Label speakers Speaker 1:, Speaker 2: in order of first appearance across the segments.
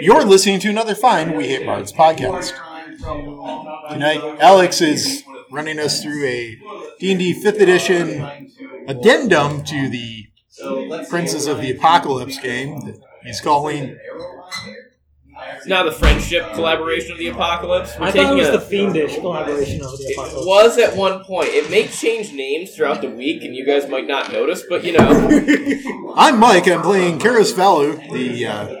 Speaker 1: You're listening to another fine We Hate Marks podcast. Tonight, Alex is running us through a D&D 5th edition addendum to the Princes of the Apocalypse game that he's calling
Speaker 2: It's now the friendship collaboration of the apocalypse. We're
Speaker 3: I thought it
Speaker 2: taking
Speaker 3: was
Speaker 2: a-
Speaker 3: the fiendish collaboration of the
Speaker 2: It
Speaker 3: apocalypse.
Speaker 2: was at one point. It may change names throughout the week, and you guys might not notice, but you know,
Speaker 1: I'm Mike. I'm playing Karis Valu, the uh,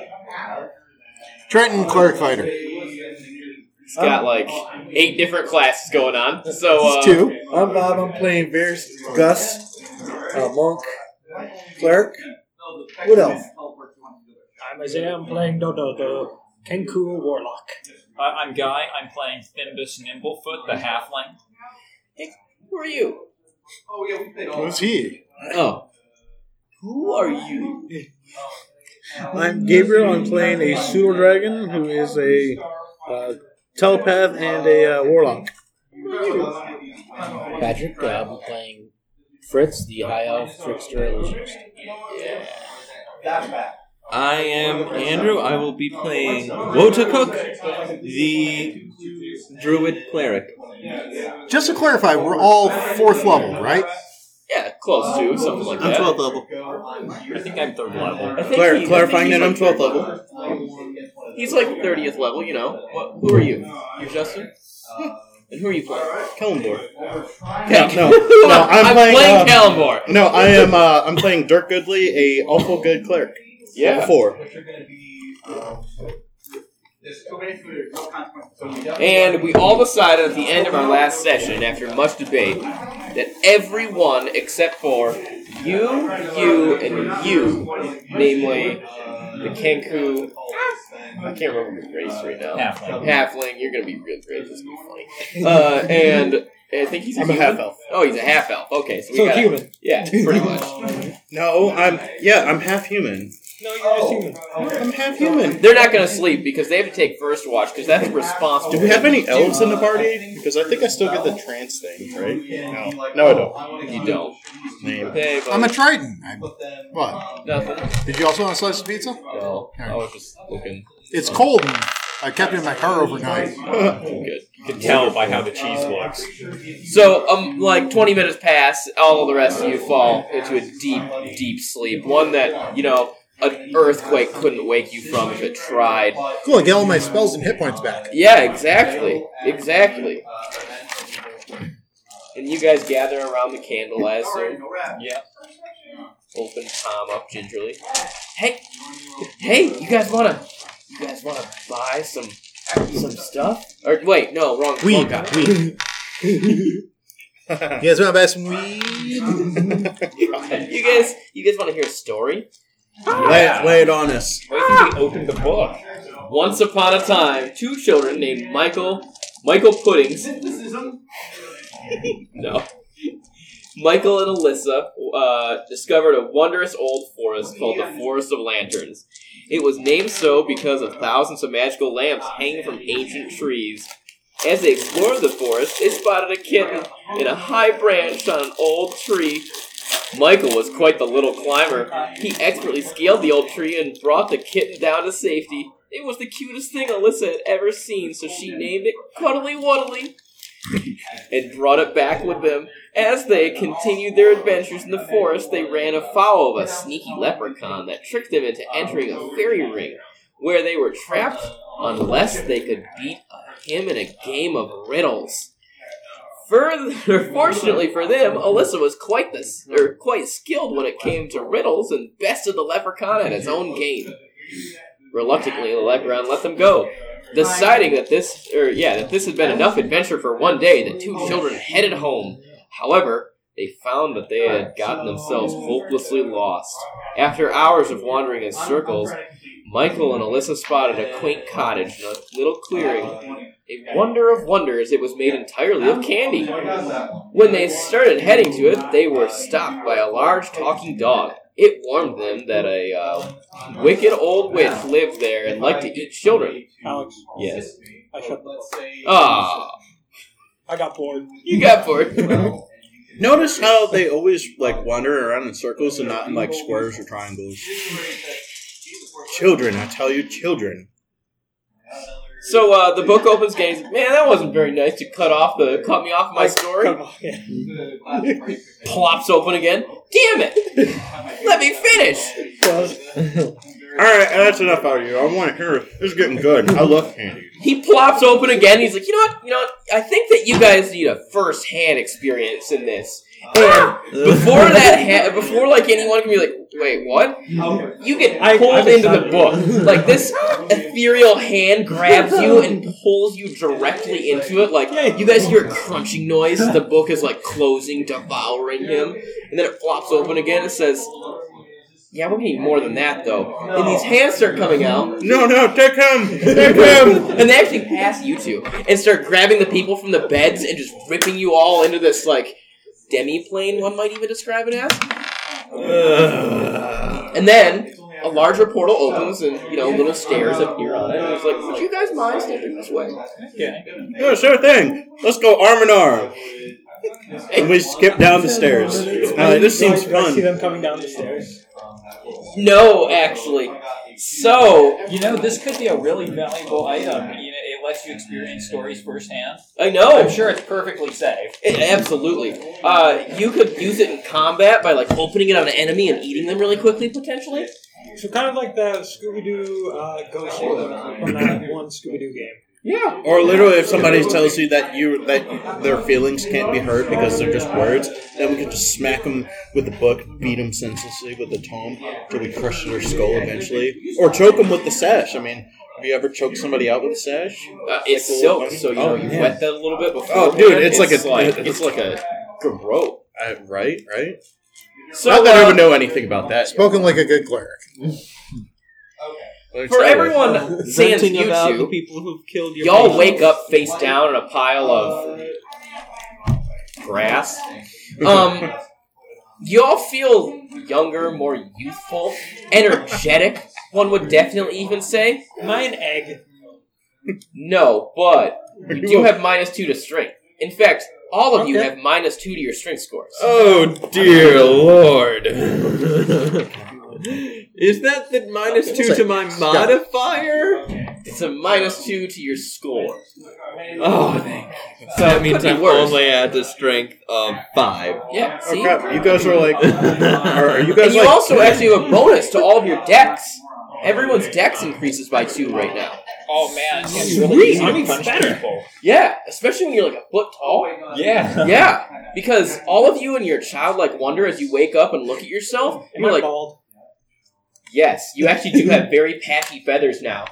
Speaker 1: Trenton Cleric Fighter.
Speaker 2: it's got like eight different classes going on. So uh,
Speaker 1: It's two.
Speaker 4: I'm Bob. I'm playing Bears Gus, uh, Monk, Clerk. What else?
Speaker 3: I'm Isaiah. I'm playing Dodo, the Kenku Warlock.
Speaker 5: Uh, I'm Guy. I'm playing Thimbus Nimblefoot, the halfling.
Speaker 2: Who are you?
Speaker 1: Who's he?
Speaker 2: Oh, who are you?
Speaker 4: I'm Gabriel. I'm playing a pseudo dragon who is a uh, telepath and a uh, warlock.
Speaker 6: Patrick, uh, I'll be playing Fritz, the high elf trickster illusionist.
Speaker 7: I am Andrew. I will be playing Wotakuk, the druid cleric.
Speaker 1: Just to clarify, we're all fourth level, right?
Speaker 2: Yeah, close to something like
Speaker 7: I'm
Speaker 2: that.
Speaker 7: 12th level.
Speaker 5: I think I'm third level.
Speaker 2: I think
Speaker 7: Clar-
Speaker 2: he- I
Speaker 7: clarifying
Speaker 2: think
Speaker 7: that I'm
Speaker 2: he's
Speaker 7: 12th
Speaker 2: like-
Speaker 7: level.
Speaker 2: He's like thirtieth level, you know. What, who are you? You're Justin. And who are you playing?
Speaker 7: Kellenborg.
Speaker 2: Yeah.
Speaker 7: No, no, I'm, playing. uh,
Speaker 2: Kalimdor.
Speaker 7: no, I am. Uh, I'm playing Dirk Goodley, a awful good cleric. Level
Speaker 2: Yeah.
Speaker 7: Four.
Speaker 2: And we all decided at the end of our last session, after much debate, that everyone except for you, you, and you, namely the Kenku, I can't remember your race right now.
Speaker 5: Halfling.
Speaker 2: Halfling, you're gonna be real great. This is gonna be funny. Uh, and I think he's a
Speaker 7: I'm a
Speaker 2: human?
Speaker 7: half elf.
Speaker 2: Oh, he's a half elf. Okay, so we
Speaker 3: So
Speaker 2: got
Speaker 3: human.
Speaker 2: yeah, pretty much.
Speaker 7: No, I'm. Yeah, I'm half human.
Speaker 2: Oh,
Speaker 3: No, you're just human.
Speaker 7: I'm half human.
Speaker 2: They're not gonna sleep because they have to take first watch because that's responsible.
Speaker 7: Do we have any elves in the party? Because I think I still get the trance thing, right? No, no, I don't.
Speaker 2: You don't.
Speaker 7: Name.
Speaker 2: Hey,
Speaker 1: I'm a
Speaker 2: bud.
Speaker 1: Triton. I'm, what?
Speaker 2: nothing.
Speaker 1: Did you also want a slice of pizza?
Speaker 2: No, I was just looking.
Speaker 1: It's cold. And I kept it in my car overnight.
Speaker 2: Good.
Speaker 5: You can tell by how the cheese looks.
Speaker 2: So, um, like 20 minutes pass, all of the rest of you fall into a deep, deep sleep. One that, you know, an earthquake couldn't wake you from if it tried.
Speaker 1: Cool. I get all my spells and hit points back.
Speaker 2: Yeah, exactly. Exactly. And you guys gather around the candle as they
Speaker 5: Yeah.
Speaker 2: open Tom up gingerly. Hey, hey, you guys wanna, you guys wanna buy some, some stuff? Or wait, no, wrong, wrong
Speaker 1: Weed.
Speaker 2: guy.
Speaker 1: Weed. You guys want to buy some weed?
Speaker 2: You guys, you guys wanna hear a story?
Speaker 7: Lay it, lay it on us.
Speaker 5: Wait till we open the book.
Speaker 2: Once upon a time, two children named Michael Michael Puddings. no. Michael and Alyssa uh, discovered a wondrous old forest called the Forest of Lanterns. It was named so because of thousands of magical lamps hanging from ancient trees. As they explored the forest, they spotted a kitten in a high branch on an old tree. Michael was quite the little climber. He expertly scaled the old tree and brought the kitten down to safety. It was the cutest thing Alyssa had ever seen, so she named it Cuddly Wuddly and brought it back with them. As they continued their adventures in the forest, they ran afoul of a sneaky leprechaun that tricked them into entering a fairy ring where they were trapped unless they could beat him in a game of riddles. Further, fortunately for them, Alyssa was quite this, or quite skilled when it came to riddles and bested the leprechaun at his own game. Reluctantly, the leprechaun let them go, deciding that this, or yeah, that this had been enough adventure for one day. The two children headed home. However, they found that they had gotten themselves hopelessly lost. After hours of wandering in circles, Michael and Alyssa spotted a quaint cottage in a little clearing. A wonder of wonders, it was made entirely of candy. When they started heading to it, they were stopped by a large talking dog. It warned them that a uh, wicked old witch lived there and liked to eat children.
Speaker 3: Alex,
Speaker 2: Yes.
Speaker 3: I shut the book.
Speaker 2: Ah,
Speaker 3: I got bored.
Speaker 2: you got bored.
Speaker 7: Notice how they always like wander around in circles and not in like squares or triangles. Children, I tell you, children.
Speaker 2: So uh, the book opens, games. Man, that wasn't very nice to cut off the cut me off my story.
Speaker 4: Come
Speaker 3: Oh,
Speaker 4: on, yeah.
Speaker 2: Plops open again. Damn it! Let me finish.
Speaker 8: All right, that's enough out of you. I want to hear. This is getting good. I love candy.
Speaker 2: He plops open again. He's like, you know what? You know what? I think that you guys need a first hand experience in this. And before that, ha- before like anyone can be like, wait, what? You get
Speaker 4: I-
Speaker 2: pulled
Speaker 4: I'm
Speaker 2: into the
Speaker 4: excited.
Speaker 2: book. Like this ethereal hand grabs you and pulls you directly into it. Like you guys hear a crunching noise. The book is like closing, devouring him, and then it flops open again. It says. Yeah, we need more than that though. And these hands start coming out,
Speaker 8: No, no, take him, take him.
Speaker 2: and they actually pass you two and start grabbing the people from the beds and just ripping you all into this like demi plane. One might even describe it as. And then a larger portal opens, and you know little stairs appear on it. And it's like, would you guys mind stepping this way?
Speaker 8: Yeah, sure thing. Let's go arm in arm. And we skip down the stairs. Uh, this seems
Speaker 3: Do I- do I see
Speaker 8: fun.
Speaker 3: them coming down the stairs.
Speaker 2: No, actually. So
Speaker 5: You know, this could be a really valuable item. You know, it lets you experience stories firsthand.
Speaker 2: I
Speaker 5: I'm
Speaker 2: know
Speaker 5: sure it's perfectly safe.
Speaker 2: it, absolutely. Uh, you could use it in combat by like opening it on an enemy and eating them really quickly, potentially. Uh,
Speaker 3: So kind of like the Scooby Doo uh, ghost look from that one Scooby Doo game.
Speaker 2: Yeah.
Speaker 8: Or literally, if somebody tells you that you that their feelings can't be heard because they're just words, then we can just smack them with the book, beat them senselessly with the tome till we crush their skull eventually, or choke them with the sash. I mean, have you ever choked somebody out with a sash?
Speaker 2: Uh, it's silk, so you know
Speaker 8: Oh,
Speaker 2: you
Speaker 8: yeah.
Speaker 2: wet that a little bit before.
Speaker 8: Oh, dude, it's like a-
Speaker 2: it's like a grow.
Speaker 8: Uh, right, right.
Speaker 2: So
Speaker 8: Not that I
Speaker 2: uh,
Speaker 8: would know anything about that.
Speaker 1: Spoken like a good cleric.
Speaker 8: But
Speaker 2: for
Speaker 8: it's-
Speaker 2: everyone sans
Speaker 7: Ranting
Speaker 2: you
Speaker 7: about the
Speaker 2: two,
Speaker 7: people who've killed your
Speaker 2: y'all
Speaker 7: patients.
Speaker 2: wake up face down in a pile of grass. Um, y'all feel younger, more youthful, energetic. One would definitely even say
Speaker 3: Am I an egg?
Speaker 2: no, but you do have minus two to strength. In fact, all of you
Speaker 3: Okay.
Speaker 2: have minus two to your strength scores.
Speaker 7: Oh dear lord. Is that the minus two to my modifier?
Speaker 2: It's a minus two to your score.
Speaker 7: Oh, thank
Speaker 2: So
Speaker 7: that
Speaker 2: it
Speaker 7: means
Speaker 2: could be
Speaker 7: I'm
Speaker 2: worse.
Speaker 7: only at a strength of five.
Speaker 2: Yeah.
Speaker 8: Oh
Speaker 2: See.
Speaker 8: crap! You guys are like, are, are you guys
Speaker 2: And you
Speaker 8: like-
Speaker 2: also actually have a bonus to all of your decks. Everyone's decks increases by two right now.
Speaker 5: Oh man, it's
Speaker 3: Sweet,
Speaker 5: really easy
Speaker 3: I
Speaker 5: to
Speaker 3: mean,
Speaker 5: punch
Speaker 3: better.
Speaker 5: people.
Speaker 2: Yeah, especially when you're like a foot tall.
Speaker 5: Yeah.
Speaker 2: Yeah, because all of you in your childlike wonder as you wake up and look at yourself,
Speaker 3: Am
Speaker 2: you're
Speaker 3: I
Speaker 2: like,
Speaker 3: bald?
Speaker 2: yes, you actually do have very patchy feathers now.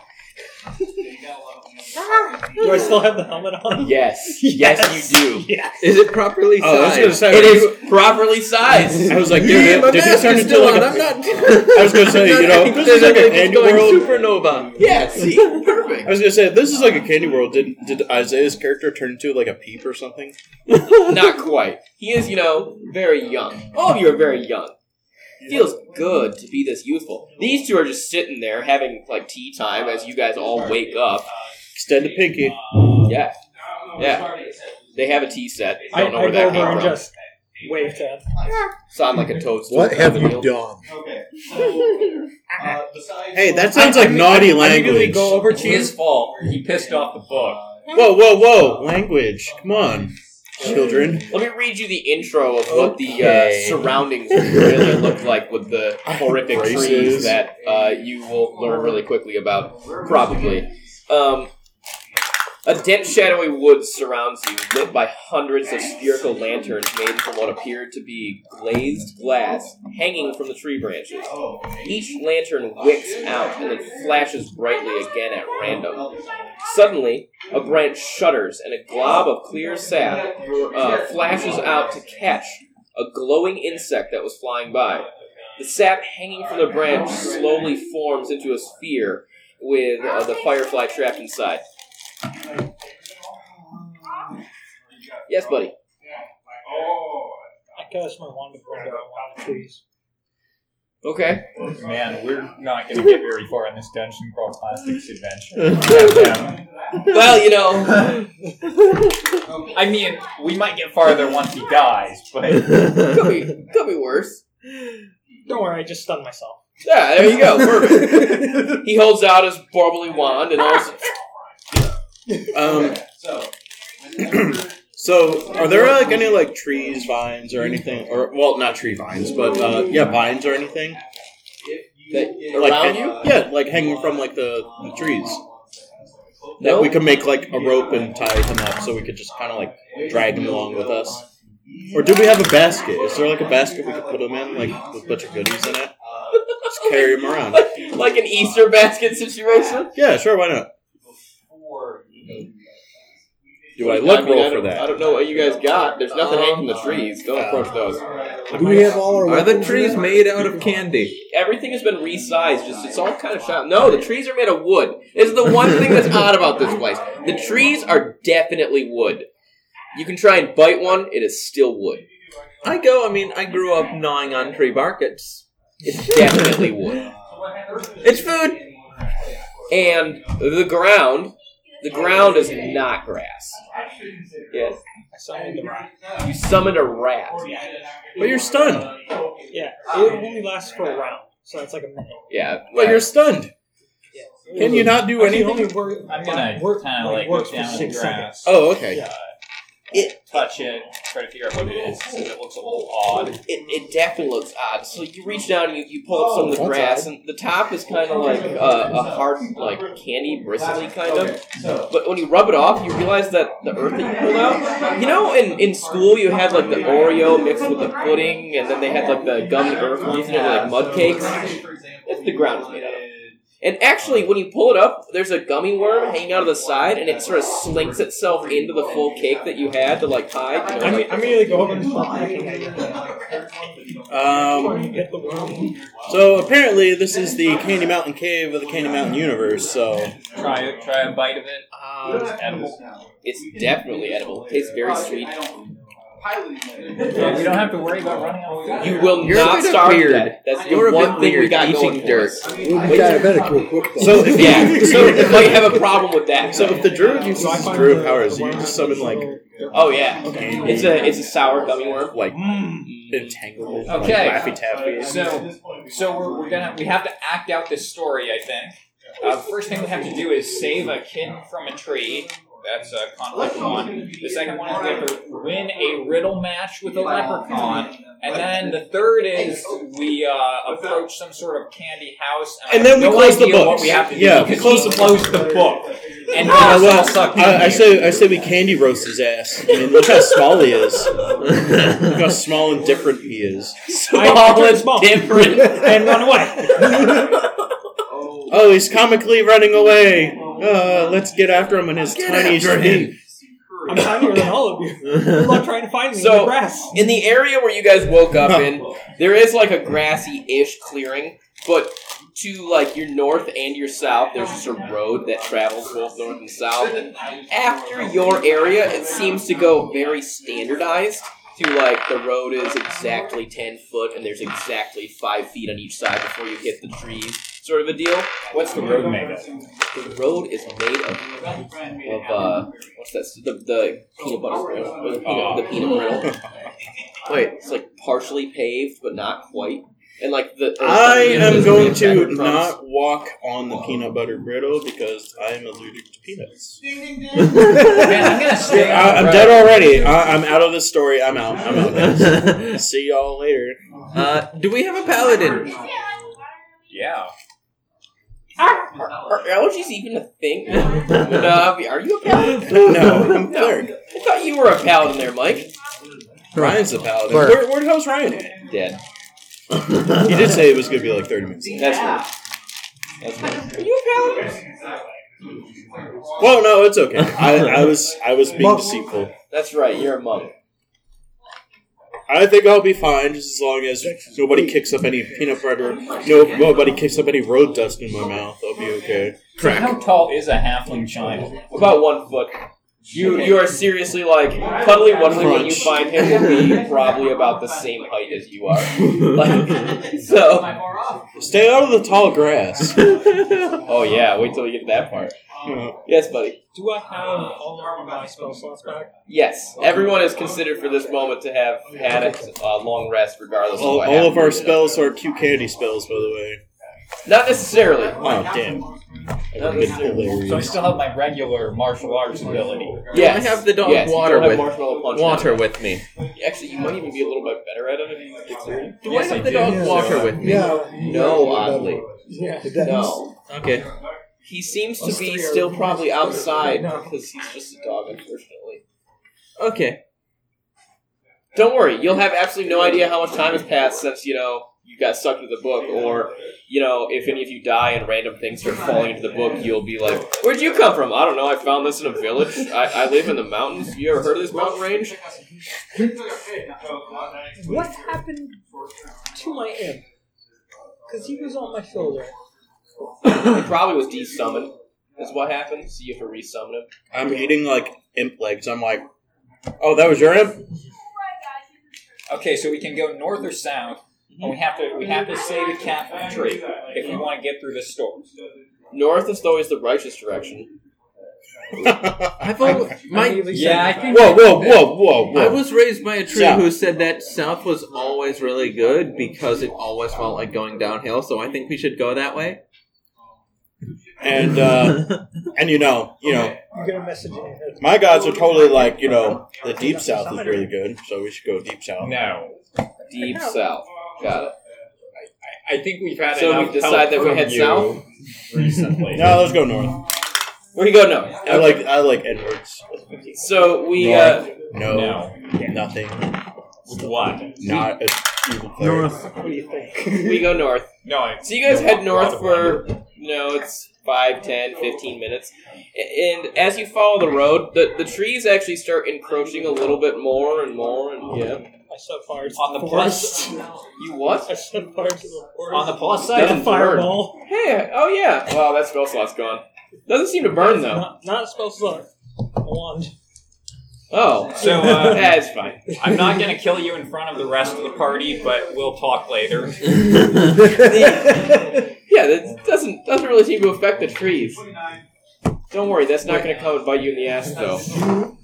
Speaker 3: Do I still have the helmet on?
Speaker 2: Yes, yes, you do.
Speaker 3: Yeah.
Speaker 7: Is it properly
Speaker 8: Oh, I was gonna
Speaker 7: sized?
Speaker 8: say.
Speaker 2: It is properly sized.
Speaker 8: I was like, dude, did, did this turn into like a- I was gonna say, you know, this is like a candy world.
Speaker 7: supernova.
Speaker 2: Yeah, see, perfect.
Speaker 8: I was gonna say, this is like a candy world. Did did Isaiah's character turn into like a peep or something?
Speaker 2: Not quite. He is, you know, very young. All of you are very young. Feels good to be this youthful. These two are just sitting there having like tea time as you guys all wake up.
Speaker 8: Extend the pinky.
Speaker 2: Yeah, yeah. They have a tea set.
Speaker 3: I,
Speaker 2: Don't know
Speaker 3: I
Speaker 2: where
Speaker 3: go
Speaker 2: that
Speaker 3: over
Speaker 2: came
Speaker 3: and
Speaker 2: from.
Speaker 3: just wave to
Speaker 2: Sound like a toadstool.
Speaker 1: What have
Speaker 2: Reveal.
Speaker 1: you done?
Speaker 8: Hey, that sounds like naughty language.
Speaker 5: go over to his fault. He pissed off the book.
Speaker 8: Whoa, whoa, whoa! Language, come on, children.
Speaker 2: Let me read you the intro of what
Speaker 8: Okay.
Speaker 2: the uh, surroundings really look like with the horrific trees
Speaker 8: Braces.
Speaker 2: that uh, you will learn really quickly about, probably. Um, a dense, shadowy wood surrounds you, lit by hundreds of spherical lanterns made from what appeared to be glazed glass hanging from the tree branches. Each lantern wicks out and then flashes brightly again at random. Suddenly, a branch shudders and a glob of clear sap uh, flashes out to catch a glowing insect that was flying by. The sap hanging from the branch slowly forms into a sphere with uh, the firefly trapped inside. Yes, buddy.
Speaker 3: I cast my wand to bring down one of the trees.
Speaker 2: Okay.
Speaker 5: Man, we're not going to get very far in this Dungeon Crawl Classics adventure.
Speaker 2: Well, you know,
Speaker 5: I mean, we might get farther once he dies, but
Speaker 2: could be could be worse.
Speaker 3: Don't worry, I just stunned myself.
Speaker 2: Yeah, there you go. Perfect. He holds out his bubbly wand and all.
Speaker 8: Um, so, are there like any like trees, vines, or anything? Or well, not tree vines, but uh, yeah, vines or anything
Speaker 2: That-
Speaker 8: like,
Speaker 2: around
Speaker 8: hang-
Speaker 2: you?
Speaker 8: Yeah, like hanging from like the, the trees.
Speaker 2: No.
Speaker 8: That we can make like a rope and tie him up, so we could just kind of like drag him along with us. Or do we have a basket? Is there like a basket we could put him in, like with a bunch of goodies in it? Just carry him around.
Speaker 2: like an Easter basket situation.
Speaker 8: Yeah, sure. Why not? Do I
Speaker 2: I
Speaker 8: luck
Speaker 2: mean, I
Speaker 8: roll for
Speaker 2: don't- I
Speaker 8: that?
Speaker 2: don't know what you guys got. There's nothing hanging from the trees. Don't approach those.
Speaker 6: Do we have all our
Speaker 7: Are the
Speaker 6: weapons
Speaker 7: trees
Speaker 6: yet?
Speaker 7: made out of candy?
Speaker 2: Everything has been resized. Just it's all kind of shot. No, the trees are made of wood. It's the one thing that's odd about this place. The trees are definitely wood. You can try and bite one; it is still wood.
Speaker 7: I go. I mean, I grew up gnawing on tree bark. It's
Speaker 2: It's definitely wood.
Speaker 7: it's food.
Speaker 2: And the ground, the ground is not grass. Yes,
Speaker 3: I summoned the rat.
Speaker 2: you summoned a rat.
Speaker 8: But you're stunned.
Speaker 3: Yeah,
Speaker 5: Uh,
Speaker 3: it only lasts for a round, so it's like a minute.
Speaker 2: Yeah,
Speaker 8: But you're stunned.
Speaker 3: Yeah.
Speaker 8: Can you not do
Speaker 3: Actually, it
Speaker 8: anything?
Speaker 3: only work,
Speaker 5: I'm gonna
Speaker 3: work,
Speaker 5: kind of
Speaker 3: like,
Speaker 5: like
Speaker 3: works
Speaker 5: look
Speaker 3: for
Speaker 5: down at the
Speaker 3: six seconds.
Speaker 5: grass.
Speaker 8: Oh, okay.
Speaker 5: uh, touch it, try to figure out what it is. since It looks a little odd.
Speaker 2: it, it definitely looks odd. So you reach down and you, you pull up some of the grass, and the top is kind of like uh, a hard, like candy, bristly kind of. But when you rub it off, you realize that the earth that you pulled out, you know, in, in school you had like the Oreo mixed with the pudding, and then they had like the gummed earth leaves in it, like mud cakes. That's the ground is made out of. And actually, when you pull it up, there's a gummy worm hanging out of the side, and it sort of slinks itself into the full cake that you had to like hide. You know,
Speaker 3: I'm,
Speaker 2: like-
Speaker 3: I'm gonna go over and stop looking at you.
Speaker 8: Um,
Speaker 3: Get the worm.
Speaker 8: so apparently this is the Candy Mountain Cave of the Candy Mountain universe. So
Speaker 5: Try it, try a bite of it.
Speaker 2: Uh,
Speaker 5: it's edible.
Speaker 2: It's definitely edible. It tastes very sweet.
Speaker 5: Yeah, we don't have to worry about running out of food.
Speaker 2: You will
Speaker 7: You're a
Speaker 2: not
Speaker 7: bit
Speaker 2: starve to
Speaker 7: weird.
Speaker 2: death. That's
Speaker 7: You're
Speaker 2: the
Speaker 7: a bit
Speaker 2: one thing we
Speaker 7: weird
Speaker 2: got
Speaker 7: eating
Speaker 2: going for us.
Speaker 6: We'll be diabetic real quick. Though.
Speaker 8: So if
Speaker 2: Yeah, so you might have a problem with that.
Speaker 8: So if the druid uses
Speaker 3: So I
Speaker 8: his
Speaker 3: find
Speaker 8: druid
Speaker 3: the-
Speaker 8: powers,
Speaker 3: the
Speaker 8: you
Speaker 3: worm
Speaker 8: just summon like
Speaker 2: oh yeah, it's a it's a sour gummy worm.
Speaker 8: like
Speaker 2: Mm.
Speaker 8: entanglement,
Speaker 5: Okay.
Speaker 8: like Laffy Taffy.
Speaker 5: So, so we're, we're gonna we have to act out this story. I think. Uh, first thing we have to do is save a kid from a tree. That's uh, conflict one. The second one is we have to win a riddle match with a leprechaun, and then the third is we uh, approach some sort of candy house. and I
Speaker 8: And
Speaker 5: have
Speaker 8: then we
Speaker 5: no
Speaker 8: close the
Speaker 5: idea
Speaker 8: books.
Speaker 5: What we have to do
Speaker 8: Yeah, we
Speaker 5: because
Speaker 8: close
Speaker 5: he
Speaker 8: the
Speaker 5: closed the book,
Speaker 8: You
Speaker 5: and
Speaker 8: know
Speaker 5: now it's all
Speaker 8: what?
Speaker 5: sucked in
Speaker 8: I, I
Speaker 5: here.
Speaker 8: say I say we candy roast his ass. I mean, look how small he is. Look how small and different he is.
Speaker 3: I turned small
Speaker 2: Different.
Speaker 3: and run away.
Speaker 8: Oh, he's comically running away. Uh, let's get after him in his tiny feet.
Speaker 3: I'm tinier than all of you. Good luck trying to find me in
Speaker 2: So-
Speaker 3: the grass.
Speaker 2: In the area where you guys woke up in, there is like a grassy-ish clearing, but to like your north and your south, there's just a road that travels both north and south. And after your area, it seems to go very standardized. To like the road is exactly ten foot, and there's exactly five feet on each side before you hit the trees, sort of a deal.
Speaker 5: What's the road made of?
Speaker 2: The road is made of, of uh, what's that? The, the peanut butter brittle, or the peanut, the
Speaker 5: Oh.
Speaker 2: peanut brittle.
Speaker 8: Wait,
Speaker 2: It's like partially paved, but not quite. And like the
Speaker 8: I am
Speaker 2: there's
Speaker 8: going
Speaker 2: graham cracker
Speaker 8: to
Speaker 2: crumbs.
Speaker 8: not walk on the peanut butter brittle because I am allergic to peanuts.
Speaker 5: Man, I'm gonna stay. on
Speaker 8: I,
Speaker 5: the
Speaker 8: I'm
Speaker 5: road.
Speaker 8: dead already. I, I'm out of this story. I'm out. I'm out. guys. See y'all later.
Speaker 7: uh, do we have a paladin?
Speaker 5: Yeah.
Speaker 2: Are allergies even a thing? Manavi, are you a paladin?
Speaker 8: No, I'm
Speaker 2: No.
Speaker 8: cleric.
Speaker 2: I thought you were a paladin there, Mike.
Speaker 8: Ryan's a paladin.
Speaker 6: Cleric.
Speaker 8: Where, where the hell's Ryan at?
Speaker 2: Dead.
Speaker 8: He did say it was gonna be like 30 minutes.
Speaker 2: That's right. That's right. Are you a paladin?
Speaker 8: Well, no, it's okay. I, I was I was being deceitful.
Speaker 2: That's right. You're a monk.
Speaker 8: I think I'll be fine just as long as nobody kicks up any peanut butter. No, nobody kicks up any road dust in my mouth. I'll be okay.
Speaker 5: How tall is a halfling child?
Speaker 2: About one foot. You you are seriously like cuddly Wuddly when you
Speaker 8: Crunch.
Speaker 2: find him will be probably about the same height as you are. Like, so
Speaker 8: Stay out of the tall grass.
Speaker 2: oh yeah, wait till we get to that part. Yes, buddy.
Speaker 3: Do I have all of my spell slots back?
Speaker 2: Yes, everyone is considered for this moment to have had a uh, long rest, regardless of
Speaker 8: All,
Speaker 2: what
Speaker 8: all of
Speaker 2: happened.
Speaker 8: our spells are cute candy spells, by the way.
Speaker 2: Not necessarily.
Speaker 8: Oh, damn. That would have been hilarious.
Speaker 5: So I still have my regular martial arts ability.
Speaker 2: Yeah,
Speaker 7: I have the dog
Speaker 2: yes, you
Speaker 7: water
Speaker 2: don't have
Speaker 7: with-
Speaker 2: marshmallow punch.
Speaker 7: Water with me.
Speaker 2: Actually, you might even be a little bit better at it if you get through.
Speaker 7: Do
Speaker 5: Yes, I
Speaker 7: I have the
Speaker 5: do.
Speaker 7: dog
Speaker 5: Yeah.
Speaker 7: water with me?
Speaker 2: No, oddly,
Speaker 3: Yeah.
Speaker 2: no.
Speaker 7: Okay.
Speaker 2: He seems to
Speaker 3: Those
Speaker 2: be
Speaker 3: three are
Speaker 2: still probably outside
Speaker 3: No.
Speaker 2: because he's just a dog, unfortunately.
Speaker 7: Okay.
Speaker 2: Don't worry, you'll have absolutely no idea how much time has passed since, you know, you got sucked into the book, or, you know, if any of you die and random things start falling into the book, you'll be like, Where'd you come from? I don't know, I found this in a village. I, I live in the mountains. You ever heard of this mountain range?
Speaker 3: What happened to my imp? Because he was on my shoulder.
Speaker 2: it probably was de summoned, is what happened. So you have to re summon him.
Speaker 8: I'm eating like imp legs. I'm like, oh, that was your imp?
Speaker 5: Okay, so we can go north or south, and we have to we have to save the cat from the tree if we want to get through this storm.
Speaker 2: North is always the righteous direction.
Speaker 7: I've al- my
Speaker 5: Yeah, I think.
Speaker 8: Whoa, whoa, whoa, whoa,
Speaker 7: I
Speaker 8: whoa.
Speaker 7: was raised by a tree
Speaker 8: South.
Speaker 7: who said that south was always really good because it always felt like going downhill. So I think we should go that way.
Speaker 8: And, uh, and you know, you know,
Speaker 3: You get a message in your head.
Speaker 8: my gods are totally like, you know, the deep south is really good, so we should go deep south.
Speaker 5: No,
Speaker 2: Deep south. Got it.
Speaker 5: I think we've had
Speaker 2: So we
Speaker 5: enough
Speaker 2: decide
Speaker 5: help
Speaker 2: that we
Speaker 5: from
Speaker 2: head
Speaker 5: you
Speaker 2: south?
Speaker 5: recently.
Speaker 8: No, let's go north.
Speaker 2: Where you go now?
Speaker 8: I like, I like Edwards.
Speaker 2: So we, uh,
Speaker 8: No,
Speaker 5: no.
Speaker 8: nothing.
Speaker 5: What?
Speaker 8: Not a evil player.
Speaker 3: What do you think?
Speaker 2: we go north.
Speaker 5: No, I,
Speaker 2: So you guys
Speaker 5: No,
Speaker 2: head north
Speaker 5: lot of
Speaker 2: for, you know, it's 5, 10, 15 minutes. A- And as you follow the road, the, the trees actually start encroaching a little bit more and more. And yeah.
Speaker 3: I set fire to
Speaker 5: on the plus
Speaker 2: You what?
Speaker 3: I set fire to the forest.
Speaker 5: on the plus
Speaker 3: That's
Speaker 5: side.
Speaker 3: a fireball.
Speaker 2: Hey, oh yeah. Wow, that spell slot's gone. Doesn't seem to burn though.
Speaker 3: Not, not a spell slot. A wand.
Speaker 2: Oh.
Speaker 5: So uh,
Speaker 2: That's fine.
Speaker 5: I'm not gonna kill you in front of the rest of the party, but we'll talk later.
Speaker 2: Yeah, that doesn't doesn't really seem to affect the trees. Don't worry, that's not going to come and bite you in the ass though.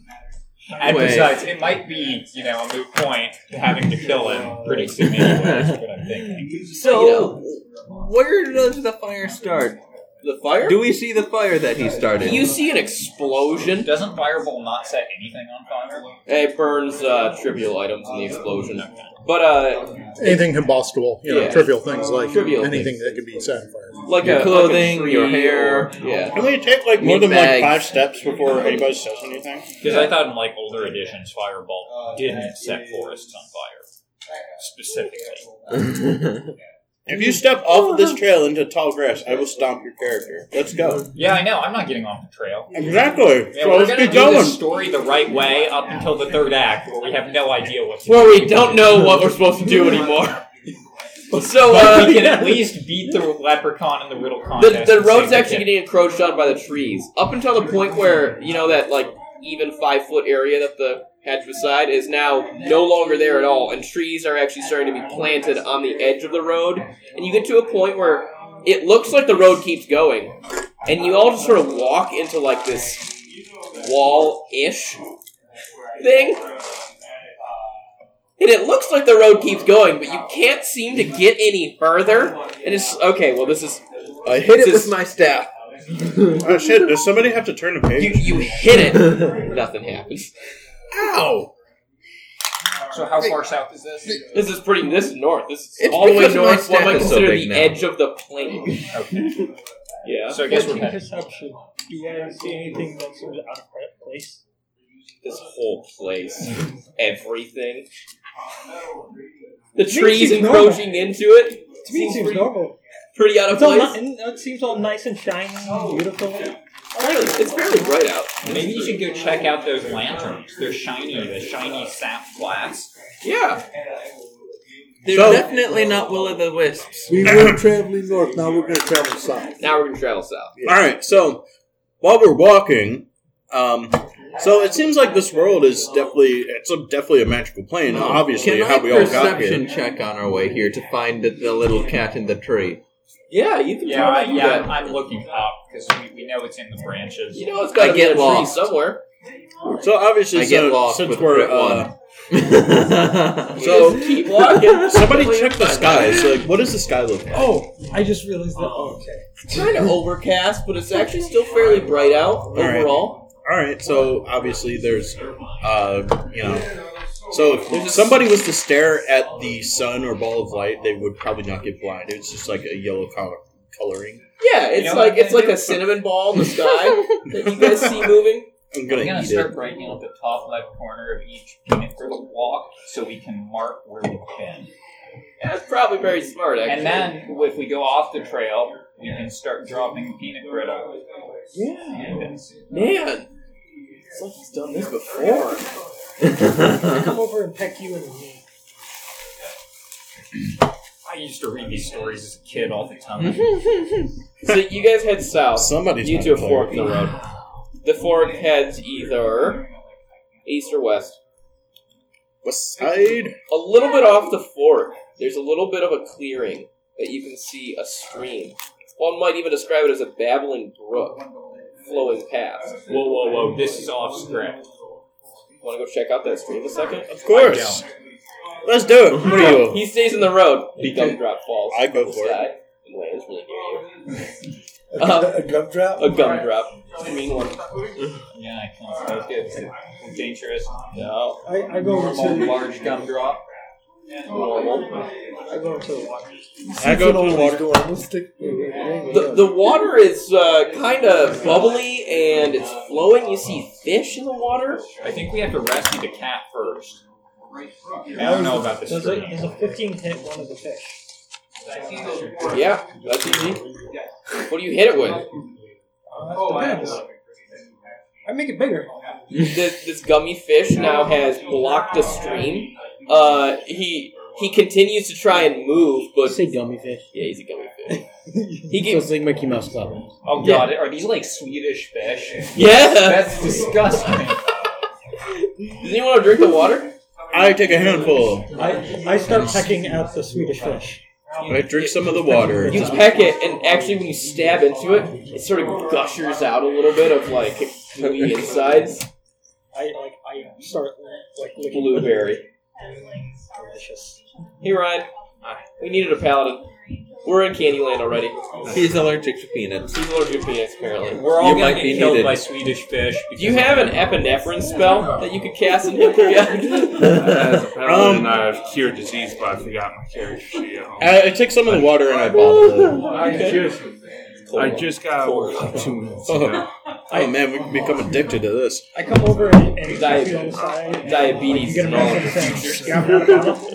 Speaker 5: And
Speaker 7: Wait.
Speaker 5: besides, it might be you know a moot point having to kill him pretty soon. Anyway, is what I'm thinking.
Speaker 7: So where does the fire start?
Speaker 2: The fire?
Speaker 7: Do we see the fire that he started?
Speaker 2: You see an explosion.
Speaker 5: Doesn't fireball not set anything on fire?
Speaker 2: It burns uh, trivial items in the explosion. But uh,
Speaker 1: Anything combustible, you know,
Speaker 2: Yeah.
Speaker 1: trivial things like
Speaker 2: Trivial
Speaker 1: anything that could be set on fire.
Speaker 2: like
Speaker 7: Your
Speaker 2: a,
Speaker 7: clothing,
Speaker 2: like a tree
Speaker 7: your hair.
Speaker 2: or- yeah.
Speaker 8: Can we take like more
Speaker 7: Meat
Speaker 8: than like
Speaker 7: bags.
Speaker 8: five steps before anybody says anything?
Speaker 5: Because I thought in like older editions, fireball didn't set forests on fire specifically.
Speaker 8: If you step off of this trail into tall grass, I will stomp your character. Let's go.
Speaker 5: Yeah, I know. I'm not getting off the trail.
Speaker 8: Exactly.
Speaker 5: Yeah,
Speaker 8: so
Speaker 5: we're
Speaker 8: let's
Speaker 5: gonna
Speaker 8: keep
Speaker 5: do
Speaker 8: going.
Speaker 5: this story the right way up until the third act, where we have no idea what.
Speaker 2: Where we don't know what we're supposed to do anymore. So,
Speaker 5: But we
Speaker 2: uh,
Speaker 5: can at least beat the leprechaun and the riddle
Speaker 2: the,
Speaker 5: contest.
Speaker 2: the
Speaker 5: and
Speaker 2: road's
Speaker 5: save
Speaker 2: actually
Speaker 5: kid.
Speaker 2: getting encroached on by the trees. Up until the point where, you know, that, like, even five foot area that the hedge was side is now no longer there at all, and trees are actually starting to be planted on the edge of the road. And you get to a point where it looks like the road keeps going, and you all just sort of walk into, like, this wall ish thing. And it looks like the road keeps going, but you can't seem to get any further. And it's okay. Well, this is
Speaker 7: I hit it
Speaker 2: Just-
Speaker 7: with my staff.
Speaker 8: Oh shit, does somebody have to turn a
Speaker 2: you.
Speaker 8: page?
Speaker 2: You hit it, nothing happens.
Speaker 8: Ow!
Speaker 5: So how far south is this?
Speaker 2: This is pretty. This is north. This is
Speaker 7: It's
Speaker 2: all the way
Speaker 7: because my
Speaker 2: north. What
Speaker 7: staff
Speaker 2: might
Speaker 7: is so
Speaker 2: consider
Speaker 7: big
Speaker 2: the
Speaker 7: now.
Speaker 2: edge of the plane.
Speaker 5: Okay.
Speaker 2: Yeah.
Speaker 5: So I guess we're
Speaker 3: Watching
Speaker 5: heading.
Speaker 3: perception. Do you guys see anything that seems out of place?
Speaker 2: This whole place, everything. The trees encroaching into it.
Speaker 3: To me, it seems normal.
Speaker 2: Pretty out of
Speaker 3: It's all
Speaker 2: place.
Speaker 3: ni- it seems all nice and shiny, and beautiful.
Speaker 2: Fairly- It's fairly bright out.
Speaker 5: Maybe you should go check out those lanterns. They're shiny. The shiny sap glass.
Speaker 2: Yeah.
Speaker 7: They're
Speaker 9: So-
Speaker 7: definitely not will o' the wisps.
Speaker 9: We were traveling north, now we're going to travel south.
Speaker 2: Now we're gonna travel south.
Speaker 8: Alright, so while we're walking, um, so it seems like this world is definitely it's a, definitely a magical plane. Obviously,
Speaker 7: Can I
Speaker 8: how we all got
Speaker 7: perception
Speaker 8: here.
Speaker 7: check on our way here to find the, the little cat in the tree?
Speaker 2: Yeah, you can
Speaker 5: Yeah, I,
Speaker 2: totally do
Speaker 5: yeah.
Speaker 2: that.
Speaker 5: I'm, I'm looking up because we, we know it's in the branches.
Speaker 2: You know, it's got to
Speaker 7: I get
Speaker 2: get a tree
Speaker 7: lost.
Speaker 2: somewhere.
Speaker 8: So obviously,
Speaker 7: I get
Speaker 8: so,
Speaker 7: lost
Speaker 8: since
Speaker 7: with
Speaker 8: we're
Speaker 7: crit
Speaker 8: uh,
Speaker 7: uh,
Speaker 2: So keep walking.
Speaker 8: Somebody check the skies. Like, what does the sky look like?
Speaker 3: Oh, I just realized that. Okay.
Speaker 2: It's kind of overcast, but it's actually still fairly bright out
Speaker 8: right.
Speaker 2: overall.
Speaker 8: All right, so obviously there's, uh, you know, so if somebody was to stare at the sun or ball of light, they would probably not get blind. It's just like a yellow color coloring.
Speaker 2: Yeah, it's
Speaker 5: know what
Speaker 2: like
Speaker 5: I'm
Speaker 2: it's
Speaker 5: gonna
Speaker 2: like a cinnamon ball in the sky that you guys see moving.
Speaker 8: I'm
Speaker 5: We're
Speaker 8: gonna,
Speaker 5: gonna
Speaker 8: eat
Speaker 5: start
Speaker 8: it.
Speaker 5: brightening up the top left corner of each unit for the walk, so we can mark where we've been.
Speaker 2: That's probably very smart, actually.
Speaker 5: And then, if we go off the trail, we can start dropping peanut brittle. Yeah.
Speaker 2: man, it's like he's done this before.
Speaker 3: I come over and peck you in the knee.
Speaker 5: I used to read these stories as a kid all the time.
Speaker 2: So you guys head south.
Speaker 8: Somebody's
Speaker 2: You
Speaker 8: not
Speaker 2: to a
Speaker 8: colored.
Speaker 2: fork in the road. The fork heads either east or west.
Speaker 8: West side.
Speaker 2: A little bit off the fork, there's a little bit of a clearing that you can see a stream. One might even describe it as a babbling brook flowing past.
Speaker 5: Whoa, whoa, whoa! This is off script.
Speaker 2: Want to go check out that stream a second?
Speaker 8: Of course. Let's do it. What are you?
Speaker 2: He stays in the road. The gumdrop falls.
Speaker 8: I go
Speaker 2: from the
Speaker 8: for it.
Speaker 2: sky And lands really near you. Uh,
Speaker 9: A, gu- a gumdrop?
Speaker 2: A gumdrop. I mean one.
Speaker 5: Yeah, I can't smoke it. It's dangerous.
Speaker 2: No.
Speaker 3: I, I go over to
Speaker 5: Normal
Speaker 3: the,
Speaker 5: large gumdrop.
Speaker 2: Normal.
Speaker 3: I go into the water.
Speaker 8: I go to the water.
Speaker 9: Doing. Let's stick.
Speaker 2: The, the water is uh, kind of bubbly and it's flowing. You see fish in the water.
Speaker 5: I think we have to rescue the cat first. I don't know about this
Speaker 3: Does it,
Speaker 5: stream.
Speaker 3: does a 15 hit one of the fish?
Speaker 2: Yeah, that's easy. What do you hit it with?
Speaker 3: I make it bigger.
Speaker 2: This, this gummy fish now has blocked the stream. Uh, he he continues to try and move, but
Speaker 6: say gummy fish.
Speaker 2: yeah, he's a gummy fish. He
Speaker 6: So
Speaker 2: gets
Speaker 6: it's like Mickey Mouse Club.
Speaker 5: Oh
Speaker 2: Yeah.
Speaker 5: god, are these like Swedish fish?
Speaker 2: yeah.
Speaker 5: That's disgusting.
Speaker 2: Does anyone want to drink the water?
Speaker 8: I take a handful.
Speaker 3: I, I start pecking at the Swedish fish.
Speaker 8: I drink some of the water.
Speaker 2: You peck it, and actually, when you stab into it, it sort of gushers out a little bit of like gooey insides.
Speaker 3: I like I start like licking
Speaker 2: Blueberry.
Speaker 3: delicious.
Speaker 2: Hey, Ryan. We needed a paladin. We're in Candyland already.
Speaker 7: He's allergic to peanuts.
Speaker 2: He's allergic to peanuts, apparently.
Speaker 5: We're all
Speaker 7: You
Speaker 5: gonna
Speaker 7: might
Speaker 5: get
Speaker 7: be
Speaker 5: killed
Speaker 7: needed.
Speaker 5: by Swedish fish.
Speaker 2: Do you have an epinephrine spell that you could cast in him? Yeah.
Speaker 10: As a paladin,
Speaker 8: Um,
Speaker 10: I've cured disease, but I forgot my character sheet at home.
Speaker 8: I, I take some of the water and I bottle it.
Speaker 10: I just, I just got one like two minutes ago.
Speaker 8: Oh man, we've become addicted to this.
Speaker 3: I come over and, and
Speaker 2: Diet-
Speaker 3: put you on the side.
Speaker 2: Diabetes
Speaker 3: You get
Speaker 2: and
Speaker 3: a
Speaker 2: all.
Speaker 3: mouthful of things. You have another bottle?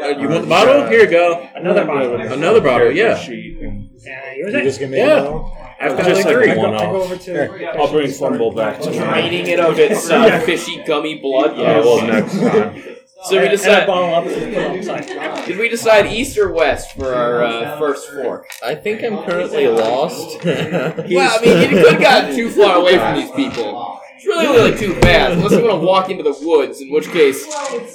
Speaker 8: Uh, you want the bottle? Here you go.
Speaker 3: Another bottle.
Speaker 8: Another bottle, yeah.
Speaker 10: Sheet and
Speaker 3: Yeah, yours is-
Speaker 9: gonna
Speaker 8: make Yeah. I've got
Speaker 10: Just
Speaker 8: like
Speaker 10: like
Speaker 3: I
Speaker 8: three.
Speaker 3: go,
Speaker 10: one
Speaker 3: I go
Speaker 10: off.
Speaker 3: over to.
Speaker 10: I'll bring Fumble back tonight.
Speaker 2: Draining it of its uh, fishy gummy blood.
Speaker 10: Yeah,
Speaker 2: Yes.
Speaker 10: well, next time.
Speaker 2: so we
Speaker 3: And I
Speaker 2: decide.
Speaker 3: bottle up and put it on the side.
Speaker 2: Did we decide east or west for our uh, first fork?
Speaker 7: I think I'm currently lost.
Speaker 2: well, I mean, you could have gotten too far away from these people. It's really only like too fast, unless you want to walk into the woods, in which case,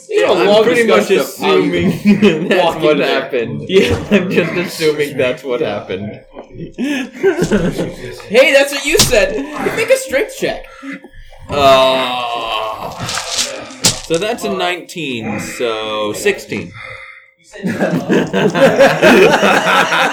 Speaker 2: you know,
Speaker 7: I'm
Speaker 2: long
Speaker 7: pretty much
Speaker 2: discussion of how you-
Speaker 7: assuming that's
Speaker 2: walk in
Speaker 7: what
Speaker 2: there.
Speaker 7: happened. Yeah, I'm just assuming that's what happened.
Speaker 2: Hey, that's what you said. Make a strength check.
Speaker 7: Oh. So that's a 19, so 16.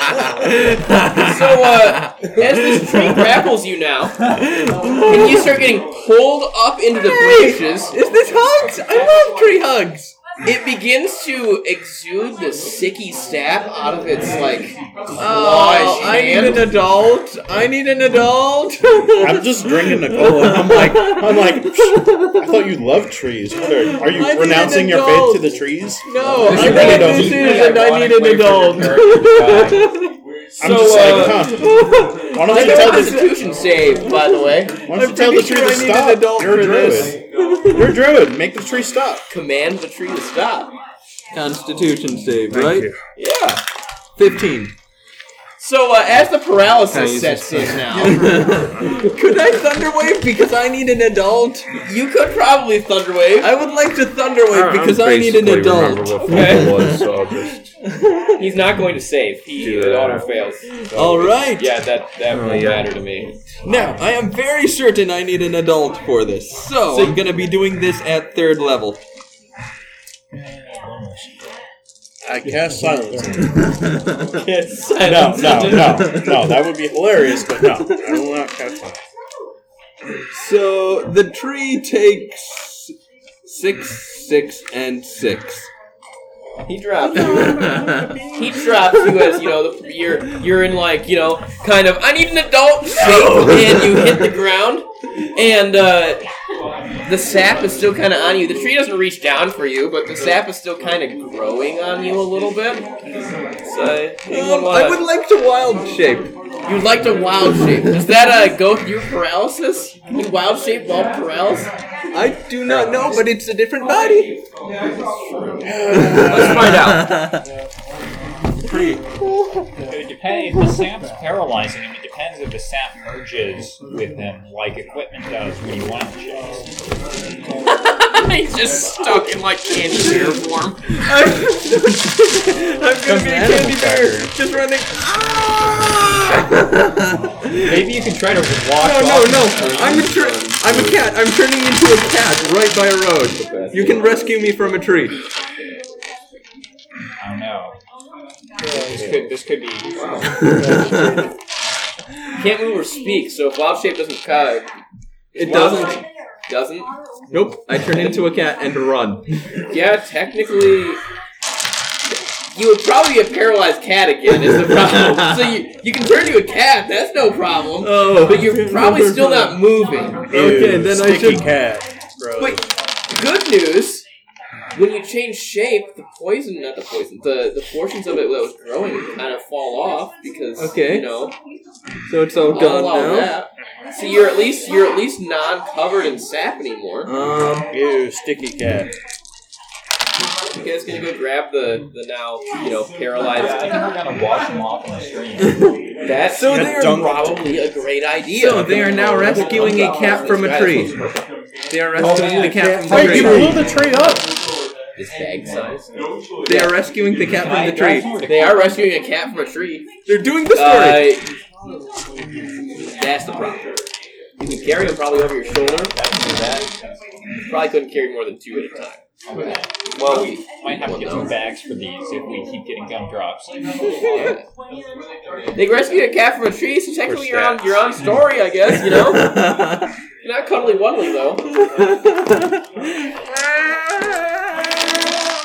Speaker 2: So, uh, as this tree grapples you now, and you start getting pulled up into the branches,
Speaker 7: Is this hugs? I love tree hugs.
Speaker 2: it begins to exude the sicky sap out of its like clawish
Speaker 7: Oh, I need an
Speaker 2: hand.
Speaker 7: adult. I need an adult.
Speaker 8: I'm just drinking the cola. I'm like, I'm like. "Psh, I thought you loved trees. What are, are you
Speaker 7: I'm an
Speaker 8: renouncing your
Speaker 7: adult.
Speaker 8: faith to the trees?
Speaker 7: no,
Speaker 8: This
Speaker 7: I
Speaker 8: is
Speaker 7: can't
Speaker 8: really dumb.
Speaker 7: do this, and I need an adult.
Speaker 8: I'm just
Speaker 7: uh,
Speaker 8: like, huh? Why don't you
Speaker 2: Make a
Speaker 8: tell the,
Speaker 2: Constitution save, by the way.
Speaker 8: why don't you tell the
Speaker 7: pretty
Speaker 8: tree to
Speaker 7: sure I need an
Speaker 8: stop?
Speaker 7: adult
Speaker 8: You're a
Speaker 7: for
Speaker 8: druid. You're a druid. Make the tree stop.
Speaker 2: Command the tree to stop.
Speaker 7: Constitution save,
Speaker 10: Thank
Speaker 7: right?
Speaker 10: you.
Speaker 7: Yeah. 15.
Speaker 2: So uh, as the
Speaker 7: Can I
Speaker 2: paralysis
Speaker 7: use
Speaker 2: sets in now,
Speaker 7: Could I thunderwave because I need an adult?
Speaker 2: you could probably thunderwave.
Speaker 7: I would like to thunderwave
Speaker 10: I- I'm
Speaker 7: because I need an
Speaker 10: basically remember
Speaker 7: adult.
Speaker 10: what Fumble was, so I'll just
Speaker 2: He's not going to save. He
Speaker 7: Do
Speaker 2: the
Speaker 7: that.
Speaker 2: auto fails. So-
Speaker 7: All right.
Speaker 2: Yeah, that that
Speaker 7: Oh,
Speaker 2: won't
Speaker 7: yeah.
Speaker 2: matter to me.
Speaker 7: Now, I am very certain I need an adult for this, so,
Speaker 2: So-
Speaker 7: I'm gonna be doing this at third level.
Speaker 8: I cast silence.
Speaker 2: Yes.
Speaker 8: No, no, no, no. That would be hilarious, but no, I don't want to cast silence.
Speaker 7: So the tree takes six, six, and six.
Speaker 2: He drops you. He drops you as you know. The, you're you're in like you know, kind of. I need an adult shape, and you hit the ground, and uh, the sap is still kind of on you. The tree doesn't reach down for you, but the sap is still kind of growing on you a little bit. So anyone
Speaker 7: Um, I
Speaker 2: want
Speaker 7: would like to wild shape.
Speaker 2: You'd like to wild shape. Does that uh, go through paralysis? Can you wild shape while paralyzed?
Speaker 7: I do not know, but it's a different body.
Speaker 2: Let's find out.
Speaker 5: It depends. If the sap's paralyzing him, it depends if the sap merges with him like equipment does when you want to chase.
Speaker 2: He's just stuck in like candy bear form.
Speaker 7: I'm, I'm gonna be a candy bear, just running. Ah!
Speaker 5: Maybe you can try to walk
Speaker 7: No, no,
Speaker 5: off
Speaker 7: no!
Speaker 5: the tree.
Speaker 7: I'm a tr- I'm a cat. I'm turning into a cat right by a road. You can rescue me from a tree.
Speaker 5: I don't know. This could, this could be.
Speaker 2: Can't move or speak, so if wild shape doesn't cut,
Speaker 7: It doesn't.
Speaker 2: doesn't.
Speaker 7: Nope. I turn into a cat and run.
Speaker 2: Yeah, technically, you would probably be a paralyzed cat again. Is the problem? so you you can turn into a cat. That's no problem.
Speaker 7: Oh,
Speaker 2: But you're probably still not moving.
Speaker 7: Okay,
Speaker 8: Ew,
Speaker 7: then I
Speaker 8: sticky
Speaker 7: should-
Speaker 8: cat. Gross.
Speaker 2: Wait, good news. When you change shape, the poison, not the poison, the, the portions of it that was growing kind of fall off because,
Speaker 7: Okay.
Speaker 2: you know,
Speaker 7: So it's all
Speaker 2: all,
Speaker 7: gone
Speaker 2: all
Speaker 7: now.
Speaker 2: that. So you're at least you're at least non-covered in sap anymore.
Speaker 7: Um,
Speaker 8: Ew, sticky cat.
Speaker 2: You guys gonna go grab the the now you know
Speaker 5: I think
Speaker 2: paralyzed?
Speaker 5: we're gonna wash him off on the stream.
Speaker 2: That's
Speaker 7: So
Speaker 8: Yeah,
Speaker 7: they are
Speaker 8: dunk.
Speaker 2: probably a great idea.
Speaker 7: so they are now rescuing a cat from a tree. They are rescuing the cat from the
Speaker 9: Wait, you
Speaker 7: tree.
Speaker 9: blew the tree up.
Speaker 2: This bag size.
Speaker 7: They are rescuing the cat from the tree.
Speaker 2: They are rescuing a cat from a tree.
Speaker 7: They're doing the story.
Speaker 2: Uh, that's the problem. You can carry them probably over your shoulder. You probably couldn't carry more than two at a time.
Speaker 5: Okay.
Speaker 2: Well,
Speaker 5: Might have to get some bags for these if we keep getting gumdrops. Well,
Speaker 2: yeah. They rescued a cat from a tree, so technically you're on you're on story, I guess. You know, you're not cuddly wuddly though.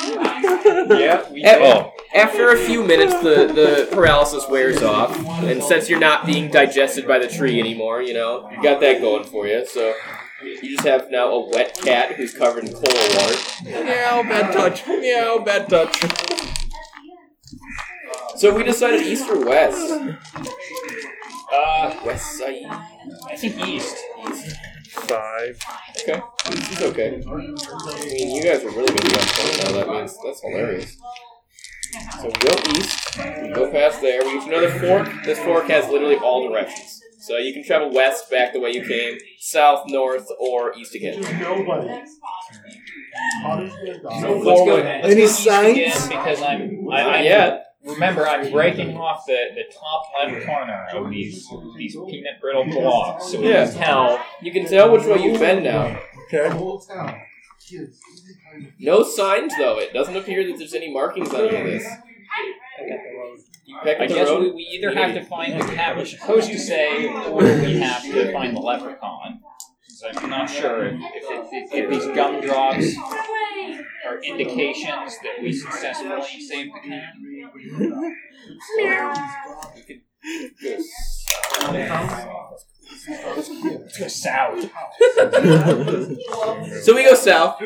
Speaker 5: Yeah, we
Speaker 2: At-
Speaker 5: did.
Speaker 2: Oh. After a few minutes, the, the paralysis wears off, and since you're not being digested by the tree anymore, you know you got that going for you. So you just have now a wet cat who's covered in coral water.
Speaker 7: Meow, bad touch. Meow, bad touch.
Speaker 2: So we decided east or west.
Speaker 5: Uh,
Speaker 2: West side.
Speaker 5: I think east.
Speaker 10: Five.
Speaker 2: Okay, this is okay. I mean, you guys are really gonna be on point now. That means that's hilarious. So we go east. We go past there. We get to another fork. This fork has literally all directions. So you can travel west back the way you came, south, north, or east again.
Speaker 5: Let's go
Speaker 2: Forward.
Speaker 5: then.
Speaker 9: Any
Speaker 5: East again,
Speaker 9: signs?
Speaker 5: Because I'm. I,
Speaker 2: Not
Speaker 5: I'm
Speaker 2: yet.
Speaker 5: Remember, I'm breaking off the, the top left corner of these these peanut brittle blocks, so we
Speaker 2: Yeah.
Speaker 5: can tell.
Speaker 2: You can tell which way you've been now.
Speaker 9: Okay.
Speaker 2: No signs though. It doesn't appear that there's any markings on any of this. You pick
Speaker 5: I
Speaker 2: up the
Speaker 5: guess we,
Speaker 2: road.
Speaker 5: we either have to find the cat we're supposed to save, or we have to find the leprechaun. So I'm not sure if, if, if, if these gumdrops are indications that we successfully saved the cat. Let's go south.
Speaker 2: So we go south.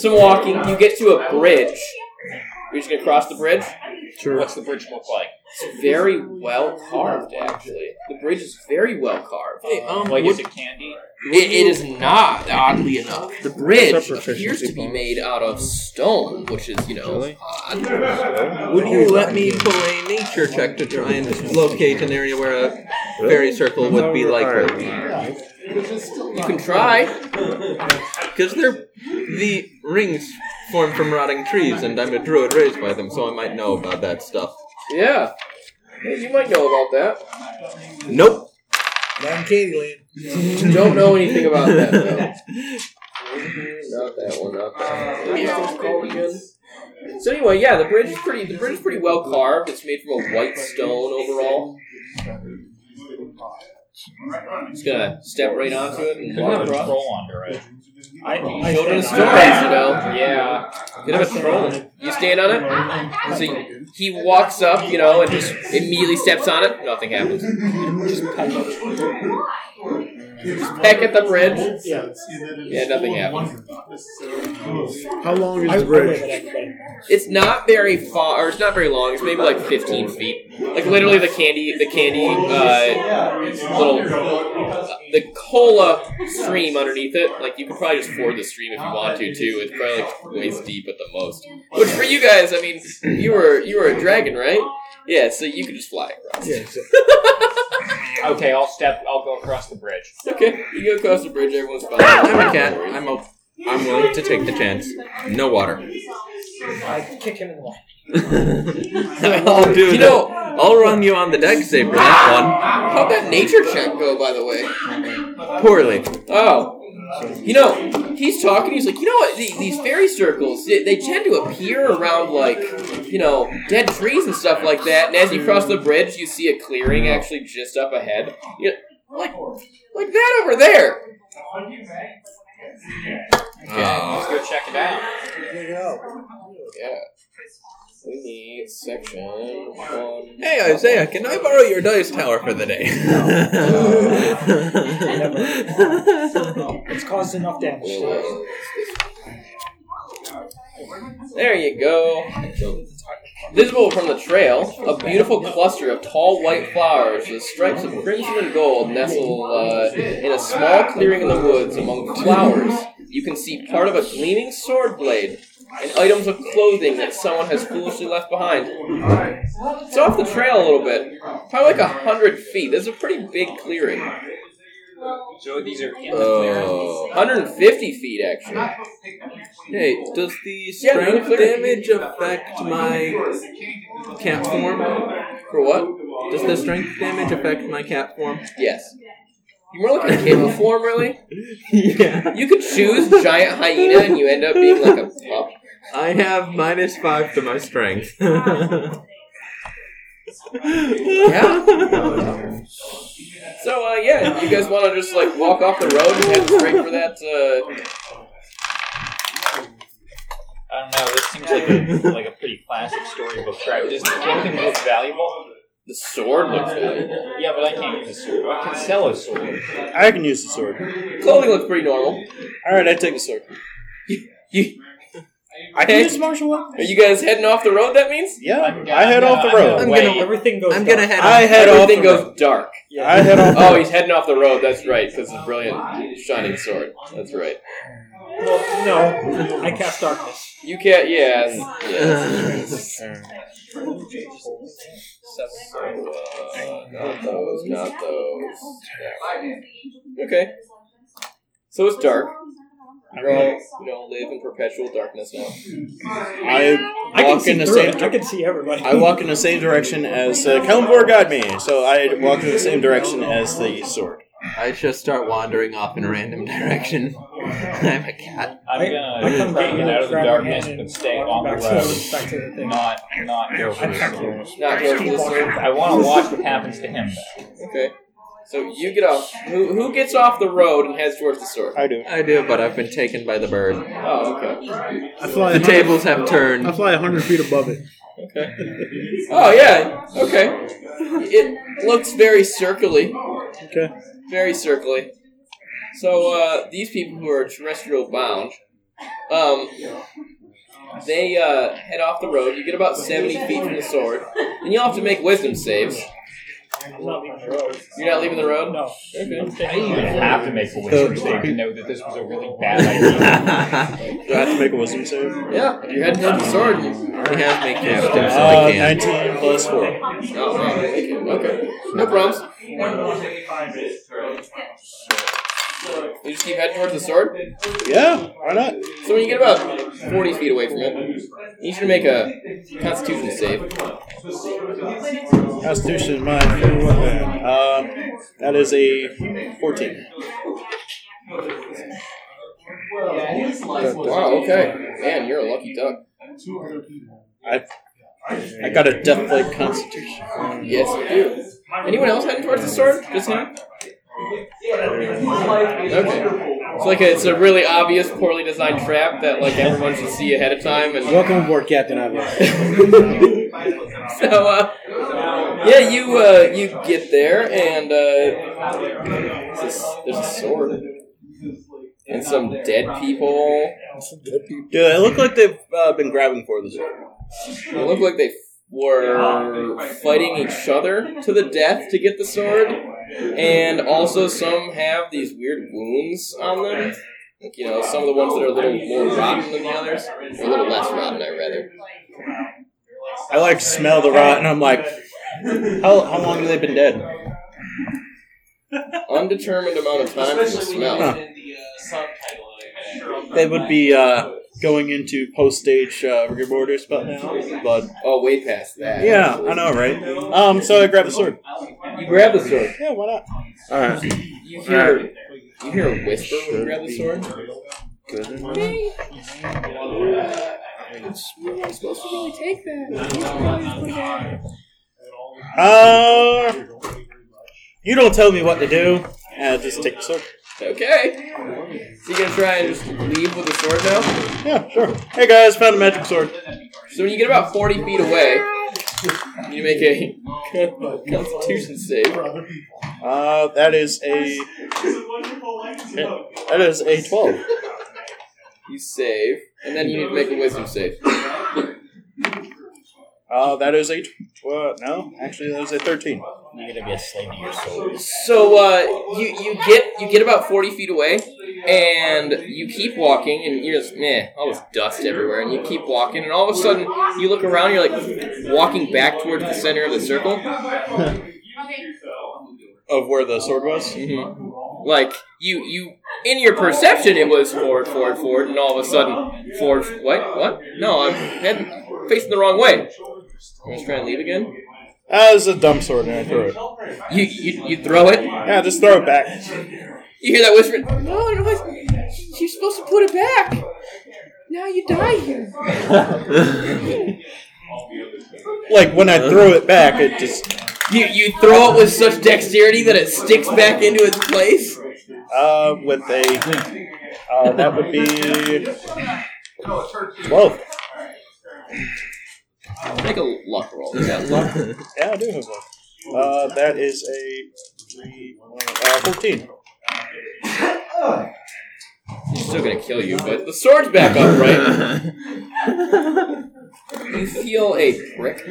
Speaker 2: Some walking. You get to a bridge. We're just gonna cross the bridge.
Speaker 5: What's the bridge look like?
Speaker 2: It's very well carved, actually. The bridge is very well carved. It,
Speaker 5: Um, like, is it candy?
Speaker 2: it is not, oddly enough. The bridge
Speaker 4: What's up,
Speaker 2: appears to
Speaker 4: proficiency
Speaker 2: be
Speaker 4: bonus?
Speaker 2: made out of stone, which is, you know,
Speaker 4: Really?
Speaker 2: odd.
Speaker 7: Would you let me pull a nature check to try and locate an area where a fairy circle would be likely?
Speaker 2: You can try.
Speaker 7: Because they're the rings form from rotting trees, and I'm a druid raised by them, so I might know about that stuff.
Speaker 2: Yeah. You might know about
Speaker 7: Nope.
Speaker 9: Not in Candyland.
Speaker 2: that. Don't know anything about that, though. Not that one, not that one. What was it called again? So anyway, yeah, the bridge is pretty. The bridge is pretty well carved. It's made from a white stone overall. Just gonna step right onto it and
Speaker 5: Could have
Speaker 2: walk
Speaker 5: a
Speaker 2: across.
Speaker 5: troll under it.
Speaker 2: I showed him stories, you know.
Speaker 5: Yeah.
Speaker 2: Could have a troll. You stand on it. So you- he walks up, you know, and just immediately steps on it. Nothing happens. Just peck at the bridge.
Speaker 3: Yeah.
Speaker 2: Yeah, nothing happens.
Speaker 4: How long
Speaker 3: I,
Speaker 4: is
Speaker 3: I
Speaker 4: the bridge?
Speaker 3: read that, everybody.
Speaker 2: It's not very far, or it's not very long. It's maybe like 15 feet. Like literally the candy, the candy, uh, little, uh, the cola stream underneath it. Like you could probably just ford the stream if you want to too. It's probably like waist deep at the most. Which for you guys, I mean, you were you were a dragon, right? Yeah, so you could just fly across.
Speaker 4: Yeah, exactly.
Speaker 5: Okay, I'll step. I'll go across the bridge.
Speaker 2: Okay, you go across the bridge. Everyone's fine.
Speaker 7: I'm a cat. I'm a. I'm willing to take the chance. No water.
Speaker 3: I kick him in the leg.
Speaker 7: I'll do
Speaker 2: You
Speaker 7: that.
Speaker 2: know-
Speaker 7: I'll run you on the deck save for that
Speaker 2: How'd that nature check go, by the way?
Speaker 7: one. Poorly.
Speaker 2: Oh. You know, he's talking. He's like, you know what? the- These fairy circles, they, they tend to appear around, like, you know, dead trees and stuff like that. And as you cross the bridge, you see a clearing actually just up ahead. You like, like that over there.
Speaker 5: Okay, let's go check it out.
Speaker 9: Check it out.
Speaker 2: Yeah. We need section one.
Speaker 7: Hey Isaiah, can I borrow your dice tower for the day?
Speaker 3: It's caused enough damage.
Speaker 2: There you go. Visible from the trail, a beautiful cluster of tall white flowers with stripes of crimson and gold nestle uh, in a small clearing in the woods among the flowers. You can see part of a gleaming sword blade and items of clothing that someone has foolishly left behind. It's off the trail a little bit, probably like a hundred feet. This is a pretty big clearing,
Speaker 5: So these are in the clearing.
Speaker 7: oh.
Speaker 2: 150 feet actually.
Speaker 7: Hey, does the
Speaker 2: Yeah, they're
Speaker 7: strength
Speaker 2: clear.
Speaker 7: damage affect my cat form?
Speaker 2: For what?
Speaker 7: Does the strength damage affect my cat form?
Speaker 2: Yes. You more like a kitten form, really.
Speaker 7: yeah.
Speaker 2: You could choose giant hyena, and you end up being like a pup.
Speaker 7: I have minus five to my strength.
Speaker 2: So, uh, yeah, you guys want to just like walk off the road and head straight for that? Uh...
Speaker 5: I don't know. This seems like a, like a pretty classic storybook trap. Does anything look valuable?
Speaker 2: The sword looks valuable.
Speaker 5: Yeah, but I can't use a sword. I can sell a sword.
Speaker 8: I can use the sword.
Speaker 2: Clothing looks pretty normal.
Speaker 8: All right, I take the sword.
Speaker 2: You,
Speaker 8: I can use martial weapons.
Speaker 2: are you guys heading off the road? That means
Speaker 8: Yeah, I head off the road.
Speaker 7: I'm
Speaker 5: Wait.
Speaker 7: gonna.
Speaker 3: Everything goes.
Speaker 7: I'm gonna head.
Speaker 8: I
Speaker 7: off.
Speaker 8: head off.
Speaker 2: everything
Speaker 8: The
Speaker 2: goes
Speaker 8: road.
Speaker 2: dark.
Speaker 8: I head off.
Speaker 2: Oh, he's heading off the road. That's right, because it's brilliant shining sword. That's right.
Speaker 3: Well, no, I cast darkness.
Speaker 2: You can't. Yes. yes. Uh, not those. Not those. Okay. So it's dark. You're all, you know, live in perpetual darkness now.
Speaker 8: I
Speaker 3: I can
Speaker 8: walk
Speaker 3: see
Speaker 8: in the
Speaker 3: through
Speaker 8: same.
Speaker 3: it. I can see everybody.
Speaker 8: I walk in the same direction as uh, Kalimbor guide me. So I walk in the same direction as the sword.
Speaker 7: I just start wandering off in a random direction. I'm a cat.
Speaker 5: I'm gonna
Speaker 3: I come
Speaker 5: try
Speaker 3: get
Speaker 5: and
Speaker 3: you
Speaker 5: get out of the
Speaker 3: grab your
Speaker 5: darkness,
Speaker 3: hand
Speaker 5: but
Speaker 3: and
Speaker 5: stay
Speaker 3: walk
Speaker 5: on
Speaker 3: back
Speaker 5: the
Speaker 3: to-
Speaker 5: road.
Speaker 3: Back to the thing.
Speaker 5: Not, not go for the sword.
Speaker 2: Not close to the sword.
Speaker 5: I want to watch what happens to him.
Speaker 2: Okay. So you get off. Who, who gets off the road and heads towards the sword?
Speaker 8: I do.
Speaker 7: I do, but I've been taken by the bird.
Speaker 2: Oh, okay.
Speaker 4: I fly.
Speaker 7: The tables have turned.
Speaker 4: I fly hundred feet above it.
Speaker 2: Oh yeah. Okay. It looks very circly.
Speaker 4: Okay.
Speaker 2: Very circly. So uh, these people who are terrestrial bound, um, they uh, head off the road. You get about seventy feet from the sword, and you'll have to make wisdom saves.
Speaker 3: I'm not leaving the road.
Speaker 2: You're not leaving the road.
Speaker 3: No.
Speaker 2: Okay.
Speaker 5: I didn't even have to make a wisdom save to know that this was a really bad idea.
Speaker 8: Do I have to make a wisdom save?
Speaker 2: Yeah. You're heading towards the sword. You,
Speaker 7: I have made cat so
Speaker 8: Uh,
Speaker 7: I can.
Speaker 8: 19 plus 4.
Speaker 2: oh, wow, okay. Okay. No problems. You just keep heading towards the sword.
Speaker 8: Yeah, why not?
Speaker 2: So when you get about 40 feet away from it, I need you to make a Constitution save.
Speaker 8: Constitution, mine. Uh, that is a 14.
Speaker 2: Wow, okay. Man, you're a lucky duck.
Speaker 8: I I got a death-like constitution.
Speaker 2: Yes, you do. Anyone else heading towards the sword just now? Okay. It's like a, it's a really obvious, poorly designed trap that like everyone should see ahead of time. And
Speaker 6: Welcome aboard, Captain Obvious.
Speaker 2: so, uh, yeah, you uh, you get there, and uh, it's a s- there's a sword and some dead people.
Speaker 8: Yeah, they look like they've uh, been grabbing for this.
Speaker 2: It looked like they were fighting each other to the death to get the sword, and also some have these weird wounds on them. Like, you know, some of the ones that are a little more rotten than the others, or a little less rotten, I rather.
Speaker 8: I like smell the rot, and I'm like, how, how long have they been dead?
Speaker 2: Undetermined amount of time from the smell.
Speaker 8: They would be uh, going into post-stage uh, rigor mortis about now, but
Speaker 2: Oh, way past that.
Speaker 8: yeah, I know, right? Um, so I grabbed the sword.
Speaker 2: You grab the sword.
Speaker 8: Yeah, why not?
Speaker 4: All right.
Speaker 2: You hear, you hear a whisper when you grab the sword.
Speaker 8: Uh, you don't tell me what to do. Uh, just take the sword.
Speaker 2: Okay. So you gonna try and just leave with the sword now?
Speaker 8: Yeah, sure. Hey guys, found a magic sword.
Speaker 2: So when you get about 40 feet away, you make a constitution save.
Speaker 8: Uh, that is a that is a twelve.
Speaker 2: You save, and then you need to make a wisdom save.
Speaker 8: Uh, that is a tw- uh, no, actually that is a thirteen.
Speaker 6: You're gonna be a slave to your soul.
Speaker 2: So uh, you you get you get about 40 feet away, and you keep walking, and you're just meh, all this dust everywhere, and you keep walking, and all of a sudden you look around, you're like walking back towards the center of the circle,
Speaker 8: Of where the sword was.
Speaker 2: Mhm. Like you, you in your perception, it was forward, forward, forward, and all of a sudden, forward. What? What? No, I'm heading facing the wrong way. I'm just trying to leave again.
Speaker 8: That is a dumb sword, and I throw it.
Speaker 2: You, you, you throw it.
Speaker 8: Yeah, just throw it back.
Speaker 2: You hear that whispering? No, no, it's- you're supposed to put it back. Now you die here.
Speaker 8: Like when I throw it back, it just
Speaker 2: You, you throw it with such dexterity that it sticks back into its place.
Speaker 8: uh with a uh that would be twelve.
Speaker 2: Make a luck roll.
Speaker 8: Yeah, I do have one. Uh, that is a three, uh, fourteen.
Speaker 2: It's still gonna kill you, but the sword's back up, right? You feel a prick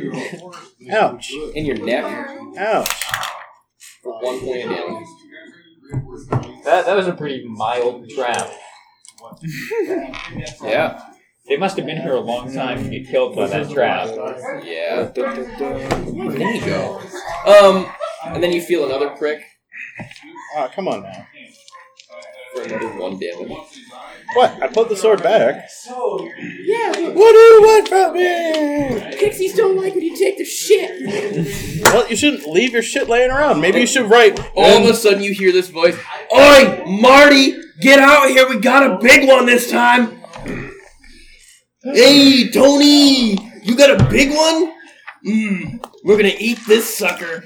Speaker 8: Ouch!
Speaker 2: in your neck.
Speaker 8: Ouch!
Speaker 2: for one point of damage.
Speaker 5: That, that was a pretty mild trap.
Speaker 2: Yeah.
Speaker 5: They must have been here a long time to get killed by that trap.
Speaker 2: Yeah. There you go. Um, and then you feel another prick
Speaker 8: Ah, come on now.
Speaker 2: for another one damage.
Speaker 8: What? I put the sword back.
Speaker 2: Yeah, but
Speaker 8: What do you want from me?
Speaker 2: pixies don't like when you take the shit.
Speaker 8: Well, you shouldn't leave your shit laying around. Maybe you should write.
Speaker 2: All of a sudden, you hear this voice. Oi, Marty, get out here. We got a big one this time. Hey, Tony, you got a big one? Mmm, we're gonna eat this sucker.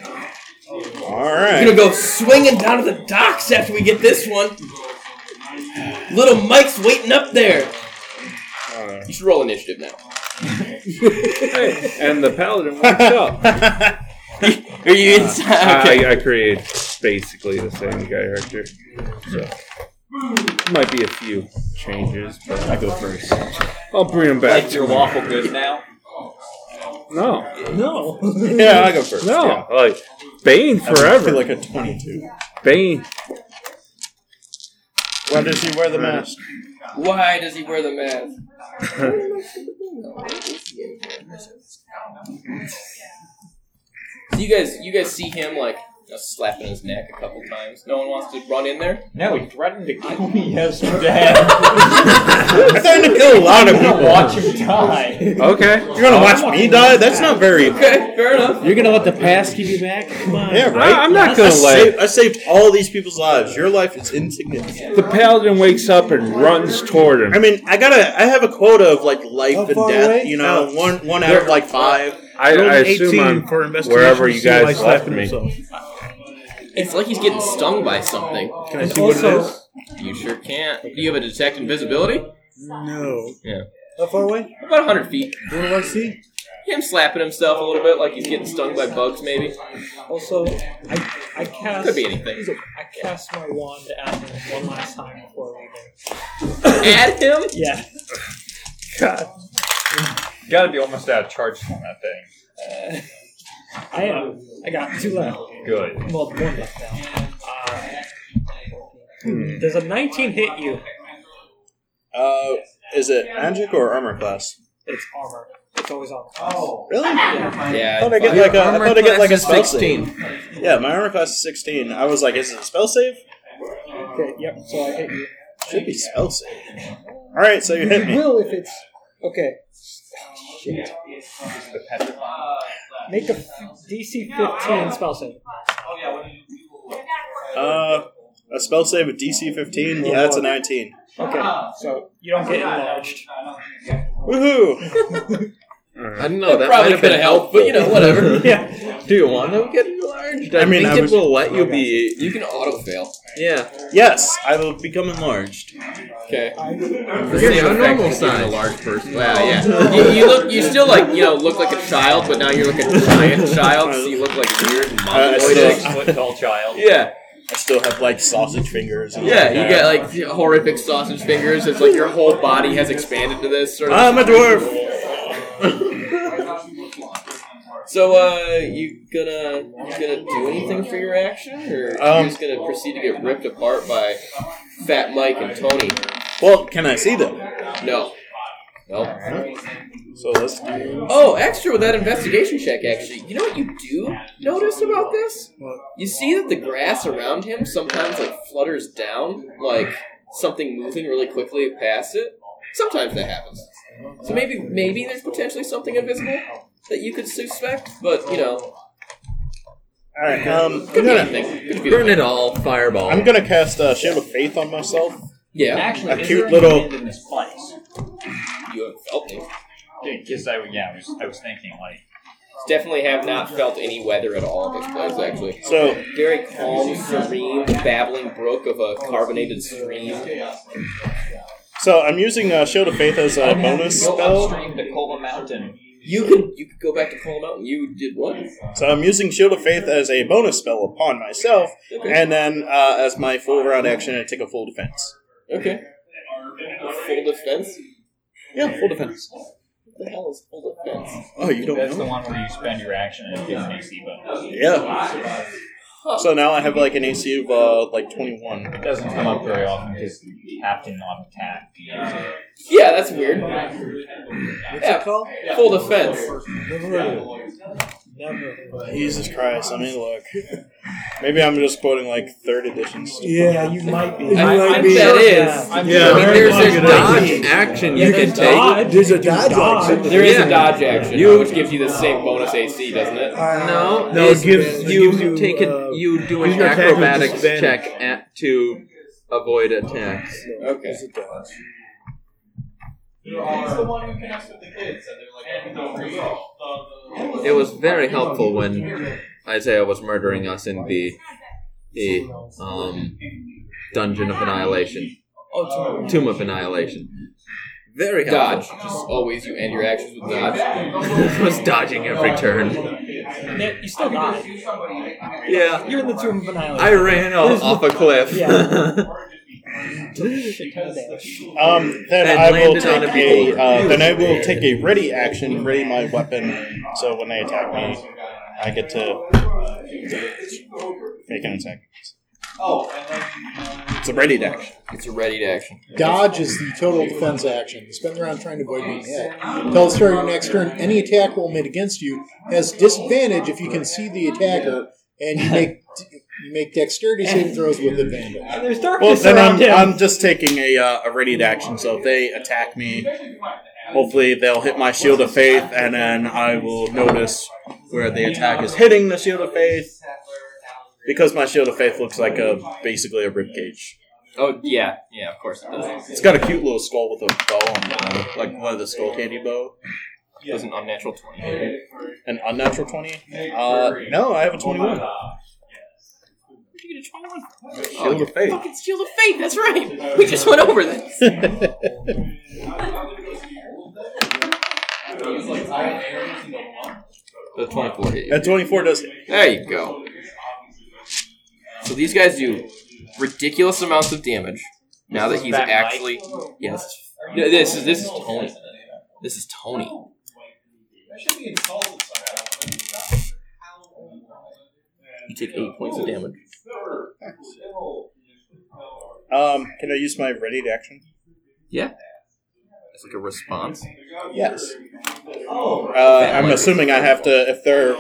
Speaker 8: All
Speaker 2: We're gonna
Speaker 8: right.
Speaker 2: go swinging down to the docks after we get this one. Little Mike's waiting up there. You should roll initiative now.
Speaker 10: and the paladin wakes up.
Speaker 2: Are you inside?
Speaker 10: I, I created basically the same character. So might be a few changes, but I go first. I'll bring him back.
Speaker 5: Like your lawful good now.
Speaker 10: no,
Speaker 8: yeah, I go first.
Speaker 10: no,
Speaker 8: yeah.
Speaker 10: like Bane
Speaker 8: I feel
Speaker 10: forever.
Speaker 8: like a twenty-two.
Speaker 10: Bane.
Speaker 8: Why does he wear the mask?
Speaker 2: Why does he wear the mask? so you guys, you guys see him like a slap in his neck a couple times. No one wants to run in there.
Speaker 5: No, he threatened to kill me yesterday. I'm
Speaker 8: starting to kill a lot of people.
Speaker 5: Watch him die.
Speaker 10: Okay.
Speaker 8: You're gonna watch me die? That's not very.
Speaker 2: Okay, fair enough.
Speaker 6: You're gonna let the past give you back? Come on.
Speaker 8: Yeah,
Speaker 10: I-
Speaker 8: right.
Speaker 10: I'm not
Speaker 8: I
Speaker 10: gonna
Speaker 8: saved,
Speaker 10: let.
Speaker 8: I saved all these people's lives. Your life is insignificant.
Speaker 10: The paladin wakes up and runs toward him.
Speaker 8: I mean, I gotta. I have a quota of like life
Speaker 9: How
Speaker 8: and
Speaker 9: far
Speaker 8: death.
Speaker 9: away?
Speaker 8: You know, one one out of like five.
Speaker 10: I, I assume I'm
Speaker 4: for investigation
Speaker 10: wherever
Speaker 4: to
Speaker 10: you
Speaker 4: see why
Speaker 10: guys
Speaker 4: he's
Speaker 10: left
Speaker 4: slapping
Speaker 10: me.
Speaker 4: himself.
Speaker 2: It's like he's getting stung by something.
Speaker 4: Can I see
Speaker 3: also-
Speaker 4: what it is?
Speaker 2: You sure can't. Do you have a detect invisibility?
Speaker 4: No.
Speaker 9: How far away?
Speaker 2: About 100 feet.
Speaker 4: What do I see?
Speaker 2: Him slapping himself a little bit, like he's getting stung by bugs, maybe.
Speaker 3: Also, I, I cast.
Speaker 2: Could be anything.
Speaker 3: I cast my wand at him one last time before leaving.
Speaker 2: At him?
Speaker 3: Yeah.
Speaker 5: Gotta be almost out of charge on that thing.
Speaker 3: Uh, I am. I got two left.
Speaker 5: Good.
Speaker 3: Well, one left now. Uh, hmm, Does a 19 hit you?
Speaker 8: Uh, is it magic or armor class?
Speaker 3: It's armor. It's always armor. Oh.
Speaker 8: Really? I
Speaker 2: Yeah.
Speaker 8: thought I get like a, I thought I get like a spell save.
Speaker 2: 16.
Speaker 8: Yeah, my armor class is sixteen. I was like, is it a spell save?
Speaker 3: Okay, yep, so I hit you.
Speaker 8: Should be spell save. All right, so you hit
Speaker 3: You
Speaker 8: me.
Speaker 3: will if it's. Okay. Shit. Make a DC 15 spell save.
Speaker 8: Uh, a spell save at DC fifteen. Yeah, that's a nineteen.
Speaker 3: Okay, so you don't get enlarged.
Speaker 8: Woohoo!
Speaker 2: I don't know. That probably could have helped, but you know, whatever.
Speaker 3: Yeah.
Speaker 7: Do you want to get enlarged? I,
Speaker 8: I mean,
Speaker 7: think
Speaker 8: I was-
Speaker 7: it will let you be.
Speaker 2: You can auto fail.
Speaker 7: Yeah.
Speaker 8: Yes, I will become enlarged.
Speaker 2: Okay.
Speaker 7: The same
Speaker 2: a
Speaker 7: effect
Speaker 2: normal
Speaker 7: as being
Speaker 2: size.
Speaker 7: a large person.
Speaker 2: Wow. Yeah. You, you look. You still like you know look like a child, but now you look like a giant child. So you look like weird. and
Speaker 8: Uh, I, I
Speaker 2: mongoloid.
Speaker 8: still,
Speaker 5: Six foot tall child.
Speaker 2: Yeah.
Speaker 8: I still have like sausage fingers. And
Speaker 2: Yeah.
Speaker 8: like
Speaker 2: You
Speaker 8: that.
Speaker 2: got like horrific sausage fingers. It's like your whole body has expanded to this sort of.
Speaker 8: I'm a dwarf.
Speaker 2: So, uh, you gonna you gonna do anything for your action, or
Speaker 8: Um,
Speaker 2: you just gonna proceed to get ripped apart by Fat Mike and Tony?
Speaker 8: Well, can I see them?
Speaker 2: No, no.
Speaker 8: So let's do.
Speaker 2: Oh, extra with that investigation check. Actually, you know what you do notice about this? You see that the grass around him sometimes like flutters down, like something moving really quickly past it. Sometimes that happens. So maybe maybe there's potentially something invisible that you could suspect, but you know,
Speaker 8: All right. Um, I'm
Speaker 2: could be
Speaker 8: gonna
Speaker 2: anything. Could be
Speaker 7: Burn it all, fireball.
Speaker 8: I'm gonna cast uh, Shield of Faith on myself.
Speaker 2: Yeah,
Speaker 5: Actually,
Speaker 8: A
Speaker 5: is
Speaker 8: cute
Speaker 5: there any
Speaker 8: little-
Speaker 5: wind in this place?
Speaker 2: you have felt it.
Speaker 5: Because I, yeah, I was, I was thinking like
Speaker 2: Definitely have not felt any weather at all in this place, actually.
Speaker 8: So
Speaker 2: Very calm, serene, babbling brook of a carbonated stream.
Speaker 8: so I'm using uh, Shield of Faith as a bonus
Speaker 5: go
Speaker 8: spell.
Speaker 5: upstream to Cola Mountain.
Speaker 2: You could you could go back to Coal Mountain. You did what?
Speaker 8: So I'm using Shield of Faith as a bonus spell upon myself, and then uh, as my full round action, I take a full defense.
Speaker 2: Okay. Full defense?
Speaker 8: Yeah, full defense.
Speaker 2: What the hell is full defense?
Speaker 8: Oh, you don't
Speaker 5: That's the
Speaker 8: know?
Speaker 5: one where you spend your action and it gives an AC bonus.
Speaker 8: Yeah. So now I have like an AC of uh, like 21.
Speaker 5: It doesn't come up very often because you have to not attack. Yeah.
Speaker 2: Yeah, that's weird.
Speaker 9: What's
Speaker 2: Yeah,
Speaker 9: it called?
Speaker 2: full defense.
Speaker 9: Never heard of it. Never heard of it.
Speaker 8: Jesus Christ, let me look. Maybe I'm just quoting like third editions.
Speaker 9: Yeah, you might be.
Speaker 2: I,
Speaker 9: You might
Speaker 2: I
Speaker 9: be.
Speaker 2: that is.
Speaker 5: I'm
Speaker 8: Yeah.
Speaker 2: I mean, there's
Speaker 9: Good
Speaker 2: a dodge.
Speaker 9: idea.
Speaker 7: action
Speaker 3: Yeah,
Speaker 7: you can
Speaker 3: there's
Speaker 7: take.
Speaker 3: dodge.
Speaker 9: There's a dodge action.
Speaker 2: There is
Speaker 7: Yeah.
Speaker 2: a dodge action,
Speaker 7: You-
Speaker 2: which gives you the same bonus AC, doesn't it?
Speaker 9: Uh,
Speaker 7: No,
Speaker 4: No, it
Speaker 7: it's-
Speaker 4: gives- it
Speaker 7: you,
Speaker 4: gives you,
Speaker 7: take it.
Speaker 4: uh,
Speaker 7: you do
Speaker 4: use
Speaker 7: an
Speaker 4: your attack with
Speaker 7: acrobatics
Speaker 4: disadvantage.
Speaker 7: check at, to avoid attacks.
Speaker 2: Okay.
Speaker 7: It was very helpful when Isaiah was murdering us in the the um, dungeon of annihilation. Oh, tomb of annihilation. Very
Speaker 2: Dodge.
Speaker 7: helpful.
Speaker 2: Just always you end your actions with dodge.
Speaker 7: was dodging every turn.
Speaker 3: Nick, you still die.
Speaker 7: Yeah,
Speaker 3: You're in the tomb of annihilation.
Speaker 7: I ran off, off a cliff.
Speaker 3: Yeah. Shit ton of damage.
Speaker 8: Um, then
Speaker 7: And
Speaker 8: I will
Speaker 7: landed on
Speaker 8: take
Speaker 7: a
Speaker 8: a
Speaker 7: beholder.
Speaker 8: uh, then I will take a ready action, ready my weapon, so when they attack me, I get to make an attack. It's a ready action.
Speaker 2: It's a ready to action.
Speaker 1: Dodge is the total defense action. Spend the round trying to avoid being hit. Until the start of your next turn, any attack roll made against you has disadvantage if you can see the attacker and you make You make dexterity saving throws with advantage.
Speaker 3: And there's
Speaker 8: Well,
Speaker 3: darkness
Speaker 8: then
Speaker 3: around
Speaker 8: I'm,
Speaker 3: him.
Speaker 8: I'm just taking a, uh, a readied action. So if they attack me, hopefully they'll hit my shield of faith, and then I will notice where the attack is hitting the shield of faith. Because my shield of faith looks like a basically a ribcage.
Speaker 2: Oh yeah, yeah. Of course it does.
Speaker 8: It's got a cute little skull with a bow on it, uh, like one of the skull candy bow.
Speaker 2: It was an unnatural twenty.
Speaker 8: An unnatural twenty? Uh, no, I have a twenty-one. Shield of faith.
Speaker 2: Fucking shield of faith. That's right. We just went over this. The twenty-four hit you.
Speaker 8: At twenty-four does hit.
Speaker 2: There you go. So these guys do ridiculous amounts of damage. Now that he's
Speaker 5: That mic.
Speaker 2: actually yes, No, this is this is Tony. This is Tony. You take eight points of damage.
Speaker 8: Um, can I use my readied action?
Speaker 2: It's like a response.
Speaker 8: Yes. Uh, I'm assuming I have to if they're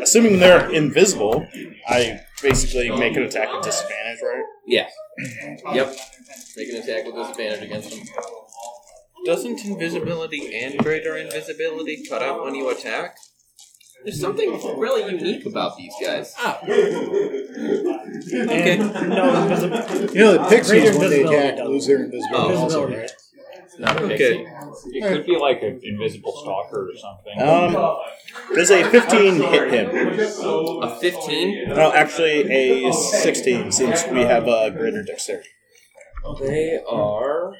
Speaker 8: assuming they're invisible. I basically make an attack with disadvantage, right?
Speaker 2: Yeah. Yep. Take an attack with disadvantage against him.
Speaker 7: Doesn't invisibility and greater invisibility cut out when you attack?
Speaker 2: There's something really unique about these guys.
Speaker 7: Okay.
Speaker 9: No, because of
Speaker 1: You know, the pixies,
Speaker 9: Greater
Speaker 1: when they
Speaker 9: invisibility
Speaker 1: attack,
Speaker 9: does.
Speaker 1: lose their invisibility.
Speaker 7: Oh,
Speaker 1: also,
Speaker 9: visibility.
Speaker 1: right?
Speaker 5: Not a
Speaker 7: Okay.
Speaker 5: pixie. It could be like an invisible stalker or something.
Speaker 8: Um, does a 15 hit him?
Speaker 2: A 15?
Speaker 8: No, actually a 16 since we have a greater dexterity.
Speaker 2: They are.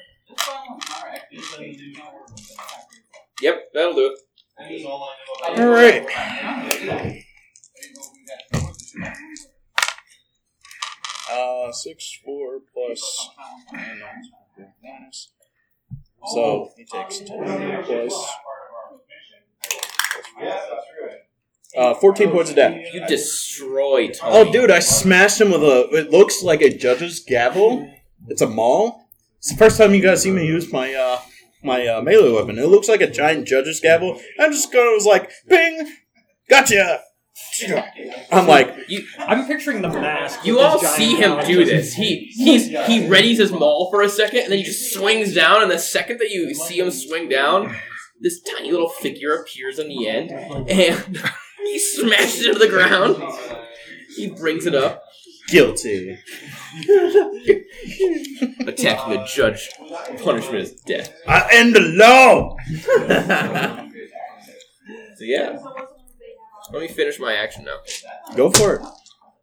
Speaker 2: Yep, that'll do it.
Speaker 8: All right. Uh, six four plus. So he takes ten plus. Uh, fourteen points of damage.
Speaker 2: You destroy Tony.
Speaker 8: Oh, dude, I smashed him with a. It looks like a judge's gavel. It's a maul. It's the first time you guys see me use my uh, my uh, melee weapon. It looks like a giant judge's gavel. I'm just going. was like, bing, gotcha. I'm like,
Speaker 9: I'm picturing the mask.
Speaker 2: You
Speaker 9: with
Speaker 2: all
Speaker 9: this giant
Speaker 2: see him
Speaker 9: mouth.
Speaker 2: do this. He he's he readies his maul for a second, and then he just swings down. And the second that you see him swing down, this tiny little figure appears on the end, and he smashes it to the ground. He brings it up,
Speaker 8: guilty.
Speaker 2: attacking the judge. Punishment is death.
Speaker 8: I end the law.
Speaker 2: So yeah, let me finish my action now.
Speaker 8: Go for it.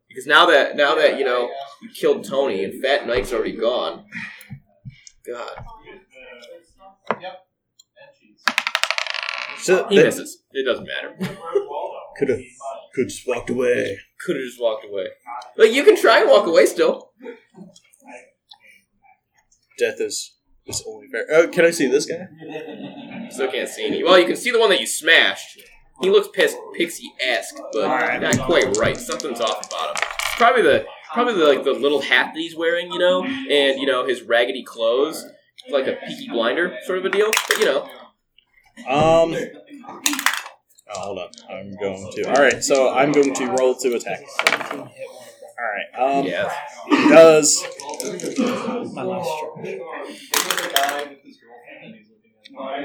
Speaker 2: Because now that now that you know you killed Tony and Fat Knight's already gone. God,
Speaker 8: So
Speaker 2: he misses. It doesn't matter.
Speaker 8: could have could just walked away.
Speaker 2: Could have just walked away. But you can try and walk away still.
Speaker 8: Death is is only fair. Oh, can I see this guy?
Speaker 2: Still can't see any. Well, you can see the one that you smashed. He looks pissed, pixie-esque, but not quite right. Something's off about him. Probably the probably the, like the little hat that he's wearing, you know, and you know his raggedy clothes, like a Peaky Blinder sort of a deal. But you know,
Speaker 8: Um. Oh, hold on. I'm going to. All right. So I'm going to roll to attack. All right. Um.
Speaker 2: yeah.
Speaker 8: Does
Speaker 9: My last strike.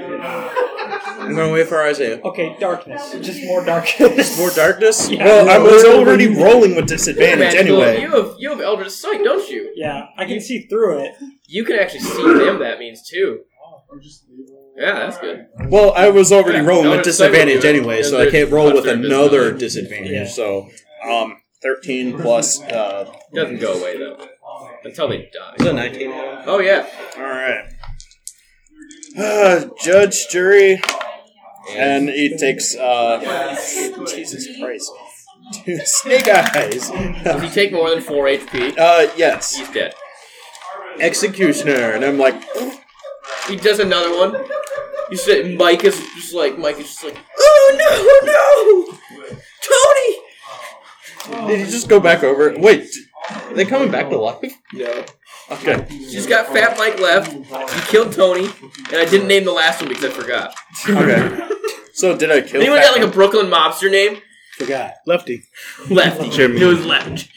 Speaker 8: I'm going to wait for Isaiah.
Speaker 9: Okay, darkness. Just more darkness.
Speaker 8: Oh, More darkness?
Speaker 9: Yeah.
Speaker 8: well, I was already rolling with disadvantage
Speaker 2: Magical-
Speaker 8: anyway.
Speaker 2: You have you have Eldritch Sight, don't you?
Speaker 9: Yeah, I can see through it.
Speaker 2: You can actually see them. That means too. Yeah, that's good.
Speaker 8: Well, I was already
Speaker 2: Yeah,
Speaker 8: rolling
Speaker 2: no,
Speaker 8: with
Speaker 2: it's like
Speaker 8: disadvantage
Speaker 2: you-
Speaker 8: anyway, so I
Speaker 2: there's-
Speaker 8: can't roll with
Speaker 2: there's
Speaker 8: another
Speaker 2: disadvantage.
Speaker 8: disadvantage. So, um, thirteen plus uh,
Speaker 2: Doesn't go away though until they die.
Speaker 8: is it nineteen? All
Speaker 2: Oh yeah.
Speaker 8: right. Uh, judge, jury, and it takes uh, Jesus Christ, Dude, snake eyes.
Speaker 2: If you take more than four HP,
Speaker 8: uh, yes,
Speaker 2: he's dead.
Speaker 8: executioner, and I'm like,
Speaker 2: He does another one. You said Mike is just like Mike is just like, oh no,
Speaker 8: did he just go back over? Wait, are they coming back to
Speaker 2: Oh.
Speaker 8: life?
Speaker 2: no, Tony. No,
Speaker 8: Okay.
Speaker 2: she's got Fat Mike left. You killed Tony, and I didn't name the last one because I forgot.
Speaker 8: Okay. So did I kill?
Speaker 2: Anyone
Speaker 8: Fat
Speaker 2: got like a Brooklyn mobster name?
Speaker 4: Forgot. Lefty.
Speaker 2: Lefty.
Speaker 10: Jimmy.
Speaker 2: It was left.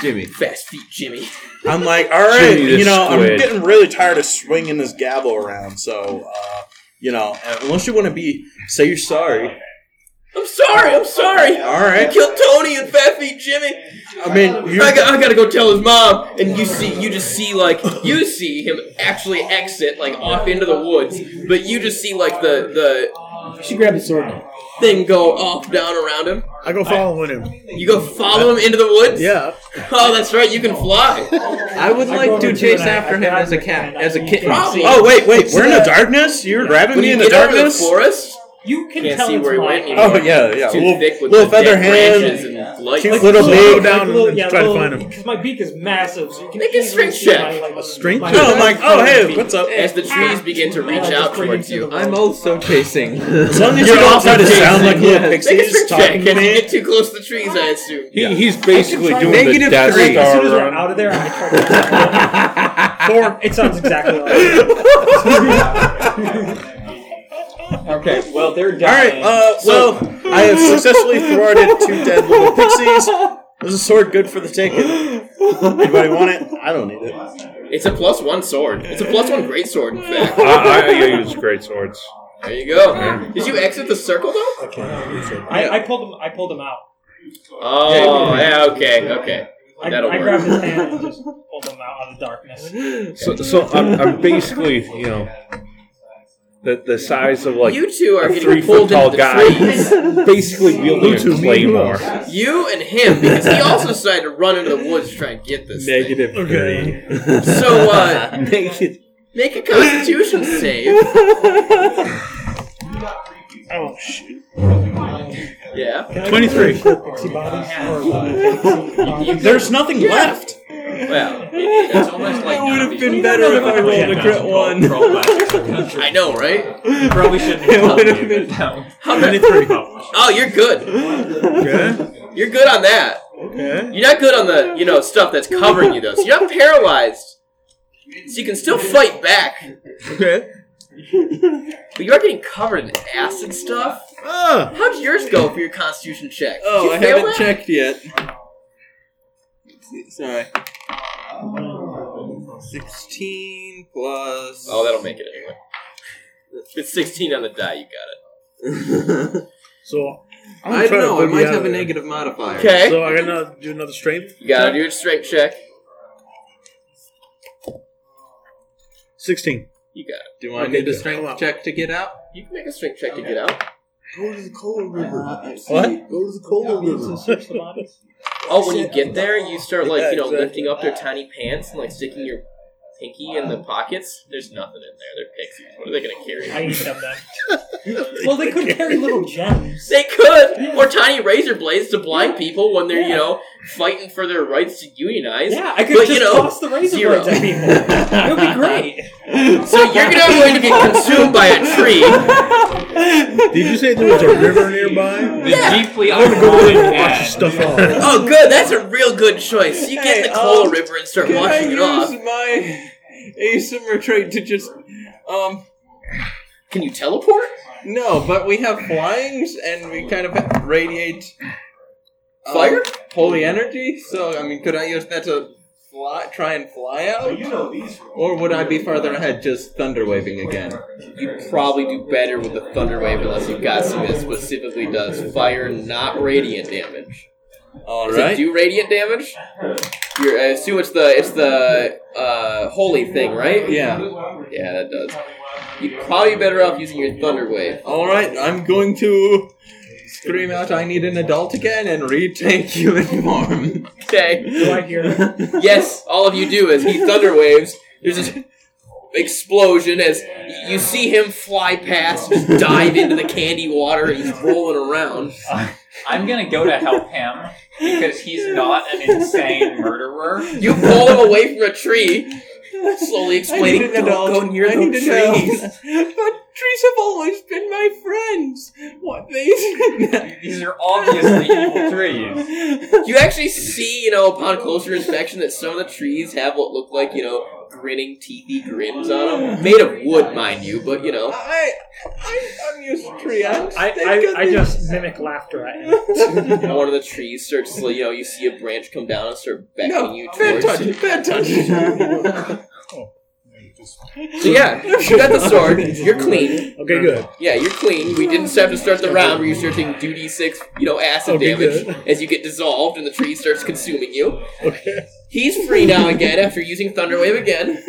Speaker 7: Jimmy.
Speaker 2: Fast feet, Jimmy.
Speaker 8: I'm like, all right,
Speaker 10: Jimmy the
Speaker 8: you know, I'm
Speaker 10: Squid.
Speaker 8: getting really tired of swinging this gavel around. So, uh, you know, unless you want to be, say you're sorry.
Speaker 2: I'm sorry. I'm sorry.
Speaker 8: All right.
Speaker 2: Killed Tony and Fat Feet Jimmy.
Speaker 8: I mean, you
Speaker 2: I, got, I gotta go tell his mom, and you see, you just see like you see him actually exit like off into the woods, but you just see like the
Speaker 6: She grabbed the sword. now.
Speaker 2: the thing go off down around him.
Speaker 4: I go following him.
Speaker 2: You go follow him into the woods.
Speaker 4: Yeah.
Speaker 2: Oh, that's right. You can fly.
Speaker 7: I would
Speaker 9: go
Speaker 7: like
Speaker 9: over
Speaker 7: to
Speaker 9: to
Speaker 7: chase
Speaker 9: and I-
Speaker 7: after
Speaker 9: I
Speaker 7: him
Speaker 9: grab
Speaker 7: as a
Speaker 9: him
Speaker 7: cat,
Speaker 9: and I
Speaker 7: as a
Speaker 9: lean
Speaker 7: kitten.
Speaker 2: forward.
Speaker 7: See?
Speaker 8: Oh wait, wait! We're in the darkness. You're grabbing
Speaker 2: When
Speaker 8: me
Speaker 2: you
Speaker 8: in the
Speaker 2: get over the
Speaker 8: darkness.
Speaker 2: forest,
Speaker 9: You can
Speaker 2: Can't
Speaker 9: tell
Speaker 2: see
Speaker 9: it's
Speaker 2: where he
Speaker 9: my
Speaker 2: went
Speaker 9: hand.
Speaker 8: Oh yeah, yeah.
Speaker 2: too
Speaker 8: Little,
Speaker 2: thick with
Speaker 8: little
Speaker 2: the
Speaker 8: feather
Speaker 2: dead branches
Speaker 8: hand.
Speaker 2: and lights.
Speaker 8: Cute little
Speaker 4: Little big
Speaker 8: beak.
Speaker 4: down and try to find him.
Speaker 9: Because my beak is massive, so you can
Speaker 2: Make a
Speaker 9: easily
Speaker 2: strength
Speaker 9: see
Speaker 2: check.
Speaker 9: my, like,
Speaker 4: A strength
Speaker 9: my-
Speaker 4: check?
Speaker 8: No, I'm like, oh hey, what's up?
Speaker 2: As the trees begin to reach out towards you,
Speaker 7: I'm also chasing.
Speaker 8: As long as you don't try to sound like little
Speaker 2: make a
Speaker 8: pixies
Speaker 2: strength check.
Speaker 8: talking to
Speaker 2: Can you
Speaker 8: me.
Speaker 2: get too close to the trees? I assume.
Speaker 10: He, he's basically doing
Speaker 7: Negative
Speaker 10: the Death
Speaker 7: three.
Speaker 9: As soon as
Speaker 10: Star
Speaker 9: we're
Speaker 10: run.
Speaker 9: out of there, I try to. Four. It sounds exactly like that.
Speaker 5: Okay, well, they're
Speaker 8: All right.
Speaker 2: Um,
Speaker 5: dying.
Speaker 8: Uh, well, I have successfully thwarted two dead little pixies. There's a sword good for the taking. Anybody want it? I don't need it.
Speaker 2: It's a plus one sword. It's a plus one great sword. In fact,
Speaker 10: I, I, I use great swords.
Speaker 2: there you go. Did you exit the circle though?
Speaker 9: I, I pulled him. I pulled him out.
Speaker 2: Oh, yeah, okay, okay.
Speaker 9: I,
Speaker 2: That'll
Speaker 9: I
Speaker 2: work.
Speaker 9: grabbed his hand and just pulled him out of the darkness.
Speaker 10: So, so I'm, I'm basically, you know, the, the size of like
Speaker 2: you two are
Speaker 10: a
Speaker 2: getting
Speaker 10: three
Speaker 2: pulled into
Speaker 10: foot tall
Speaker 2: the
Speaker 10: guy,
Speaker 2: trees.
Speaker 10: basically wielding
Speaker 4: Who to
Speaker 10: a
Speaker 4: me?
Speaker 10: claymore.
Speaker 4: Who
Speaker 2: You and him, because he also decided to run into the woods to try and get this. thing.
Speaker 7: Negative
Speaker 4: Okay.
Speaker 7: three.
Speaker 2: So, uh,
Speaker 7: Negative.
Speaker 2: Make a constitution save.
Speaker 4: Oh shit.
Speaker 2: Yeah.
Speaker 4: Twenty-three.
Speaker 9: Pixie bodies. or-
Speaker 8: There's nothing left.
Speaker 2: Well,
Speaker 5: it's almost like
Speaker 8: It would have been
Speaker 5: zombies.
Speaker 8: better if I rolled a crit
Speaker 5: Roll-
Speaker 8: one.
Speaker 5: roll back.
Speaker 2: I know, right?
Speaker 5: Probably shouldn't
Speaker 8: It
Speaker 5: have
Speaker 8: would
Speaker 5: told
Speaker 8: have
Speaker 5: you,
Speaker 8: been-
Speaker 5: but no.
Speaker 2: How many? Oh, you're good.
Speaker 4: Okay.
Speaker 2: You're good on that.
Speaker 4: Okay.
Speaker 2: You're not good on the you know stuff that's covering you though. So you're not paralyzed. So you can still fight back,
Speaker 4: Okay.
Speaker 2: but you are getting covered in acid stuff.
Speaker 4: Ah.
Speaker 2: How'd yours go for your constitution check? Did
Speaker 8: Oh,
Speaker 2: you
Speaker 8: I
Speaker 2: fail
Speaker 8: haven't
Speaker 2: that?
Speaker 8: checked yet. Sorry. Sixteen plus.
Speaker 2: Oh, that'll make it anyway. It's 16 on the die. You got
Speaker 4: So I'm
Speaker 7: I
Speaker 4: trying
Speaker 7: don't
Speaker 4: to
Speaker 7: know. I
Speaker 4: boogie out
Speaker 7: might have
Speaker 4: of
Speaker 7: a
Speaker 4: there.
Speaker 7: negative modifier.
Speaker 2: it. Okay.
Speaker 4: So I gotta do another strength.
Speaker 2: You gotta do a strength check.
Speaker 4: Sixteen.
Speaker 2: You got it.
Speaker 7: Do I
Speaker 4: Okay,
Speaker 7: need a
Speaker 4: good. Come
Speaker 7: strength
Speaker 4: on.
Speaker 7: check to get out?
Speaker 2: You can make a strength check to get out.
Speaker 1: Go to the Cola River.
Speaker 4: What?
Speaker 1: Go to the Cola River.
Speaker 9: Search the bodies.
Speaker 2: Oh, when you get there, you start like
Speaker 4: Yeah,
Speaker 2: you know
Speaker 4: exactly.
Speaker 2: lifting up their tiny pants and like sticking your pinky in the pockets. There's nothing in there. They're pixies. What are they gonna
Speaker 9: I
Speaker 2: carry?
Speaker 9: ate them then. well, they could carry little gems.
Speaker 2: They could or tiny razor blades to blind people when they're you know fighting for their rights to unionize.
Speaker 9: Yeah, I could
Speaker 2: But,
Speaker 9: just
Speaker 2: you know,
Speaker 9: toss the razor
Speaker 2: zero.
Speaker 9: blades at people. It would be great.
Speaker 2: So you're not going to get consumed by a tree.
Speaker 4: Did you say there was a river nearby?
Speaker 5: The
Speaker 2: Yeah.
Speaker 5: deeply
Speaker 4: I'm gonna go
Speaker 5: unwanted
Speaker 4: over and wash
Speaker 5: ad.
Speaker 4: this stuff off.
Speaker 2: Oh, good. That's a real good choice. You get in the
Speaker 8: Hey,
Speaker 2: Cola
Speaker 8: um,
Speaker 2: River and start
Speaker 8: Can I
Speaker 2: washing it off.
Speaker 8: use my asymmetry trait to just um
Speaker 2: Can you teleport?
Speaker 8: no, but we have flyings and we kind of radiate um,
Speaker 2: Fire?
Speaker 8: holy energy. So I mean, could I use that to fly, try and fly out, or would I be farther ahead, just thunder waving again?
Speaker 2: You probably do better with the Thunder Wave unless you've got something that specifically does fire, not radiant damage.
Speaker 8: All
Speaker 2: Does it
Speaker 8: right.
Speaker 2: do radiant damage? You're, I assume it's the it's the uh, holy thing, right?
Speaker 8: Yeah.
Speaker 2: Yeah, that does. You're probably better off using your thunder wave.
Speaker 8: All right. I'm going to scream out, "I need an adult again," and retake human form.
Speaker 2: Okay.
Speaker 9: Do I hear?
Speaker 2: Yes, all of you do as he thunder waves. There's this explosion as you see him fly past, just dive into the candy water. He's rolling around.
Speaker 5: I'm gonna go to help him because he's not an insane murderer.
Speaker 2: You pull him away from a tree, slowly
Speaker 8: I
Speaker 2: explaining,
Speaker 8: need an
Speaker 2: "Don't
Speaker 8: adult.
Speaker 2: go near
Speaker 8: I
Speaker 2: the
Speaker 8: need an
Speaker 2: trees."
Speaker 8: adult. but trees have always been my friends. What they
Speaker 5: These are obviously evil trees.
Speaker 2: You actually see, you know, upon closer inspection, that some of the trees have what look like, you know, grinning, teethy grins on him. Made of wood, mind you, but you know.
Speaker 7: I, I, I'm used to tree. I'm just
Speaker 9: I, I, I just mimic laughter at him.
Speaker 2: One of the trees starts, to, you know, you see a branch come down and start beckoning you towards.
Speaker 7: bad touch.
Speaker 2: So yeah, you got the sword. You're clean.
Speaker 4: Okay,
Speaker 8: Uh,
Speaker 4: good.
Speaker 2: Yeah, you're clean. We didn't have to start the round where you start taking two d six, you know, acid
Speaker 4: Okay,
Speaker 2: damage
Speaker 4: good.
Speaker 2: as you get dissolved and the tree starts consuming you.
Speaker 4: Okay.
Speaker 2: He's free now again after using Thunderwave again.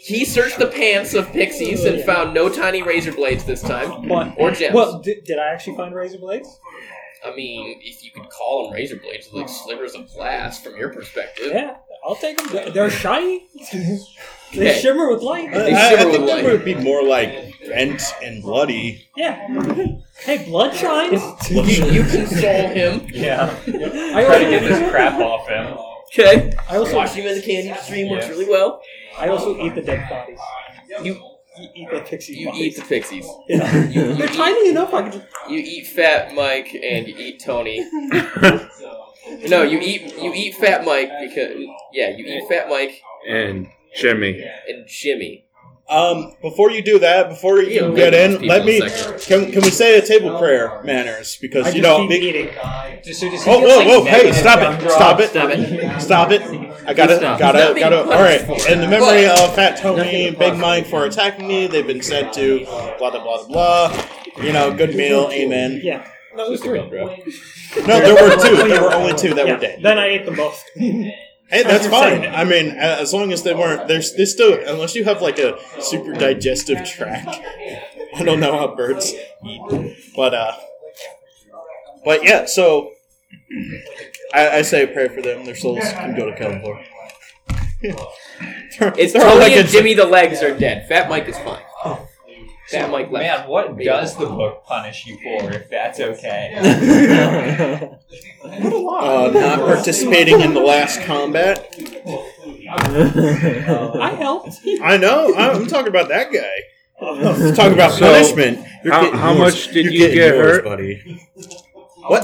Speaker 2: He searched the pants of pixies and found no tiny razor blades this time,
Speaker 9: What?
Speaker 2: or gems.
Speaker 9: Well, did, did I actually find razor blades?
Speaker 2: I mean, if you could call them razor blades, they're like slivers of glass from your perspective.
Speaker 9: Yeah, I'll take them. They're, they're shiny. They
Speaker 2: Okay.
Speaker 9: shimmer with light.
Speaker 8: I, I- I think that would be more like rent and bloody.
Speaker 9: Yeah. Hey, blood shines.
Speaker 2: You, you console him.
Speaker 5: Yeah.
Speaker 9: I
Speaker 5: Try to get
Speaker 9: also,
Speaker 5: this crap off him.
Speaker 2: Okay,
Speaker 9: I also,
Speaker 2: watching him as a candy stream works really well.
Speaker 9: I also eat the dead bodies. You, you eat the pixie
Speaker 2: You eat
Speaker 9: bodies.
Speaker 2: the pixies.
Speaker 9: Yeah.
Speaker 2: You
Speaker 9: They're
Speaker 2: eat
Speaker 9: tiny enough. I could.
Speaker 2: You eat Fat Mike and you eat Tony. no, you eat you eat Fat Mike because yeah, you eat Fat Mike
Speaker 10: And Jimmy.
Speaker 2: and Jimmy.
Speaker 8: Um, before you do that, before you
Speaker 2: Yeah,
Speaker 8: get in,
Speaker 2: people
Speaker 8: let me.
Speaker 2: a second.
Speaker 8: Can, can we say a table prayer manners?
Speaker 9: I
Speaker 8: Because
Speaker 9: just
Speaker 8: you know.
Speaker 9: keep
Speaker 8: be-
Speaker 9: eating.
Speaker 5: Just, so just
Speaker 8: whoa, whoa, whoa! Hey,
Speaker 5: negative
Speaker 8: stop
Speaker 5: gumdrops.
Speaker 8: it! Stop it!
Speaker 7: Stop it.
Speaker 8: Stop it! I gotta,
Speaker 7: Stop.
Speaker 8: gotta,
Speaker 2: Stop being
Speaker 8: gotta. All right. In the memory
Speaker 2: But-
Speaker 8: of Fat Tony and Big Mike for attacking me, they've been sent to blah blah blah blah. You know, good meal, amen.
Speaker 9: Yeah. No, it was three. Yeah.
Speaker 8: No, there were two. There were only two that were dead.
Speaker 9: Then I ate them both.
Speaker 8: Hey, that's
Speaker 9: As you're saying
Speaker 8: fine. I mean, a- as long as they weren't, there's they still unless you have like a super digestive tract. I don't know how birds eat, but uh, but yeah. So I, I say a prayer for them. Their souls can go to Kelvor. they're,
Speaker 2: It's
Speaker 8: they're all
Speaker 2: Tony
Speaker 8: like a Oh.
Speaker 2: and Jimmy. The legs are dead. Fat Mike is fine. Fat Mike left.
Speaker 5: Man, what does the book punish you for, if that's okay?
Speaker 8: uh, not participating in the last combat.
Speaker 9: I helped.
Speaker 8: I know. I'm talking about that guy. Talk about
Speaker 10: So,
Speaker 8: punishment. You're
Speaker 10: how-
Speaker 8: getting
Speaker 10: how
Speaker 8: yours.
Speaker 10: much did
Speaker 8: You're
Speaker 10: you
Speaker 8: getting
Speaker 10: get
Speaker 8: yours,
Speaker 10: hurt?
Speaker 8: buddy?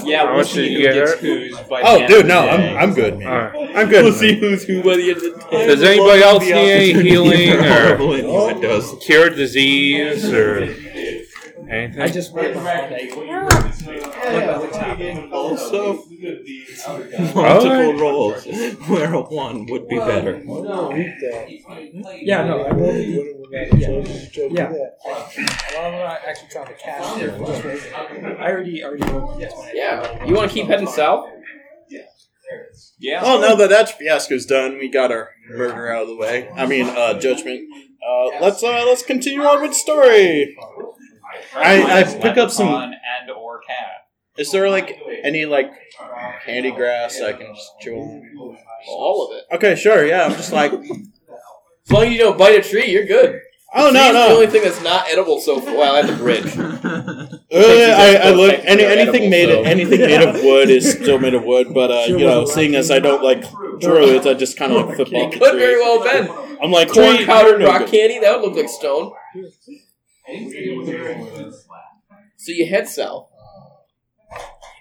Speaker 5: Yeah,
Speaker 10: Oh,
Speaker 5: we'll see
Speaker 10: shit,
Speaker 5: who
Speaker 10: yeah.
Speaker 5: gets who's by the
Speaker 8: Oh,
Speaker 5: end
Speaker 8: dude,
Speaker 5: of the
Speaker 8: no,
Speaker 5: day.
Speaker 8: I'm I'm good, man.
Speaker 10: All right.
Speaker 8: I'm good. man.
Speaker 7: who's who by the end of the day.
Speaker 10: Does anybody else need any healing or
Speaker 7: Probably anyone does.
Speaker 10: cure disease or anything?
Speaker 9: I just went behind a
Speaker 7: Also,
Speaker 10: All
Speaker 7: multiple
Speaker 10: right.
Speaker 7: rolls where a one would be better.
Speaker 9: Yeah, no, I rolled Yeah, yeah. Well, I'm not actually trying to cash it. I already, already rolled.
Speaker 2: Yeah, you want to keep heading south?
Speaker 5: Yeah.
Speaker 8: Well, Oh, now that that fiasco's done, we got our murder out of the way. I mean, uh, judgment. Uh, let's uh, let's continue on with story. I- I pick up some-
Speaker 5: Leprechaun and or cat.
Speaker 8: Is there like any like candy grass I can just chew on?
Speaker 2: All of it.
Speaker 8: Okay, sure. Yeah, I'm just like,
Speaker 2: As long as you don't bite a tree, you're good.
Speaker 8: oh
Speaker 2: Tree's The
Speaker 8: no no.
Speaker 2: only thing that's not edible so far. Well, at the bridge.
Speaker 8: Uh, I, I look
Speaker 2: Technically
Speaker 8: any,
Speaker 2: they're edible,
Speaker 8: anything made
Speaker 2: so-
Speaker 8: anything made of wood is still made of wood, but uh, you know, seeing as I don't like druids, I just kind of like flip off the
Speaker 2: Could very
Speaker 8: tree.
Speaker 2: well have been
Speaker 8: I'm like
Speaker 2: corn
Speaker 8: tree,
Speaker 2: powdered
Speaker 8: you're no
Speaker 2: rock
Speaker 8: good.
Speaker 2: candy. That would look like stone. So you head south,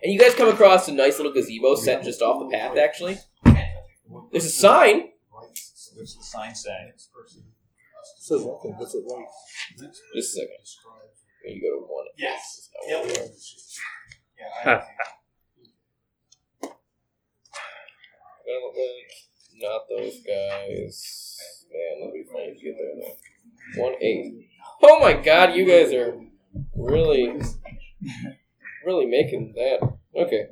Speaker 2: and you guys come across a nice little gazebo set just off the path. Actually, there's a sign.
Speaker 5: What's the sign say?
Speaker 2: Just a second. You go to one. Yes. Not those guys. Man, that'd be funny to get there though. One eight. Oh my god, you guys are really, really making that. Okay.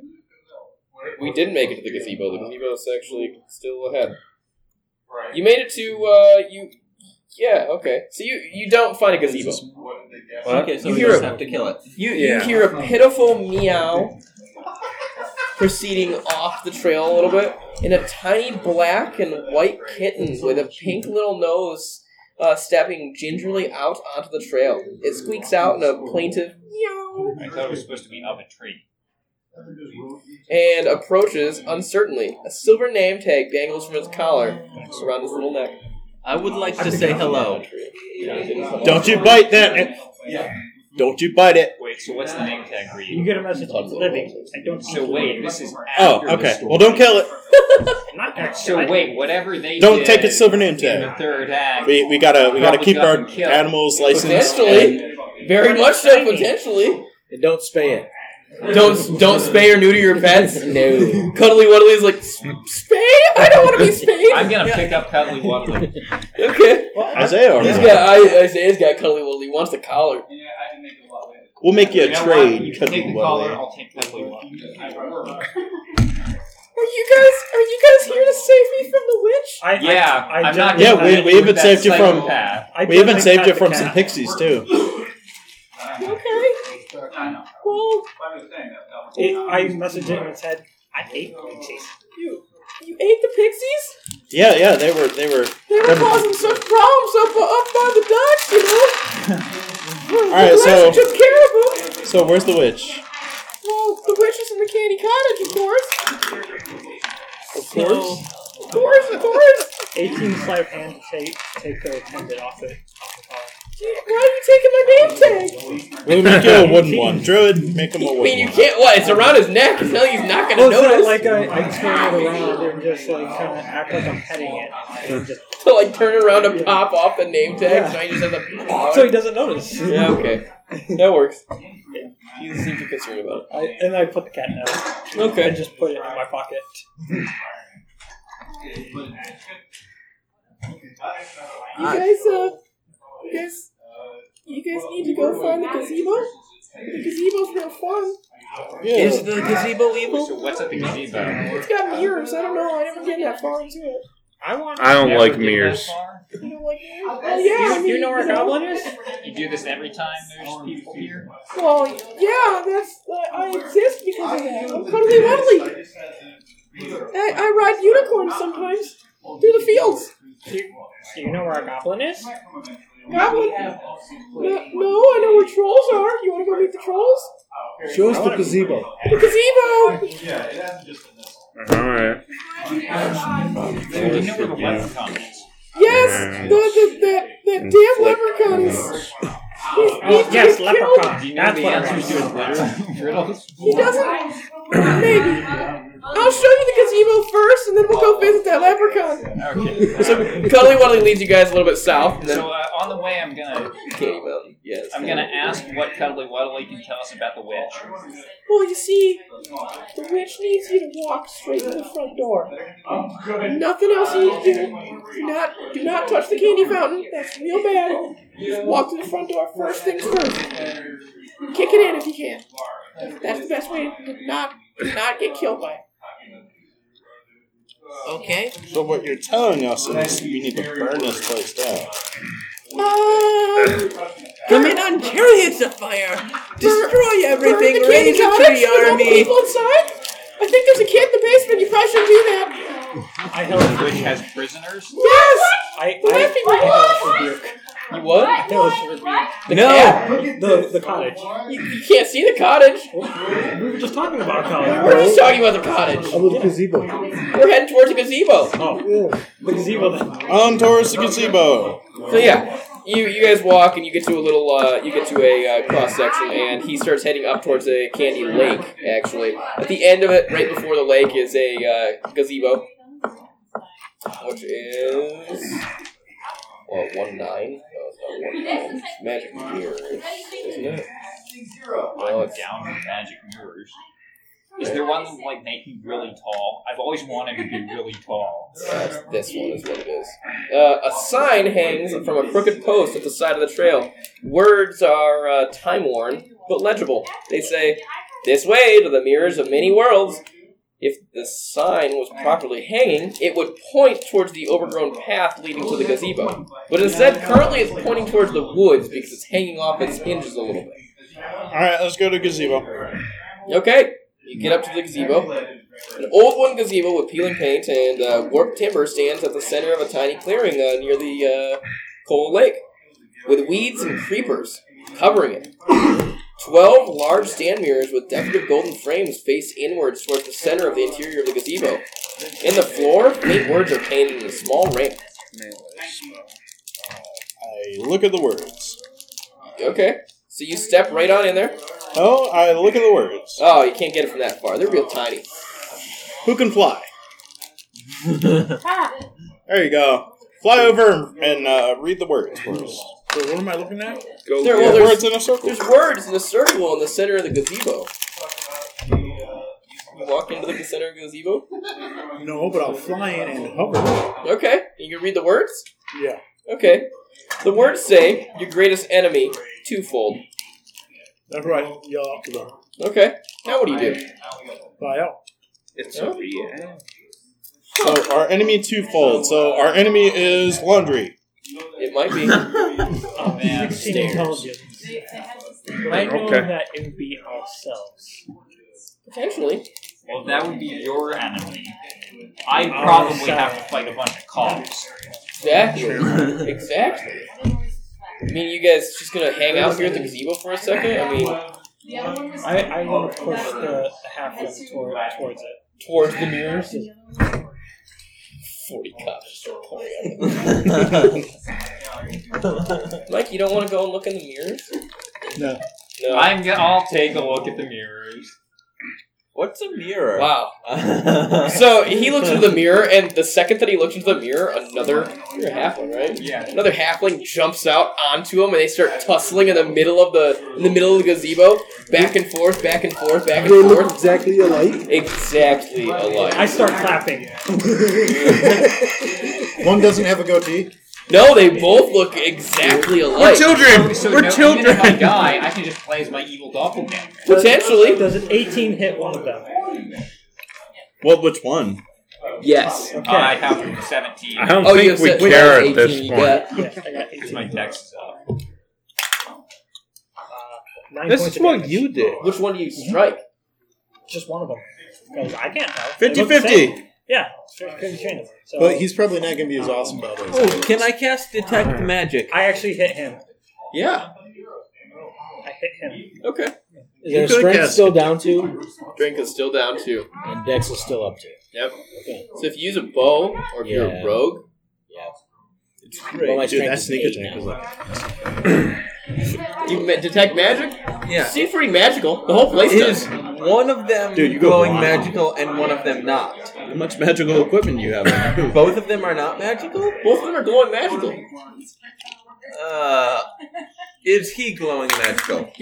Speaker 2: We did make it to the gazebo. The gazebo's actually still ahead. You made it to uh you yeah, okay. So you you don't find a gazebo.
Speaker 10: What?
Speaker 7: Okay, so
Speaker 2: You
Speaker 7: we
Speaker 2: hear
Speaker 7: just
Speaker 2: it.
Speaker 7: have to kill it.
Speaker 2: You, you
Speaker 10: Yeah.
Speaker 2: hear a pitiful meow proceeding off the trail a little bit, and a tiny black and white kitten with a pink little nose uh, stepping gingerly out onto the trail. It squeaks out in a plaintive meow
Speaker 5: I thought it was supposed to be of a tree.
Speaker 2: and approaches uncertainly. A silver name tag dangles from its collar around his little neck.
Speaker 7: I would like to say hello.
Speaker 8: Don't you bite that? Don't you bite it?
Speaker 5: Wait, wait, so what's the name tag read?
Speaker 3: You get a message that's living. I don't
Speaker 5: So wait, this is
Speaker 8: Oh,
Speaker 5: after The
Speaker 8: okay.
Speaker 5: story.
Speaker 8: Well, don't kill it.
Speaker 3: Not
Speaker 5: Alright,
Speaker 3: that
Speaker 5: So wait, whatever they
Speaker 8: Don't
Speaker 5: did
Speaker 8: take its silver name
Speaker 5: in
Speaker 8: tag.
Speaker 5: the third act.
Speaker 8: We, we gotta we gotta
Speaker 5: Probably
Speaker 8: keep our
Speaker 5: doesn't kill.
Speaker 8: animals licensed.
Speaker 2: Potentially.
Speaker 8: and-
Speaker 2: Very much so, potentially.
Speaker 11: And don't spay it.
Speaker 2: Don't don't spay or neuter your pets.
Speaker 11: No.
Speaker 2: Cuddly Wuddly is like, "S- spay? I don't want to be spayed.
Speaker 5: I'm gonna pick up Cuddly Wuddly.
Speaker 2: Okay.
Speaker 8: Isaiah, already.
Speaker 2: He's got, I, Isaiah's got Cuddly Wuddly. wants the collar.
Speaker 8: we'll make you a
Speaker 5: You know what?
Speaker 8: trade.
Speaker 5: You
Speaker 8: cut
Speaker 5: take the
Speaker 8: the
Speaker 5: collar,
Speaker 8: way.
Speaker 5: I'll take Cuddly Wuddly.
Speaker 2: Are you guys, are you guys here to save me from the witch?
Speaker 3: I,
Speaker 5: Yeah,
Speaker 3: I, I
Speaker 5: I'm not.
Speaker 3: don't-
Speaker 8: Yeah,
Speaker 5: gonna
Speaker 8: we- we
Speaker 5: hide with
Speaker 8: even
Speaker 5: that
Speaker 8: saved you from-
Speaker 5: psychopath.
Speaker 3: I
Speaker 8: We
Speaker 3: don't
Speaker 8: even
Speaker 3: think
Speaker 8: saved
Speaker 3: that's
Speaker 8: you
Speaker 3: the
Speaker 8: from
Speaker 3: cat.
Speaker 8: some pixies too.
Speaker 2: Okay. Well,
Speaker 3: It, I messaged it and it said, I hate pixies.
Speaker 2: you, you ate the pixies?
Speaker 8: Yeah, yeah, they were they were.
Speaker 2: They were
Speaker 8: Remember-
Speaker 2: causing some problems up, up by the docks, you know?
Speaker 8: All right,
Speaker 2: the
Speaker 8: so-
Speaker 2: witch took care of them.
Speaker 8: So where's the witch?
Speaker 2: Well, the witch is in the candy cottage, of course.
Speaker 3: Of course.
Speaker 2: Of course, of course.
Speaker 3: 18 sleight of hand to take, take the pendant off it. Off the collar.
Speaker 2: Gee, Why are you taking my name tag?
Speaker 8: We'll make you a wooden one. Druid, make him a
Speaker 2: I
Speaker 8: wooden
Speaker 2: mean, you
Speaker 8: one.
Speaker 2: can't. What? It's around his neck. It's not. He's not gonna
Speaker 3: Oh, so
Speaker 2: notice.
Speaker 3: like I, I turn it around and just like kind of act like I'm petting it. And just,
Speaker 2: to like turn around and pop off the name tag, so he just has a.
Speaker 3: so he doesn't notice.
Speaker 2: yeah. Okay. That works. He doesn't seem too concerned about
Speaker 3: I, and I put the cat down.
Speaker 2: it.
Speaker 3: I
Speaker 2: Okay.
Speaker 3: just put it in my pocket.
Speaker 2: You guys, uh, you guys, you guys need to go find the gazebo. The gazebo's real fun.
Speaker 8: Yeah.
Speaker 11: the gazebo
Speaker 5: So what's at the gazebo?
Speaker 2: It's got mirrors. I don't know. I never get that far into it.
Speaker 3: I want.
Speaker 10: I don't
Speaker 5: Never
Speaker 10: like
Speaker 5: get
Speaker 10: mirrors.
Speaker 5: that far.
Speaker 2: You know, like, well, yeah. I mean,
Speaker 3: you know where a goblin is?
Speaker 5: You do this every time there's people here.
Speaker 3: Oh,
Speaker 2: Well, yeah. That's uh, I exist because of that. I'm cuddly wuddly. I, I ride unicorns sometimes through the fields.
Speaker 3: Do you know where a goblin is?
Speaker 2: Goblin? No, no, I know where trolls are. You want to go meet the trolls?
Speaker 11: Show us the gazebo.
Speaker 2: The gazebo!
Speaker 10: Alright.
Speaker 5: Do you know where the leprechaun is?
Speaker 2: Yes! The, the, that, that damn leprechaun is. He's,
Speaker 3: Oh,
Speaker 2: he's,
Speaker 3: yes,
Speaker 2: he's
Speaker 3: leprechaun.
Speaker 5: Do you know
Speaker 3: That's
Speaker 5: the
Speaker 3: what
Speaker 5: answers to his riddle- riddles?
Speaker 2: He doesn't. Maybe. I'll show you the gazebo first, and then we'll go visit that leprechaun.
Speaker 5: Okay.
Speaker 12: So Cuddly Wuddly leads you guys a little bit south, and then
Speaker 5: So uh, on the way, I'm gonna
Speaker 12: Candy Mountain. Yes.
Speaker 5: I'm gonna ask what Cuddly Wuddly can tell us about the witch.
Speaker 2: Well, you see, the witch needs you to walk straight to the front door. Nothing else you need to do. Do not, do not touch the candy fountain. That's real bad. Just walk to the front door first things first. Kick it in if you can. That's the best way to not to not get killed by it.
Speaker 11: Okay.
Speaker 8: So what you're telling us is we need to burn this place down.
Speaker 2: Um,
Speaker 11: Come in on chariots of fire. Destroy
Speaker 2: burn
Speaker 11: everything.
Speaker 2: the candy
Speaker 11: Raise a
Speaker 2: cottage
Speaker 11: tree
Speaker 2: with all the
Speaker 11: army.
Speaker 2: people inside. I think there's a kid in the basement. You probably shouldn't do that.
Speaker 3: I held
Speaker 5: The witch has prisoners.
Speaker 2: Yes.
Speaker 3: I,
Speaker 2: The
Speaker 3: I,
Speaker 2: witch needs
Speaker 3: I
Speaker 2: you
Speaker 12: You what?
Speaker 3: held for rebuke.
Speaker 12: No.
Speaker 3: The, the cottage.
Speaker 2: You, you can't see the cottage.
Speaker 3: We were just talking about a cottage.
Speaker 12: We're just talking about the cottage.
Speaker 11: Oh, the gazebo.
Speaker 12: We're heading towards the gazebo.
Speaker 3: Oh, the gazebo. Then.
Speaker 8: On towards the gazebo.
Speaker 12: So yeah, you you guys walk and you get to a little uh, you get to a uh, cross section and he starts heading up towards a candy lake. Actually, at the end of it, right before the lake, is a uh, gazebo, which is well one nine. No, it's not one nine. It's magic mirrors, isn't it?
Speaker 6: Oh,
Speaker 5: I'm down with magic mirrors. Is there one that like make you really tall? I've always wanted to be really tall.
Speaker 12: That's, this one is what it is. Uh, a sign hangs from a crooked post at the side of the trail. Words are uh, time worn but legible. They say, "This way to the mirrors of many worlds." If the sign was properly hanging, it would point towards the overgrown path leading to the gazebo. But instead, currently it's pointing towards the woods because it's hanging off its hinges a little bit.
Speaker 8: All right, let's go to gazebo.
Speaker 12: Okay, you get up to the gazebo. An old one gazebo with peeling paint and uh, warped timber stands at the center of a tiny clearing uh, near the uh, coal lake, with weeds and creepers covering it. Twelve large stand mirrors with decorative golden frames face inwards towards the center of the interior of the gazebo. In the floor, faint words are painted in a small ramp.
Speaker 8: I look at the words.
Speaker 12: Okay, so you step right on in there.
Speaker 8: Oh, I look at the words.
Speaker 2: Oh, you can't get it from that far. They're real tiny.
Speaker 8: Who can fly? there you go. Fly over and uh, read the words for us.
Speaker 4: So what am I looking at?
Speaker 7: Go
Speaker 2: There,
Speaker 7: get
Speaker 2: well,
Speaker 7: it.
Speaker 2: there's,
Speaker 8: Words in a circle.
Speaker 2: there's words in a circle in the center of the gazebo. You walk into the center of the gazebo.
Speaker 4: No, but I'll fly in and hover.
Speaker 2: Okay, you can read the words.
Speaker 4: Yeah.
Speaker 2: Okay, the words say your greatest enemy twofold.
Speaker 4: That's right. Y'all have to go.
Speaker 2: Okay, now what do you do?
Speaker 4: Fly out.
Speaker 10: It's
Speaker 2: Yeah.
Speaker 10: a yeah.
Speaker 8: So our enemy twofold. So our enemy is laundry.
Speaker 2: It might be.
Speaker 5: Oh man.
Speaker 3: 16 intelligence. But I know
Speaker 10: Okay.
Speaker 3: that it would be ourselves.
Speaker 2: Potentially.
Speaker 5: Well, that would be your enemy. I
Speaker 6: Oh,
Speaker 5: probably have to fight a bunch of cops.
Speaker 2: Exactly. Exactly. I mean, you guys just gonna hang out here at the gazebo for a second? I mean,
Speaker 3: I, I want to push the, the half toward, towards it.
Speaker 2: towards the mirrors. Forty cops just start pouring out. Mike, you don't want to go and look in the mirrors?
Speaker 4: No.
Speaker 2: No.
Speaker 5: I'm gonna. I'll take a look at the mirrors.
Speaker 7: What's a mirror?
Speaker 2: wow. So he looks into the mirror, and the second that he looks into the mirror, another you're a halfling, right?
Speaker 5: Yeah.
Speaker 2: Another halfling jumps out onto him, and they start tussling in the middle of the in the middle of the gazebo, back and forth, back and forth, back and
Speaker 13: They look
Speaker 2: forth,
Speaker 13: exactly alike.
Speaker 2: exactly
Speaker 3: I
Speaker 2: alike.
Speaker 3: start clapping.
Speaker 1: One doesn't have a goatee.
Speaker 2: No, they both look exactly alike.
Speaker 5: Children. So
Speaker 4: We're
Speaker 5: no,
Speaker 4: children!
Speaker 5: Even if I die, I can just play as my evil doppelganger.
Speaker 2: Potentially.
Speaker 3: Does an 18 hit one of them?
Speaker 8: Well, which one?
Speaker 2: Yes.
Speaker 3: Okay.
Speaker 5: I have 17.
Speaker 10: I don't
Speaker 2: Oh, you
Speaker 10: think we
Speaker 2: said
Speaker 10: care
Speaker 2: wait,
Speaker 10: at this
Speaker 2: 18, you
Speaker 10: point.
Speaker 2: got-
Speaker 3: Yes, I got 18.
Speaker 5: Because my dex is up.
Speaker 3: Nine
Speaker 10: This
Speaker 3: points
Speaker 10: is
Speaker 3: of
Speaker 10: what
Speaker 3: damage.
Speaker 10: you did.
Speaker 2: Which one do you strike?
Speaker 3: Just one of them. 'Cause I can't tell. They look the
Speaker 8: 50-50.
Speaker 3: same. Yeah. sure, couldn't change them. So
Speaker 1: But he's probably not going to be as awesome about it.
Speaker 7: Oh, can I cast detect magic?
Speaker 3: I actually hit him.
Speaker 2: Yeah.
Speaker 3: I hit him.
Speaker 2: Okay.
Speaker 6: Is there
Speaker 4: could've
Speaker 6: strength
Speaker 4: guessed
Speaker 6: still down to?
Speaker 2: Drink is still down too.
Speaker 6: And Dex is still up to.
Speaker 2: Yep.
Speaker 6: Okay.
Speaker 2: So if you use a bow or if you're a
Speaker 6: Yeah.
Speaker 2: rogue,
Speaker 6: Well, my
Speaker 8: Dude,
Speaker 6: strength
Speaker 8: that
Speaker 6: is
Speaker 8: sneak
Speaker 6: eight
Speaker 8: attack
Speaker 6: now.
Speaker 8: was like
Speaker 2: you ma- detect magic.
Speaker 7: Yeah.
Speaker 2: Seems pretty magical. The whole place
Speaker 7: Is
Speaker 2: does.
Speaker 7: one of them
Speaker 8: Dude, you go
Speaker 7: glowing
Speaker 8: blind.
Speaker 7: magical and one of them not?
Speaker 8: how much magical equipment you have.
Speaker 7: Both of them are not magical?
Speaker 2: Both of them are glowing magical.
Speaker 7: Uh, is he glowing magical?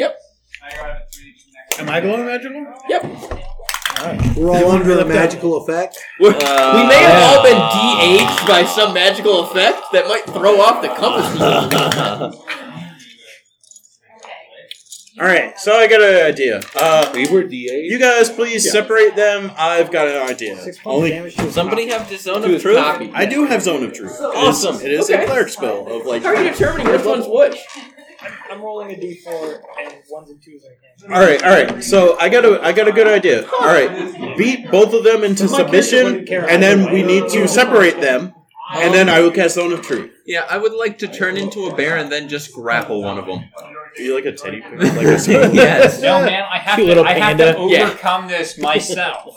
Speaker 4: Am I going magical?
Speaker 13: We're all under a magical effect.
Speaker 2: We're-
Speaker 7: Uh,
Speaker 2: we may have all been de-aged by some magical effect that might throw off the compass.
Speaker 8: All right, so I got an idea. Uh,
Speaker 10: We were DA.
Speaker 8: you guys, please separate them. I've got an idea.
Speaker 3: Six points
Speaker 8: Only
Speaker 3: of damage. to his
Speaker 7: Somebody
Speaker 3: mouth.
Speaker 7: have the zone
Speaker 2: To
Speaker 7: of
Speaker 2: his
Speaker 7: truth?
Speaker 2: copy.
Speaker 8: I do have zone of truth. Awesome. It is
Speaker 2: Okay.
Speaker 8: a cleric spell of like.
Speaker 2: How are you determining which one's which?
Speaker 3: I'm rolling a d4 and ones and twos are him.
Speaker 8: All right, all right. So I got a I got a good idea. All right, beat both of them into submission, and then we need to separate them, and then I will cast zone of truth.
Speaker 7: Yeah, I would like to turn into a bear and then just grapple one of them.
Speaker 8: Are you like a teddy bear?
Speaker 7: yes.
Speaker 5: No man, I have
Speaker 6: Cute
Speaker 5: to.
Speaker 6: little
Speaker 5: I have to
Speaker 6: panda.
Speaker 2: Yeah.
Speaker 5: overcome this myself.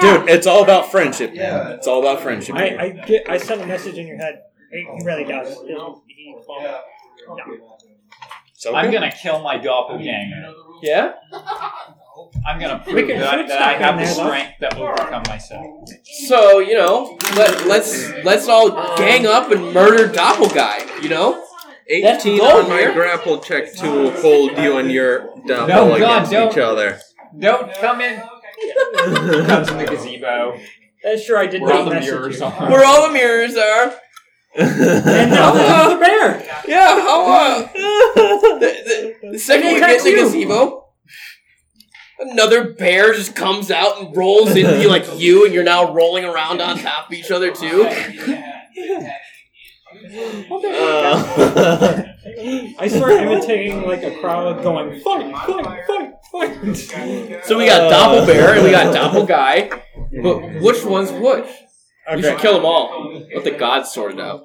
Speaker 8: Dude, it's all about friendship, man. It's all about friendship.
Speaker 3: I, I, get, I sent a message in your head. He he really does. He'll- He, won't. No.
Speaker 8: So
Speaker 5: I'm gonna kill my doppelganger.
Speaker 2: Yeah?
Speaker 5: I'm gonna
Speaker 3: We
Speaker 5: prove
Speaker 3: can
Speaker 5: that, I-
Speaker 3: shoot
Speaker 5: that I have the
Speaker 3: something there,
Speaker 5: strength that will overcome myself.
Speaker 2: So, you know, let, let's let's all gang up and murder Doppelguy, you know?
Speaker 7: 18
Speaker 2: gold,
Speaker 7: on my
Speaker 2: man.
Speaker 7: grapple check to hold you and your down
Speaker 5: No, God,
Speaker 7: against
Speaker 5: don't.
Speaker 7: each other.
Speaker 5: Don't come in. Comes in the gazebo.
Speaker 3: That's sure I did
Speaker 5: Where all
Speaker 3: not
Speaker 5: the
Speaker 3: message
Speaker 5: mirrors
Speaker 3: you.
Speaker 5: are.
Speaker 2: Where all the mirrors are.
Speaker 3: And now there's the bear.
Speaker 2: Yeah, how uh the, the, the second we get in the gazebo, another bear just comes out and rolls into you like you and you're now rolling around on top of each other too.
Speaker 7: Uh,
Speaker 3: I start imitating like a crowd going fight, fight, fight, fight.
Speaker 2: So we got Doppel Bear and we got Doppel Guy. But which one's which? We should kill them all. Let the gods sort it out.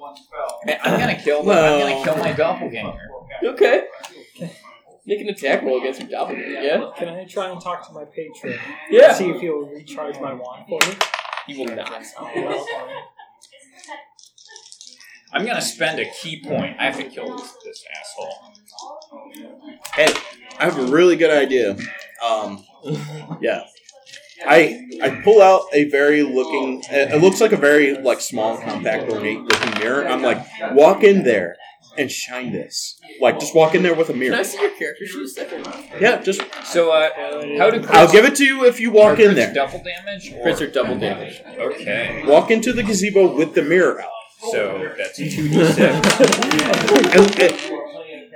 Speaker 5: Man, I'm gonna kill. My, I'm gonna kill my doppelganger.
Speaker 2: Okay. Make an attack roll against your doppelganger, yeah?
Speaker 3: Can I try and talk to my patron?
Speaker 2: Yeah.
Speaker 3: See if he'll recharge my wand for me.
Speaker 2: He will not.
Speaker 5: I'm gonna spend a key point. I have to kill this, this asshole.
Speaker 7: hey,
Speaker 8: I have a really good idea. Um, yeah. I I pull out a very looking. It it looks like a very like small, compact, ornate looking mirror. I'm like, walk in there and shine this. Like, just walk in there with a
Speaker 2: Can I
Speaker 8: mirror.
Speaker 2: see your character sheet a second?
Speaker 8: Yeah, just.
Speaker 5: So, uh, how do
Speaker 8: I'll give it to you if you walk in there.
Speaker 5: Double damage? Or?
Speaker 2: Crits are double damage.
Speaker 5: Okay.
Speaker 8: Walk into the gazebo with the mirror out.
Speaker 5: So that's a two d six.
Speaker 8: And- and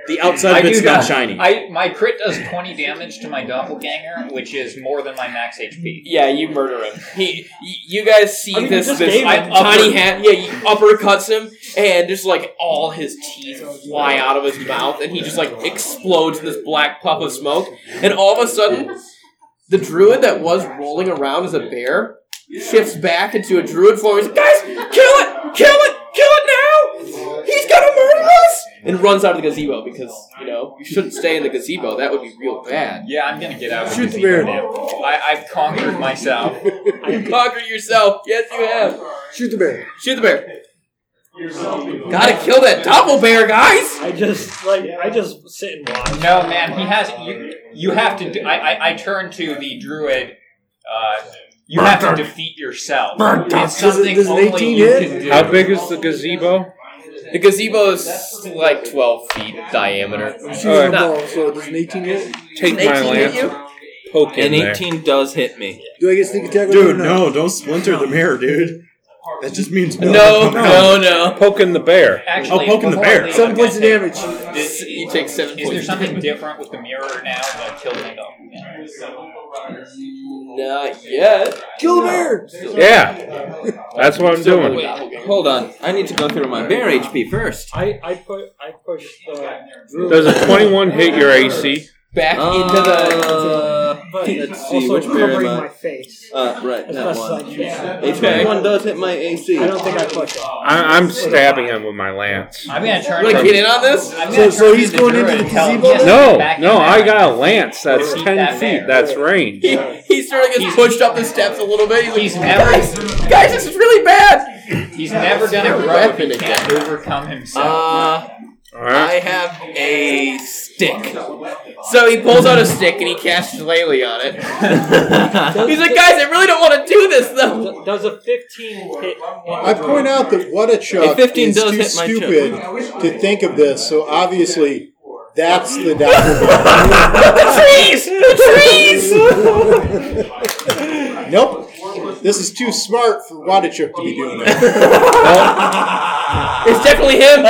Speaker 8: the outside of it's not shiny.
Speaker 5: I my crit does twenty damage to my doppelganger, which is more than my max HP.
Speaker 2: Yeah, you murder him. He, y- you guys see
Speaker 5: I mean,
Speaker 2: this
Speaker 5: you just
Speaker 2: this
Speaker 5: gave
Speaker 2: I-
Speaker 5: him
Speaker 2: tiny
Speaker 5: upper-
Speaker 2: hand. Yeah, you uppercuts him, and just like all his teeth
Speaker 5: Oh,
Speaker 2: fly out of his mouth, and he just like explodes in this black puff of smoke. And all of a sudden, the druid that was rolling around as a bear shifts back into a druid form. He's like, guys, kill it, kill it, kill it now! He's gonna murder us! And runs out of the gazebo because you know you shouldn't stay in the gazebo. That would be real bad.
Speaker 5: Yeah, I'm gonna get out. of
Speaker 2: Shoot the
Speaker 5: the gazebo
Speaker 2: bear.
Speaker 5: now. I, I've conquered myself.
Speaker 2: You conquer yourself. Yes, you have.
Speaker 13: Shoot the bear.
Speaker 2: Shoot the bear. Gotta kill that double bear, guys.
Speaker 9: I just like I just sit and watch.
Speaker 5: No, man, he has. You, you have to. Do, I, I I turn to the druid. Uh, you have to defeat yourself. It's something only you can do.
Speaker 10: How big is the gazebo?
Speaker 2: The gazebo is like twelve feet diameter.
Speaker 13: Shooting
Speaker 10: Alright.
Speaker 13: a ball, so does an 18 hit?
Speaker 10: Take
Speaker 2: An
Speaker 10: my
Speaker 2: 18 hit you?
Speaker 10: lance. Poke in
Speaker 7: An
Speaker 10: there.
Speaker 7: 18 does hit me.
Speaker 13: Do I get sneak attack? with it or
Speaker 8: Dude,
Speaker 13: not?
Speaker 8: no, don't splinter the mirror, dude. That just means
Speaker 2: No, no, Oh, no.
Speaker 10: Poke in the bear.
Speaker 5: Actually,
Speaker 8: I'll poke in the
Speaker 5: before
Speaker 8: bear.
Speaker 5: I leave,
Speaker 13: Seven
Speaker 5: I'm
Speaker 13: points of
Speaker 5: gonna
Speaker 13: damage.
Speaker 5: take-
Speaker 2: This- you take seven
Speaker 5: Is there
Speaker 2: points.
Speaker 5: something different with the mirror now that killed my doppelganger?
Speaker 2: Not yet.
Speaker 13: Kill the bear.
Speaker 10: Yeah. That's what I'm doing.
Speaker 7: Hold on. I need to go through my bear HP first.
Speaker 9: I I put I push the druid.
Speaker 10: Does a 21 hit your AC?
Speaker 2: Back into the.
Speaker 7: Uh,
Speaker 9: but
Speaker 7: let's see,
Speaker 9: also
Speaker 7: which bear am
Speaker 9: covering
Speaker 7: I?
Speaker 9: my face
Speaker 7: Uh, right,
Speaker 9: as
Speaker 7: that
Speaker 9: best as I
Speaker 7: one.
Speaker 9: can.
Speaker 7: A 21 does hit my AC.
Speaker 9: I don't think I push it.
Speaker 10: I, I'm stabbing him with my lance.
Speaker 5: I'm gonna turn.
Speaker 2: You wanna
Speaker 5: to-
Speaker 2: get in on this?
Speaker 5: I'm
Speaker 13: So-
Speaker 5: gonna
Speaker 13: so
Speaker 5: turn to
Speaker 13: he's
Speaker 5: the
Speaker 13: going
Speaker 5: druid
Speaker 13: into the
Speaker 5: and tell him,
Speaker 13: gazebo
Speaker 5: "Yes,
Speaker 10: No,
Speaker 5: back in
Speaker 10: no,
Speaker 5: there."
Speaker 10: I got a lance. That's 10
Speaker 5: that
Speaker 10: feet.
Speaker 5: bear.
Speaker 10: That's range.
Speaker 2: He, he sort of gets pushed up the steps a little bit. He's
Speaker 5: He's
Speaker 2: like,
Speaker 5: never-
Speaker 2: guys, guys, this is really bad.
Speaker 5: He's never gonna
Speaker 2: Your
Speaker 5: grow if
Speaker 2: weapon
Speaker 5: he can't overcome himself.
Speaker 2: Uh,
Speaker 10: All right.
Speaker 2: I have a stick. So he pulls out a stick and he casts Lely on it. He's like, guys, I really don't want to do this though.
Speaker 9: Does- Does a fifteen hit?
Speaker 1: I point out that what a
Speaker 7: A
Speaker 1: chuck
Speaker 7: 15
Speaker 1: is
Speaker 7: does
Speaker 1: too
Speaker 7: hit my chuck.
Speaker 1: stupid to think of this. So obviously, that's the doctor.
Speaker 2: trees! The
Speaker 1: nope, this is too smart for Wadachuk to be doing that.
Speaker 2: It's definitely him!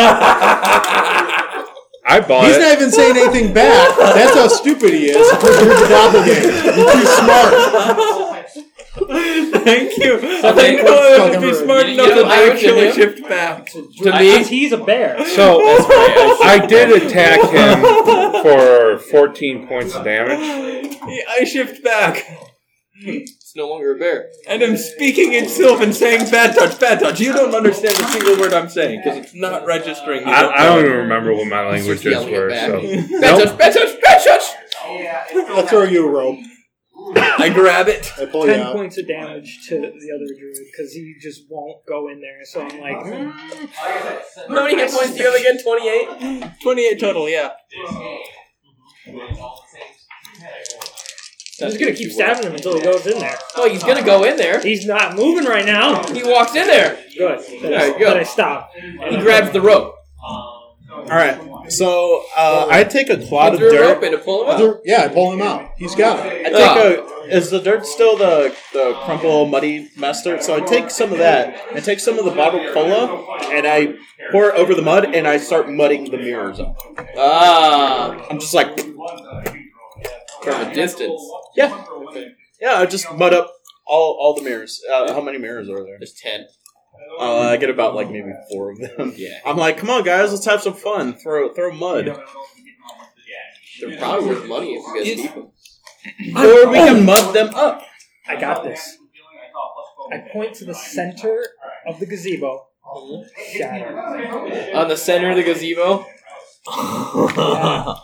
Speaker 10: I bought
Speaker 1: He's
Speaker 10: it.
Speaker 1: not even saying anything back. That's how stupid he is. You're the doppelganger. You're too smart.
Speaker 7: Thank you. I
Speaker 2: Okay.
Speaker 7: think I
Speaker 2: uh,
Speaker 7: would be smart
Speaker 2: You
Speaker 7: enough
Speaker 2: know,
Speaker 7: to
Speaker 2: I would
Speaker 7: actually
Speaker 2: hit him.
Speaker 7: shift back.
Speaker 2: To
Speaker 9: Because
Speaker 2: me?
Speaker 9: he's a bear.
Speaker 10: So I did attack him for 14 points of damage.
Speaker 7: Yeah, I shift back.
Speaker 2: It's no longer a bear.
Speaker 7: And I'm speaking in Sylvan saying bad touch, bad touch. You don't understand a single word I'm saying because it's not registering. You
Speaker 10: I, I don't
Speaker 7: know.
Speaker 10: even remember what my languages
Speaker 2: yelling it
Speaker 10: were.
Speaker 2: back.
Speaker 10: So.
Speaker 2: Bad
Speaker 10: Nope.
Speaker 2: touch, bad touch, bad touch!
Speaker 1: I'll throw you a rope.
Speaker 7: I grab it.
Speaker 1: I pull you
Speaker 9: Ten
Speaker 1: out.
Speaker 9: points of damage to the other druid because he just won't go in there. So I'm like, mm,
Speaker 2: How many hit points do you have again? 28?
Speaker 7: 28 total, yeah.
Speaker 9: I'm just gonna keep stabbing him until he goes in there.
Speaker 2: Oh, he's gonna go in there.
Speaker 9: He's not moving right now.
Speaker 2: He walks in there.
Speaker 9: Good. Then I,
Speaker 2: There you go.
Speaker 9: then I stop.
Speaker 2: He grabs the rope.
Speaker 8: All right, so uh, I take a
Speaker 2: He
Speaker 8: clod of
Speaker 2: threw a rope
Speaker 8: dirt.
Speaker 2: in to pull him up.
Speaker 1: Other- Yeah, I pull him out. He's got it.
Speaker 8: I take a. Is the dirt still the the crumple muddy mess dirt? So I take some of that. I take some of the bottled cola and I pour it over the mud and I start mudding the mirrors up.
Speaker 2: Ah,
Speaker 8: I'm just like,
Speaker 2: from a distance.
Speaker 8: yeah, yeah. I just mud up all all the mirrors. Uh, how many mirrors are there?
Speaker 2: There's 10.
Speaker 8: Uh, I get about like maybe four of them.
Speaker 2: Yeah.
Speaker 8: I'm like, come on, guys, let's have some fun. Throw throw mud,
Speaker 2: They're probably worth money if you guys keep them.
Speaker 8: or we can mud them up.
Speaker 9: I got this. I point to the center of the gazebo. Shatter.
Speaker 2: On the center of the gazebo.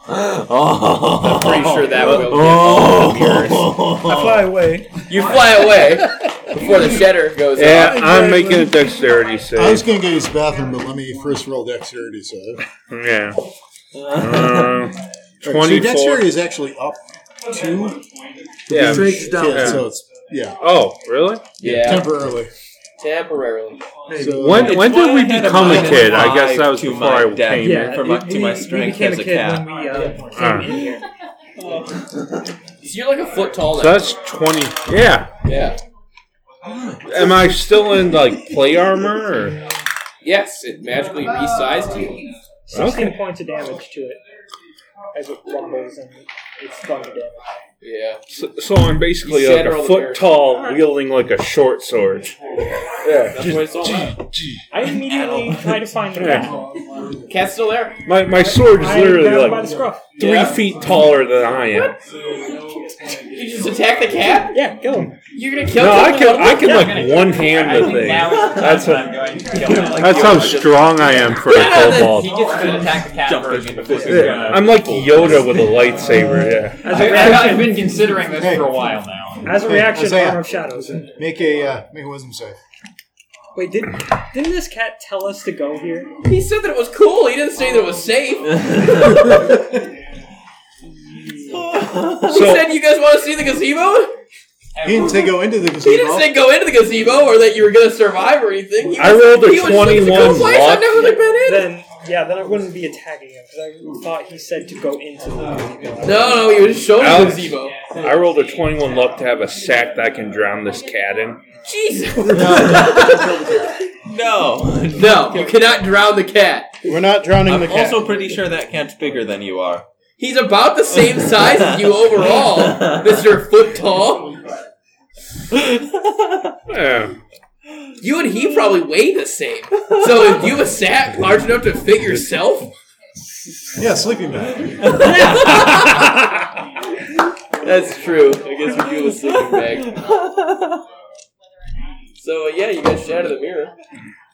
Speaker 7: I'm
Speaker 2: pretty sure that will be all
Speaker 7: Oh.
Speaker 13: Fly away.
Speaker 2: You fly away before the shatter goes
Speaker 10: Yeah,
Speaker 2: off.
Speaker 10: I'm making a dexterity
Speaker 1: I was
Speaker 10: save.
Speaker 1: going to go use the bathroom, but let me first roll dexterity save.
Speaker 10: Yeah. Uh,
Speaker 1: So your
Speaker 10: 24.
Speaker 1: dexterity is actually up two.
Speaker 10: Yeah.
Speaker 1: Straight down.
Speaker 10: Yeah.
Speaker 1: So it's yeah.
Speaker 10: Oh, really?
Speaker 2: Yeah.
Speaker 1: Temporarily.
Speaker 2: Temporarily.
Speaker 1: So-
Speaker 10: When
Speaker 1: It's one
Speaker 10: when did we
Speaker 1: ahead of
Speaker 10: become a
Speaker 1: mine.
Speaker 10: kid? I guess that was
Speaker 7: To
Speaker 10: before
Speaker 7: my
Speaker 10: I
Speaker 7: dad.
Speaker 10: came.
Speaker 7: Yeah,
Speaker 10: here.
Speaker 7: from my- to my strength
Speaker 3: became
Speaker 7: as
Speaker 3: a
Speaker 7: a
Speaker 3: kid
Speaker 7: cat.
Speaker 3: when we uh, came
Speaker 10: Alright.
Speaker 3: in here.
Speaker 2: So you're like a foot tall
Speaker 10: So
Speaker 2: now.
Speaker 10: that's twenty. Yeah.
Speaker 2: Yeah.
Speaker 10: Am I still in like play armor? Or?
Speaker 2: Yes, it magically resized you.
Speaker 3: 16 points of damage to it as it rumbles and it's thunder damage.
Speaker 2: Yeah.
Speaker 10: So, so I'm basically
Speaker 2: You
Speaker 10: like
Speaker 2: shatter all
Speaker 10: a
Speaker 2: the
Speaker 10: foot
Speaker 2: barriers.
Speaker 10: tall, wielding like a short sword. Yeah.
Speaker 2: That's what it's all about.
Speaker 3: I immediately try to find the cat.
Speaker 2: Cat's still there.
Speaker 10: My my sword is
Speaker 3: I grabbed by
Speaker 10: literally like
Speaker 3: the scruff.
Speaker 10: three feet taller than I am.
Speaker 2: You just attack the cat?
Speaker 3: Yeah, kill him.
Speaker 2: You're gonna kill
Speaker 10: No, I
Speaker 2: him?
Speaker 10: can I can
Speaker 5: Yeah, I'm
Speaker 10: like one hand the
Speaker 5: think
Speaker 10: thing.
Speaker 5: now is the
Speaker 10: That's
Speaker 5: time
Speaker 10: a,
Speaker 5: I'm going to kill him.
Speaker 10: that's how strong I am for a
Speaker 5: He
Speaker 10: kobold.
Speaker 5: gets to attack the cat version before he's
Speaker 10: Yeah,
Speaker 5: gonna.
Speaker 10: I'm like Yoda with a lightsaber. Yeah.
Speaker 5: I, have been considering this for a while now.
Speaker 3: As a reaction,
Speaker 1: Isaiah.
Speaker 3: Armor of Shadows.
Speaker 1: Make a uh, make a wisdom save.
Speaker 3: Wait, did, didn't this cat tell us to go here?
Speaker 2: He said that it was cool. He didn't say that it was safe. he
Speaker 10: So-
Speaker 2: said you guys want to see the gazebo?
Speaker 1: He didn't say go into the
Speaker 2: He didn't say
Speaker 1: gazebo.
Speaker 2: go into the gazebo or that you were gonna survive or anything. He
Speaker 10: I
Speaker 2: was-
Speaker 10: rolled a
Speaker 2: he was just, "It's a cool
Speaker 10: 21
Speaker 2: place. I've
Speaker 10: luck."
Speaker 2: never really been in.
Speaker 3: Then, yeah, then I wouldn't be attacking him because I thought he said to go into the.
Speaker 2: No, no, he was showing the
Speaker 10: Alex.
Speaker 2: gazebo.
Speaker 10: I rolled a 21 luck to have a sack that I can drown this cat in.
Speaker 2: Jesus. no, no, you cannot drown the cat.
Speaker 8: We're not drowning the
Speaker 7: I'm
Speaker 8: cat.
Speaker 7: also pretty sure that cat's bigger than you are.
Speaker 2: He's about the same size as you overall, Mister Foot Tall.
Speaker 10: Yeah.
Speaker 2: You and he probably weigh the same. So if you have a sack large enough to fit yourself,
Speaker 1: Yeah, sleeping bag.
Speaker 2: That's true. I guess we do a sleeping bag. So uh, yeah, you guys shatter the mirror.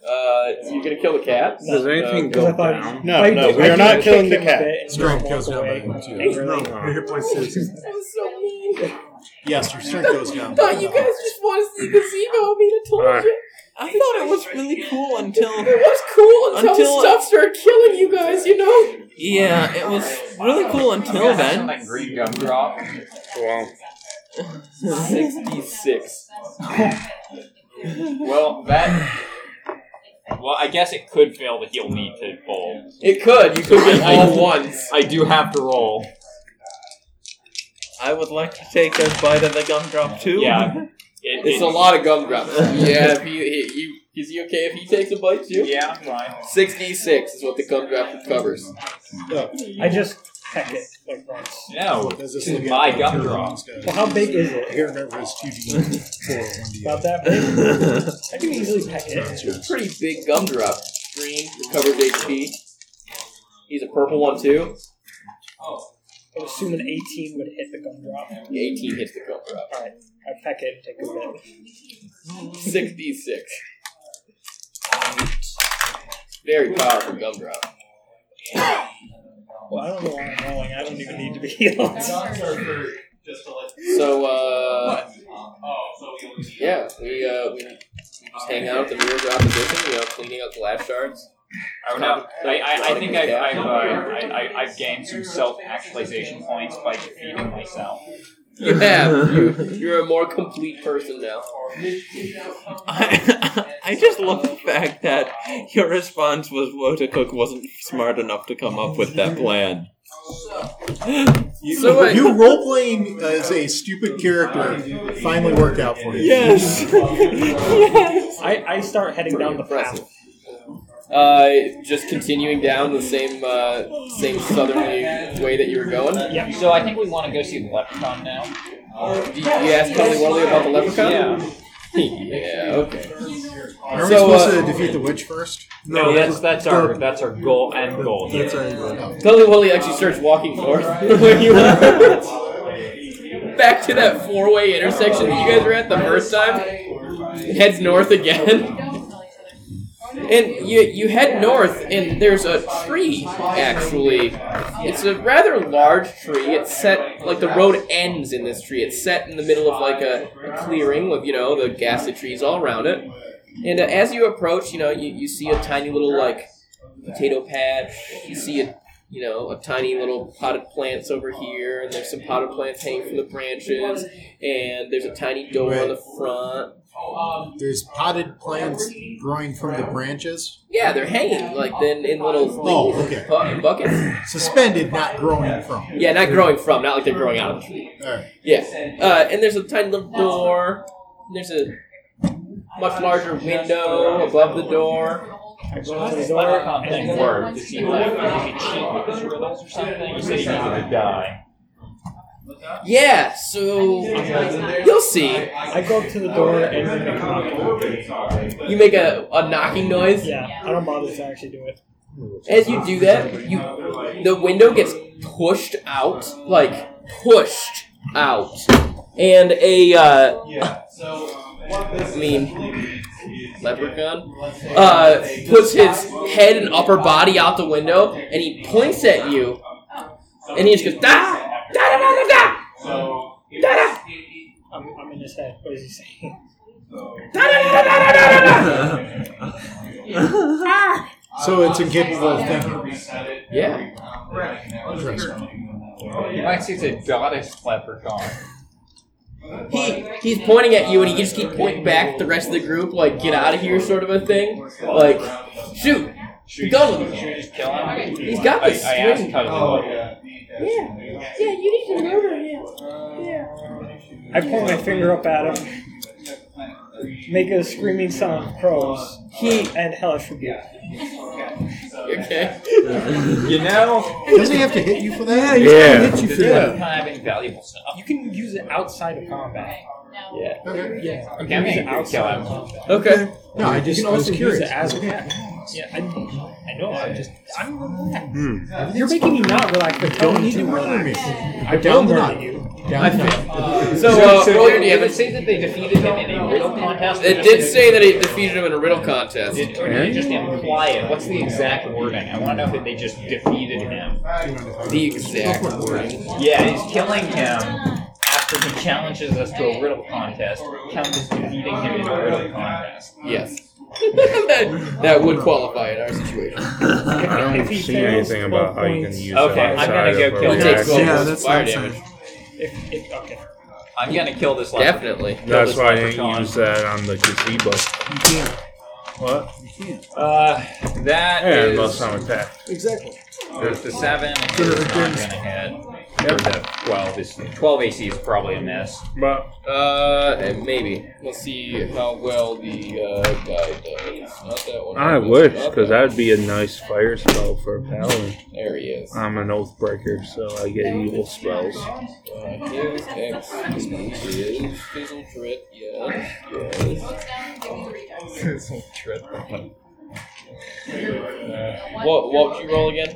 Speaker 2: Uh, you're gonna kill the cat.
Speaker 10: Does anything
Speaker 3: Because I
Speaker 10: go
Speaker 3: thought-
Speaker 10: down?
Speaker 8: No,
Speaker 3: I
Speaker 8: no,
Speaker 3: did-
Speaker 8: we
Speaker 3: I
Speaker 8: are
Speaker 3: did
Speaker 8: not
Speaker 3: kick
Speaker 8: killing
Speaker 3: him
Speaker 8: the
Speaker 3: a
Speaker 8: cat.
Speaker 3: bit and
Speaker 1: Strength
Speaker 3: walk
Speaker 1: goes down
Speaker 3: away.
Speaker 1: by two.
Speaker 3: Angrily.
Speaker 1: No, your hit points is-
Speaker 2: That was so mean.
Speaker 1: Yes, your strength goes down.
Speaker 2: Thought you guys just want to see gazebo. I mean, I told
Speaker 10: Alright.
Speaker 2: you.
Speaker 7: I thought it was really cool until.
Speaker 2: It was cool until,
Speaker 7: Until-
Speaker 2: the stuff started killing you guys. You know.
Speaker 7: Yeah, it was really cool until then.
Speaker 5: Like green gumdrop.
Speaker 10: Well,
Speaker 2: Sixty-six.
Speaker 5: Well, that. Well, I guess it could fail, but he'll need to bowl.
Speaker 2: It could. You could get all ones.
Speaker 5: I do have to roll.
Speaker 7: I would like to take a bite of the gumdrop too.
Speaker 5: Yeah. It,
Speaker 2: It's
Speaker 5: it-
Speaker 2: a lot of gumdrops. Yeah. If he, he, you, is he okay if he takes a bite too?
Speaker 5: Yeah, I'm fine.
Speaker 2: Sixty-six is what the gumdrop covers.
Speaker 3: I just peck it like once.
Speaker 5: No.
Speaker 1: Does
Speaker 5: This
Speaker 1: this
Speaker 5: is
Speaker 1: look
Speaker 5: my
Speaker 1: at the two
Speaker 5: gumdrop.
Speaker 1: of these guys?
Speaker 3: Well, how big is it?
Speaker 1: Here, remember, it's 2d4, 1d8.
Speaker 3: About that big? I can easily peck it.
Speaker 2: pretty big gumdrop. Green, covered HP. He's a purple one too.
Speaker 3: I assume an 18 would hit the gumdrop.
Speaker 2: The 18 hits the gumdrop.
Speaker 3: Alright, I peck it and take a bit.
Speaker 2: 6d6. Very powerful gumdrop.
Speaker 3: Well, I don't know why I'm rolling. I don't even need to be healed.
Speaker 2: So, uh. Yeah, we, uh, we just hang out at the mirror's opposition, you know, cleaning up the laugh shards.
Speaker 5: I would have. Oh, I, I, I think I've, I've, uh, I, I, I've gained some self-actualization points by defeating myself.
Speaker 2: You have. You, you're a more complete person now.
Speaker 7: I, I just love the fact that your response was Wota Cook wasn't smart enough to come up with that plan.
Speaker 1: You,
Speaker 2: So wait.
Speaker 1: you role playing as a stupid character finally worked out for you.
Speaker 7: Yes. yes.
Speaker 3: I, I start heading down the path.
Speaker 2: Uh, just continuing down the same, uh, same southerly way that you were going.
Speaker 3: Yep.
Speaker 5: So I think we want to go see the leprechaun now.
Speaker 2: Did you ask Kelly Worley about the leprechaun?
Speaker 5: Yeah.
Speaker 2: yeah, okay.
Speaker 1: Are we
Speaker 2: So,
Speaker 1: supposed
Speaker 2: uh,
Speaker 1: to defeat the witch first?
Speaker 5: No, that's that's our that's our goal end goal.
Speaker 1: That's our no.
Speaker 2: Kelly Worley actually starts walking north where you were. Back to that four way intersection that you guys were at the first time. Heads north again. And you, you head north, and there's a tree, actually. It's a rather large tree. It's set, like, the road ends in this tree. It's set in the middle of, like, a, a clearing with, you know, the ghastly trees all around it. And uh, as you approach, you know, you, you see a tiny little, like, potato patch. You see a you know, a tiny little potted plants over here, and there's some potted plants hanging from the branches, and there's a tiny door on the front.
Speaker 1: There's potted plants growing from the branches.
Speaker 2: Yeah, they're hanging like then in little
Speaker 1: Oh,
Speaker 2: like,
Speaker 1: okay.
Speaker 2: bu- buckets.
Speaker 1: Suspended, not growing from.
Speaker 2: Yeah, not growing from, not like they're growing out of the tree. Yeah, uh, and there's a tiny little door. and There's a much larger window above the door.
Speaker 5: I go up to the door and work to see like if you cheat with this riddles or something. You say you need to die.
Speaker 2: Yeah, so you'll see.
Speaker 9: I go up to the door and then make a knock.
Speaker 2: You make a, a knocking noise.
Speaker 9: Yeah, I don't bother to actually do it.
Speaker 2: As you do that, you the window gets pushed out, like pushed out, and a uh, I mean leprechaun uh, puts his head and upper body out the window, and he points at you, and he just goes da da da da da da.
Speaker 9: I'm, I'm in his head. What is he saying?
Speaker 1: So it's incapable of thinking.
Speaker 2: Yeah.
Speaker 5: You might see it's a goddess leprechaun.
Speaker 2: He he's pointing at you, and he just keep pointing back at the rest of the group, like get out of here, sort of a thing. Like shoot, be done with him.
Speaker 5: Just kill him.
Speaker 2: He's got the
Speaker 5: I, I asked
Speaker 2: string.
Speaker 5: how to do it.
Speaker 14: Yeah, you need to murder him. Yeah.
Speaker 9: I point my finger up at him, make a screaming sound of crows.
Speaker 2: He
Speaker 9: and hellish rebuke.
Speaker 2: Okay.
Speaker 5: You know,
Speaker 1: Doesn't he have to hit you for that?
Speaker 9: he's gonna Yeah. hit you
Speaker 5: Does
Speaker 9: for
Speaker 5: it
Speaker 9: that.
Speaker 5: Have invaluable stuff.
Speaker 9: You can use it outside of combat.
Speaker 2: Yeah.
Speaker 9: Yeah.
Speaker 5: Okay, I'm
Speaker 9: Use it
Speaker 5: gonna go kill
Speaker 9: outside.
Speaker 5: him.
Speaker 2: Okay.
Speaker 1: No, I just
Speaker 9: you can also
Speaker 1: was curious.
Speaker 9: Use it as yeah, I, I know. I'm just. I'm. You're making me not relax. But don't need to murder me. I don't
Speaker 1: Down the
Speaker 9: murder
Speaker 1: knot.
Speaker 9: you.
Speaker 1: Down the
Speaker 2: So,
Speaker 1: knot.
Speaker 2: uh, roll your
Speaker 5: did it
Speaker 2: damage.
Speaker 5: say that they defeated him in a riddle contest?
Speaker 2: It did say that it defeated him in a riddle contest.
Speaker 5: Did, or did it just imply it? What's the exact wording? I want to know if they just defeated him.
Speaker 2: The exact wording.
Speaker 5: Yeah, is killing him after he challenges us to a riddle contest count as defeating him in a riddle contest?
Speaker 2: Yes. that, that would qualify in our situation.
Speaker 10: I don't see anything about how you can use
Speaker 5: Okay,
Speaker 10: it.
Speaker 5: I'm gonna
Speaker 10: outside
Speaker 5: go
Speaker 10: of
Speaker 5: kill
Speaker 10: a
Speaker 5: him.
Speaker 10: reaction.
Speaker 5: Yeah,
Speaker 2: that's fire damage.
Speaker 9: If, if, okay.
Speaker 5: I'm gonna kill this leprechaun.
Speaker 2: Definitely.
Speaker 10: That's why I didn't use that on the gazebo.
Speaker 13: You can't.
Speaker 10: What?
Speaker 13: You can't.
Speaker 5: Uh, that
Speaker 10: Yeah,
Speaker 5: is-
Speaker 10: most time attack.
Speaker 13: Exactly.
Speaker 5: There's the seven. It's not gonna hit. Or the twelve is twelve AC is probably a miss.
Speaker 10: But
Speaker 2: Uh, and maybe. Let's see how well the uh, guy does. Not that one.
Speaker 10: I
Speaker 2: Not that
Speaker 10: wish,
Speaker 2: one.
Speaker 10: because that'd be a nice fire spell for a paladin.
Speaker 2: There he is.
Speaker 10: I'm an oath breaker, so I get evil spells.
Speaker 2: Uh, his ex is Fizzle Drit. Yes. Yes.
Speaker 5: Fizzle Drit.
Speaker 2: What, what would you roll again?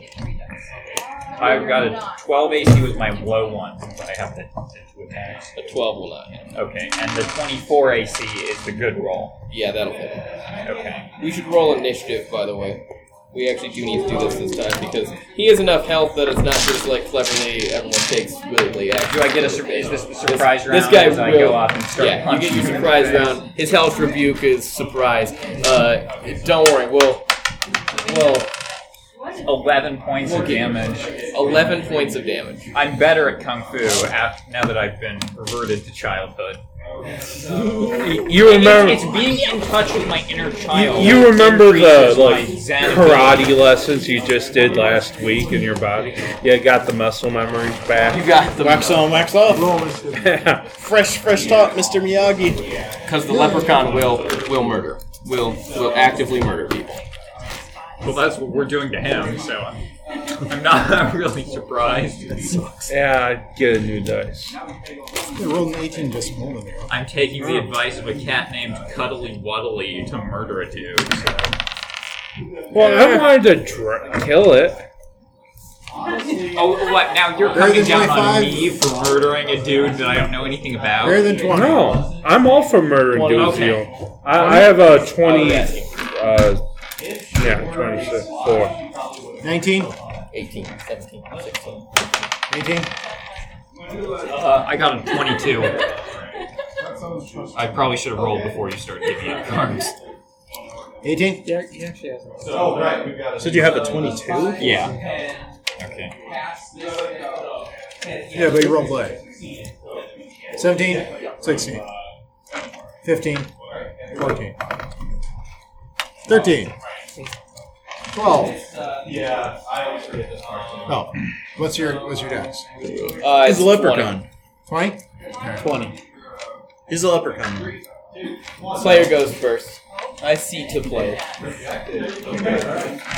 Speaker 5: I've got a 12 AC with my low one, but I have to, to attack.
Speaker 2: A 12 will not hit.
Speaker 5: Okay, and the 24 AC is the good roll.
Speaker 2: Yeah, that'll hit. Okay.
Speaker 5: Okay.
Speaker 2: We should roll initiative, by the way. We actually do need to do this this time because he has enough health that it's not just like cleverly everyone takes willingly.
Speaker 5: Do I get a sur- is this the surprise
Speaker 2: This
Speaker 5: round
Speaker 2: guy
Speaker 5: as I
Speaker 2: will.
Speaker 5: go up and start
Speaker 2: yeah, you get
Speaker 5: punching
Speaker 2: your
Speaker 5: him in the
Speaker 2: surprise
Speaker 5: face?
Speaker 2: round. His health rebuke is surprise. Uh, don't worry, we'll we'll
Speaker 5: 11 points of damage.
Speaker 2: 11 points of damage.
Speaker 5: I'm better at kung fu af now that I've been reverted to childhood.
Speaker 10: You remember-
Speaker 5: It's, it's being in touch with my inner child.
Speaker 10: You remember the
Speaker 5: Increases my
Speaker 10: like
Speaker 5: zen
Speaker 10: karate lessons you just did last week in your body? Yeah, got the muscle memories back.
Speaker 2: You got the
Speaker 8: Wax on, wax off.
Speaker 10: Yeah.
Speaker 8: Fresh, fresh talk, Mr. Miyagi.
Speaker 2: Because the leprechaun will will murder. Will will actively murder people.
Speaker 5: Well, that's what we're doing to him, so I'm, I'm not really surprised. That sucks.
Speaker 10: Yeah, I get a new dice.
Speaker 1: I rolled an 18 just a moment ago.
Speaker 5: I'm taking the advice of a cat named Cuddly Wuddly to murder a dude. So.
Speaker 10: Well, I wanted to dr- kill it.
Speaker 5: Oh, what? Now you're
Speaker 1: Better
Speaker 5: coming
Speaker 1: than
Speaker 5: down on
Speaker 1: 25?
Speaker 5: me for murdering a dude that I don't know anything about?
Speaker 1: Better than 20.
Speaker 10: No, I'm all for murdering
Speaker 5: Well,
Speaker 10: dudes.
Speaker 5: okay.
Speaker 10: you know. I, I have a
Speaker 5: Oh,
Speaker 10: twenty. Uh, yeah, twenty-six. Four.
Speaker 1: 19?
Speaker 2: 18, 17, 16.
Speaker 1: 18?
Speaker 5: Uh, I got a 22. I probably should have rolled before you started giving out cards.
Speaker 1: 18?
Speaker 9: Yeah, he actually has.
Speaker 13: So you have a 22?
Speaker 5: Yeah. Okay.
Speaker 1: Yeah, but you roll black. 17, 16, 15, 14, 13, 12.
Speaker 5: Yeah, I always forget this part.
Speaker 1: Oh, what's your what's your dex?
Speaker 2: Uh,
Speaker 8: He's a leprechaun.
Speaker 1: 20?
Speaker 8: 20. He's a leprechaun.
Speaker 2: Player goes first. I see to play.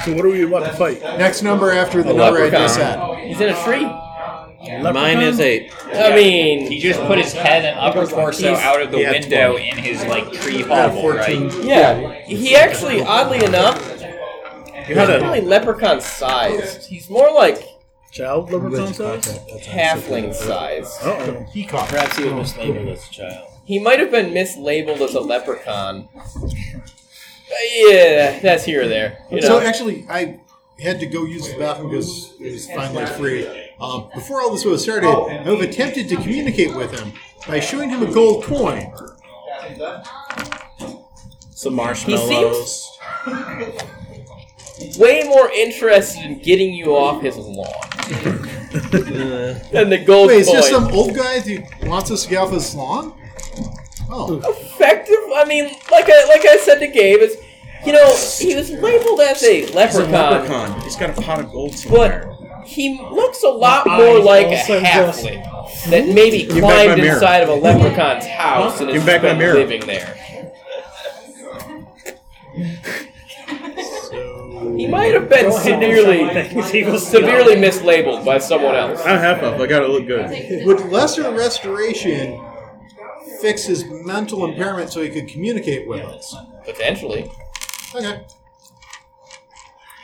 Speaker 13: So what are we about to fight?
Speaker 1: Next number after the
Speaker 2: A
Speaker 1: number I
Speaker 2: leprechaun.
Speaker 1: just said.
Speaker 2: He's in a tree.
Speaker 7: Mine is eight.
Speaker 2: I mean,
Speaker 5: He just put his head and upper torso out of the window in his like tree hovel, right?
Speaker 2: yeah. He actually, oddly enough, he's
Speaker 5: You had a-
Speaker 2: probably leprechaun sized. He's more like
Speaker 13: Child leprechaun size?
Speaker 2: halfling sized.
Speaker 13: Oh,
Speaker 1: he caught.
Speaker 6: Perhaps he was mislabeled as a child.
Speaker 2: He might have been mislabeled as a leprechaun. Uh, Yeah, that's here or there. You know.
Speaker 1: So actually, I had to go use the bathroom because it was finally free. Um, before all this was started, I have attempted to communicate with him by showing him a gold coin.
Speaker 8: Some
Speaker 2: he
Speaker 8: marshmallows.
Speaker 2: seems way more interested in getting you off his lawn than the gold
Speaker 1: Wait, it's
Speaker 2: coin.
Speaker 1: just some old guy who wants us to get off his lawn? Oh.
Speaker 2: effective. I mean, like I like I said to Gabe, it's you know he was labeled as a
Speaker 8: He's a
Speaker 2: leprechaun,
Speaker 8: leprechaun. He's got a pot of gold somewhere.
Speaker 2: but he looks a lot more like a
Speaker 8: also
Speaker 2: halfling that maybe
Speaker 8: Give me back my
Speaker 2: climbed
Speaker 8: mirror.
Speaker 2: inside of a leprechaun's house and
Speaker 8: Give
Speaker 2: has
Speaker 8: me back my
Speaker 2: been
Speaker 8: mirror.
Speaker 2: living there. He might have been severely, severely mislabeled by someone else.
Speaker 1: I'm half
Speaker 2: up.
Speaker 1: I gotta look good. Would lesser restoration fix his mental impairment so he could communicate with us?
Speaker 2: Potentially.
Speaker 1: Okay.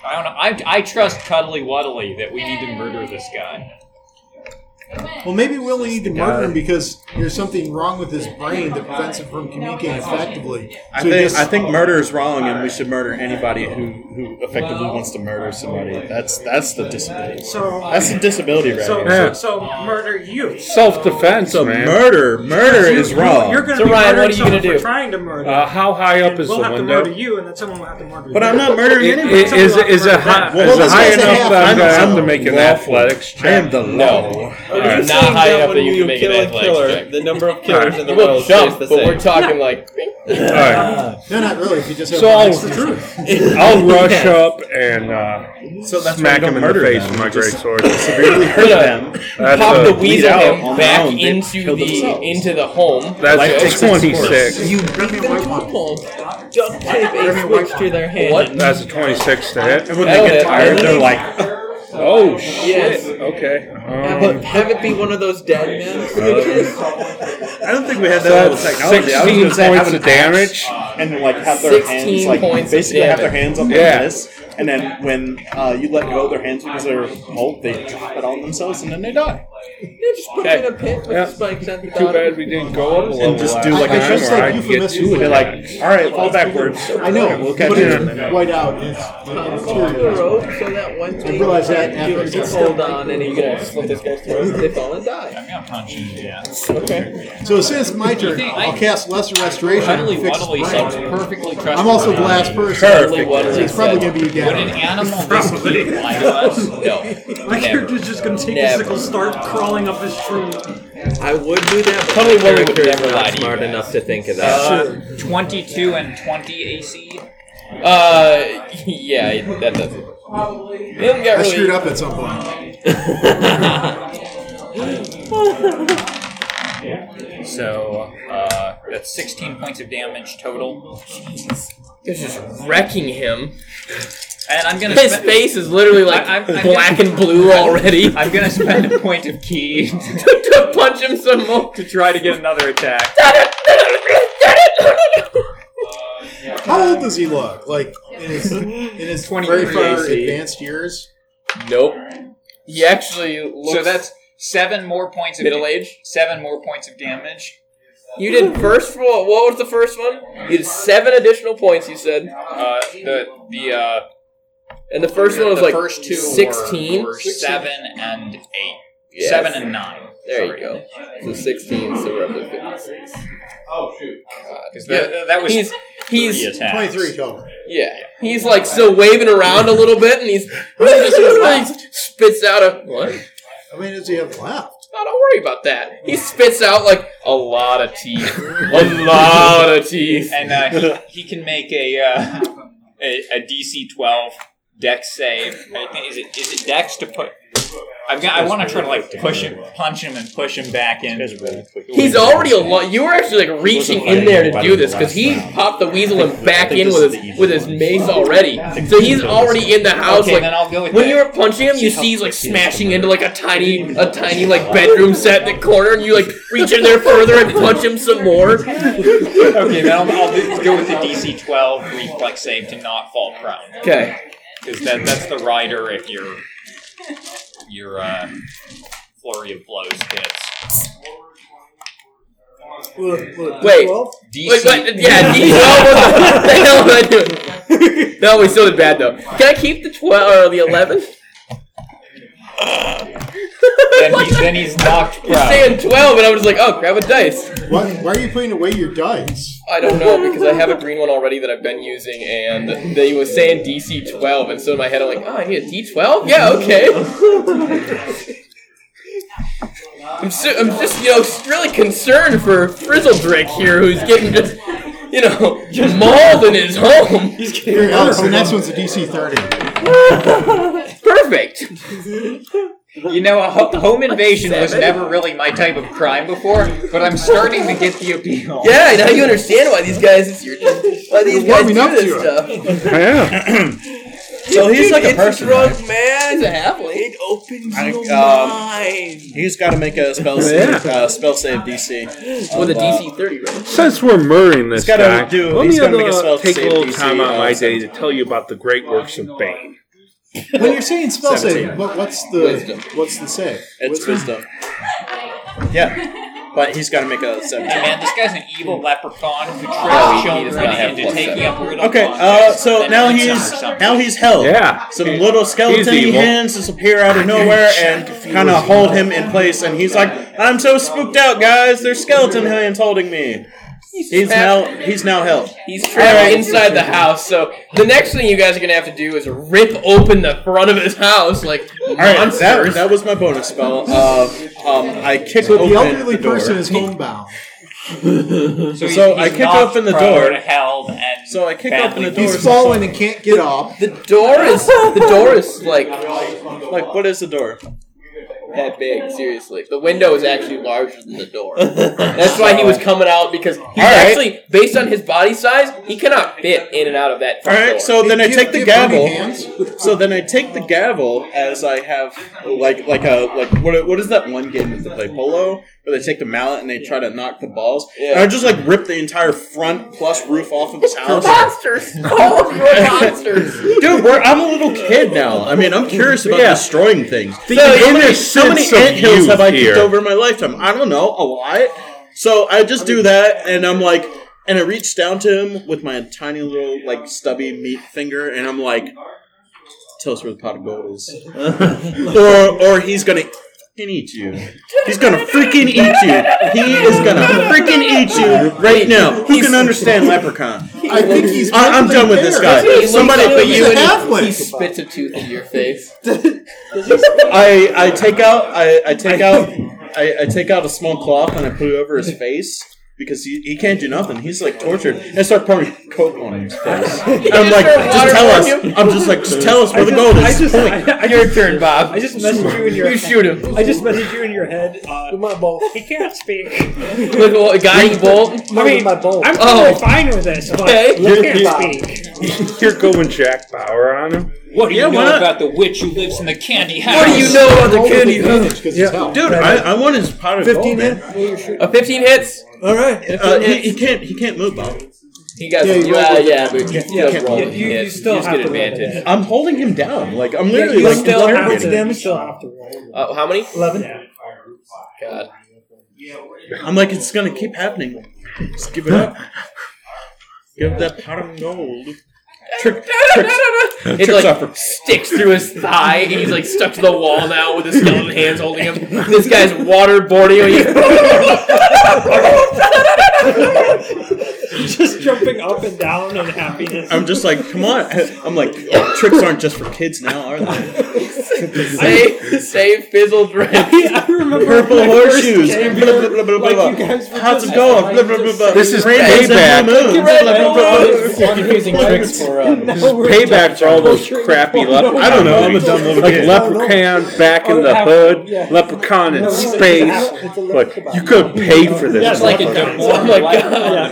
Speaker 5: I don't know. I, I trust Cuddly Wuddly that we need to murder this guy.
Speaker 1: Well, maybe we only need to murder
Speaker 5: guy.
Speaker 1: him because there's something wrong with his brain that prevents him from communicating effectively.
Speaker 8: I
Speaker 1: So he
Speaker 8: think,
Speaker 1: just-
Speaker 8: I think murder is wrong, and we should murder anybody who, who effectively wants to murder somebody. That's that's the disability.
Speaker 9: So-
Speaker 8: that's the disability right
Speaker 9: So,
Speaker 8: here.
Speaker 9: so, so murder you.
Speaker 10: Self defense,
Speaker 8: So
Speaker 10: man.
Speaker 8: murder, murder
Speaker 9: You-
Speaker 8: is wrong.
Speaker 9: You're going to be murdering someone for trying to murder.
Speaker 10: Uh, how high up is
Speaker 9: we'll
Speaker 10: the
Speaker 9: have
Speaker 10: window?
Speaker 9: to murder you, and then someone will have to murder you.
Speaker 10: But I'm not
Speaker 8: murdering
Speaker 10: I-
Speaker 8: anybody.
Speaker 10: i- Is,
Speaker 8: Someone
Speaker 10: is
Speaker 8: will
Speaker 10: it
Speaker 8: have to murder that.
Speaker 10: high, is
Speaker 8: Well,
Speaker 10: it
Speaker 8: this
Speaker 10: high
Speaker 8: is a
Speaker 10: enough
Speaker 8: half-
Speaker 10: that I'm
Speaker 8: I'm
Speaker 10: going to
Speaker 8: the
Speaker 10: have to make an
Speaker 8: lawful.
Speaker 10: athletics check?
Speaker 8: I am the
Speaker 10: no.
Speaker 8: law.
Speaker 10: All
Speaker 2: It's
Speaker 10: right.
Speaker 2: not high enough that you can make an athletics check.
Speaker 7: The number of
Speaker 2: killers in the world stays the same. like.
Speaker 1: No, not really. If you just have
Speaker 10: So
Speaker 1: one
Speaker 10: I'll,
Speaker 1: extra truth.
Speaker 10: I'll rush up and uh,
Speaker 8: So that's
Speaker 10: smack
Speaker 8: why we don't
Speaker 10: him in the
Speaker 8: murder
Speaker 10: face
Speaker 8: them.
Speaker 10: with my
Speaker 8: We just
Speaker 10: greatsword.
Speaker 8: severely hurt them.
Speaker 10: That's
Speaker 2: pop
Speaker 10: a-
Speaker 2: the
Speaker 10: bleed
Speaker 2: weasel
Speaker 10: out
Speaker 2: him
Speaker 10: on
Speaker 2: back
Speaker 10: their own. They
Speaker 2: into
Speaker 8: kill
Speaker 2: the
Speaker 8: themselves.
Speaker 2: into the home.
Speaker 10: That's Life takes its 26. course.
Speaker 2: You beat them to a pulp. Duct tape a switch to their hand.
Speaker 10: What? That's a 26 to hit. Um,
Speaker 8: And when they get tired, they're like,
Speaker 10: oh shit.
Speaker 2: Yes.
Speaker 10: Okay.
Speaker 2: But have it be one of those dead men switches.
Speaker 8: I don't think we have
Speaker 10: So
Speaker 8: that level
Speaker 10: that's
Speaker 8: of technology. I was
Speaker 10: 16
Speaker 8: gonna say, have
Speaker 10: points
Speaker 8: an
Speaker 10: of damage.
Speaker 8: axe And then, like, have their
Speaker 2: 16
Speaker 8: hands, like,
Speaker 2: points of
Speaker 8: basically have their
Speaker 2: damage.
Speaker 8: hands up like
Speaker 10: Yeah.
Speaker 8: this. And then when uh, you let go of their hands because they're old, they drop it on themselves and then they die.
Speaker 2: They just put him in a pit with
Speaker 10: Yeah.
Speaker 2: spikes at the
Speaker 10: Too
Speaker 2: bottom.
Speaker 10: bad we didn't go up a level
Speaker 8: And just do like
Speaker 1: I- I
Speaker 8: a
Speaker 1: just
Speaker 8: shimmer.
Speaker 1: said
Speaker 10: I get
Speaker 1: euphemistically.
Speaker 10: to it. Like, all right, fall backwards.
Speaker 1: I know,
Speaker 10: We'll catch
Speaker 1: but
Speaker 10: you
Speaker 1: it's
Speaker 10: in a minute.
Speaker 1: white out. It's
Speaker 2: On the rope, so that one thing
Speaker 1: realize that
Speaker 2: you
Speaker 1: after
Speaker 2: can
Speaker 1: it's
Speaker 2: hold
Speaker 1: done.
Speaker 2: on and you can slip this guy's throat. They fall and
Speaker 5: I
Speaker 2: die.
Speaker 5: mean, I'm punching. Yeah.
Speaker 2: Okay.
Speaker 1: So since it's my turn, I'll cast Lesser Restoration.
Speaker 5: Cuddly
Speaker 1: and fix his
Speaker 5: Wuddly
Speaker 1: brain.
Speaker 5: sounds perfectly trustworthy.
Speaker 1: I'm also the last person.
Speaker 2: Perfect.
Speaker 1: So it's probably going to be you
Speaker 5: Would an
Speaker 1: down.
Speaker 5: animal this big lie to us?
Speaker 2: No.
Speaker 9: My
Speaker 2: Never.
Speaker 9: character's just going to take
Speaker 2: Never.
Speaker 9: his sickle, start crawling up his tree.
Speaker 7: I would do that. But
Speaker 2: Totally
Speaker 7: my
Speaker 2: willing to
Speaker 7: character is
Speaker 2: never lie
Speaker 7: not
Speaker 2: to you
Speaker 7: smart
Speaker 2: guys.
Speaker 7: enough to think of that.
Speaker 2: Uh,
Speaker 5: 22 and 20 AC.
Speaker 2: uh, yeah, that does it. Liam got
Speaker 1: I
Speaker 2: really-
Speaker 1: screwed up at some point.
Speaker 5: So uh, that's 16 points of damage total.
Speaker 2: It's just wrecking him.
Speaker 5: And I'm gonna.
Speaker 2: His
Speaker 5: spend-
Speaker 2: face is literally like
Speaker 5: I- I'm- I'm
Speaker 2: black
Speaker 5: gonna-
Speaker 2: and blue already.
Speaker 5: I'm gonna spend a point of key to
Speaker 2: to punch him some more.
Speaker 5: try to get another attack.
Speaker 1: How old does he look? Like in his, in his
Speaker 5: 20
Speaker 1: very far
Speaker 5: AC.
Speaker 1: advanced years?
Speaker 2: Nope. He actually looks
Speaker 5: So that's seven more points of
Speaker 2: middle age.
Speaker 5: Seven more points of damage.
Speaker 2: You did first. What what was the first one? You did seven additional points. You said,
Speaker 5: Uh, the the uh,
Speaker 2: and the first one was
Speaker 5: the
Speaker 2: like
Speaker 5: first two
Speaker 2: sixteen.
Speaker 5: were, were seven and eight.
Speaker 2: Yes.
Speaker 5: Seven and nine.
Speaker 2: There you go. So sixteen. So we're up to fifty-six.
Speaker 5: Because that was
Speaker 2: He's he's
Speaker 5: three attacks.
Speaker 1: 23 total.
Speaker 2: Yeah, he's like still waving around a little bit, and he's he spits out a what?
Speaker 1: How many does he have left?
Speaker 2: No, don't worry about that. He spits out like a lot of teeth, a lot of teeth,
Speaker 5: and uh, he, he can make a, uh, a a DC twelve Dex save. I think- Is it is it Dex to put? I've got, I want to try to like push him, punch him, and push him back in.
Speaker 2: He's already a lot. You were actually like reaching in there to do this because he popped the weasel and back in with his with his mace already. So he's already in the house.
Speaker 5: Okay,
Speaker 2: like
Speaker 5: then I'll go with
Speaker 2: when
Speaker 5: that.
Speaker 2: you were punching him, you see he's like smashing into like a tiny a tiny like bedroom set in the corner, and you like reach in there further and punch him some more.
Speaker 5: okay, then I'll, I'll do- go with the DC twelve reflex save to not fall prone.
Speaker 2: Okay.
Speaker 5: because that that's the rider if your your uh, flurry of blows hits.
Speaker 2: Wait.
Speaker 5: DC.
Speaker 2: Wait, but, yeah, DC. Oh, what the hell am I doing? No, we still did bad though. Can I keep the twelve or the eleven?
Speaker 5: then, he's, then he's knocked
Speaker 2: You're saying twelve, and I was like, oh, grab a dice.
Speaker 1: Why, why are you putting away your dice?
Speaker 2: I don't know because I have a green one already that I've been using, and they were saying DC twelve, and so in my head I'm like, oh, I need a D twelve. Yeah, okay. I'm, so, I'm just you know really concerned for Frizzledrick here, who's getting just you know just mauled in his home.
Speaker 1: Here, Alex, the next one's a DC 30.
Speaker 2: Perfect.
Speaker 5: You know, a ho- home invasion was never really my type of crime before, but I'm starting to get the appeal.
Speaker 2: Yeah, now you understand why these guys it's your, why these guys do
Speaker 5: warming up
Speaker 2: this
Speaker 5: to it.
Speaker 2: stuff.
Speaker 10: Yeah.
Speaker 8: So he's like a
Speaker 2: It's
Speaker 8: person,
Speaker 2: drunk
Speaker 8: right?
Speaker 2: man. He's a halfling. It opens
Speaker 8: I-
Speaker 2: your
Speaker 8: um,
Speaker 2: mind.
Speaker 8: He's got to make a spell save, uh, spell save DC.
Speaker 2: With a
Speaker 8: of, uh,
Speaker 2: DC thirty, right?
Speaker 10: Since we're murdering this
Speaker 8: He's gotta
Speaker 10: guy,
Speaker 8: do-
Speaker 10: let me
Speaker 8: he's gotta make
Speaker 10: uh,
Speaker 8: a spell
Speaker 10: take a
Speaker 8: save
Speaker 10: little
Speaker 8: DC,
Speaker 10: time out of
Speaker 8: uh,
Speaker 10: my day to tell you about the great works of Bane.
Speaker 1: When you're saying spell save,
Speaker 10: Seventeen.
Speaker 1: what, what's the
Speaker 8: Wisdom.
Speaker 1: what's the save?
Speaker 8: It's wisdom. Yeah, but he's got to make a seventeen.
Speaker 5: Hey man, this guy's an evil leprechaun who tricks
Speaker 8: Oh, he does
Speaker 5: children
Speaker 8: not have
Speaker 5: into
Speaker 8: plus
Speaker 5: taking
Speaker 8: seven.
Speaker 5: up riddle
Speaker 8: Okay, uh,
Speaker 5: contests
Speaker 8: so
Speaker 5: and
Speaker 8: now
Speaker 5: then
Speaker 8: he's
Speaker 5: some- some-
Speaker 8: now he's held.
Speaker 10: Yeah.
Speaker 8: Some little skeleton
Speaker 10: He's evil.
Speaker 8: hands just appear out of nowhere and kind of hold him in place, and he's like, "I'm so spooked out, guys. There's skeleton hands holding me." He's now he's now held.
Speaker 2: He's trapped inside the house, so the next thing you guys are gonna have to do is rip open the front of his house like
Speaker 8: All right, that,
Speaker 2: monsters.
Speaker 8: that was my bonus spell. Uh, um, I kick
Speaker 1: So
Speaker 8: open
Speaker 1: the elderly
Speaker 8: door.
Speaker 1: person is homebound.
Speaker 8: So,
Speaker 5: he's-
Speaker 8: I
Speaker 5: he's
Speaker 8: kick
Speaker 5: knocked
Speaker 8: open the
Speaker 5: prone
Speaker 8: door.
Speaker 5: and held and
Speaker 8: So I kick
Speaker 5: badly
Speaker 8: open the door.
Speaker 1: He's fallen and can't get up.
Speaker 2: the door is the door is like
Speaker 8: Like, what is the door?
Speaker 2: that big. Seriously, the window is actually larger than the door. That's why he was coming out because he's actually based on his body size, he cannot fit in and out of that.
Speaker 8: All
Speaker 2: front door.
Speaker 8: right, so then I
Speaker 1: Give-
Speaker 8: take the
Speaker 1: give Bernie
Speaker 8: gavel.
Speaker 1: hands.
Speaker 8: So then I take the gavel as I have like like a like what what is that one game that they play polo where they take the mallet and they try to knock the balls and I just like rip the entire front plus roof off of his house.
Speaker 2: monsters, all of your monsters.
Speaker 8: Dude, we're, I'm a little kid now. I mean, I'm curious about destroying things.
Speaker 10: The
Speaker 8: how many,
Speaker 10: innocence
Speaker 8: how many
Speaker 10: of
Speaker 8: ant hills
Speaker 10: youth
Speaker 8: have I
Speaker 10: here.
Speaker 8: kicked over in my lifetime? I don't know, a lot. So I just do that, and I'm like, and I reach down to him with my tiny little like stubby meat finger, and I'm like, tell us where the pot of gold is, or or he's gonna. Fucking eat you. He's gonna freaking eat you. He is gonna freaking eat you right now. Who can understand Leprechaun?
Speaker 1: I think he's.
Speaker 8: I- I'm done with this guy.
Speaker 1: mentally
Speaker 2: He's
Speaker 8: Somebody
Speaker 2: like,
Speaker 8: put
Speaker 2: he's
Speaker 8: you
Speaker 2: a
Speaker 8: in a-
Speaker 2: halfling. He
Speaker 1: halfway.
Speaker 2: spits a tooth in your face.
Speaker 8: I I take out I, I take out I, I take out a small cloth and I put it over his face because he, he can't do nothing. He's like tortured. And I start pouring coke on his face. And I'm like,
Speaker 2: Water
Speaker 8: just tell
Speaker 2: on
Speaker 8: us.
Speaker 2: him.
Speaker 8: I'm just like, just tell us where the gold
Speaker 9: I
Speaker 8: is.
Speaker 9: just,
Speaker 8: Point.
Speaker 9: I, I
Speaker 2: Your
Speaker 9: just,
Speaker 2: turn, Bob.
Speaker 9: I just messaged you in your.
Speaker 2: You shoot him.
Speaker 9: I just messaged you in your head. Uh, with my bowl. He can't speak.
Speaker 2: With a guiding bolt.
Speaker 9: I mean, my bowl. I'm
Speaker 2: Oh.
Speaker 9: totally fine with this, but
Speaker 2: Okay.
Speaker 9: he
Speaker 10: You're-
Speaker 9: can't speak.
Speaker 10: You're going Jack Bauer on him.
Speaker 5: What do you
Speaker 8: Yeah, why
Speaker 5: know
Speaker 8: not?
Speaker 5: about the witch who lives in the candy house?
Speaker 2: What do you know about the
Speaker 1: Roll with
Speaker 2: candy?
Speaker 1: advantage 'cause it's hell.
Speaker 8: Dude, I, I want his pot of gold.
Speaker 13: 15
Speaker 8: Man.
Speaker 13: hit? Well, you're shooting.
Speaker 2: A 15 Uh, hits.
Speaker 13: All right.
Speaker 8: Uh, he, he can't he can't move Bob.
Speaker 2: He got
Speaker 1: Yeah,
Speaker 2: yeah,
Speaker 1: you roll
Speaker 2: yeah,
Speaker 1: with
Speaker 2: yeah, but you
Speaker 9: Yeah,
Speaker 2: still roll.
Speaker 9: you- you
Speaker 2: hits.
Speaker 9: still
Speaker 2: just
Speaker 9: have
Speaker 2: get
Speaker 9: to roll
Speaker 2: advantage.
Speaker 8: I'm holding him down. Like I'm
Speaker 13: Yeah,
Speaker 8: literally
Speaker 13: you
Speaker 8: like
Speaker 13: still have
Speaker 8: blocking
Speaker 13: what's
Speaker 8: him.
Speaker 13: damage? Still have to roll.
Speaker 2: Uh, how many?
Speaker 13: Eleven.
Speaker 2: God.
Speaker 8: I'm like it's gonna keep happening. Just give it up. Give that pot of gold. Trick, tricks,
Speaker 2: It like
Speaker 8: Trips off.
Speaker 2: sticks through his thigh, and he's like stuck to the wall now with his skeleton hands holding him. This guy's waterboarding him.
Speaker 9: Just jumping up and down in happiness.
Speaker 8: I'm just like, come on. I'm like, tricks aren't just for kids now, are they?
Speaker 2: Save, save fizzled red.
Speaker 3: I remember
Speaker 8: Purple
Speaker 3: when I first
Speaker 8: horseshoes.
Speaker 3: came
Speaker 8: Blah,
Speaker 3: here,
Speaker 8: blah, blah, blah,
Speaker 3: like,
Speaker 8: blah.
Speaker 3: you guys were
Speaker 8: How's
Speaker 3: just
Speaker 8: it going?
Speaker 3: like
Speaker 8: Blah, blah, blah, blah.
Speaker 15: This is
Speaker 8: Rainbows and
Speaker 15: payback.
Speaker 8: blue moons.
Speaker 15: Red
Speaker 8: Blah, blah, blah, blah.
Speaker 15: This is confusing tricks for, uh,
Speaker 10: This is payback for all those
Speaker 8: Oh,
Speaker 10: crappy leprechaun.
Speaker 15: I don't know, I'm a
Speaker 10: movies.
Speaker 15: dumb little
Speaker 10: Like
Speaker 15: kid.
Speaker 10: leprechaun back in the hood, leprechaun in space. Like you could pay for this.
Speaker 15: That's like a
Speaker 10: motherfucker.
Speaker 15: dumb- Oh my God.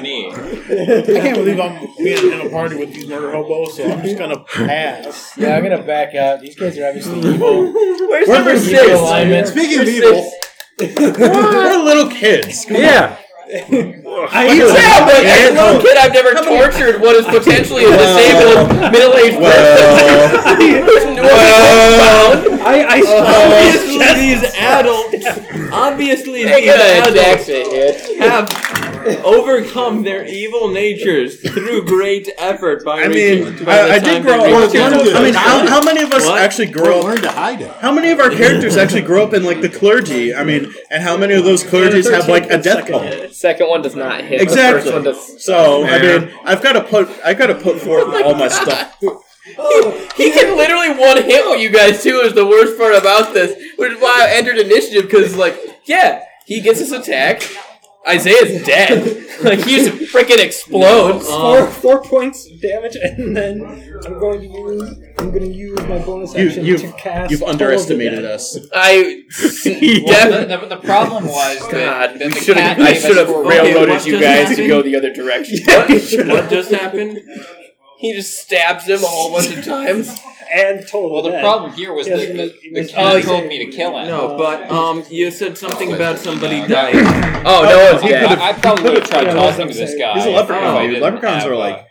Speaker 8: I can't believe I'm being in a party with these murder hobos, so I'm just gonna pass.
Speaker 7: Yeah, I'm gonna back out. These kids are obviously evil.
Speaker 2: Where's
Speaker 7: We're
Speaker 2: number
Speaker 7: in
Speaker 2: six?
Speaker 7: alignment.
Speaker 1: Speaking
Speaker 2: of
Speaker 1: evil,
Speaker 8: we're little kids.
Speaker 10: Yeah.
Speaker 2: I yeah, but as a little kid, I've never tortured what is potentially a disabled middle-aged person.
Speaker 3: I, I
Speaker 2: obviously,
Speaker 8: these
Speaker 2: adults, obviously,
Speaker 16: They
Speaker 2: these
Speaker 16: got a
Speaker 2: adults
Speaker 16: Jackson hit.
Speaker 2: have overcome their evil natures through great effort. By
Speaker 8: I mean,
Speaker 2: reaching- by the
Speaker 8: I, I
Speaker 2: time
Speaker 8: did grow
Speaker 2: they
Speaker 8: up.
Speaker 2: reach
Speaker 8: I mean, how, how many of us
Speaker 2: What?
Speaker 8: actually grow up?
Speaker 1: learn to hide it.
Speaker 8: How many of our characters actually grow up in like the clergy? I mean, and how many of those clergies have like a death cult?
Speaker 16: Second one does not hit. The Oh first one
Speaker 8: Exactly.
Speaker 16: does.
Speaker 8: So I
Speaker 10: Yeah.
Speaker 8: mean, I've got to put I've got to put forth all my stuff.
Speaker 2: He can literally one hit what you guys do is the worst part about this, which is why I entered initiative because like yeah, he gets his attack. Isaiah's dead. like he just freaking explodes.
Speaker 3: Four, four points of damage, and then I'm going to use I'm going to use my bonus
Speaker 8: You
Speaker 3: action to
Speaker 8: you
Speaker 3: cast.
Speaker 8: you've
Speaker 3: all of
Speaker 8: underestimated
Speaker 3: the-
Speaker 8: us.
Speaker 2: I
Speaker 5: Well,
Speaker 2: yeah.
Speaker 5: the, the, the problem was that,
Speaker 2: God,
Speaker 5: that
Speaker 2: we
Speaker 5: the
Speaker 2: should have.
Speaker 5: cat gave
Speaker 2: I
Speaker 5: us
Speaker 2: should have
Speaker 5: four
Speaker 2: railroaded
Speaker 5: wounds.
Speaker 2: you guys to go the other direction. what, what just happened? He just stabs him a whole bunch of times.
Speaker 3: And total.
Speaker 5: Well, the
Speaker 3: death.
Speaker 5: problem here was
Speaker 3: Yes,
Speaker 5: that the,
Speaker 3: it
Speaker 5: the
Speaker 3: was-
Speaker 5: cat
Speaker 2: Oh,
Speaker 5: told me to kill him.
Speaker 2: No, but um, you said something about somebody
Speaker 5: No,
Speaker 2: dying.
Speaker 16: Oh, no one's
Speaker 5: I,
Speaker 16: dead.
Speaker 5: I, I probably would have tried
Speaker 3: Yeah,
Speaker 5: talking to
Speaker 3: that's
Speaker 5: this
Speaker 3: insane.
Speaker 5: guy.
Speaker 8: He's a leprechaun,
Speaker 5: if I
Speaker 8: dude.
Speaker 5: didn't
Speaker 8: Leprechauns
Speaker 5: have,
Speaker 8: are
Speaker 5: uh,
Speaker 8: like-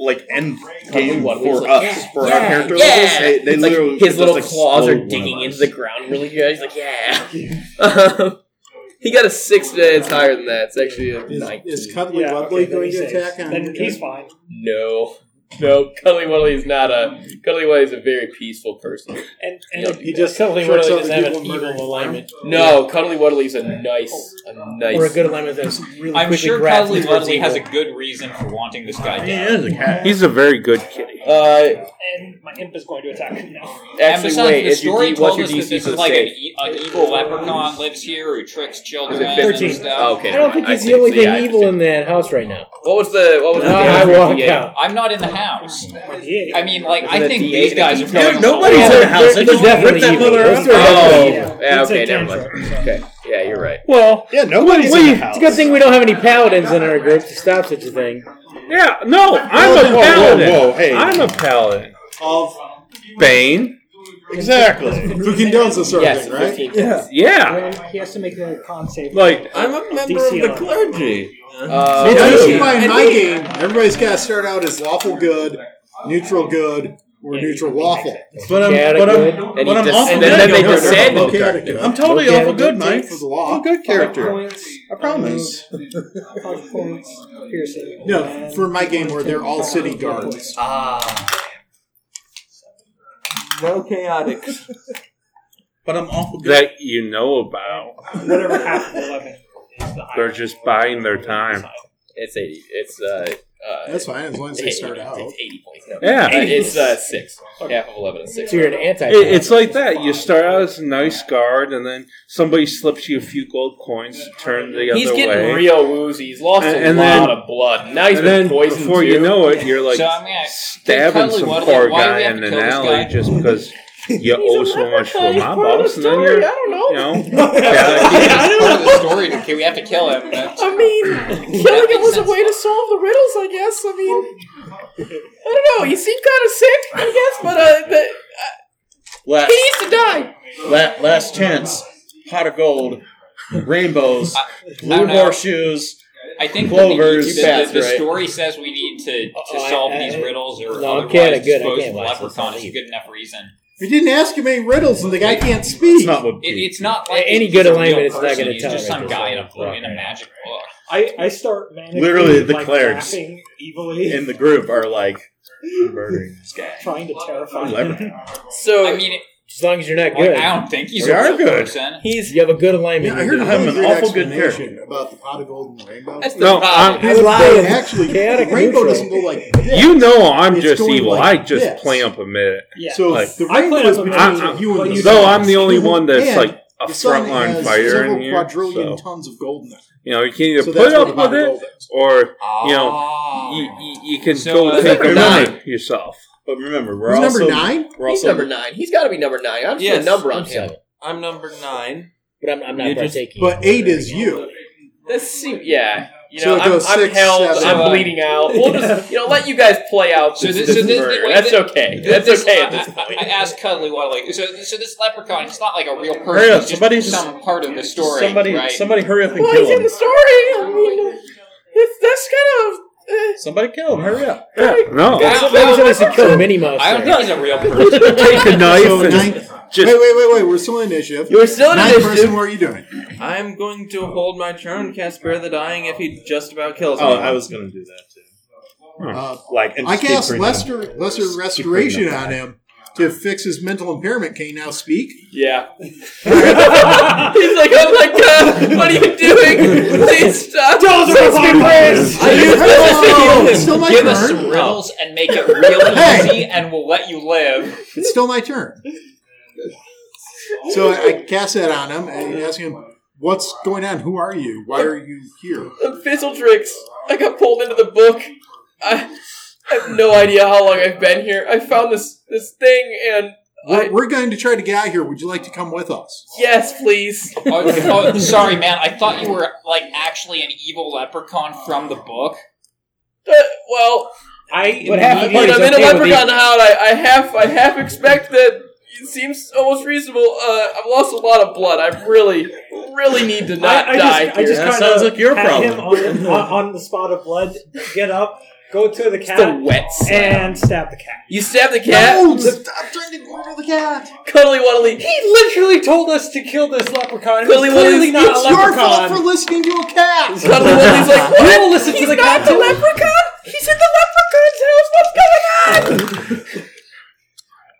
Speaker 8: Like end game
Speaker 2: what?
Speaker 8: for
Speaker 2: Like,
Speaker 8: us for our character levels. They, they
Speaker 2: It's like
Speaker 8: literally
Speaker 2: his
Speaker 8: just
Speaker 2: little claws
Speaker 8: explode
Speaker 2: are
Speaker 8: one
Speaker 2: digging
Speaker 8: of
Speaker 2: into
Speaker 8: us.
Speaker 2: the ground really good. He's like, yeah. he got a six. uh, It's higher than that. It's actually a nine.
Speaker 1: Is, is Cuddly
Speaker 3: Yeah,
Speaker 1: Wubbly
Speaker 3: okay, then
Speaker 1: going
Speaker 3: he
Speaker 1: to
Speaker 3: saves.
Speaker 1: attack on
Speaker 3: Then he's fine.
Speaker 2: No, no. Cuddly Wuddly is not a Cuddly Wuddly is a very peaceful person.
Speaker 3: And, and
Speaker 2: Yep.
Speaker 1: He just
Speaker 7: Totally
Speaker 1: tricks
Speaker 7: really
Speaker 1: out
Speaker 7: doesn't
Speaker 1: the
Speaker 7: have
Speaker 1: people
Speaker 7: an
Speaker 1: murdering.
Speaker 7: evil alignment.
Speaker 2: No, Cuddly Wuddly is a nice, a nice.
Speaker 7: Or a good alignment that's really
Speaker 5: I'm
Speaker 7: quickly
Speaker 5: sure
Speaker 7: grasping
Speaker 5: Cuddly
Speaker 7: towards
Speaker 5: Wuddly has a
Speaker 7: evil.
Speaker 5: good reason for wanting this guy
Speaker 8: He
Speaker 5: dead.
Speaker 8: is a cat.
Speaker 10: He's a very good kitty.
Speaker 2: Uh,
Speaker 3: and my imp is going to attack him now.
Speaker 5: And
Speaker 2: actually,
Speaker 5: besides,
Speaker 2: wait.
Speaker 5: the
Speaker 2: Is your
Speaker 5: story
Speaker 2: D, what's
Speaker 5: told
Speaker 2: your
Speaker 5: us that
Speaker 2: DC
Speaker 5: this
Speaker 2: for
Speaker 5: is like an,
Speaker 2: save?
Speaker 5: e- an evil leprechaun lives here who tricks
Speaker 2: Was
Speaker 5: children
Speaker 2: it
Speaker 5: and
Speaker 2: fifteen? Oh,
Speaker 5: stuff.
Speaker 2: okay.
Speaker 7: I don't think
Speaker 2: never
Speaker 7: he's the
Speaker 2: mind. I
Speaker 7: only
Speaker 2: see.
Speaker 7: thing
Speaker 2: Yeah, I
Speaker 7: evil in
Speaker 2: understand.
Speaker 7: that house right now.
Speaker 2: What was the what was
Speaker 8: Uh,
Speaker 7: No,
Speaker 2: the
Speaker 7: I walk
Speaker 2: damage?
Speaker 7: out.
Speaker 5: I'm not in the house.
Speaker 3: Yeah.
Speaker 5: I mean, like,
Speaker 2: Is it
Speaker 5: I
Speaker 2: a
Speaker 5: think
Speaker 2: D8
Speaker 5: these guys are
Speaker 2: that
Speaker 5: going
Speaker 8: Dude, nobody's in the house. I
Speaker 7: They're
Speaker 8: just ripped
Speaker 7: definitely
Speaker 8: that
Speaker 7: evil.
Speaker 8: mother
Speaker 7: Those two
Speaker 8: out.
Speaker 7: are
Speaker 2: Oh,
Speaker 7: definitely evil.
Speaker 2: yeah.
Speaker 3: It's a
Speaker 2: Okay, never mind.
Speaker 3: tantrum,
Speaker 2: Okay, yeah, you're right.
Speaker 10: Well,
Speaker 8: Yeah, nobody's in the house.
Speaker 7: It's a good thing we don't have any paladins in our group to stop such a thing.
Speaker 10: yeah, no, I'm
Speaker 8: Whoa,
Speaker 10: a
Speaker 8: whoa, whoa,
Speaker 10: paladin.
Speaker 8: whoa, hey.
Speaker 10: I'm a paladin.
Speaker 1: Of
Speaker 10: Bane.
Speaker 8: Exactly.
Speaker 1: who condones this sort of
Speaker 2: Yes,
Speaker 1: thing, right?
Speaker 2: fifteen.
Speaker 3: Yeah.
Speaker 10: Yeah,
Speaker 3: And he has to make another con save.
Speaker 10: like
Speaker 2: I'm a member
Speaker 3: DC
Speaker 2: of the
Speaker 3: on.
Speaker 2: clergy.
Speaker 1: Yeah,
Speaker 2: Yeah,
Speaker 1: this
Speaker 2: yeah.
Speaker 1: is why in
Speaker 2: And
Speaker 1: my
Speaker 2: we-
Speaker 1: game, everybody's got to start out as lawful good, neutral good, or neutral lawful.
Speaker 8: But I'm,
Speaker 7: Chaotic
Speaker 8: but
Speaker 7: good.
Speaker 8: I'm,
Speaker 2: And
Speaker 8: but
Speaker 2: he
Speaker 8: I'm
Speaker 2: just-
Speaker 8: awful
Speaker 2: and then
Speaker 8: good.
Speaker 2: they
Speaker 8: I'm
Speaker 2: just
Speaker 8: awful
Speaker 2: said-
Speaker 8: good.
Speaker 1: Okay,
Speaker 8: I'm totally
Speaker 7: Chaotic
Speaker 8: awful good,
Speaker 7: good
Speaker 8: Mike.
Speaker 1: for the
Speaker 8: I'm a
Speaker 1: law.
Speaker 8: good character.
Speaker 3: Points,
Speaker 8: I promise.
Speaker 3: five points, piercing.
Speaker 1: No, for my game where they're all city guards.
Speaker 2: Ah. No chaotic.
Speaker 8: But I'm awful good.
Speaker 10: that you know about.
Speaker 3: Whatever half of eleven is the
Speaker 10: They're
Speaker 3: highest.
Speaker 10: just buying their time.
Speaker 2: It's eighty. It's uh. uh
Speaker 1: That's fine as long as they
Speaker 2: it's
Speaker 1: start
Speaker 2: 80,
Speaker 1: out.
Speaker 2: It's eighty points. No,
Speaker 10: Yeah.
Speaker 2: uh, it's uh six. Half of eleven is six.
Speaker 7: So you're an anti.
Speaker 10: It, it's like that. You start out as a nice guard, and then somebody slips you a few gold coins to turn the
Speaker 2: He's
Speaker 10: other
Speaker 2: getting
Speaker 10: way.
Speaker 2: real woozy. He's lost
Speaker 10: And-
Speaker 2: a
Speaker 10: and
Speaker 2: lot
Speaker 10: then-
Speaker 2: of blood. Now he's
Speaker 10: and then
Speaker 2: been poisoned
Speaker 10: before
Speaker 2: too.
Speaker 10: you know it, you're like
Speaker 5: So I'm gonna-
Speaker 10: stabbing
Speaker 5: Cuddly
Speaker 10: some
Speaker 5: Wuddly, why do
Speaker 10: poor
Speaker 5: we
Speaker 10: guy
Speaker 5: have
Speaker 10: in
Speaker 5: to
Speaker 10: an
Speaker 5: kill this
Speaker 10: alley
Speaker 5: guy?
Speaker 10: just because you
Speaker 7: Oh,
Speaker 10: owe so much to a mob
Speaker 2: part of
Speaker 10: boss,
Speaker 2: the
Speaker 10: and then
Speaker 2: story,
Speaker 10: you're,
Speaker 2: I
Speaker 10: you know, yeah,
Speaker 5: That's part of the story. Okay, we have to kill him. That's-
Speaker 2: I mean, killing him was a way to solve the riddles, I guess. I mean, I don't know. He seemed kind of sick, I guess, but uh, but he
Speaker 8: La-
Speaker 2: needs to die.
Speaker 8: la- last chance. Pot of gold. Rainbows. Blue
Speaker 5: don't know.
Speaker 8: horseshoes.
Speaker 5: I think
Speaker 8: Clovers,
Speaker 5: the, the,
Speaker 8: fast,
Speaker 5: the,
Speaker 8: right?
Speaker 5: story says we need to, to
Speaker 7: Uh-oh, I-
Speaker 5: solve
Speaker 7: I-
Speaker 5: these riddles or
Speaker 7: No, I'm kinda
Speaker 5: otherwise
Speaker 7: good. I
Speaker 5: dispose
Speaker 7: can't
Speaker 5: of
Speaker 7: watch this.
Speaker 5: leprechaun
Speaker 7: I'll
Speaker 5: is a
Speaker 7: leave.
Speaker 5: good enough reason.
Speaker 1: We didn't ask him any riddles, and the guy can't
Speaker 8: It's
Speaker 1: speak.
Speaker 8: not what
Speaker 5: It, it's not like
Speaker 7: Any
Speaker 5: he's
Speaker 7: good
Speaker 5: a real
Speaker 7: alignment is not
Speaker 5: person.
Speaker 7: gonna
Speaker 5: He's
Speaker 7: tell
Speaker 5: just
Speaker 7: it
Speaker 5: some
Speaker 7: right
Speaker 5: guy in
Speaker 7: now.
Speaker 5: a, book- in a magic book.
Speaker 3: I, I start manically,
Speaker 8: Literally the
Speaker 3: like,
Speaker 8: clerics.
Speaker 3: laughing evilly,
Speaker 8: in the group are like murdering this guy.
Speaker 3: trying to terrify him.
Speaker 8: Leprechaun.
Speaker 2: So
Speaker 5: I mean,
Speaker 6: As long as you're not
Speaker 5: Like,
Speaker 6: good.
Speaker 5: I don't think he's
Speaker 6: We
Speaker 5: a
Speaker 6: are
Speaker 5: real
Speaker 6: good.
Speaker 5: person.
Speaker 6: He's you have a good alignment.
Speaker 1: Yeah, I heard
Speaker 6: You're
Speaker 1: a
Speaker 6: good.
Speaker 1: really great explanation about the pot of gold and the rainbow.
Speaker 6: That's the No, problem. I'm-
Speaker 1: He's
Speaker 6: He's
Speaker 1: lying.
Speaker 6: lying.
Speaker 1: Actually,
Speaker 6: Chaotic
Speaker 1: the rainbow
Speaker 6: neutral.
Speaker 1: doesn't go like this.
Speaker 10: You know I'm
Speaker 1: It's
Speaker 10: just
Speaker 1: going
Speaker 10: evil.
Speaker 1: like
Speaker 10: I just
Speaker 1: this.
Speaker 10: play up a minute.
Speaker 1: Yeah. So
Speaker 10: like,
Speaker 1: the rainbow is
Speaker 10: I'm-
Speaker 1: between
Speaker 10: I'm-
Speaker 1: you and the
Speaker 10: though
Speaker 1: sun.
Speaker 10: I'm the only one that's
Speaker 1: And
Speaker 10: like a
Speaker 1: the sun
Speaker 10: frontline
Speaker 1: has
Speaker 10: fighter
Speaker 1: several
Speaker 10: in here.
Speaker 1: quadrillion
Speaker 10: So,
Speaker 1: tons of gold in it.
Speaker 10: you know, you can either
Speaker 1: So
Speaker 10: put
Speaker 1: that's
Speaker 10: up
Speaker 1: what
Speaker 10: with
Speaker 1: the
Speaker 10: it
Speaker 1: Bible
Speaker 10: or you know
Speaker 5: Ah.
Speaker 10: you, you, you can go
Speaker 7: uh,
Speaker 10: take a
Speaker 7: number nine.
Speaker 10: nine yourself.
Speaker 8: But remember,
Speaker 7: we're Who's number also- nine? we're
Speaker 2: He's
Speaker 7: also-
Speaker 2: number nine. He's got to be number nine. I'm seeing a
Speaker 7: Yes,
Speaker 2: number on
Speaker 7: I'm
Speaker 2: him.
Speaker 7: seven. I'm number nine.
Speaker 6: But I'm, I'm not
Speaker 7: You just-
Speaker 6: partaking.
Speaker 1: But eight is you.
Speaker 2: This seem yeah. You
Speaker 1: So
Speaker 2: know,
Speaker 1: it
Speaker 2: I'm,
Speaker 1: goes
Speaker 2: I'm
Speaker 1: six,
Speaker 2: held.
Speaker 1: seven.
Speaker 2: I'm bleeding out. We'll just you know let you guys play out
Speaker 5: So
Speaker 2: this,
Speaker 5: this-
Speaker 2: this,
Speaker 5: so this-
Speaker 2: murder.
Speaker 5: wait,
Speaker 2: That's
Speaker 5: this-
Speaker 2: okay.
Speaker 5: this-
Speaker 2: That's okay at this
Speaker 5: I,
Speaker 2: point.
Speaker 5: I asked Cuddly what like so. So this leprechaun, it's not like a real
Speaker 4: Hurry
Speaker 5: person.
Speaker 4: up,
Speaker 5: it's just
Speaker 4: somebody just-
Speaker 5: some part of the story.
Speaker 4: Somebody,
Speaker 5: right?
Speaker 4: somebody, hurry up and
Speaker 2: Well,
Speaker 4: kill
Speaker 2: he's
Speaker 4: him.
Speaker 2: in the story. I mean, it's, that's kind of. eh,
Speaker 4: Somebody kill him. Hurry up.
Speaker 10: No.
Speaker 4: Yeah,
Speaker 6: Somebody said I should kill Minnie Mouse.
Speaker 5: I don't
Speaker 6: there.
Speaker 5: think he's a real person.
Speaker 10: Take a knife
Speaker 1: So
Speaker 10: and
Speaker 1: ninth-
Speaker 10: just-
Speaker 1: wait, wait, wait, wait. We're still in initiative.
Speaker 2: You're still in
Speaker 1: Ninth
Speaker 2: initiative.
Speaker 1: person, what are you doing?
Speaker 7: I'm going to hold my turn, cast spare the dying if he just about kills me.
Speaker 8: Oh, I was gonna do that too.
Speaker 1: Uh,
Speaker 8: Like, and
Speaker 1: I
Speaker 8: just
Speaker 1: cast
Speaker 8: keep reading.
Speaker 1: lesser lesser
Speaker 8: Just keep
Speaker 1: restoration
Speaker 8: reading.
Speaker 1: on him to fix his mental impairment. Can you now speak?
Speaker 2: Yeah. He's like, oh my god, what are you doing? Please stop. Don't I use
Speaker 1: Oh, it's
Speaker 2: this
Speaker 1: still my
Speaker 5: Give us some
Speaker 1: turn.
Speaker 5: riddles and make it real
Speaker 1: Hey.
Speaker 5: easy, and we'll let you live.
Speaker 1: It's still my turn. So I, I cast that on him and ask him, "What's going on? Who are you? Why are you here?"
Speaker 2: Fizzle tricks. I got pulled into the book. I, I have no idea how long I've been here. I found this this thing and
Speaker 1: We're,
Speaker 2: I,
Speaker 1: we're going to try to get out of here. Would you like to come with us?
Speaker 2: yes, please.
Speaker 5: Oh, oh, sorry, man. I thought you were like actually an evil leprechaun from the book.
Speaker 2: Uh, well,
Speaker 5: I
Speaker 6: What happened?
Speaker 2: when
Speaker 6: He's
Speaker 2: I'm in a
Speaker 6: okay with
Speaker 2: leprechaun
Speaker 6: evil.
Speaker 2: hound, I, I half I half expect that. It seems almost reasonable. Uh, I've lost a lot of blood. I really, really need to not
Speaker 9: I, I
Speaker 2: die
Speaker 9: just, I
Speaker 2: here.
Speaker 9: just
Speaker 8: That
Speaker 9: kinda
Speaker 8: sounds like your
Speaker 9: pat
Speaker 8: problem.
Speaker 9: Him on, on, on the spot of blood, get up, go to the
Speaker 2: It's the
Speaker 9: cat,
Speaker 2: wet slap.
Speaker 9: and stab the cat.
Speaker 2: You stab the cat.
Speaker 1: No, stop trying to murder the cat.
Speaker 2: Cuddly Wuddly.
Speaker 9: He literally told us to kill this leprechaun.
Speaker 2: Clearly
Speaker 9: He's
Speaker 2: one of
Speaker 9: clearly
Speaker 2: these-
Speaker 9: not a
Speaker 1: It's your fault
Speaker 9: leprechaun.
Speaker 1: for listening to a cat.
Speaker 2: Cuddly Wuddly's like, what?
Speaker 9: We'll listen to
Speaker 2: He's
Speaker 9: the cat
Speaker 2: not the
Speaker 9: too."
Speaker 2: leprechaun. He's in the leprechaun's house. What's going on?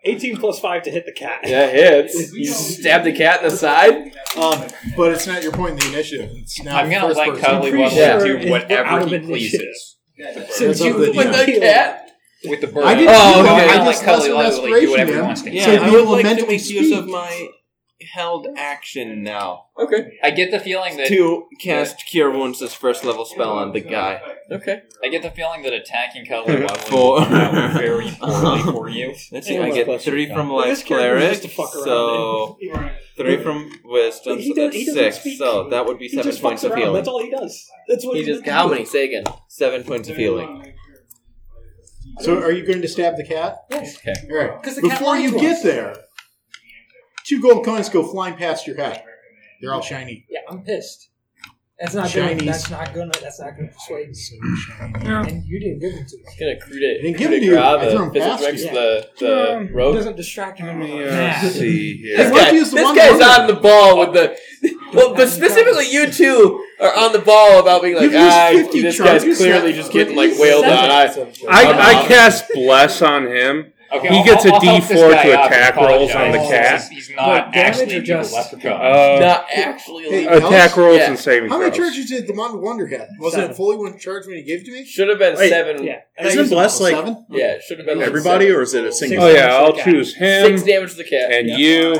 Speaker 9: 18 plus 5 to hit the cat.
Speaker 2: Yeah, hits. You stab the cat in the side.
Speaker 1: Um, but it's not your point in the initiative. It's now
Speaker 5: I'm gonna
Speaker 1: first
Speaker 5: let
Speaker 1: person.
Speaker 5: Cuddly
Speaker 9: pretty
Speaker 5: Wuddly
Speaker 9: sure it's
Speaker 5: do
Speaker 9: out
Speaker 5: whatever
Speaker 9: of
Speaker 5: he
Speaker 9: initiative.
Speaker 5: pleases
Speaker 1: That's up to the
Speaker 2: With
Speaker 1: DM.
Speaker 2: the cat.
Speaker 5: with the bird.
Speaker 1: I didn't
Speaker 2: Oh,
Speaker 1: do
Speaker 2: okay.
Speaker 1: it.
Speaker 5: I'll
Speaker 1: I
Speaker 5: let
Speaker 1: just
Speaker 5: Cuddly
Speaker 1: lesser
Speaker 5: Wuddly do
Speaker 1: restoration
Speaker 5: whatever
Speaker 1: him.
Speaker 5: he wants to.
Speaker 7: Yeah,
Speaker 1: So
Speaker 7: I
Speaker 1: be a
Speaker 7: would like to
Speaker 1: lamenting
Speaker 7: make use of
Speaker 1: speak.
Speaker 7: my held action now
Speaker 2: Okay.
Speaker 5: I get the feeling that
Speaker 7: to cast Cure Wounds as first level spell on the guy.
Speaker 2: Okay.
Speaker 5: I get the feeling that attacking Cuddly Wuddly
Speaker 7: Four.
Speaker 5: will out very poorly for you.
Speaker 7: Let's see, I get three from
Speaker 9: Well,
Speaker 7: Lex
Speaker 9: this character was
Speaker 7: Cleric,
Speaker 9: just a fuck around,
Speaker 7: so three from Wisdom,
Speaker 9: He
Speaker 7: so
Speaker 9: does-
Speaker 7: that's
Speaker 9: he doesn't speak.
Speaker 7: six. So that would be
Speaker 9: He
Speaker 7: seven
Speaker 9: just
Speaker 7: points
Speaker 9: fucks
Speaker 7: of
Speaker 9: around.
Speaker 7: healing.
Speaker 9: That's all he does. That's what
Speaker 2: He
Speaker 9: he,
Speaker 2: just
Speaker 9: does.
Speaker 2: how many? Say again.
Speaker 7: Seven points of healing.
Speaker 1: So are you going to stab the cat? Yes.
Speaker 5: Okay.
Speaker 1: All right.
Speaker 9: 'Cause the cat
Speaker 1: Before
Speaker 9: lied
Speaker 1: you
Speaker 9: to
Speaker 1: get
Speaker 9: us.
Speaker 1: there, two gold coins go flying past your head. They're all shiny.
Speaker 9: Yeah, I'm pissed. That's not good.
Speaker 1: Shinies.
Speaker 9: That's not gonna. That's not gonna persuade me. And you didn't give it to me.
Speaker 2: Gonna crude
Speaker 1: Didn't
Speaker 2: it.
Speaker 1: give
Speaker 2: Crude
Speaker 1: it to
Speaker 2: it
Speaker 1: you.
Speaker 2: grab
Speaker 1: I threw
Speaker 2: the
Speaker 1: him
Speaker 2: physics
Speaker 1: past
Speaker 2: tricks
Speaker 1: you.
Speaker 2: the the
Speaker 9: Um,
Speaker 2: rogue.
Speaker 9: doesn't distract him.
Speaker 10: Let
Speaker 9: from
Speaker 10: me
Speaker 9: the
Speaker 10: uh,
Speaker 9: cat.
Speaker 10: see
Speaker 2: This,
Speaker 10: here.
Speaker 1: Why
Speaker 2: guy,
Speaker 1: don't you use the
Speaker 2: this
Speaker 1: one
Speaker 2: guy's
Speaker 1: rogue?
Speaker 2: on the ball with the. Well, but specifically, you two are on the ball about being like,
Speaker 1: You've used
Speaker 2: ah,
Speaker 1: 50
Speaker 2: this guy's
Speaker 1: charges,
Speaker 2: clearly
Speaker 1: that-
Speaker 2: just getting like wailed on. I,
Speaker 10: I, I cast bless on him.
Speaker 5: Okay,
Speaker 10: He
Speaker 5: I'll-
Speaker 10: gets a
Speaker 5: I'll help
Speaker 10: D4
Speaker 5: this guy
Speaker 10: to
Speaker 5: up and
Speaker 10: attack rolls on the
Speaker 5: apologize.
Speaker 10: cat.
Speaker 5: He's- He's not
Speaker 9: What, damage or
Speaker 5: actually an evil
Speaker 9: just-
Speaker 5: leprechaun.
Speaker 10: Uh,
Speaker 2: not actually.
Speaker 1: Hey,
Speaker 10: attack rolls
Speaker 2: Yeah.
Speaker 10: and saving
Speaker 1: How many
Speaker 10: throws.
Speaker 1: charges did the one wonder have? Was
Speaker 9: Seven.
Speaker 1: it fully one charge when he gave it to me?
Speaker 2: Should have been
Speaker 8: Wait,
Speaker 2: seven. Yeah,
Speaker 9: Yeah.
Speaker 8: Isn't blessed like
Speaker 1: seven?
Speaker 2: it should have been like
Speaker 8: everybody,
Speaker 2: seven.
Speaker 8: or is it a single?
Speaker 10: Oh yeah, I'll
Speaker 9: Six
Speaker 10: choose him
Speaker 2: six damage to the cat.
Speaker 10: and
Speaker 2: Yeah.
Speaker 10: you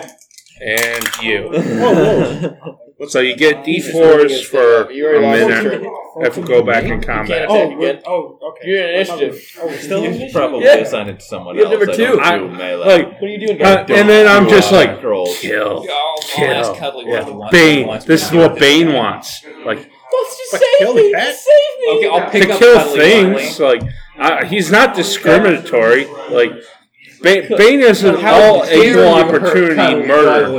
Speaker 10: and you.
Speaker 8: Whoa, whoa.
Speaker 10: So you get D4s for
Speaker 2: You already
Speaker 10: a
Speaker 2: lost your
Speaker 10: minute.
Speaker 2: turn.
Speaker 10: If we go back in
Speaker 2: You can't
Speaker 10: combat,
Speaker 2: attack
Speaker 9: Oh,
Speaker 2: again.
Speaker 9: we're- oh, okay.
Speaker 2: You're in initiative.
Speaker 9: Oh, we're still in initiative?
Speaker 7: Probably
Speaker 2: Yeah.
Speaker 7: assign it to someone
Speaker 2: You're
Speaker 7: else.
Speaker 2: number
Speaker 7: I don't
Speaker 2: two.
Speaker 7: do
Speaker 10: I-
Speaker 7: melee.
Speaker 10: like,
Speaker 2: What are you doing, guys?
Speaker 10: uh, and then I'm
Speaker 7: Do
Speaker 10: just like,
Speaker 7: attack rolls.
Speaker 10: kill,
Speaker 5: I'll, I'll ask
Speaker 10: kill.
Speaker 5: Cuddly Wuddly
Speaker 10: Yeah.
Speaker 5: once-
Speaker 10: Bane.
Speaker 5: once we
Speaker 10: This is
Speaker 5: get
Speaker 10: what
Speaker 5: this
Speaker 10: Bane
Speaker 5: guy.
Speaker 10: wants. Like
Speaker 2: Let's just save me. Just save me.
Speaker 5: Okay, I'll
Speaker 10: to
Speaker 5: pick up
Speaker 10: kill
Speaker 5: Cuddly
Speaker 10: things.
Speaker 5: Wuddly.
Speaker 10: Like uh, he's not discriminatory. Like Bane, Bane is an all equal opportunity murder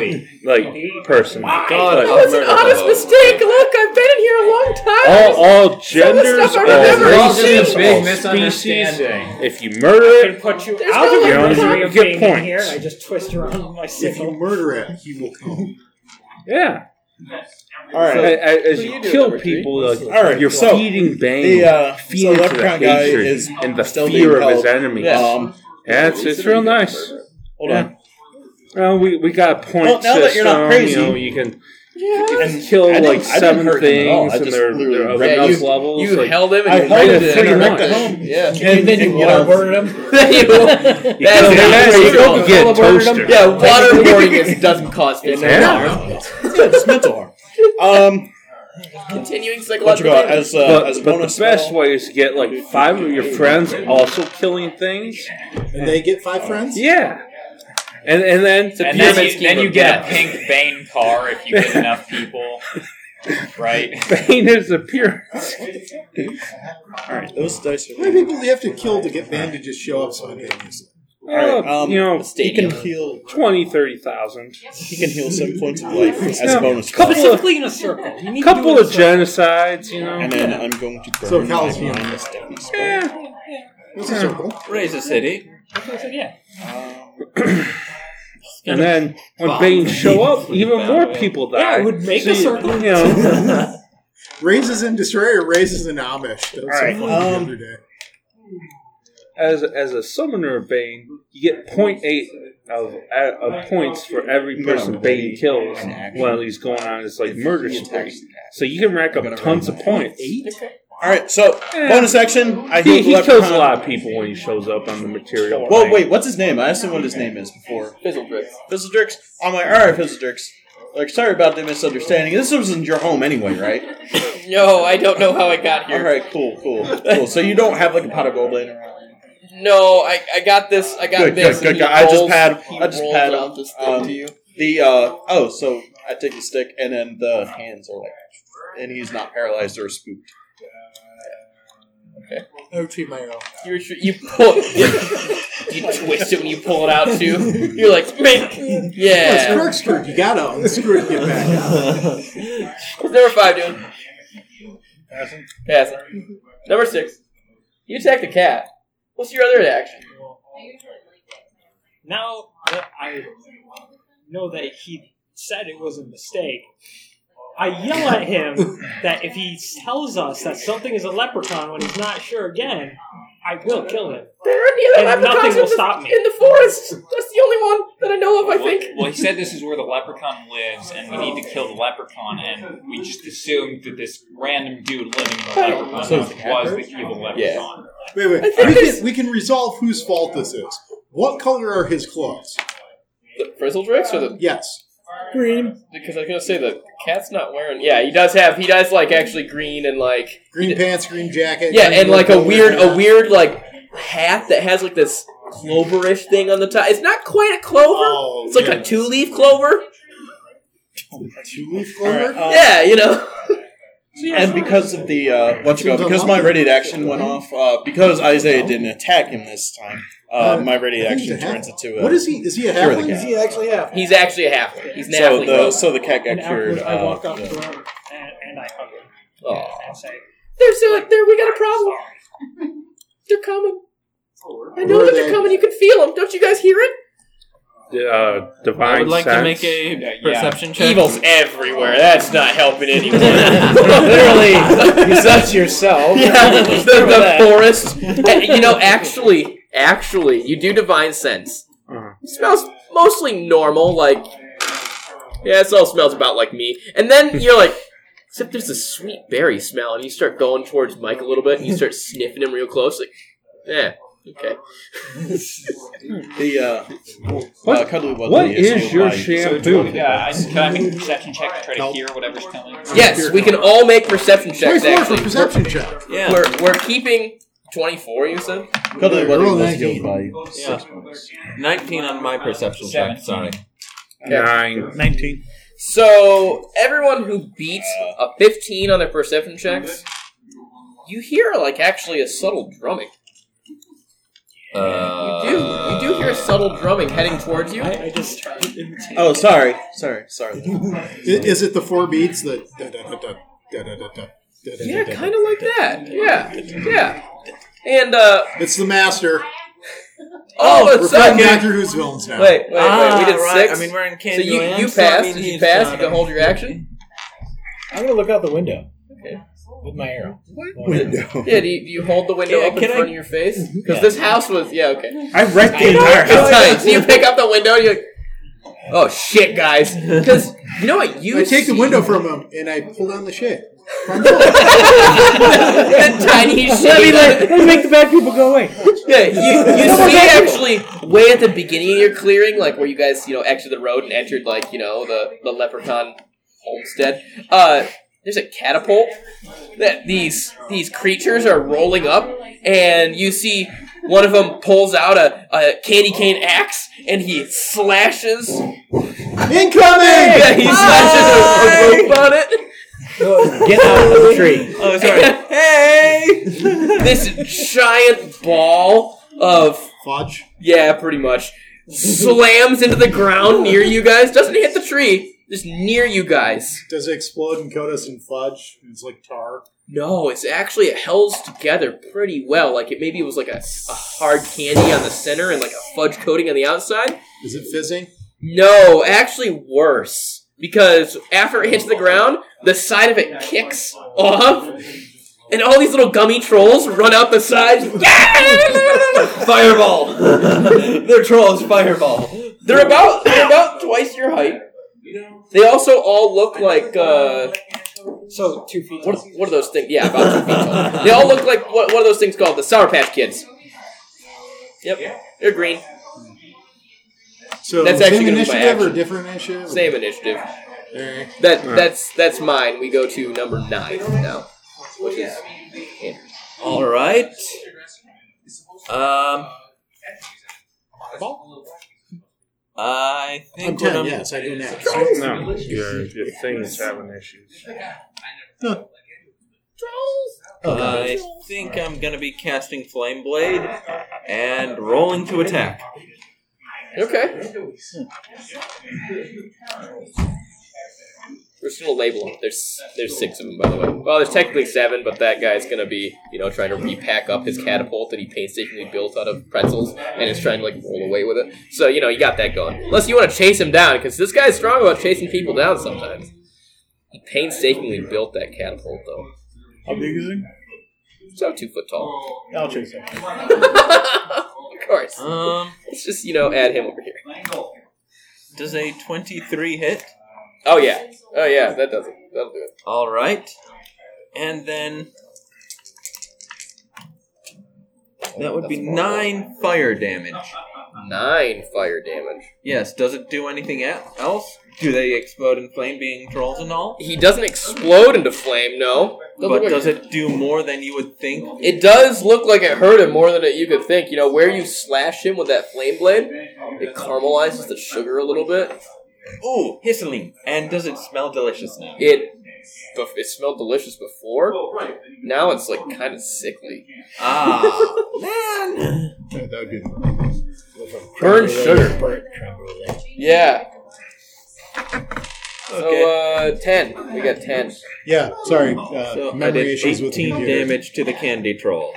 Speaker 10: like person.
Speaker 2: That
Speaker 7: God,
Speaker 2: was an
Speaker 7: murder
Speaker 2: honest
Speaker 7: hobo.
Speaker 2: mistake. Look, I've been in here a long
Speaker 10: all
Speaker 2: time.
Speaker 10: all genders,
Speaker 2: stuff I
Speaker 10: all
Speaker 2: remember.
Speaker 10: races,
Speaker 2: It's a
Speaker 10: all species. If you murder
Speaker 9: I
Speaker 10: it,
Speaker 9: put you
Speaker 2: There's
Speaker 9: out
Speaker 2: no
Speaker 9: of your
Speaker 10: way-
Speaker 9: misery
Speaker 10: You
Speaker 9: of
Speaker 10: get
Speaker 9: being in
Speaker 10: points.
Speaker 9: here. and I just twist around with my
Speaker 1: If you
Speaker 9: sickle.
Speaker 1: murder it, he will come.
Speaker 10: yeah.
Speaker 8: All right.
Speaker 10: A- a- as
Speaker 2: So
Speaker 10: you
Speaker 2: you do
Speaker 10: kill
Speaker 2: number three.
Speaker 10: people, like,
Speaker 8: All right,
Speaker 10: you're
Speaker 8: so
Speaker 10: feeding bane,
Speaker 8: the, uh, so
Speaker 10: feeding to the
Speaker 8: leprechaun guy
Speaker 10: hatred
Speaker 8: is
Speaker 10: and the
Speaker 8: still
Speaker 10: fear
Speaker 8: being
Speaker 10: of his
Speaker 8: held.
Speaker 10: enemies.
Speaker 8: Um,
Speaker 10: Yeah, it's, it's real nice.
Speaker 8: hold
Speaker 10: Yeah.
Speaker 8: on.
Speaker 10: Well, we, we got a point
Speaker 8: Well, now
Speaker 10: system.
Speaker 8: that you're not crazy-
Speaker 10: you know, you can
Speaker 14: Yeah.
Speaker 10: you can kill
Speaker 8: I didn't- I
Speaker 10: like
Speaker 8: didn't
Speaker 10: seven
Speaker 8: hurt him at all.
Speaker 10: things,
Speaker 8: I
Speaker 10: and
Speaker 8: just
Speaker 10: they're,
Speaker 8: literally
Speaker 10: they're of
Speaker 8: ripped
Speaker 10: enough
Speaker 8: him.
Speaker 10: levels.
Speaker 8: You
Speaker 10: like,
Speaker 8: held him and
Speaker 10: I
Speaker 8: you
Speaker 10: held
Speaker 8: ripped
Speaker 10: him
Speaker 8: him and
Speaker 10: three
Speaker 8: you
Speaker 10: to one.
Speaker 8: ripped him. Yeah.
Speaker 10: And-
Speaker 8: And
Speaker 10: and
Speaker 8: you
Speaker 10: you
Speaker 8: know,
Speaker 10: know,
Speaker 8: murdered
Speaker 10: You
Speaker 2: That is
Speaker 10: killed him, you
Speaker 2: illegal.
Speaker 10: could get toasted.
Speaker 2: Yeah, water warning is, doesn't cause physical harm.
Speaker 8: Yeah, it's mental harm. Um,
Speaker 2: Continuing
Speaker 8: What you
Speaker 2: psychological
Speaker 8: got?
Speaker 2: damage.
Speaker 8: As, uh,
Speaker 10: but
Speaker 8: as a
Speaker 10: but
Speaker 8: bonus
Speaker 10: the best way is to get like five of your friends also killing things.
Speaker 1: And they get five friends?
Speaker 10: Yeah. And and then
Speaker 5: And then you, then you get a pink Bane car if you get enough people. Right?
Speaker 10: Bane is appearance.
Speaker 8: All right, those dice
Speaker 1: How many people do you have to kill to get banned to just show up so I can use
Speaker 10: Well, oh,
Speaker 3: um,
Speaker 10: you know,
Speaker 8: um, he can heal.
Speaker 10: twenty, thirty thousand.
Speaker 8: He can heal seven points of life as a bonus.
Speaker 10: Couple of,
Speaker 3: Specifically in a circle. You need to do
Speaker 10: couple
Speaker 3: it
Speaker 10: of
Speaker 3: in a circle.
Speaker 10: genocides, you know.
Speaker 8: And then I'm going to burn
Speaker 1: So
Speaker 8: so
Speaker 1: Cal's
Speaker 8: my
Speaker 1: healing.
Speaker 8: minus deadly spell.
Speaker 10: Yeah.
Speaker 1: It's a circle.
Speaker 7: Raise a city.
Speaker 3: That's what I said, yeah.
Speaker 10: And then when Bane show up, even more people die.
Speaker 3: Yeah, it would make
Speaker 10: So
Speaker 3: a
Speaker 10: you-
Speaker 3: circle.
Speaker 10: You know,
Speaker 1: Raises in Destroyer or raises in Amish? That was
Speaker 10: All right,
Speaker 1: so funny
Speaker 8: um,
Speaker 1: the other day.
Speaker 10: as as a summoner of Bane, you get 0.8 of, of points for every person Bane kills while he's going on his like murder spree. So you can rack up tons of points. He,
Speaker 8: All right, so bonus action. I heal
Speaker 10: he
Speaker 8: the
Speaker 10: kills a
Speaker 8: leprechaun.
Speaker 10: lot of people when he shows up on the material.
Speaker 8: Well,
Speaker 10: thing.
Speaker 8: wait, what's his name? I asked him what his name is before.
Speaker 2: Fizzledrix.
Speaker 8: Fizzledrix. I'm like, all right, Fizzledrix. Like, sorry about the misunderstanding. This wasn't your home anyway, right?
Speaker 2: No, I don't know how I got
Speaker 8: All
Speaker 2: here.
Speaker 8: right, cool, cool, cool. So you don't have like a pot of gold laying around.
Speaker 2: No, I, I got this. I got
Speaker 8: Good,
Speaker 2: this.
Speaker 8: good, good.
Speaker 2: He
Speaker 8: good. I just
Speaker 2: rolls-
Speaker 8: pad.
Speaker 2: he
Speaker 8: I just
Speaker 2: rolls
Speaker 8: pad
Speaker 2: out this thing
Speaker 8: um,
Speaker 2: to you.
Speaker 8: the. Uh, oh, so I take the stick, and then the hands are like, and he's not paralyzed or spooked.
Speaker 9: I retrieve my
Speaker 1: Oh,
Speaker 9: arrow.
Speaker 2: You, you pull. you, twist it when you pull it out too. You're like, man,
Speaker 1: Oh, it's
Speaker 2: yeah.
Speaker 1: corkscrew. You gotta unscrew it to get back out.
Speaker 2: What's number five doing? Passing. Passing. Number six. You attack the cat. What's your other action?
Speaker 3: Now that I know that he said it was a mistake, I yell at him that if he tells us that something is a leprechaun when he's not sure again, I will kill him.
Speaker 2: There are any other
Speaker 3: And nothing
Speaker 2: leprechauns in
Speaker 3: will
Speaker 2: the-
Speaker 3: stop me.
Speaker 2: in the forest. That's the only one that I know of. I
Speaker 5: Well,
Speaker 2: think.
Speaker 5: well, he said this is where the leprechaun lives, and we need to kill the leprechaun, and we just assumed that this random dude living in the leprechaun
Speaker 8: So
Speaker 5: house was the evil leprechaun.
Speaker 1: Wait, wait.
Speaker 2: I
Speaker 1: We
Speaker 2: think
Speaker 1: can,
Speaker 2: there's-
Speaker 1: we can resolve whose fault this is. What color are his clothes?
Speaker 2: The Frizzledrix or the
Speaker 1: Yes.
Speaker 3: Green.
Speaker 2: because I was gonna say the cat's not wearing. Yeah, he does have. He does like actually green and like
Speaker 1: Green pants, green jacket.
Speaker 2: yeah,
Speaker 1: green
Speaker 2: and like a
Speaker 1: leather
Speaker 2: weird a
Speaker 1: hat.
Speaker 2: weird like hat that has like this cloverish thing on the top. It's not quite a clover.
Speaker 1: Oh,
Speaker 2: it's like
Speaker 1: yeah.
Speaker 2: a two leaf clover.
Speaker 1: two leaf clover.
Speaker 8: All right, um,
Speaker 2: yeah, you know.
Speaker 8: And because of the uh, what you go, because my ready action went off, uh, because Isaiah didn't attack him this time, uh, my ready
Speaker 1: I think he's a
Speaker 8: action
Speaker 1: half-
Speaker 8: turns into a.
Speaker 1: What is he? Is he a
Speaker 8: Cure the
Speaker 1: halfling?
Speaker 8: cat.
Speaker 1: Is he
Speaker 9: actually have?
Speaker 2: He's actually a halfling. He's an
Speaker 8: So
Speaker 2: halfling.
Speaker 8: the
Speaker 2: bro.
Speaker 8: so the cat
Speaker 3: And
Speaker 8: got cured.
Speaker 3: afterwards, I
Speaker 8: Uh,
Speaker 3: walk up to
Speaker 8: yeah.
Speaker 3: him and, and I hug him
Speaker 2: Aw.
Speaker 3: and say,
Speaker 2: They're so like there. We got a problem. They're coming. I know
Speaker 1: Where
Speaker 2: that
Speaker 1: they-
Speaker 2: they're coming. You can feel them. Don't you guys hear it?
Speaker 10: uh, divine
Speaker 7: I would like
Speaker 10: sense.
Speaker 7: to make a
Speaker 5: Yeah, yeah.
Speaker 7: perception check.
Speaker 2: Evil's everywhere. That's not helping anyone. Literally,
Speaker 6: Besides yourself.
Speaker 2: yeah, the,
Speaker 6: Remember
Speaker 2: the
Speaker 6: that.
Speaker 2: forest. Eh, You know, actually, actually, you do divine sense.
Speaker 10: Uh-huh.
Speaker 2: Smells mostly normal, like yeah, it all smells about like me. And then you're like, except there's a sweet berry smell, and you start going towards Mike a little bit, and you start sniffing him real close, like, yeah, okay.
Speaker 8: The uh,
Speaker 10: What-
Speaker 8: uh, cuddly was
Speaker 10: What
Speaker 8: the issue
Speaker 10: is your
Speaker 8: by-
Speaker 10: shampoo?
Speaker 5: Yeah, I, can I make a perception check to try to hear whatever's coming?
Speaker 2: Yes, we can all make perception checks.
Speaker 1: Twenty-four for
Speaker 2: Actually,
Speaker 1: perception check.
Speaker 7: Yeah.
Speaker 2: we're we're keeping twenty-four. You said.
Speaker 8: Cuddly was
Speaker 1: Roll
Speaker 8: was
Speaker 1: 19.
Speaker 8: healed by six points.
Speaker 7: 19 on my perception check. Sorry.
Speaker 10: Nine.
Speaker 4: Nineteen.
Speaker 2: So everyone who beats a 15 on their perception checks, you hear like actually a subtle drumming.
Speaker 7: Uh,
Speaker 2: You do. You do hear a subtle drumming heading towards you.
Speaker 3: I, I just started imitating.
Speaker 8: Oh, sorry, sorry, sorry.
Speaker 1: I- Is it the four beats that? Da, da, da, da, da, da, da, da, da,
Speaker 2: Yeah,
Speaker 1: da, da.
Speaker 2: kind of like that. Yeah, yeah. And uh
Speaker 1: It's the master.
Speaker 2: oh,
Speaker 1: We're
Speaker 2: it's
Speaker 1: playing
Speaker 2: wait,
Speaker 1: back through who's villains now.
Speaker 2: wait, wait. We did
Speaker 7: Ah, right.
Speaker 2: six.
Speaker 7: I mean, we're in
Speaker 2: so
Speaker 7: Candyland.
Speaker 2: you you
Speaker 7: so I mean,
Speaker 2: passed. You
Speaker 7: he's
Speaker 2: passed. You
Speaker 7: not
Speaker 2: can
Speaker 7: a-
Speaker 2: hold your action.
Speaker 9: I'm gonna look out the window
Speaker 2: Okay.
Speaker 9: with my arrow.
Speaker 8: Window.
Speaker 2: Yeah. Do you, do you hold the window
Speaker 7: Yeah,
Speaker 2: up in
Speaker 7: can I-
Speaker 2: front of your face? Because
Speaker 9: Yeah.
Speaker 2: this house was yeah okay.
Speaker 4: I wrecked the
Speaker 2: It's
Speaker 4: entire house.
Speaker 2: tight. So you pick up the window. and You're like, Oh shit, guys! Because you know what you
Speaker 1: I take the
Speaker 2: see-
Speaker 1: window from him and I pull down the shade.
Speaker 2: the tiny shade.
Speaker 1: Let me let-
Speaker 2: let me make
Speaker 3: the bad people go away.
Speaker 2: Yeah, you, you see actually way at the beginning of your clearing, like where you guys you know exited the road and entered like you know the the leprechaun homestead. Uh, there's a catapult that these these creatures are rolling up, and you see one of them pulls out a, a candy cane axe and he slashes.
Speaker 1: Incoming! Ah!
Speaker 2: Yeah, he slashes a- a rope on it.
Speaker 17: Get out of the tree.
Speaker 2: Oh, sorry. hey! this giant ball of
Speaker 1: fudge.
Speaker 2: Yeah, pretty much. Slams into the ground near you guys. Doesn't hit the tree. Just near you guys.
Speaker 1: Does it explode and coat us in fudge? It's like tar.
Speaker 2: No, it's actually it held together pretty well. Like it maybe was like a, a hard candy on the center and like a fudge coating on the outside.
Speaker 1: Is it fizzing?
Speaker 2: No, actually worse. Because after it hits the ground, the side of it kicks off, and all these little gummy trolls run out the sides. fireball! They're trolls, fireball. They're about they're about twice your height. They also all look like uh
Speaker 3: so two feet.
Speaker 2: What, what are those things? Yeah, about two feet tall. They all look like what, what are those things called? The Sour Patch Kids. Yep, they're green.
Speaker 1: So
Speaker 2: that's
Speaker 1: same
Speaker 2: actually going to be my
Speaker 1: initiative or
Speaker 2: action.
Speaker 1: different initiative?
Speaker 2: Same initiative.
Speaker 1: Alright.
Speaker 2: That
Speaker 1: Alright.
Speaker 2: that's that's mine. We go to number nine now, which is Andrew.
Speaker 7: All right. Um. I think
Speaker 1: I'm 10,
Speaker 7: what I'm-
Speaker 1: yes, I do next.
Speaker 10: No, your, your thing is having issues.
Speaker 7: I think I'm gonna be casting Flame Blade and rolling to attack.
Speaker 2: Okay. We're just gonna label them. There's there's six of them, by the way. Well, there's technically seven, but that guy's gonna be you know trying to repack up his catapult that he painstakingly built out of pretzels and is trying to like roll away with it. So you know you got that going. Unless you want to chase him down, because this guy's strong about chasing people down sometimes. He painstakingly built that catapult though.
Speaker 8: How big is it?
Speaker 2: It's about two foot tall.
Speaker 8: I'll chase it.
Speaker 2: Of course.
Speaker 7: Um,
Speaker 2: Let's just you know add him over here.
Speaker 7: does a 23 hit?
Speaker 2: Oh yeah. Oh yeah. That does it. That'll do it.
Speaker 7: All right. And then that would be nine fire damage.
Speaker 2: Nine fire damage.
Speaker 7: Yes. Does it do anything e- else? Do they explode in flame, being trolls and all?
Speaker 2: He doesn't explode into flame, no.
Speaker 7: but does it do more than you would think?
Speaker 2: It does look like it hurt him more than it, you could think. You know, where you slash him with that flame blade, it caramelizes the sugar a little bit.
Speaker 7: Ooh, hissling. And does it smell delicious now?
Speaker 2: It bef- it smelled delicious before. Now it's like kind of sickly.
Speaker 7: Ah,
Speaker 2: man. Burn sugar. Yeah. So uh, ten. We got ten.
Speaker 1: Yeah, sorry. Uh,
Speaker 7: So I
Speaker 1: memory
Speaker 7: did
Speaker 1: issues with
Speaker 7: 18
Speaker 1: computers.
Speaker 7: damage to the candy troll.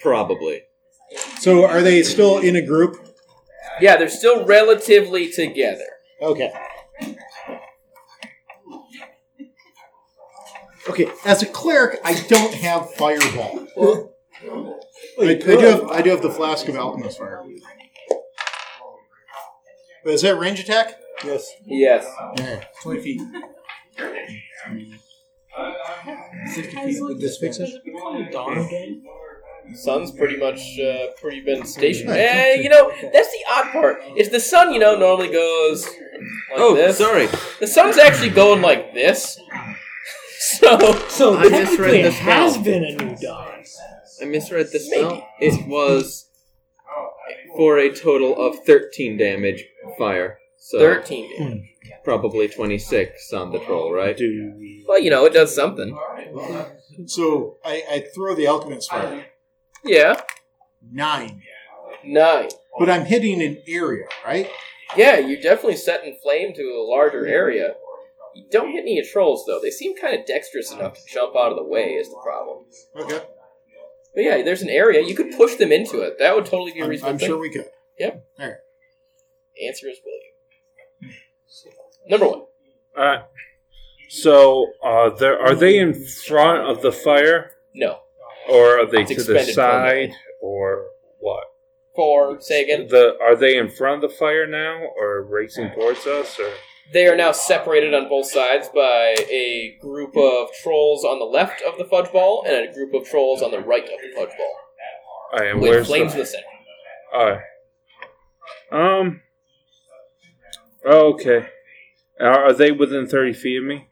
Speaker 7: Probably.
Speaker 1: So are they still in a group?
Speaker 2: Yeah, they're still relatively together.
Speaker 1: Okay. Okay, as a cleric, I don't have fireball. I, I do have, I do have the flask of alchemist fire. But is that range attack? Yes.
Speaker 2: Yes.
Speaker 1: Yeah.
Speaker 18: 20 feet. 60 feet with this fix it?
Speaker 2: Sun's pretty much uh, pretty been stationed.
Speaker 18: Right.
Speaker 2: Eh, you know that's the odd part. Is the sun, you know, normally goes. Like
Speaker 7: Oh,
Speaker 2: this.
Speaker 7: sorry.
Speaker 2: The sun's actually going like this. So,
Speaker 3: so
Speaker 7: I just
Speaker 3: technically
Speaker 7: read the
Speaker 3: it has
Speaker 7: spell.
Speaker 3: been a new dawn.
Speaker 7: I misread the spell. It was for a total of 13 damage fire. So Hmm.
Speaker 2: 13 damage.
Speaker 7: Probably 26 on the troll, right?
Speaker 2: well, you know, it does something.
Speaker 1: So I, I throw the alchemist fire.
Speaker 2: Yeah.
Speaker 1: Nine.
Speaker 2: Nine.
Speaker 1: But I'm hitting an area, right?
Speaker 2: Yeah, you're definitely setting flame to a larger area. You don't hit any trolls though. They seem kind of dexterous enough to jump out of the way. Is the problem.
Speaker 1: Okay.
Speaker 2: But yeah, there's an area you could push them into it. That would totally be a
Speaker 1: I'm,
Speaker 2: reasonable.
Speaker 1: I'm
Speaker 2: thing.
Speaker 1: sure we could.
Speaker 2: Yep.
Speaker 1: All right.
Speaker 2: Answer is William. Number one.
Speaker 10: All right. So, uh, there are they in front of the fire?
Speaker 2: No.
Speaker 10: Or are they
Speaker 2: It's
Speaker 10: to the
Speaker 2: expended from
Speaker 10: side? Or what?
Speaker 2: for say again.
Speaker 10: The are they in front of the fire now, or racing towards us, or?
Speaker 2: They are now separated on both sides by a group of trolls on the left of the fudge ball and a group of trolls on the right of the fudge ball.
Speaker 10: All right, and
Speaker 2: With
Speaker 10: where's
Speaker 2: flames
Speaker 10: the,
Speaker 2: in the center.
Speaker 10: All right. Um. Okay. Are, are they within thirty feet of me?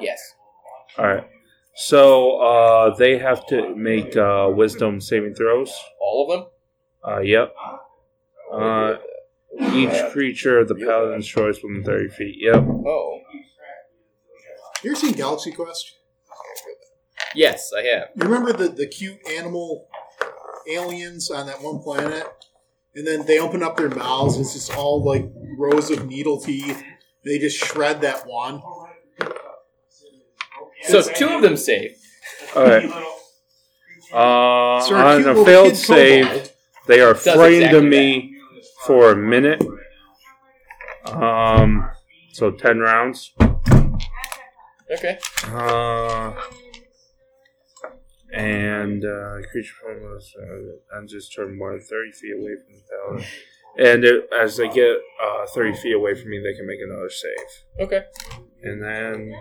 Speaker 2: Yes.
Speaker 10: All right. So uh, they have to make uh, wisdom saving throws.
Speaker 2: All of them?
Speaker 10: Uh, yep. Uh, each creature of the paladin's choice within thirty feet. Yep.
Speaker 2: Oh.
Speaker 1: You ever seen Galaxy Quest?
Speaker 2: Yes, I have.
Speaker 1: You remember the, the cute animal aliens on that one planet? And then they open up their mouths. It's just all like rows of needle teeth. They just shred that one.
Speaker 2: So two of them save.
Speaker 10: All right. Uh,
Speaker 1: Sir,
Speaker 10: on
Speaker 1: cute
Speaker 10: a
Speaker 1: little
Speaker 10: failed
Speaker 1: kid
Speaker 10: save,
Speaker 1: kobold.
Speaker 10: they are
Speaker 2: Does
Speaker 10: framed
Speaker 2: exactly
Speaker 10: to me for a minute. Um, so ten rounds.
Speaker 2: Okay.
Speaker 10: Uh, and uh, creature from us uh, ends its turn more than thirty feet away from the paladin. And it, as they get uh, thirty feet away from me, they can make another save.
Speaker 2: Okay.
Speaker 10: And then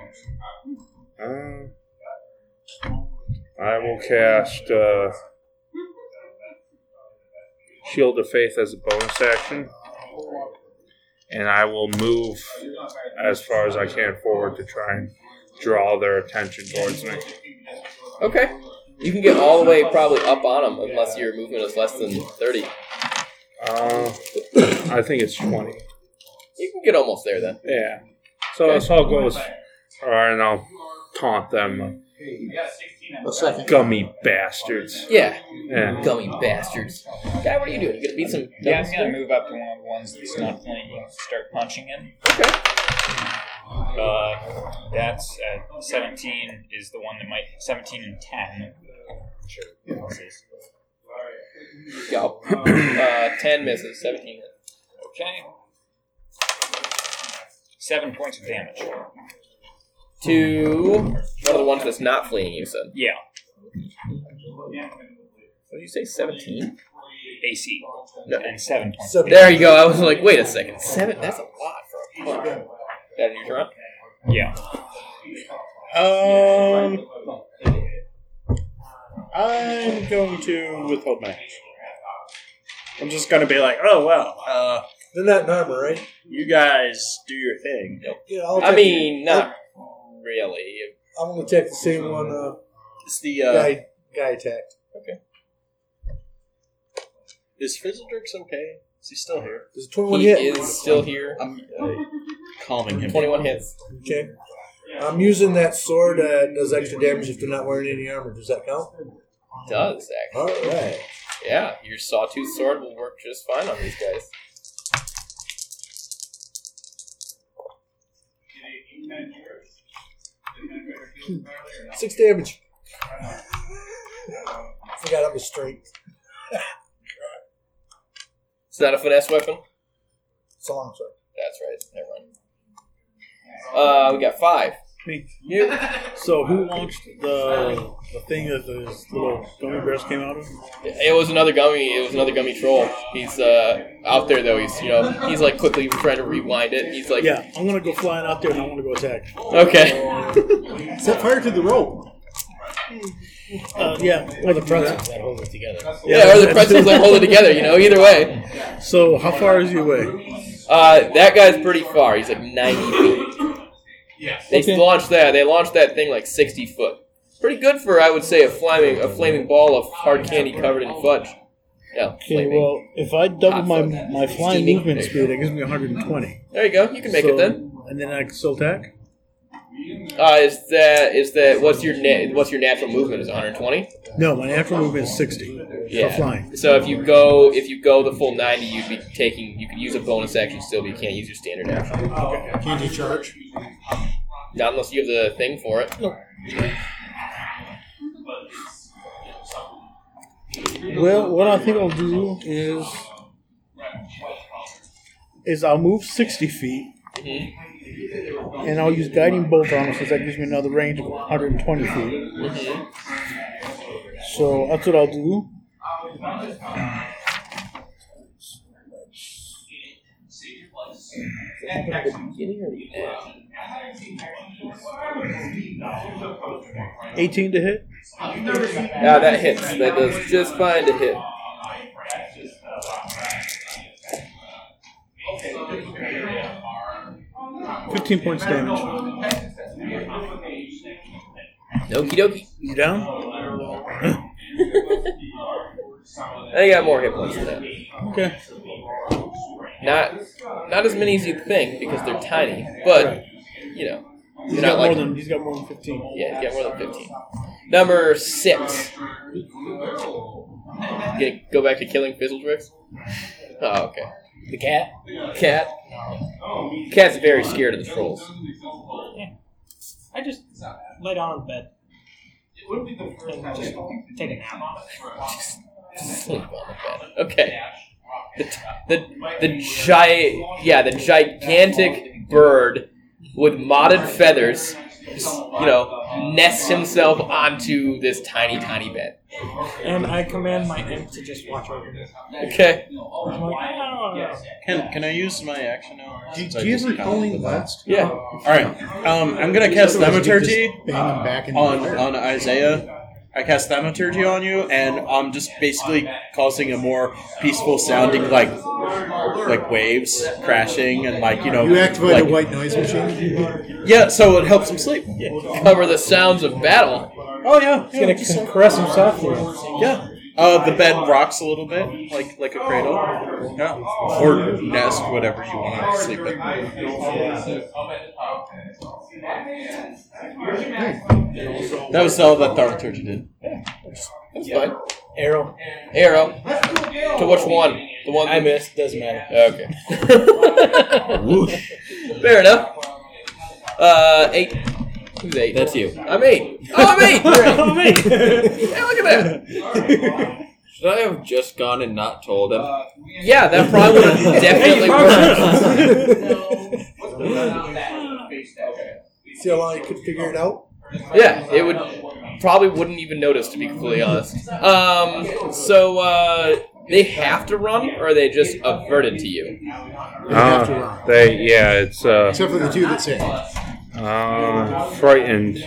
Speaker 10: uh, I will cast uh, Shield of Faith as a bonus action. And I will move as far as I can forward to try and draw their attention towards me.
Speaker 2: Okay. You can get all the way probably up on them unless your movement is less than 30.
Speaker 10: Uh, I think it's 20.
Speaker 2: You can get almost there then.
Speaker 10: Yeah. So it's all goes. Alright, and I'll taunt them.
Speaker 1: A second.
Speaker 10: Gummy bastards.
Speaker 2: Yeah.
Speaker 10: Yeah.
Speaker 2: Gummy bastards. Guy, what are you doing? You gonna beat some
Speaker 5: Yeah, I'm gonna move up to one of the ones that's not playing and start punching him.
Speaker 2: Okay.
Speaker 5: Uh, that's uh, 17 is the one that might 17 and 10. Sure.
Speaker 2: Go. Uh, 10 misses, 17 hits.
Speaker 5: Okay. Seven points of damage.
Speaker 2: To one of the ones that's not fleeing, you said.
Speaker 5: Yeah.
Speaker 2: What did you say, 17?
Speaker 5: AC.
Speaker 2: No.
Speaker 5: And seven points.
Speaker 2: So
Speaker 5: of
Speaker 2: there
Speaker 5: damage.
Speaker 2: you go. I was like, wait a second. Seven? That's a lot for a punch. That a new drop?
Speaker 5: Yeah.
Speaker 8: Um, I'm going to withhold my action. I'm just going to be like, oh, well, uh,
Speaker 13: They're not in armor, right?
Speaker 8: you guys do your thing.
Speaker 13: Yeah, I'll
Speaker 2: I
Speaker 13: take-
Speaker 2: mean, not really.
Speaker 13: I'm going to take the same one. Uh,
Speaker 8: It's the, uh,
Speaker 13: guy, guy attack.
Speaker 8: is Fizzledrix okay? Is he still here?
Speaker 13: Does 21
Speaker 2: He
Speaker 13: hit?
Speaker 2: is still here.
Speaker 8: I'm uh, calming him.
Speaker 2: 21 hits.
Speaker 13: Okay. I'm using that sword that does extra damage if they're not wearing any armor. Does that count?
Speaker 2: Does, actually.
Speaker 13: All right.
Speaker 2: Yeah, your sawtooth sword will work just fine on these guys.
Speaker 13: Six damage. Forgot I was strength.
Speaker 2: It's not a finesse weapon?
Speaker 13: It's a long sword.
Speaker 2: That's right. Never mind. Uh, we got five.
Speaker 8: Me.
Speaker 2: You.
Speaker 8: So who launched the the thing that those little gummy bears came out of?
Speaker 2: It was another gummy. It was another gummy troll. He's uh out there though. He's you know he's like quickly trying to rewind it. He's like
Speaker 8: yeah, I'm gonna go flying out there and I want to go attack.
Speaker 2: okay.
Speaker 1: Set fire to the rope.
Speaker 8: Uh, yeah,
Speaker 6: Or the pretzels that hold it together.
Speaker 2: Yeah, or the pretzels like hold it together. You know, either way.
Speaker 8: So how far is he away?
Speaker 2: Uh, that guy's pretty far. He's like ninety feet. They launched that. They launched that thing like sixty foot. Pretty good for I would say a flaming a flaming ball of hard candy covered in fudge. Yeah,
Speaker 8: Okay,
Speaker 2: flaming.
Speaker 8: well, if I double my my flying
Speaker 2: Steaming.
Speaker 8: movement
Speaker 2: There you
Speaker 8: speed, it gives me 120.
Speaker 2: There you go. You can make
Speaker 8: So-
Speaker 2: it then.
Speaker 8: And then I can still attack.
Speaker 2: Uh, is that is that what's your na- what's your natural movement is 120?
Speaker 8: No, my natural movement is 60 for flying.
Speaker 2: So if you go if you go the full 90, you'd be taking you could use a bonus action still, but you can't use your standard action.
Speaker 1: Can't you charge?
Speaker 2: Not unless you have the thing for it.
Speaker 8: Well, what I think I'll do is is I'll move sixty feet, and I'll use guiding bolt on it since that gives me another range of one hundred and twenty feet. So that's what I'll do.
Speaker 19: 18 to hit?
Speaker 2: Yeah, that hits. That does just fine to hit.
Speaker 19: Fifteen points damage.
Speaker 2: Okie dokie.
Speaker 19: You down?
Speaker 2: I got more hit points than that.
Speaker 19: Okay.
Speaker 2: Not not as many as you'd think because they're tiny, but you know.
Speaker 19: He's
Speaker 2: they're
Speaker 19: got
Speaker 2: not
Speaker 19: more
Speaker 2: like-
Speaker 19: than he's got more than fifteen.
Speaker 2: Yeah, you got more than 15. Number six. Gonna go back to killing fizzle tricks? Oh, okay.
Speaker 20: The cat?
Speaker 2: Cat. Cat's very scared of the trolls.
Speaker 3: I just lay down on the bed. And just take a nap.
Speaker 2: Sleep on the bed. Okay. The, t- the, the giant, yeah, the gigantic bird with mottled feathers, just, you know, nests himself onto this tiny, tiny bed.
Speaker 3: And I command my imp to just watch over me.
Speaker 2: Okay.
Speaker 3: I'm like, "Ah."
Speaker 8: Can, can I use my action now?
Speaker 1: Do,
Speaker 8: Since I
Speaker 1: do you
Speaker 8: just
Speaker 1: have
Speaker 8: counted
Speaker 1: recalling
Speaker 8: the
Speaker 1: last?
Speaker 2: Yeah.
Speaker 8: All right, um, I'm gonna cast Thaumaturgy
Speaker 1: back in
Speaker 8: on on Isaiah. I cast Thaumaturgy on you, and I'm just basically causing a more peaceful sounding like like waves crashing and like you know
Speaker 1: You activate
Speaker 8: like, uh,
Speaker 1: a white noise machine.
Speaker 8: yeah, so it helps him sleep. Yeah.
Speaker 2: Cover the sounds of battle.
Speaker 8: Oh yeah,
Speaker 21: He's gonna c- caress himself for it.
Speaker 8: yeah. Uh, the bed rocks a little bit, like like a cradle, yeah, Hmm. or nest, whatever you want to sleep in. That was all that thaumaturgy did.
Speaker 2: That's fine.
Speaker 21: Arrow.
Speaker 2: Arrow. To which one? The one
Speaker 20: I missed. Doesn't matter.
Speaker 2: Okay. Fair enough. Uh, eight. Who's eight?
Speaker 7: That's you.
Speaker 2: I'm eight. Oh, I'm eight. You're eight.
Speaker 3: Oh, me!
Speaker 2: Hey, look at that.
Speaker 7: Should I have just gone and not told him?
Speaker 2: Yeah, that probably would have definitely worked.
Speaker 5: See how long you could figure it out?
Speaker 2: Yeah, it would probably wouldn't even notice to be completely honest. Um, so uh, they have to run, or are they just averted to you?
Speaker 8: Uh.
Speaker 10: Ah, they, yeah, it's uh,
Speaker 1: Except for the two that say.
Speaker 10: uh, frightened.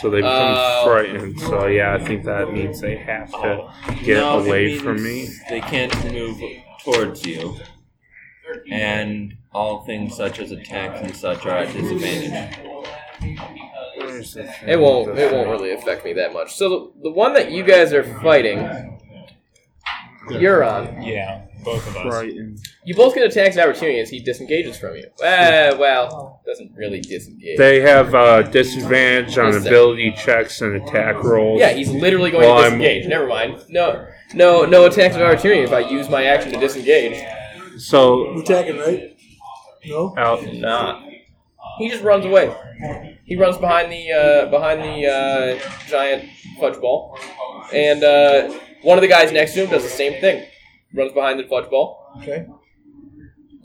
Speaker 10: So they become
Speaker 2: Oh.
Speaker 10: frightened. So yeah, I think that means they have to get
Speaker 7: No, it
Speaker 10: away
Speaker 7: means
Speaker 10: from me.
Speaker 7: They can't move towards you, and all things such as attacks and such are at disadvantage.
Speaker 2: It won't. It won't really affect me that much. So the, the one that you guys are fighting, you're on.
Speaker 22: Yeah, both of us.
Speaker 10: Frightened.
Speaker 2: You both get attacks of opportunity as he disengages from you. Uh, well, doesn't really disengage.
Speaker 10: They have uh, disadvantage on
Speaker 2: Listen.
Speaker 10: ability checks and attack rolls.
Speaker 2: Yeah, he's literally going
Speaker 10: Well,
Speaker 2: to
Speaker 10: I'm-
Speaker 2: disengage. Never mind. No, no, no attacks of opportunity if I use my action to disengage.
Speaker 10: So
Speaker 5: We're attacking, right? No?
Speaker 10: out.
Speaker 2: He just runs away. He runs behind the uh, behind the uh, giant fudge ball, and uh, one of the guys next to him does the same thing. Runs behind the fudge ball.
Speaker 5: Okay.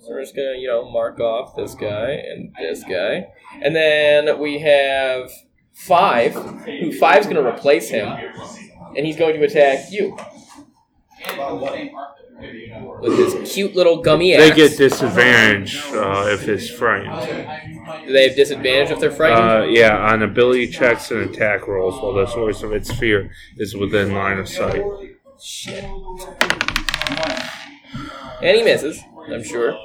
Speaker 2: So we're just gonna you know mark off this guy and this guy, and then we have five. Who five's gonna replace him, and he's going to attack you with his cute little gummy axe.
Speaker 10: They get disadvantage uh, if it's frightened.
Speaker 2: Do they have disadvantage if they're frightened?
Speaker 10: Uh, yeah, on ability checks and attack rolls while the source of its fear is within line of sight.
Speaker 2: and he misses. I'm sure.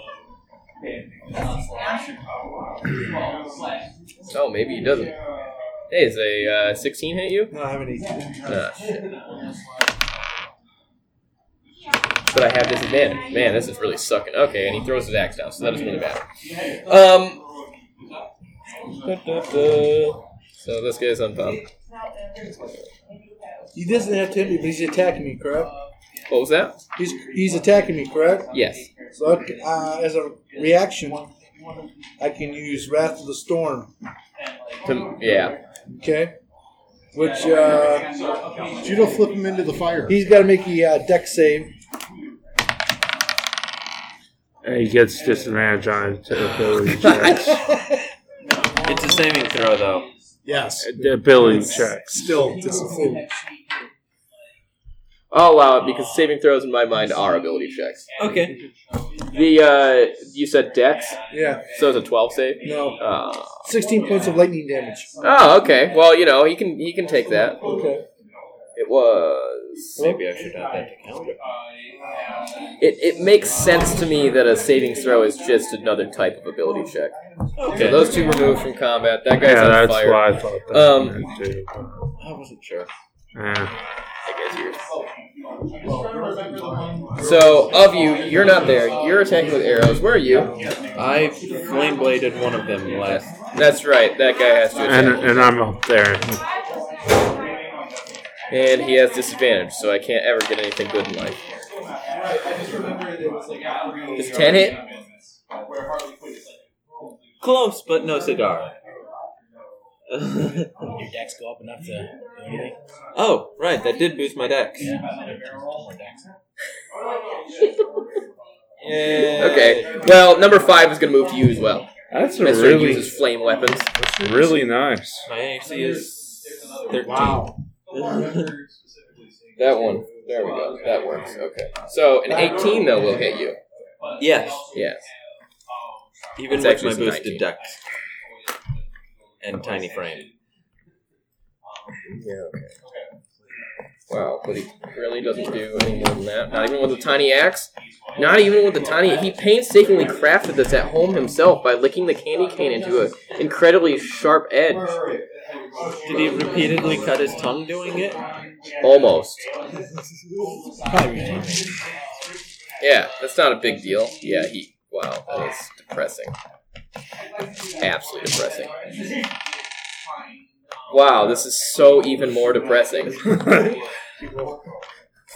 Speaker 2: Oh, maybe he doesn't. Hey, is a uh, 16 hit you?
Speaker 5: No, I haven't eaten.
Speaker 2: Ah, shit. But I have disadvantage. Man, this is really sucking. Okay, and he throws his axe down, so that doesn't really matter. Um. da-da-da. So this guy's on top.
Speaker 5: He doesn't have to hit me, but he's attacking me, correct?
Speaker 2: What was that?
Speaker 5: He's he's attacking me, correct?
Speaker 2: Yes.
Speaker 5: So I c uh, as a reaction, I can use Wrath of the Storm.
Speaker 2: To- yeah.
Speaker 5: Okay. Which uh,
Speaker 1: You don't flip him into the fire.
Speaker 5: he's got to make a uh, deck save.
Speaker 10: And he gets disadvantage on its ability checks.
Speaker 7: It's a saving throw, though.
Speaker 1: Yes.
Speaker 10: The ability checks.
Speaker 1: Still disadvantage.
Speaker 2: I'll allow it because saving throws in my mind are ability checks.
Speaker 7: Okay.
Speaker 2: The uh, you said dex.
Speaker 8: Yeah.
Speaker 2: So it's a twelve save.
Speaker 8: No.
Speaker 2: Uh,
Speaker 8: 16 points of lightning damage.
Speaker 2: oh, okay. Well, you know he can he can take that.
Speaker 8: Okay.
Speaker 2: It was.
Speaker 3: Maybe I should add that to counter.
Speaker 2: It, it makes sense to me that a saving throw is just another type of ability check.
Speaker 7: Okay.
Speaker 2: So those two removed from combat. That guy's
Speaker 10: Yeah,
Speaker 2: on
Speaker 10: that's
Speaker 2: fire.
Speaker 10: why I thought that.
Speaker 2: Um,
Speaker 10: too.
Speaker 2: I wasn't sure.
Speaker 10: Yeah.
Speaker 2: So of you, you're not there. You're attacking with arrows. Where are you?
Speaker 23: I flame bladed one of them last.
Speaker 2: That's right. That guy has to
Speaker 10: And, uh,
Speaker 2: attack,
Speaker 10: and I'm up there.
Speaker 2: and he has disadvantage, so I can't ever get anything good in life.
Speaker 7: Does
Speaker 2: ten hit?
Speaker 7: Close, but no cigar.
Speaker 3: Your decks go up enough to do anything.
Speaker 7: oh, right, that did boost my dex.
Speaker 2: Okay. Well, number five is going to move to you as well.
Speaker 10: That's a
Speaker 2: Mister
Speaker 10: really-
Speaker 2: uses flame weapons.
Speaker 10: Really nice.
Speaker 7: My AC is 13.
Speaker 2: Wow. That one. There we go. That works. Okay. So an 18 though will hit you.
Speaker 7: Yes.
Speaker 2: Yes.
Speaker 7: Even
Speaker 2: It's
Speaker 7: with
Speaker 2: actually
Speaker 7: my
Speaker 2: 19.
Speaker 7: boosted dex. And tiny frame.
Speaker 2: Yeah. Okay. Wow, but he really doesn't do any more than that. Not even with the tiny axe. Not even with the tiny. He painstakingly crafted this at home himself by licking the candy cane into an incredibly sharp edge.
Speaker 7: Did he repeatedly cut his tongue doing it?
Speaker 2: Almost. Yeah, that's not a big deal. Yeah, he. Wow, that is depressing. Absolutely depressing. Wow, this is so even more depressing.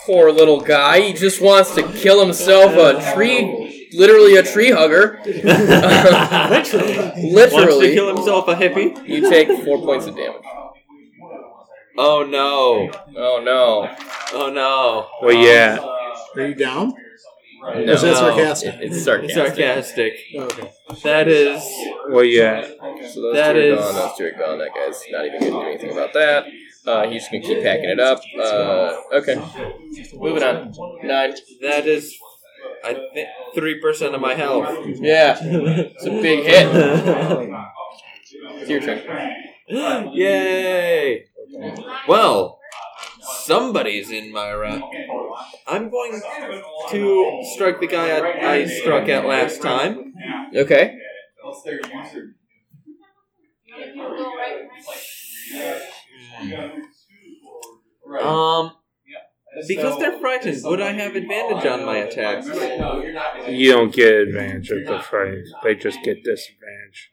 Speaker 2: Poor little guy. He just wants to kill himself a tree, literally a tree hugger.
Speaker 7: Literally. Wants to
Speaker 2: Literally.
Speaker 7: kill himself a hippie.
Speaker 2: You take four points of damage.
Speaker 7: Oh no.
Speaker 2: Oh no.
Speaker 7: Oh no.
Speaker 10: Well, yeah.
Speaker 1: Are you down?
Speaker 7: No.
Speaker 1: Is that sarcastic?
Speaker 7: It- It's sarcastic.
Speaker 1: Okay.
Speaker 7: That is.
Speaker 10: Well, yeah.
Speaker 2: So those
Speaker 7: That
Speaker 2: two are
Speaker 7: is-
Speaker 2: gone. Those two are gone. That guy's not even going to do anything about that. Uh, he's just going to keep packing it up. Uh, okay. Moving on. Nine.
Speaker 7: That is. I think three percent of my health.
Speaker 2: Yeah. It's a big hit. It's your turn.
Speaker 7: Yay! Well, somebody's in my round. I'm going to strike the guy I, I struck at last time.
Speaker 2: Okay.
Speaker 7: Um, because they're frightened, would I have advantage on my attacks?
Speaker 10: You don't get advantage of the frame. They just get disadvantage.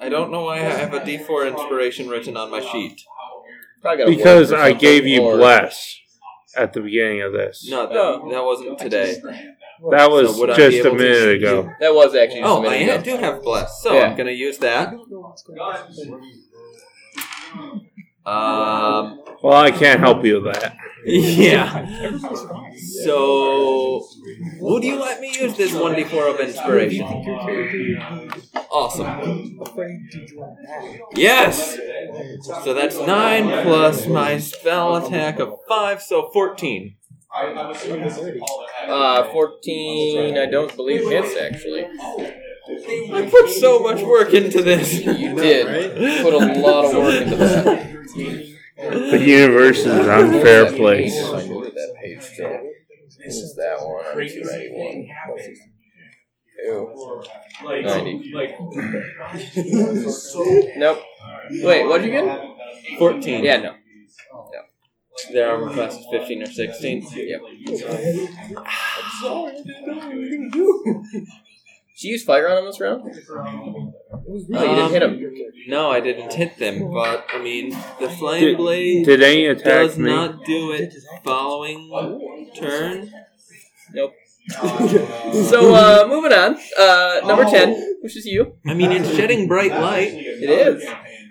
Speaker 7: I don't know why I have a D4 inspiration written on my sheet.
Speaker 2: Probably got a
Speaker 10: Because
Speaker 2: warp or
Speaker 10: I gave you
Speaker 2: something, or-
Speaker 10: bless at the beginning of this.
Speaker 7: No,
Speaker 2: Oh.
Speaker 7: that, that wasn't today.
Speaker 10: That was
Speaker 7: So would I be
Speaker 10: just a
Speaker 7: able to-
Speaker 10: minute ago.
Speaker 2: That was actually just a
Speaker 7: Oh, I
Speaker 2: minute
Speaker 7: am-
Speaker 2: ago.
Speaker 7: do have bless, so
Speaker 2: Yeah.
Speaker 7: I'm gonna use that. Um,
Speaker 10: Well, I can't help you with that.
Speaker 7: yeah. So, would you let me use this one D4 of inspiration? Awesome. Yes. So that's nine plus my spell attack of five, so fourteen.
Speaker 2: Uh, 14, I don't believe hits, actually.
Speaker 7: I put so much work into this.
Speaker 2: You did. Put a lot of work into that.
Speaker 10: The universe is an unfair place.
Speaker 2: I go to that page, Joe. This is that one on 291. Ew. 90. nope. Wait, what'd you get?
Speaker 7: Fourteen.
Speaker 2: Yeah, no.
Speaker 7: Their armor class is fifteen or sixteen.
Speaker 2: Yep. Did you use fire on him this round? No, Oh, you didn't hit him.
Speaker 7: No, I didn't hit them, but I mean the flame
Speaker 10: Did-
Speaker 7: blade
Speaker 10: did they attack
Speaker 7: does
Speaker 10: me?
Speaker 7: not do it following turn.
Speaker 2: So, uh, moving on. Uh,
Speaker 7: Oh.
Speaker 2: number 10, which is you.
Speaker 7: I mean it's shedding bright light.
Speaker 2: It is.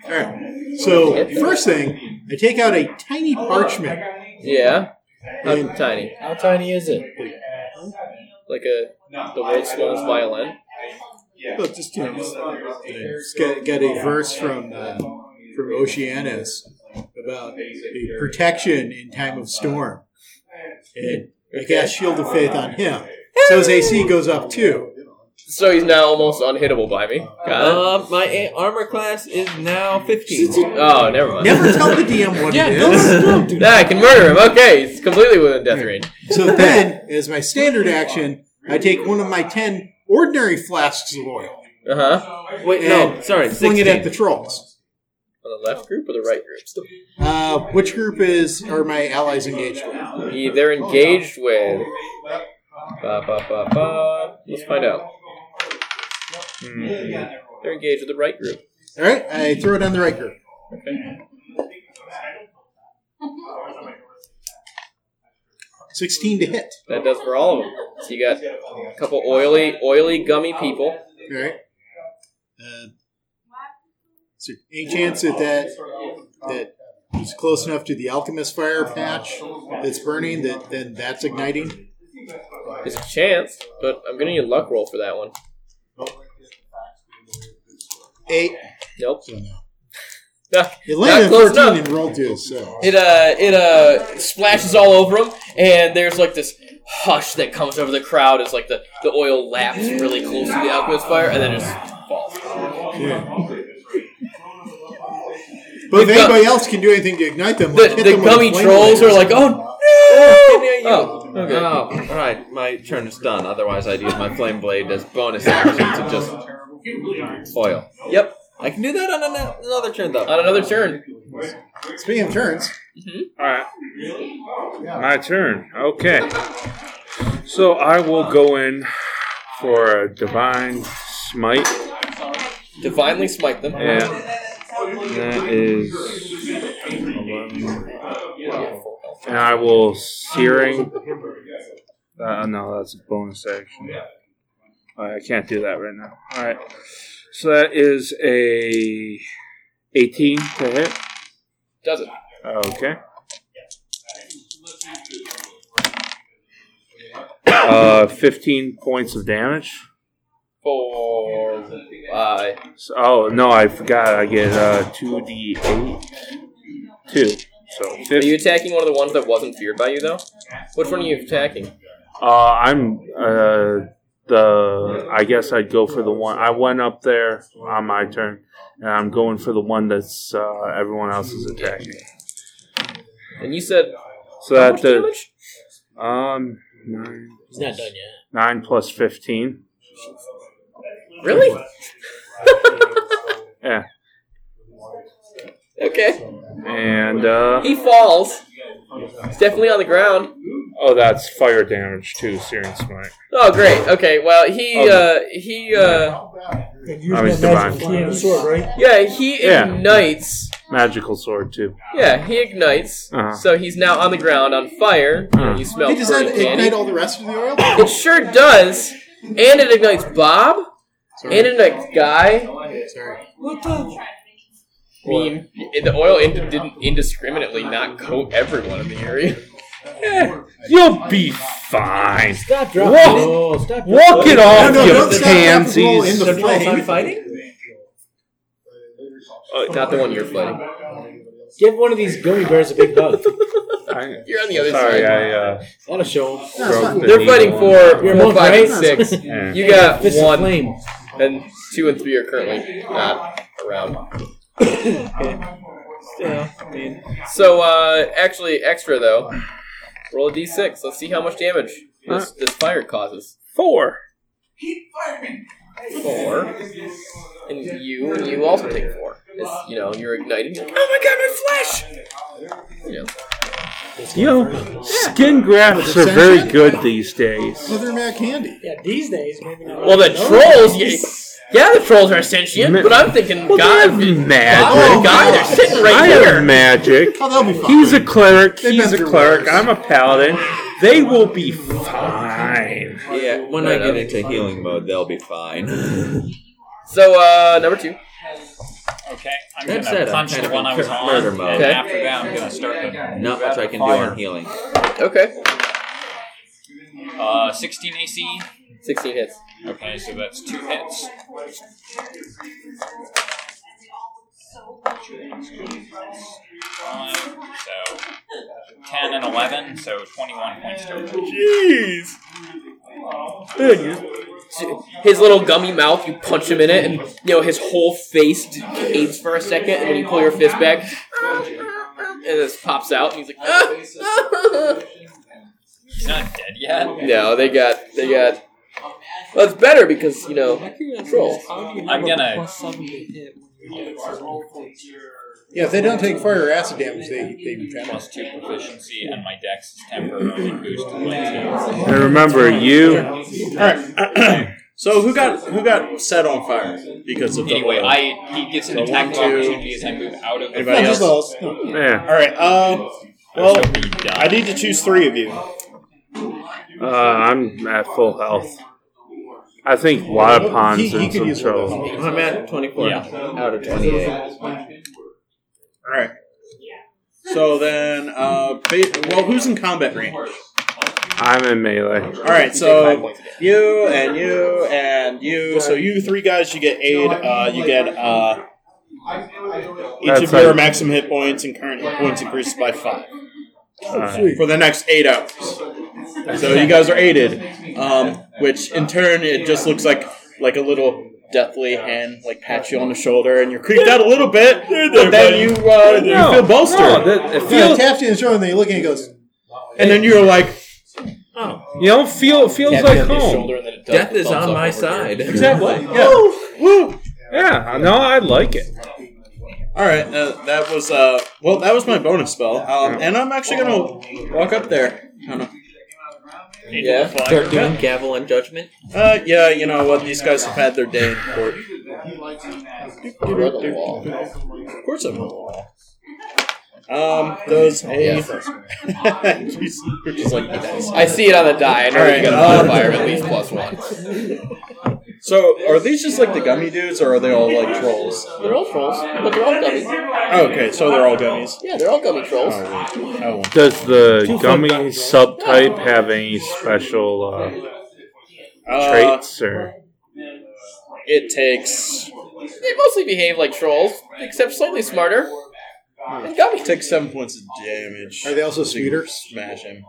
Speaker 1: All right. So first thing, I take out a tiny parchment.
Speaker 2: Yeah. How
Speaker 1: And-
Speaker 2: tiny?
Speaker 3: How tiny is it?
Speaker 2: Like a the world's smallest violin.
Speaker 1: Well, just you know, just, uh, just got, got a verse from uh, from Oceanus about a protection in time of storm. And I cast Shield of Faith on him. So his AC goes up too.
Speaker 2: So he's now almost unhittable by me. Got it.
Speaker 24: Uh, my a- armor class is now 15.
Speaker 2: Oh, never mind.
Speaker 1: Never tell the DM what
Speaker 2: yeah,
Speaker 1: it
Speaker 2: no,
Speaker 1: is.
Speaker 2: no, no, dude. Nah, I can murder him. Okay, he's completely within death range.
Speaker 1: So then, as my standard action, I take one of my ten ordinary flasks of oil.
Speaker 2: Uh huh.
Speaker 24: Wait,
Speaker 1: and
Speaker 24: no, sorry,
Speaker 1: Fling it
Speaker 24: 16.
Speaker 1: at the trolls.
Speaker 2: On the left group or the right group?
Speaker 1: Uh, which group is are my allies engaged with?
Speaker 2: Yeah, They're engaged with. Ba, ba, ba, ba. Let's find out. Hmm. They're engaged with the right group.
Speaker 1: All right, I throw it on the right group.
Speaker 2: Okay.
Speaker 1: Sixteen to hit.
Speaker 2: That does for all of them. So you got a couple oily, oily, gummy people.
Speaker 1: All right. Uh, is there any chance that that that is close enough to the alchemist fire patch that's burning that then that's igniting?
Speaker 2: There's a chance, but I'm gonna need a luck roll for that one.
Speaker 1: Eight.
Speaker 2: Nope.
Speaker 1: It
Speaker 2: Not
Speaker 1: landed
Speaker 2: close
Speaker 1: fourteen
Speaker 2: enough.
Speaker 1: and rolled two. So
Speaker 2: It uh, it uh, splashes all over him, and there's like this hush that comes over the crowd as like the, the oil laps really close to the alchemist fire, and then it just falls.
Speaker 1: But if
Speaker 2: The gu-
Speaker 1: anybody else can do anything to ignite them, like
Speaker 2: The,
Speaker 1: hit
Speaker 2: the
Speaker 1: them with a
Speaker 2: gummy
Speaker 1: flame
Speaker 2: trolls
Speaker 1: laser.
Speaker 2: are like, oh
Speaker 7: Oh, okay. oh, all right. My turn is done. Otherwise, I'd use my flame blade as bonus action to just oil.
Speaker 2: Yep.
Speaker 7: I can do that on an- another turn, though.
Speaker 2: On another turn.
Speaker 1: Speaking of turns,
Speaker 10: All right. My turn. Okay. So I will go in for a divine smite.
Speaker 2: Divinely smite them.
Speaker 10: Yeah. That is. And I will searing. Uh, no, that's a bonus action. All right, I can't do that right now. All right. So that is a 18 to hit.
Speaker 2: Does it?
Speaker 10: Okay. Uh, 15 points of damage.
Speaker 2: for uh,
Speaker 10: So, oh, no, I forgot. I get uh, 2d8. 2. So
Speaker 2: Are
Speaker 10: 15.
Speaker 2: you attacking one of the ones that wasn't feared by you though? Which one are you attacking?
Speaker 10: Uh, I'm uh, the. I guess I'd go for the one. I went up there on my turn, and I'm going for the one that's uh, everyone else is attacking.
Speaker 2: And you said
Speaker 10: So that the um nine.
Speaker 8: He's not done yet.
Speaker 10: Nine plus fifteen.
Speaker 2: Really?
Speaker 10: Yeah,
Speaker 2: Okay.
Speaker 10: and uh,
Speaker 2: He falls. He's definitely on the ground.
Speaker 10: oh, that's fire damage too. Searing smite.
Speaker 2: Oh great. Okay. Well,
Speaker 10: Oh,
Speaker 2: he uh he uh
Speaker 10: I mean, divine.
Speaker 25: sword, right?
Speaker 2: yeah he
Speaker 10: Yeah.
Speaker 2: ignites.
Speaker 10: Magical sword too.
Speaker 2: Yeah, he ignites.
Speaker 10: Uh-huh.
Speaker 2: So he's now on the ground on fire.
Speaker 10: Uh-huh.
Speaker 2: You smell
Speaker 1: Hey, does that
Speaker 2: burning candy.
Speaker 1: ignite all the rest of the oil?
Speaker 2: It sure does. And it ignites Bob. And it ignites Guy.
Speaker 1: Sorry.
Speaker 12: What the?
Speaker 2: I mean, the oil ind- didn't indiscriminately not coat everyone in the area.
Speaker 10: You'll be fine.
Speaker 8: Stop dropping
Speaker 10: Walk,
Speaker 8: it. Stop
Speaker 10: walk it
Speaker 2: Oh,
Speaker 10: off,
Speaker 1: No, no, don't
Speaker 10: you
Speaker 1: stop. Roll in
Speaker 10: pansies.
Speaker 1: the flame.
Speaker 8: fighting?
Speaker 2: Not the one you're fighting.
Speaker 8: Give one of these gummy bears a big hug.
Speaker 10: I-
Speaker 2: You're on the other
Speaker 10: Sorry,
Speaker 2: side.
Speaker 10: I uh,
Speaker 8: That'll show 'em.
Speaker 10: broke the
Speaker 2: They're fighting
Speaker 10: needle
Speaker 2: for
Speaker 10: on-
Speaker 8: You're
Speaker 2: four,
Speaker 8: both
Speaker 2: five, and
Speaker 8: right.
Speaker 2: six.
Speaker 10: Yeah.
Speaker 2: You got
Speaker 8: Fist of
Speaker 2: one,
Speaker 8: flame.
Speaker 2: and two and three are currently not around.
Speaker 24: Yeah, I mean,
Speaker 2: So, uh, actually, extra though. Roll a d6. Let's see how much damage this, this fire causes.
Speaker 10: Four.
Speaker 2: Four. And you, and you also take four. It's, you know, you're igniting. You're like, oh my god, my flesh! You know.
Speaker 10: You know, skin grafts are very good these days.
Speaker 1: Well, they're mad candy.
Speaker 3: Yeah, these days, maybe not.
Speaker 2: Well, the trolls, yeah, yeah, the trolls are sentient, but I'm thinking,
Speaker 10: Well,
Speaker 2: God,
Speaker 10: they have
Speaker 2: God,
Speaker 10: magic.
Speaker 2: God, they're sitting
Speaker 10: I
Speaker 2: right here.
Speaker 10: have magic.
Speaker 1: Oh, they'll be fine.
Speaker 10: He's a cleric.
Speaker 1: They've
Speaker 10: He's
Speaker 1: been
Speaker 10: a
Speaker 1: through
Speaker 10: cleric.
Speaker 1: worse.
Speaker 10: I'm a paladin. They will be fine.
Speaker 2: Yeah,
Speaker 7: When I get into healing mode, they'll be fine.
Speaker 2: So, uh, number two.
Speaker 5: Okay, I'm
Speaker 7: That's
Speaker 5: gonna
Speaker 7: it, I'm
Speaker 5: punch
Speaker 7: kind
Speaker 5: the
Speaker 7: of
Speaker 5: one I was
Speaker 7: in
Speaker 5: on,
Speaker 7: murder
Speaker 5: and
Speaker 7: mode.
Speaker 2: Okay.
Speaker 5: after that, I'm gonna start the
Speaker 7: Not much I can do on healing.
Speaker 2: Okay.
Speaker 5: uh, 16 AC.
Speaker 2: 16 hits.
Speaker 5: Okay, so that's two hits. One, so 10 and 11, so 21 points total.
Speaker 2: Jeez. Dude, you- his little gummy mouth, you punch him in it, and you know his whole face aches for a second, and when you pull your fist back, and this pops out, and he's like, "Ah!"
Speaker 5: He's not dead yet.
Speaker 2: "No, they got, they got." Well, it's better because you know control.
Speaker 5: I'm gonna.
Speaker 3: Yeah, if they don't take fire or acid damage, they they regenerate.
Speaker 5: Plus two proficiency, and my dex is temporarily boosted by two.
Speaker 10: And remember, you.
Speaker 8: Alright. so who got who got set on fire because of the
Speaker 5: Anyway,
Speaker 8: oil?
Speaker 5: I he gets an
Speaker 8: So
Speaker 5: attack
Speaker 8: one,
Speaker 5: of
Speaker 8: two.
Speaker 5: opportunity as I move out of.
Speaker 8: Anybody
Speaker 5: the
Speaker 8: else?
Speaker 10: Yeah.
Speaker 8: All right. Uh, well, I need to choose three of you.
Speaker 10: Uh, I'm at full health. I think water ponds in some trouble.
Speaker 7: I'm at 24 out of 28.
Speaker 8: All right. So then, uh, ba- well, who's in combat range?
Speaker 10: I'm in melee.
Speaker 8: All right, so you and you and you. So you three guys, you get aid. Uh, you get uh, each
Speaker 10: That's
Speaker 8: of your
Speaker 10: right.
Speaker 8: maximum hit points and current hit points increases by five
Speaker 10: Alright.
Speaker 8: for the next eight hours. So you guys are aided, um, which in turn it just looks like like a little deathly hand like pat you on the shoulder, and you're creeped out a little bit, but then you uh, you
Speaker 10: No,
Speaker 8: feel bolstered.
Speaker 10: no, that- it
Speaker 3: Yeah,
Speaker 10: feels-
Speaker 3: Tafty is showing. They look and he goes,
Speaker 8: and then you're like,
Speaker 10: You know, feel it feels
Speaker 8: Tap you
Speaker 10: like
Speaker 8: on the
Speaker 10: home.
Speaker 8: shoulder and then it does
Speaker 7: Death
Speaker 8: the
Speaker 7: is
Speaker 8: thumbs
Speaker 7: on
Speaker 8: up
Speaker 7: my
Speaker 8: over
Speaker 7: side.
Speaker 8: here.
Speaker 10: Exactly.
Speaker 8: Yeah. Woo!
Speaker 10: Yeah, no, I like it.
Speaker 8: All right, uh, that was uh, well, that was my bonus spell, um, and I'm actually gonna walk up there. I don't
Speaker 7: Yeah, start doing gavel and judgment.
Speaker 8: know. Uh, yeah, you know what? These guys have had their day in court. Of course, I'm. Um, those a. Jeez, we're just like
Speaker 2: I see it on the die. I know
Speaker 8: Alright,
Speaker 2: you got
Speaker 8: uh,
Speaker 2: a modifier of at least plus one.
Speaker 8: So, are these just like the gummy dudes, or are they all like trolls?
Speaker 2: They're all trolls, but they're all gummies.
Speaker 8: Okay, so they're all gummies.
Speaker 2: Yeah, they're all gummy trolls.
Speaker 8: Oh, well.
Speaker 10: Does the gummy subtype have any special uh,
Speaker 8: Uh,
Speaker 10: traits or?
Speaker 8: it takes
Speaker 2: They mostly behave like trolls, except slightly smarter. And gummy.
Speaker 8: it takes seven points of damage.
Speaker 3: "Are they also
Speaker 8: So you
Speaker 3: sweeter?"
Speaker 8: Smash him.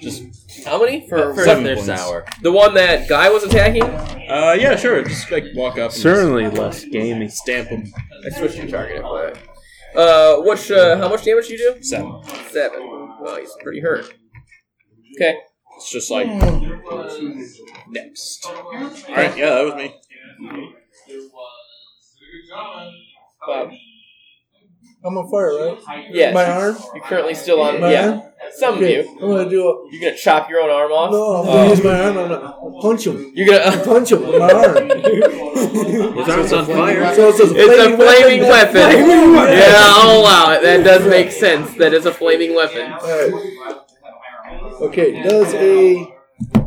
Speaker 8: Just
Speaker 2: How many?
Speaker 7: For, for
Speaker 8: Seven
Speaker 7: they're
Speaker 8: points.
Speaker 7: sour.
Speaker 2: The one that guy was attacking?
Speaker 8: uh, yeah, sure. Just like walk up. and
Speaker 10: Certainly less gamey.
Speaker 8: just stamp him.
Speaker 2: I switched to target. But, uh, what? Uh, how much damage do you do?
Speaker 8: Seven.
Speaker 2: Seven. Well, he's pretty hurt. Okay.
Speaker 8: It's just like next. All right, yeah, that was me.
Speaker 2: Bob.
Speaker 1: I'm on fire, right?
Speaker 2: Yes.
Speaker 1: My arm?
Speaker 2: You're currently still on.
Speaker 1: My
Speaker 2: yeah.
Speaker 1: arm?
Speaker 2: Some
Speaker 1: Okay,
Speaker 2: of you.
Speaker 1: I'm gonna do a.
Speaker 2: You're gonna chop your own arm off.
Speaker 1: No, I'm gonna
Speaker 2: Oh.
Speaker 1: use my arm. I'm gonna I'll punch him.
Speaker 2: You're gonna.
Speaker 1: Punch him with my arm.
Speaker 7: His arm's on fire.
Speaker 1: so it's a
Speaker 2: It's a flaming weapon.
Speaker 1: Flaming weapon.
Speaker 2: Yeah, I'll allow it. That does make sense. That is a flaming weapon.
Speaker 1: Alright. Okay, does a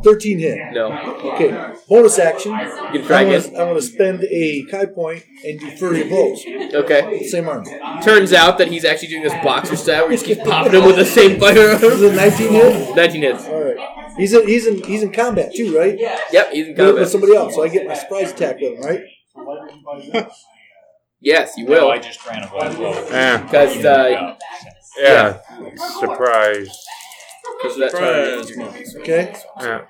Speaker 1: 13 hit?
Speaker 2: No.
Speaker 1: Okay, bonus action. I
Speaker 2: You can try
Speaker 1: want
Speaker 2: again.
Speaker 1: to I want to spend a Kai point and do flurry of blows.
Speaker 2: Okay.
Speaker 1: Same arm.
Speaker 2: Turns out that he's actually doing this boxer style where he just keeps popping him with the same firearm.
Speaker 1: Is it 19 hit?
Speaker 2: 19 hits.
Speaker 1: All right. He's in, he's in he's in combat too, right? Yeah.
Speaker 2: Yep, he's in
Speaker 1: With, with
Speaker 2: combat.
Speaker 1: somebody else, so I get my surprise attack with him, right?
Speaker 2: Yes, you
Speaker 5: Well,
Speaker 2: will.
Speaker 5: I just ran away. Well,
Speaker 10: Yeah,
Speaker 2: Because uh,
Speaker 5: yeah.
Speaker 10: yeah. Surprise.
Speaker 2: 'cause that's
Speaker 8: Surprise.
Speaker 1: Okay.
Speaker 10: Yeah.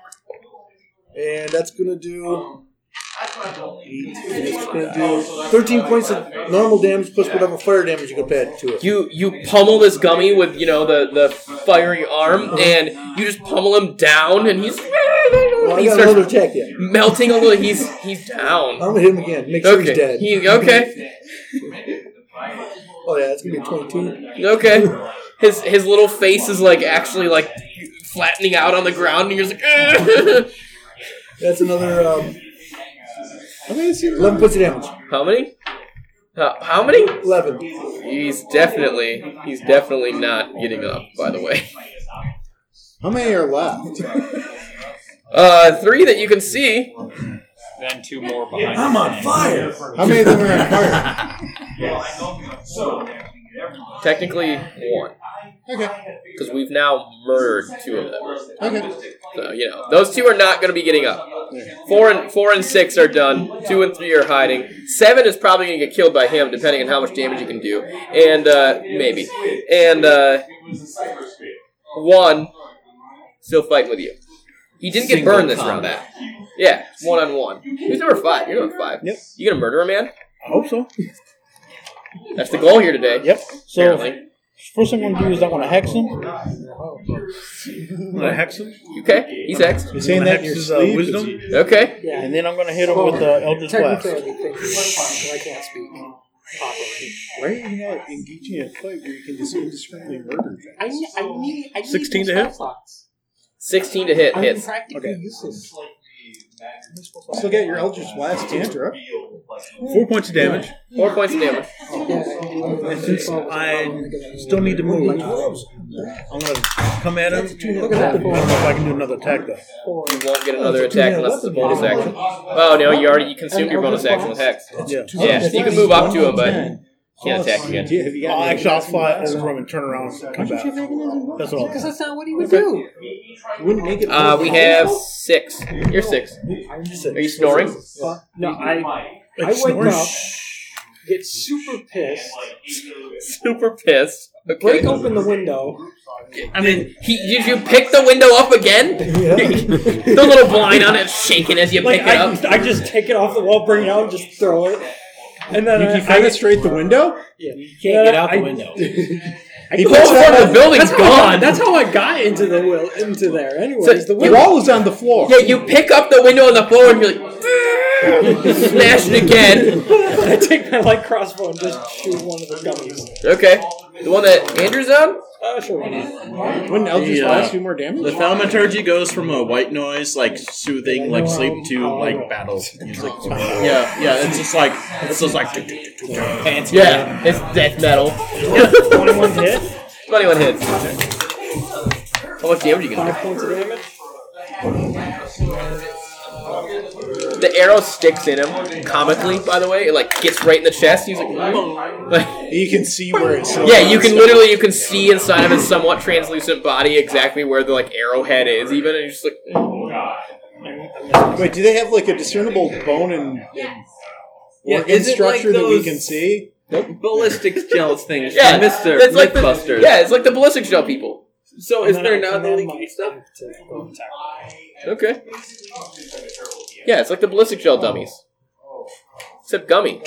Speaker 1: And that's gonna do. It's gonna do 13 points of normal damage plus whatever fire damage you can add to it.
Speaker 2: You you pummel this gummy with you know the the fiery
Speaker 1: Uh-huh.
Speaker 2: arm, and you just pummel him down, and he's
Speaker 1: Well, I
Speaker 2: he
Speaker 1: got another
Speaker 2: starts
Speaker 1: attack yet.
Speaker 2: melting a little. He's he's
Speaker 1: I'm
Speaker 2: down.
Speaker 1: gonna hit him again. Make sure he's
Speaker 2: Okay,
Speaker 1: dead.
Speaker 2: he okay
Speaker 1: Oh yeah, that's gonna be 22.
Speaker 2: okay. His his little face is like actually like flattening out on the ground, and you're just like
Speaker 1: That's another. Um, 11 points of damage.
Speaker 2: how many? How, how many?
Speaker 1: 11.
Speaker 2: He's definitely he's definitely not getting up. By the way,
Speaker 3: "How many are left?"
Speaker 2: uh, three that you can see.
Speaker 5: Then two more behind.
Speaker 1: I'm
Speaker 5: the
Speaker 1: on
Speaker 5: tank.
Speaker 1: fire.
Speaker 3: How many of them are on fire?
Speaker 2: Technically one,
Speaker 3: Okay,
Speaker 2: because we've now murdered two of them.
Speaker 3: okay.
Speaker 2: So you know those two are not going to be getting up. Four and four and six are done. Two and three are hiding. Seven is probably going to get killed by him, depending on how much damage you can do, and uh, maybe. And uh, one still fighting with you. He didn't get
Speaker 12: Single
Speaker 2: burned this round.
Speaker 12: combat.
Speaker 2: Yeah, one on one. He's number five. You're number five. Yep. You gonna murder a man?
Speaker 4: I hope so.
Speaker 2: That's the goal here today.
Speaker 4: Yep. So
Speaker 2: apparently.
Speaker 4: first thing I'm gonna do is I'm gonna hex him.
Speaker 2: gonna
Speaker 4: hex him.
Speaker 2: Okay, he's hexed.
Speaker 4: You saying that in your sleep? Wisdom.
Speaker 2: Okay.
Speaker 4: And then I'm gonna hit him with
Speaker 8: Oh,
Speaker 4: the Elder's Blast.
Speaker 9: Technically, I think it's fine, but I can't speak properly.
Speaker 13: Right? You know, engaging in a fight where you can just indiscriminately murder them.
Speaker 9: I, ne- I need. I need
Speaker 13: 16 to
Speaker 9: those
Speaker 13: hit?
Speaker 9: spell slots.
Speaker 2: Sixteen to hit
Speaker 9: I'm
Speaker 2: hits.
Speaker 9: practically useless.
Speaker 13: Still get your Eldritch Blast, Tantra.
Speaker 4: Four points of damage.
Speaker 2: Four points of damage.
Speaker 4: And since I still need to move, I'm gonna come at him. I don't know if I can do another attack though.
Speaker 2: You won't get another attack unless it's a bonus action. Oh no, you already you consumed your bonus action with hex.
Speaker 4: Yeah.
Speaker 2: Yeah, you can move up to him, but can't attack again.
Speaker 4: I'll Oh, actually, I'll fly over him and turn around and come back. That's what I'll do.
Speaker 9: Because that's not what he would do.
Speaker 13: Wouldn't make it.
Speaker 2: Uh, we have six. You're six. Are you snoring?
Speaker 3: No, I I wake
Speaker 2: snoring.
Speaker 3: up, get super pissed,
Speaker 2: Super pissed. Okay.
Speaker 3: break open the window.
Speaker 2: I mean, he, did you pick the window up again? the little blind on it's shaking as you
Speaker 3: Like
Speaker 2: pick it
Speaker 3: I,
Speaker 2: up.
Speaker 3: I just take it off the wall, bring it out, and just throw it. And then
Speaker 13: You
Speaker 3: I,
Speaker 13: can fenestrate the window?
Speaker 3: Yeah,
Speaker 6: you can't get out the
Speaker 3: I-
Speaker 6: window.
Speaker 3: I
Speaker 13: He
Speaker 3: can-
Speaker 2: Oh,
Speaker 13: pulls
Speaker 3: that's
Speaker 13: out
Speaker 3: how
Speaker 13: of the
Speaker 3: I-
Speaker 13: building,
Speaker 3: That's how, I-
Speaker 13: gone.
Speaker 3: that's how I got into the will into there. Anyways,
Speaker 2: So
Speaker 3: the
Speaker 2: you-
Speaker 3: window.
Speaker 13: Wall is on the floor.
Speaker 2: Yeah, you pick up the window on the floor and you're like, smash it again.
Speaker 3: I take my light crossbow and just shoot one of the dummies.
Speaker 2: Okay. The one that Andrew's on?
Speaker 3: Uh, sure. why not?
Speaker 13: Wouldn't Eldritch
Speaker 8: The, uh,
Speaker 13: Blast do more damage?
Speaker 8: The thaumaturgy goes from a white noise, like soothing, like sleep, to like battle music. Yeah, yeah, it's just like it's just like pants.
Speaker 2: Yeah, it's death metal.
Speaker 3: 21 hits.
Speaker 2: 21 hits. How much damage you gonna
Speaker 3: Five points of damage.
Speaker 2: do? The arrow sticks in him, comically, by the way. It like gets right in the chest. He's like, like
Speaker 13: You can see where it's.
Speaker 2: Yeah, you can literally you can see inside of his somewhat translucent body exactly where the like arrowhead is, even and you're just like
Speaker 13: Wait, do they have like a discernible bone and, and
Speaker 7: Yeah,
Speaker 13: organ
Speaker 7: is it
Speaker 13: structure
Speaker 7: like
Speaker 13: that we
Speaker 7: those-
Speaker 13: can see?
Speaker 7: ballistics gels things.
Speaker 2: Yeah,
Speaker 7: Yeah, Mister
Speaker 2: it's like the-
Speaker 7: Mythbusters.
Speaker 2: Yeah, it's like the ballistic shell people.
Speaker 7: So
Speaker 3: And
Speaker 7: is
Speaker 3: then
Speaker 7: there
Speaker 3: I-
Speaker 7: not
Speaker 3: and
Speaker 7: the
Speaker 3: then
Speaker 7: leaking
Speaker 3: my-
Speaker 7: stuff?
Speaker 3: to go attack.
Speaker 2: Okay. Yeah, it's like the ballistic shell dummies. Except gummy. And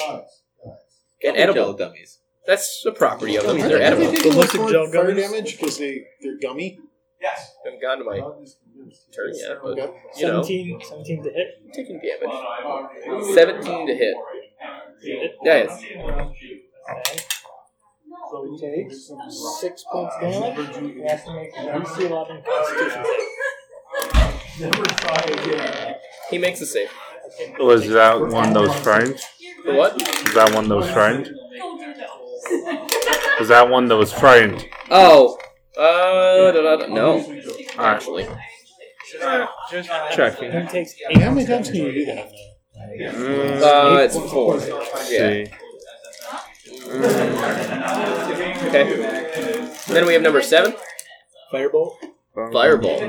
Speaker 7: Gummy
Speaker 2: edible.
Speaker 7: gel dummies.
Speaker 2: That's the property of them.
Speaker 13: Aren't
Speaker 2: They're
Speaker 13: they- aren't they
Speaker 2: edible.
Speaker 13: taking, like,
Speaker 4: Ballistic
Speaker 13: more
Speaker 4: gel
Speaker 13: fire
Speaker 4: guns?
Speaker 13: damage because they they're gummy.
Speaker 5: Yes.
Speaker 2: Haven't gotten to my turn yet, but you know,
Speaker 3: 17, 17 to hit.
Speaker 2: taking damage. Seventeen to hit. Yeah, it's
Speaker 9: So he takes six points damage. He has to make a DC 11 Constitution
Speaker 2: He makes a save.
Speaker 10: Was that one of those shrines?
Speaker 2: The what?
Speaker 10: Is that one of those shrines? Is that one that was frightened?
Speaker 2: Oh. Uh, da, da, da, no.
Speaker 10: Alright,
Speaker 2: Actually.
Speaker 10: checking.
Speaker 3: He takes eight.
Speaker 13: How many times can you do that?
Speaker 10: Mm,
Speaker 2: Uh, it's four. Yeah.
Speaker 10: see.
Speaker 2: Okay. Then we have number seven,
Speaker 13: Firebolt.
Speaker 2: Fireball.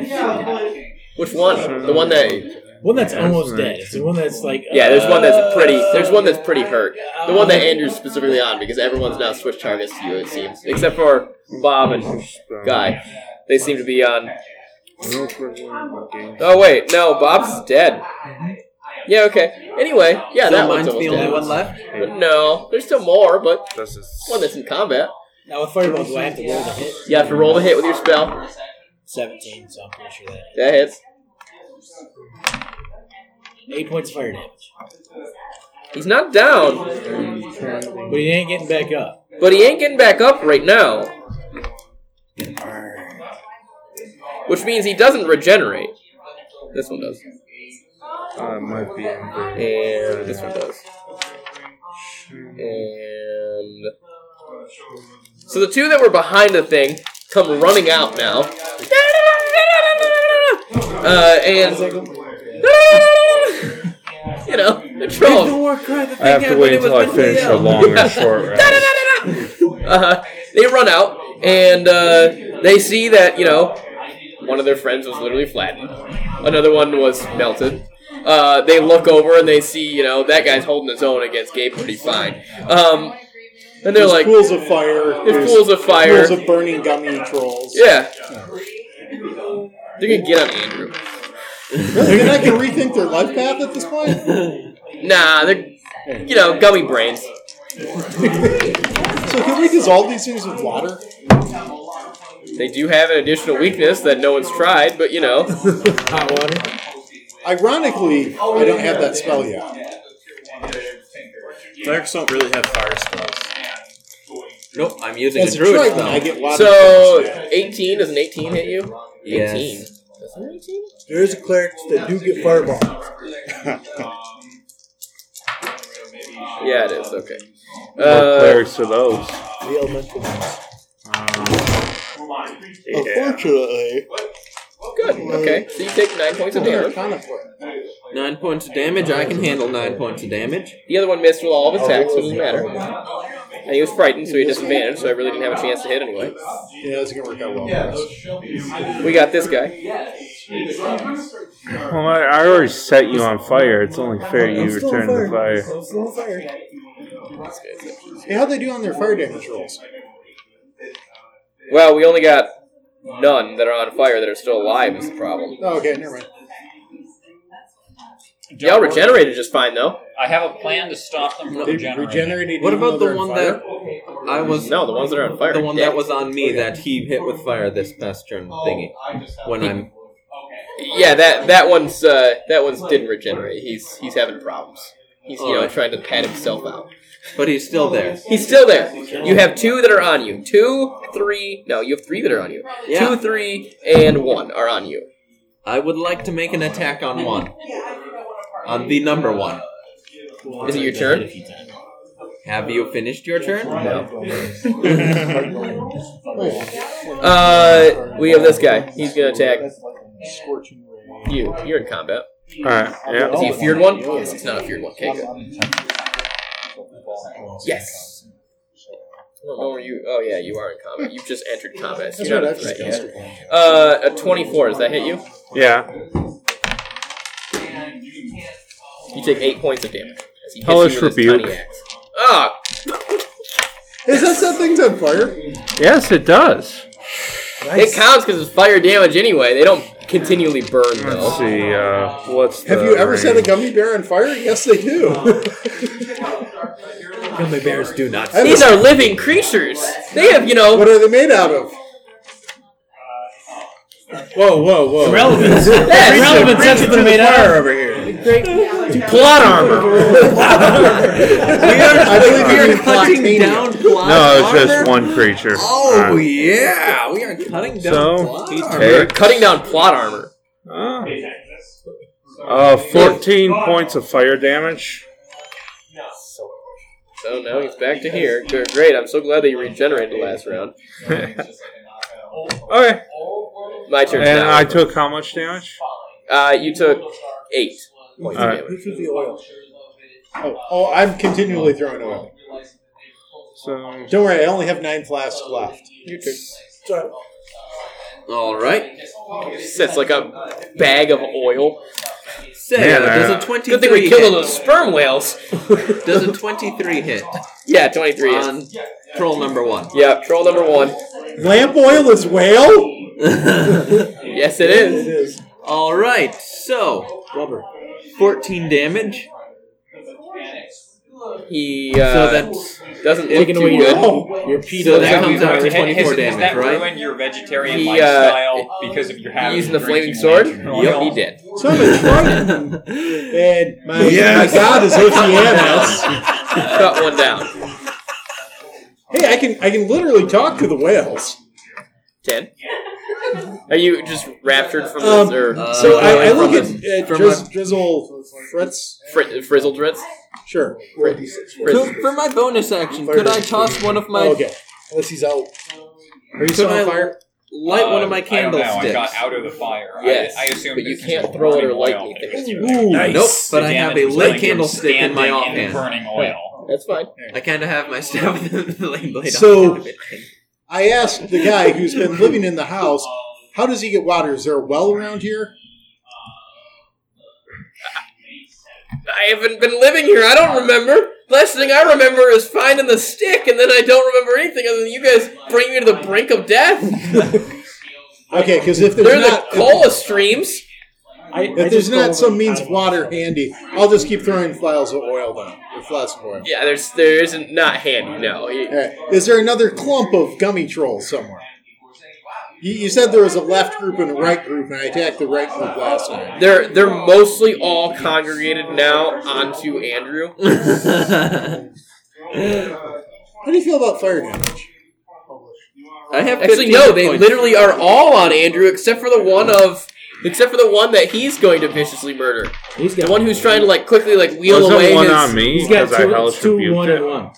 Speaker 2: Which one? The one that?
Speaker 6: One that's almost dead. It's the one that's like
Speaker 2: Yeah, there's one that's
Speaker 6: uh,
Speaker 2: pretty. There's one that's pretty hurt. The one that Andrew's specifically on because everyone's now switched targets to you. It seems, except for Bob and Guy. They seem to be on. Oh wait, no, Bob's dead. Yeah. Okay. Anyway, yeah,
Speaker 6: So
Speaker 2: that one's
Speaker 6: mine's the
Speaker 2: almost
Speaker 6: only
Speaker 2: dead.
Speaker 6: one left.
Speaker 2: But no, there's still more, but
Speaker 10: This is
Speaker 2: one that's in combat.
Speaker 6: Now with fireball, do I have to roll the hit?
Speaker 2: You have to roll the hit with your spell.
Speaker 6: Seventeen, so I'm pretty sure that
Speaker 2: That hits.
Speaker 6: eight points of fire damage.
Speaker 2: He's not down,
Speaker 6: But he ain't getting back up.
Speaker 2: but he ain't getting back up right now. Which means he doesn't regenerate. This one does.
Speaker 10: Uh, it might be Amber.
Speaker 2: And this one does. And. So the two that were behind the thing come running out now. Uh, and. You know, they're trolls.
Speaker 10: I have to wait until I finish a long or short round.
Speaker 2: Uh-huh. Uh, they run out and uh, they see that you know One of their friends was literally flattened. Another one was melted. Uh, they look over and they see, you know, that guy's holding his own against Gabe pretty fine. Um, and they're
Speaker 1: There's
Speaker 2: like,
Speaker 1: pools of fire.
Speaker 2: There's pools of fire.
Speaker 1: Pools of burning gummy trolls.
Speaker 2: yeah. They're gonna get on Andrew.
Speaker 1: Really? They're not going to rethink their life path at this point?
Speaker 2: Nah, they're, you know, gummy brains.
Speaker 1: So can we dissolve these things with water?
Speaker 2: They do have an additional weakness that no one's tried, but you know. Hot water.
Speaker 1: Ironically, I don't have that spell yet.
Speaker 8: Clerics don't really have fire spells.
Speaker 7: Nope, I'm using
Speaker 1: That's
Speaker 7: a druid
Speaker 1: right,
Speaker 7: spell.
Speaker 1: I get water
Speaker 2: So, 18, does an 18 hit you?
Speaker 7: Yes.
Speaker 2: 18.
Speaker 13: There is a cleric that do get fireball.
Speaker 2: Yeah, it is. Okay. Uh,
Speaker 10: What clerics are those?
Speaker 13: The elemental ones.
Speaker 8: Unfortunately.
Speaker 2: Good. Okay. So you take 9 points of damage.
Speaker 7: Nine points of damage. I can handle nine points of damage.
Speaker 2: The other one missed with all of attacks, so it doesn't matter. And he was frightened, so he had disadvantage, so I really didn't have a chance to hit anyway.
Speaker 1: Yeah, that's going to work out well. Yeah.
Speaker 2: We got this guy.
Speaker 10: Well, I, I already set you on fire. It's only fair you return the fire.
Speaker 13: Still on fire.
Speaker 1: Hey, how'd they do on their fire damage rolls?
Speaker 2: Well, we only got none that are on fire that are still alive, is the problem.
Speaker 1: Oh, okay, never mind.
Speaker 2: Y'all regenerated just fine, though.
Speaker 5: I have a plan to stop them from
Speaker 1: They
Speaker 5: regenerating.
Speaker 1: regenerated.
Speaker 7: What
Speaker 1: even
Speaker 7: about
Speaker 1: though
Speaker 7: the
Speaker 1: they're on
Speaker 7: one
Speaker 1: fire?
Speaker 7: that I was?
Speaker 2: No, the ones that are on fire. Oh,
Speaker 7: The one
Speaker 2: Yeah.
Speaker 7: that was on me that he hit with fire this past turn thingy. When I'm
Speaker 2: Yeah, that that one's uh, that one's didn't regenerate. He's he's having problems. He's you know
Speaker 7: Alright.
Speaker 2: trying to pat himself out.
Speaker 7: But he's still there.
Speaker 2: He's still there. You have two that are on you. Two, three. No, you have three that are on you.
Speaker 7: Yeah.
Speaker 2: Two, three, and one are on you.
Speaker 7: I would like to make an attack on one. On the number one.
Speaker 2: Is it your turn?
Speaker 7: Have you finished your turn?
Speaker 2: Uh, we have this guy. He's gonna attack you. You're in combat.
Speaker 10: All right. Yeah.
Speaker 2: Is he a feared one? Yes, he's not a feared one. Okay, good. Yes. Oh, are you? Oh, yeah, you are in combat. You've just entered combat. So you're not a threat yet. Uh, a 24. Does that hit you?
Speaker 10: Yeah.
Speaker 2: You take eight points of damage. as he hits
Speaker 10: Hellish
Speaker 2: you with his tiny
Speaker 10: rebuke.
Speaker 2: axe. Ah,
Speaker 1: Is that set things on fire?
Speaker 10: Yes, it does.
Speaker 2: It counts because it's fire damage anyway. They don't continually burn
Speaker 10: Let's
Speaker 2: though.
Speaker 10: see. Uh, what's
Speaker 1: Have
Speaker 10: the
Speaker 1: you ever set a
Speaker 10: range?
Speaker 1: gummy bear on fire? Yes, they do.
Speaker 7: Gummy bears do not.
Speaker 2: These are living creatures. They have, you know,
Speaker 1: what are they made out of?
Speaker 8: Whoa, whoa, whoa.
Speaker 6: Relevance.
Speaker 2: Yes.
Speaker 6: Relevance. That's what they're made out of.
Speaker 8: over here.
Speaker 2: plot armor.
Speaker 1: I believe
Speaker 7: We
Speaker 1: you're
Speaker 7: are
Speaker 1: in Plotania.
Speaker 7: cutting down plot
Speaker 10: No, it's
Speaker 7: armor?
Speaker 10: just one creature.
Speaker 7: Oh
Speaker 10: All right.
Speaker 7: yeah, we are cutting down
Speaker 10: So,
Speaker 7: plot
Speaker 10: he
Speaker 7: armor.
Speaker 2: We're
Speaker 10: takes
Speaker 2: cutting down plot armor.
Speaker 10: uh, uh, fourteen points of fire damage.
Speaker 2: So now he's back to here. Good, great. I'm so glad that you regenerated last round.
Speaker 10: Okay,
Speaker 2: My turn.
Speaker 10: and
Speaker 2: now.
Speaker 10: I took how much damage?
Speaker 2: Uh, you took eight points
Speaker 10: All
Speaker 2: of
Speaker 10: right.
Speaker 2: damage.
Speaker 13: This is the oil.
Speaker 1: Oh, oh, I'm continually throwing oil.
Speaker 10: So
Speaker 1: Don't worry, I only have nine flasks left.
Speaker 13: So,
Speaker 7: All right.
Speaker 2: Sits like a bag of oil.
Speaker 7: So
Speaker 10: Man, I-
Speaker 7: does
Speaker 2: Good
Speaker 7: a
Speaker 2: thing we
Speaker 7: twenty-three
Speaker 2: killed
Speaker 7: hit?
Speaker 2: those sperm whales.
Speaker 7: Does a twenty-three hit
Speaker 2: Yeah, 23 is.
Speaker 7: on troll number one?
Speaker 2: Yeah, troll number one.
Speaker 1: Lamp oil is whale?
Speaker 2: Yes, it is.
Speaker 1: is.
Speaker 7: All right. So
Speaker 13: rubber.
Speaker 7: fourteen damage.
Speaker 2: He uh,
Speaker 7: so that's
Speaker 2: doesn't look
Speaker 7: taking
Speaker 2: too
Speaker 7: away
Speaker 2: good.
Speaker 1: Oh,
Speaker 7: your
Speaker 12: So
Speaker 7: so that
Speaker 12: that
Speaker 7: comes
Speaker 12: we-
Speaker 7: out to
Speaker 12: has-
Speaker 7: twenty-four
Speaker 12: has- has
Speaker 7: damage,
Speaker 12: that
Speaker 7: right?
Speaker 12: ruin your vegetarian
Speaker 2: He, uh,
Speaker 12: lifestyle because of your habit
Speaker 2: Using
Speaker 12: of
Speaker 2: the flaming
Speaker 12: drinking
Speaker 2: sword?
Speaker 12: lantern
Speaker 2: Yep,
Speaker 12: oil?
Speaker 2: he did.
Speaker 1: so I'm a drunk. And my, my god is E Oceanus.
Speaker 2: Cut one down.
Speaker 1: hey, I can I can literally talk to the whales.
Speaker 2: Ten. Are you just raptured from
Speaker 1: Um,
Speaker 2: this or
Speaker 7: uh,
Speaker 1: So I, I
Speaker 7: from
Speaker 1: look at
Speaker 7: a-
Speaker 1: uh,
Speaker 7: from
Speaker 1: Driz- Drizzle Fritz.
Speaker 2: fri- frizzle dritz?
Speaker 1: Sure.
Speaker 2: Frizzle.
Speaker 7: for my bonus action, could I toss one of my
Speaker 1: Oh, okay. Unless he's out. Are you
Speaker 7: could
Speaker 1: still
Speaker 7: I
Speaker 1: on fire?
Speaker 7: light one of
Speaker 5: Uh,
Speaker 7: my
Speaker 5: I don't know. I
Speaker 7: candlesticks?
Speaker 5: got out of the fire. I-
Speaker 2: Yes,
Speaker 5: I, assume
Speaker 2: but you
Speaker 5: this is
Speaker 2: can't
Speaker 5: the
Speaker 2: throw it or
Speaker 5: burning
Speaker 2: light
Speaker 5: oil
Speaker 2: anything.
Speaker 5: that is doing it.
Speaker 1: Ooh.
Speaker 8: Nice.
Speaker 7: Nope, but
Speaker 5: The
Speaker 7: I have
Speaker 5: damage
Speaker 7: a
Speaker 5: was
Speaker 7: lit
Speaker 5: coming from
Speaker 7: candlestick in my
Speaker 5: standing
Speaker 7: offhand.
Speaker 5: The burning oil.
Speaker 2: That's fine.
Speaker 7: I kind of have my staff with the blade.
Speaker 1: So-
Speaker 7: offhand.
Speaker 1: I asked the guy who's been living in the house, How does he get water? Is there a well around here?
Speaker 2: I haven't been living here. I don't remember. Last thing I remember is finding the stick, and then I don't remember anything other than you guys bringing me to the brink of death.
Speaker 1: Okay, because if there's
Speaker 2: They're the
Speaker 1: not,
Speaker 2: cola streams.
Speaker 1: I, if there's not some means of water handy, I'll just keep throwing files of oil down or flasks of oil.
Speaker 2: Yeah, there's there isn't not handy. No, You-
Speaker 1: All right. Is there another clump of gummy trolls somewhere? You, you said there was a left group and a right group, and I attacked the right group last night.
Speaker 2: they're they're mostly all congregated now onto Andrew.
Speaker 1: How do you feel about fire damage?
Speaker 2: I have actually no. They literally are all on Andrew except for the one of except for the one that he's going to viciously murder. He's the one who's trying to like quickly like wheel
Speaker 10: Wasn't
Speaker 2: away
Speaker 10: one
Speaker 2: his.
Speaker 10: on me? He's got 'Cause I two- hellish two, rebuked one, it. and one.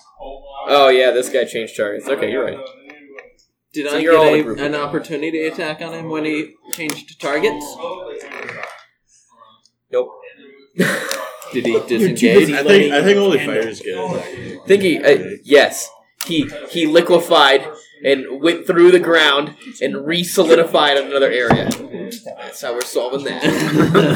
Speaker 2: Oh yeah, this guy changed targets. Okay, you're right.
Speaker 7: Did
Speaker 2: So
Speaker 7: I
Speaker 2: you're all in a
Speaker 7: get
Speaker 2: group
Speaker 7: a, an
Speaker 2: of-
Speaker 7: opportunity attack on him when he changed targets?
Speaker 2: Nope.
Speaker 7: Did he
Speaker 2: disengage?
Speaker 8: I think, I think only fighters get it.
Speaker 2: Think he? Uh, yes, he he liquefied and went through the ground and re-solidified in another area. That's how we're solving that.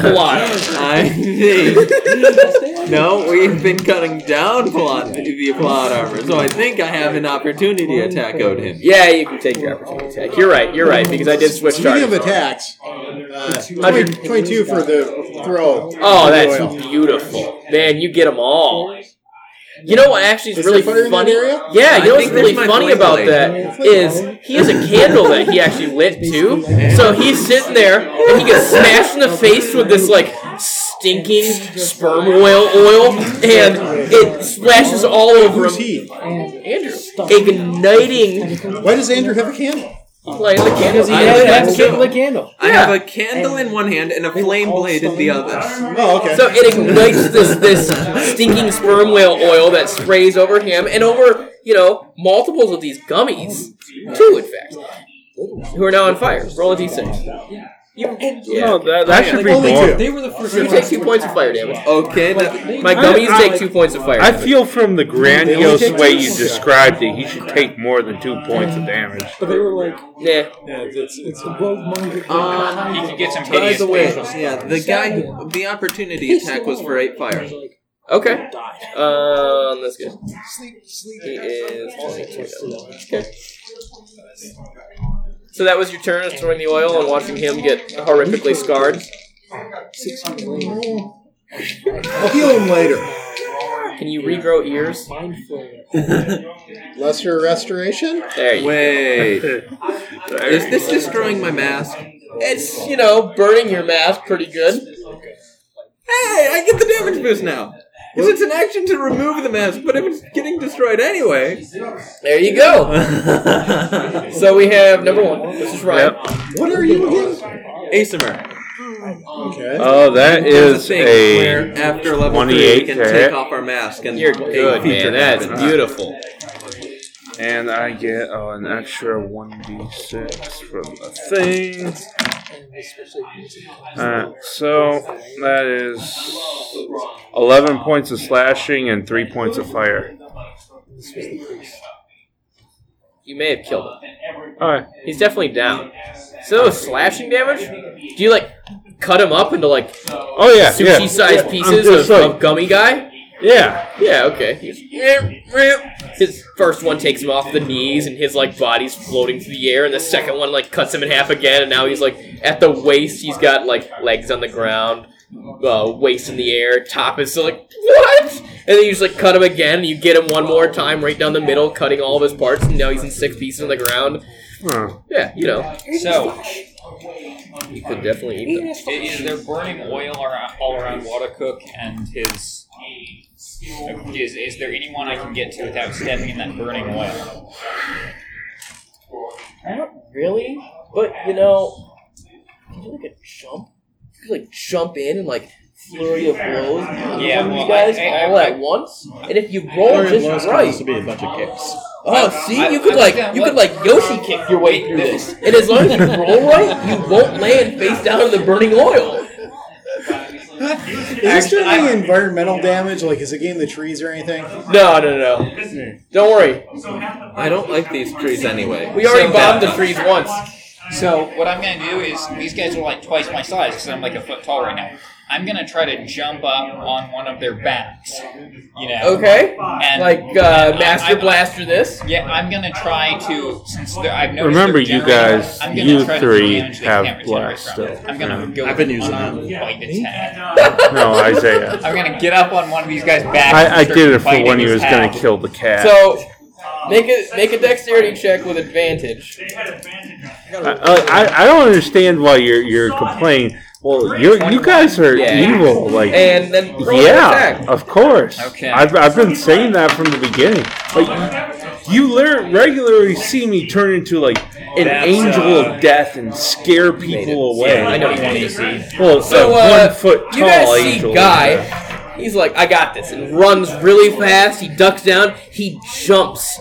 Speaker 2: Plot.
Speaker 7: I think. no, we've been cutting down plot the plot armor, so I think I have an opportunity to attack Odin.
Speaker 2: Yeah, you can take your opportunity attack. You're right. You're right because I did switch
Speaker 1: Speaking of
Speaker 2: targets.
Speaker 1: attacks, uh, 20 22 for the throw.
Speaker 2: Oh, that's beautiful, man! You get them all. You know what actually is,
Speaker 1: Is
Speaker 2: really
Speaker 1: there fire in that
Speaker 2: funny?
Speaker 1: area?
Speaker 2: Yeah, you
Speaker 1: I
Speaker 2: know what's
Speaker 1: think that's
Speaker 2: really
Speaker 1: my
Speaker 2: funny
Speaker 1: flame
Speaker 2: about
Speaker 1: blade.
Speaker 2: that is he has a candle that he actually lit too. So he's sitting there and he gets smashed in the face with this like stinking sperm whale oil, and it splashes all over him. Andrew igniting.
Speaker 1: Why does Andrew have a candle?
Speaker 2: Light the candle.
Speaker 7: Because he has- has to light
Speaker 2: candle.
Speaker 7: I have a candle in one hand and a flame blade in the other.
Speaker 1: Oh, okay.
Speaker 2: So it ignites this this stinking sperm whale oil that sprays over him and over you know multiples of these gummies, two in fact, who are now on fire. Roll a d6.
Speaker 10: No, that, that should be
Speaker 2: Only
Speaker 10: more.
Speaker 2: two. They were the first. You take two points of fire damage.
Speaker 7: Okay,
Speaker 2: my gummies take two points of fire.
Speaker 10: I
Speaker 2: damage.
Speaker 10: feel from the grandiose
Speaker 2: They only take
Speaker 10: way
Speaker 2: two.
Speaker 10: you described it, he should take more than two points of damage.
Speaker 26: But they were like,
Speaker 2: yeah,
Speaker 1: it's, it's
Speaker 26: the rogue monk.
Speaker 7: Um,
Speaker 5: He could get some
Speaker 7: by
Speaker 5: hideous
Speaker 7: the way,
Speaker 5: facials.
Speaker 7: yeah, the guy, who, the opportunity attack was for eight fire.
Speaker 2: Okay. Um, that's good. He is 22. Okay. So that was your turn of throwing the oil and watching him get horrifically scarred.
Speaker 1: I'll heal him later.
Speaker 2: Can you regrow ears?
Speaker 1: Lesser restoration?
Speaker 2: There you
Speaker 7: Wait, is this destroying my mask?
Speaker 2: It's, you know, burning your mask pretty good.
Speaker 7: Hey, I get the damage boost now. Because it's an action to remove the mask, but it was getting destroyed anyway.
Speaker 2: There you
Speaker 10: Oh,
Speaker 2: go. so we have number one, which is Ryan.
Speaker 1: What are you again?
Speaker 7: Acimer.
Speaker 1: Okay.
Speaker 10: Oh, that
Speaker 7: There's
Speaker 10: is
Speaker 7: thing
Speaker 10: a
Speaker 7: where after level three
Speaker 10: 28
Speaker 7: we can
Speaker 10: to
Speaker 7: take
Speaker 10: hit.
Speaker 7: off our mask and
Speaker 2: You're
Speaker 7: a
Speaker 2: good, man.
Speaker 7: feature
Speaker 2: That's
Speaker 7: happens.
Speaker 2: beautiful.
Speaker 10: And I get oh, an extra 1d6 from the thing. Alright, so that is 11 points of slashing and 3 points of fire.
Speaker 2: You may have killed him.
Speaker 10: Alright.
Speaker 2: He's definitely down. So slashing damage? Do you like cut him up into like
Speaker 10: oh yeah, yeah.
Speaker 2: sized
Speaker 10: Yeah,
Speaker 2: pieces
Speaker 10: I'm
Speaker 2: of,
Speaker 10: just like-
Speaker 2: of gummy guy?
Speaker 10: Yeah.
Speaker 2: Yeah, okay. He's- His first one takes him off the knees and his like body's floating through the air and the second one like cuts him in half again and now he's like at the waist he's got like legs on the ground, uh, waist in the air, top is so like what? And then you just like cut him again and you get him one more time right down the middle, cutting all of his parts and now he's in six pieces on the ground.
Speaker 10: Huh.
Speaker 2: Yeah, you know.
Speaker 5: So,
Speaker 2: You could definitely eat them.
Speaker 5: it- either they're burning oil ar- all around Wadacook and his. Is, is there anyone I can get to without stepping in that burning oil?
Speaker 2: I don't really, but you know, can you like a jump? You could like jump in and like flurry of blows.
Speaker 5: Yeah,
Speaker 2: from
Speaker 5: well,
Speaker 2: you guys
Speaker 5: I- I-
Speaker 2: all
Speaker 5: I-
Speaker 2: at once, and if you roll just right.
Speaker 8: to be a bunch of kicks.
Speaker 2: Oh, see, you could like you could like Yoshi kick your way through this, and as long as you roll right, you won't land face down in the burning oil.
Speaker 1: Is this doing any environmental damage? Like, is it getting the trees or anything?
Speaker 2: No, no, no. Don't worry.
Speaker 7: I don't like these trees anyway.
Speaker 2: We already
Speaker 7: So-
Speaker 2: uh, bombed the trees once.
Speaker 5: So what I'm going to do is these guys are like twice my size because I'm like a foot tall right now. I'm going to try to jump up on one of their backs. You know.
Speaker 2: Okay.
Speaker 5: And
Speaker 2: Like, uh,
Speaker 5: and
Speaker 2: Master Blaster this?
Speaker 5: Yeah, I'm going to try to since they're- I've noticed
Speaker 10: Remember,
Speaker 5: they're
Speaker 10: you
Speaker 5: generating-
Speaker 10: guys,
Speaker 5: I'm gonna
Speaker 10: you
Speaker 5: try to
Speaker 10: three
Speaker 5: manage the
Speaker 10: have
Speaker 5: camera
Speaker 10: blast still.
Speaker 5: I'm gonna
Speaker 10: Yeah.
Speaker 5: go.
Speaker 10: I've been using
Speaker 5: on
Speaker 10: them.
Speaker 5: a bite attack.
Speaker 10: No, Isaiah.
Speaker 5: I'm gonna get up on one of these guys' backs. and
Speaker 10: I, I
Speaker 5: start
Speaker 10: did it for
Speaker 5: biting
Speaker 10: when he
Speaker 5: his
Speaker 10: was
Speaker 5: head.
Speaker 10: going to kill the cat.
Speaker 2: So make a make a dexterity check with advantage.
Speaker 10: I, I, I don't understand why you're you're complaining. Well, you you guys are
Speaker 2: Yeah.
Speaker 10: evil. Like
Speaker 2: And then roll an
Speaker 10: yeah,
Speaker 2: attack.
Speaker 10: of course. Okay. I've, I've been saying that from the beginning. Like you lir- regularly see me turn into like an
Speaker 2: That's,
Speaker 10: angel
Speaker 2: uh,
Speaker 10: of death and scare people away.
Speaker 2: Yeah, I know you want to see.
Speaker 10: Well,
Speaker 2: so
Speaker 10: a
Speaker 2: uh,
Speaker 10: one foot tall
Speaker 2: you guys see
Speaker 10: angel.
Speaker 2: guy. He's like, I got this, and runs really fast. He ducks down. He jumps.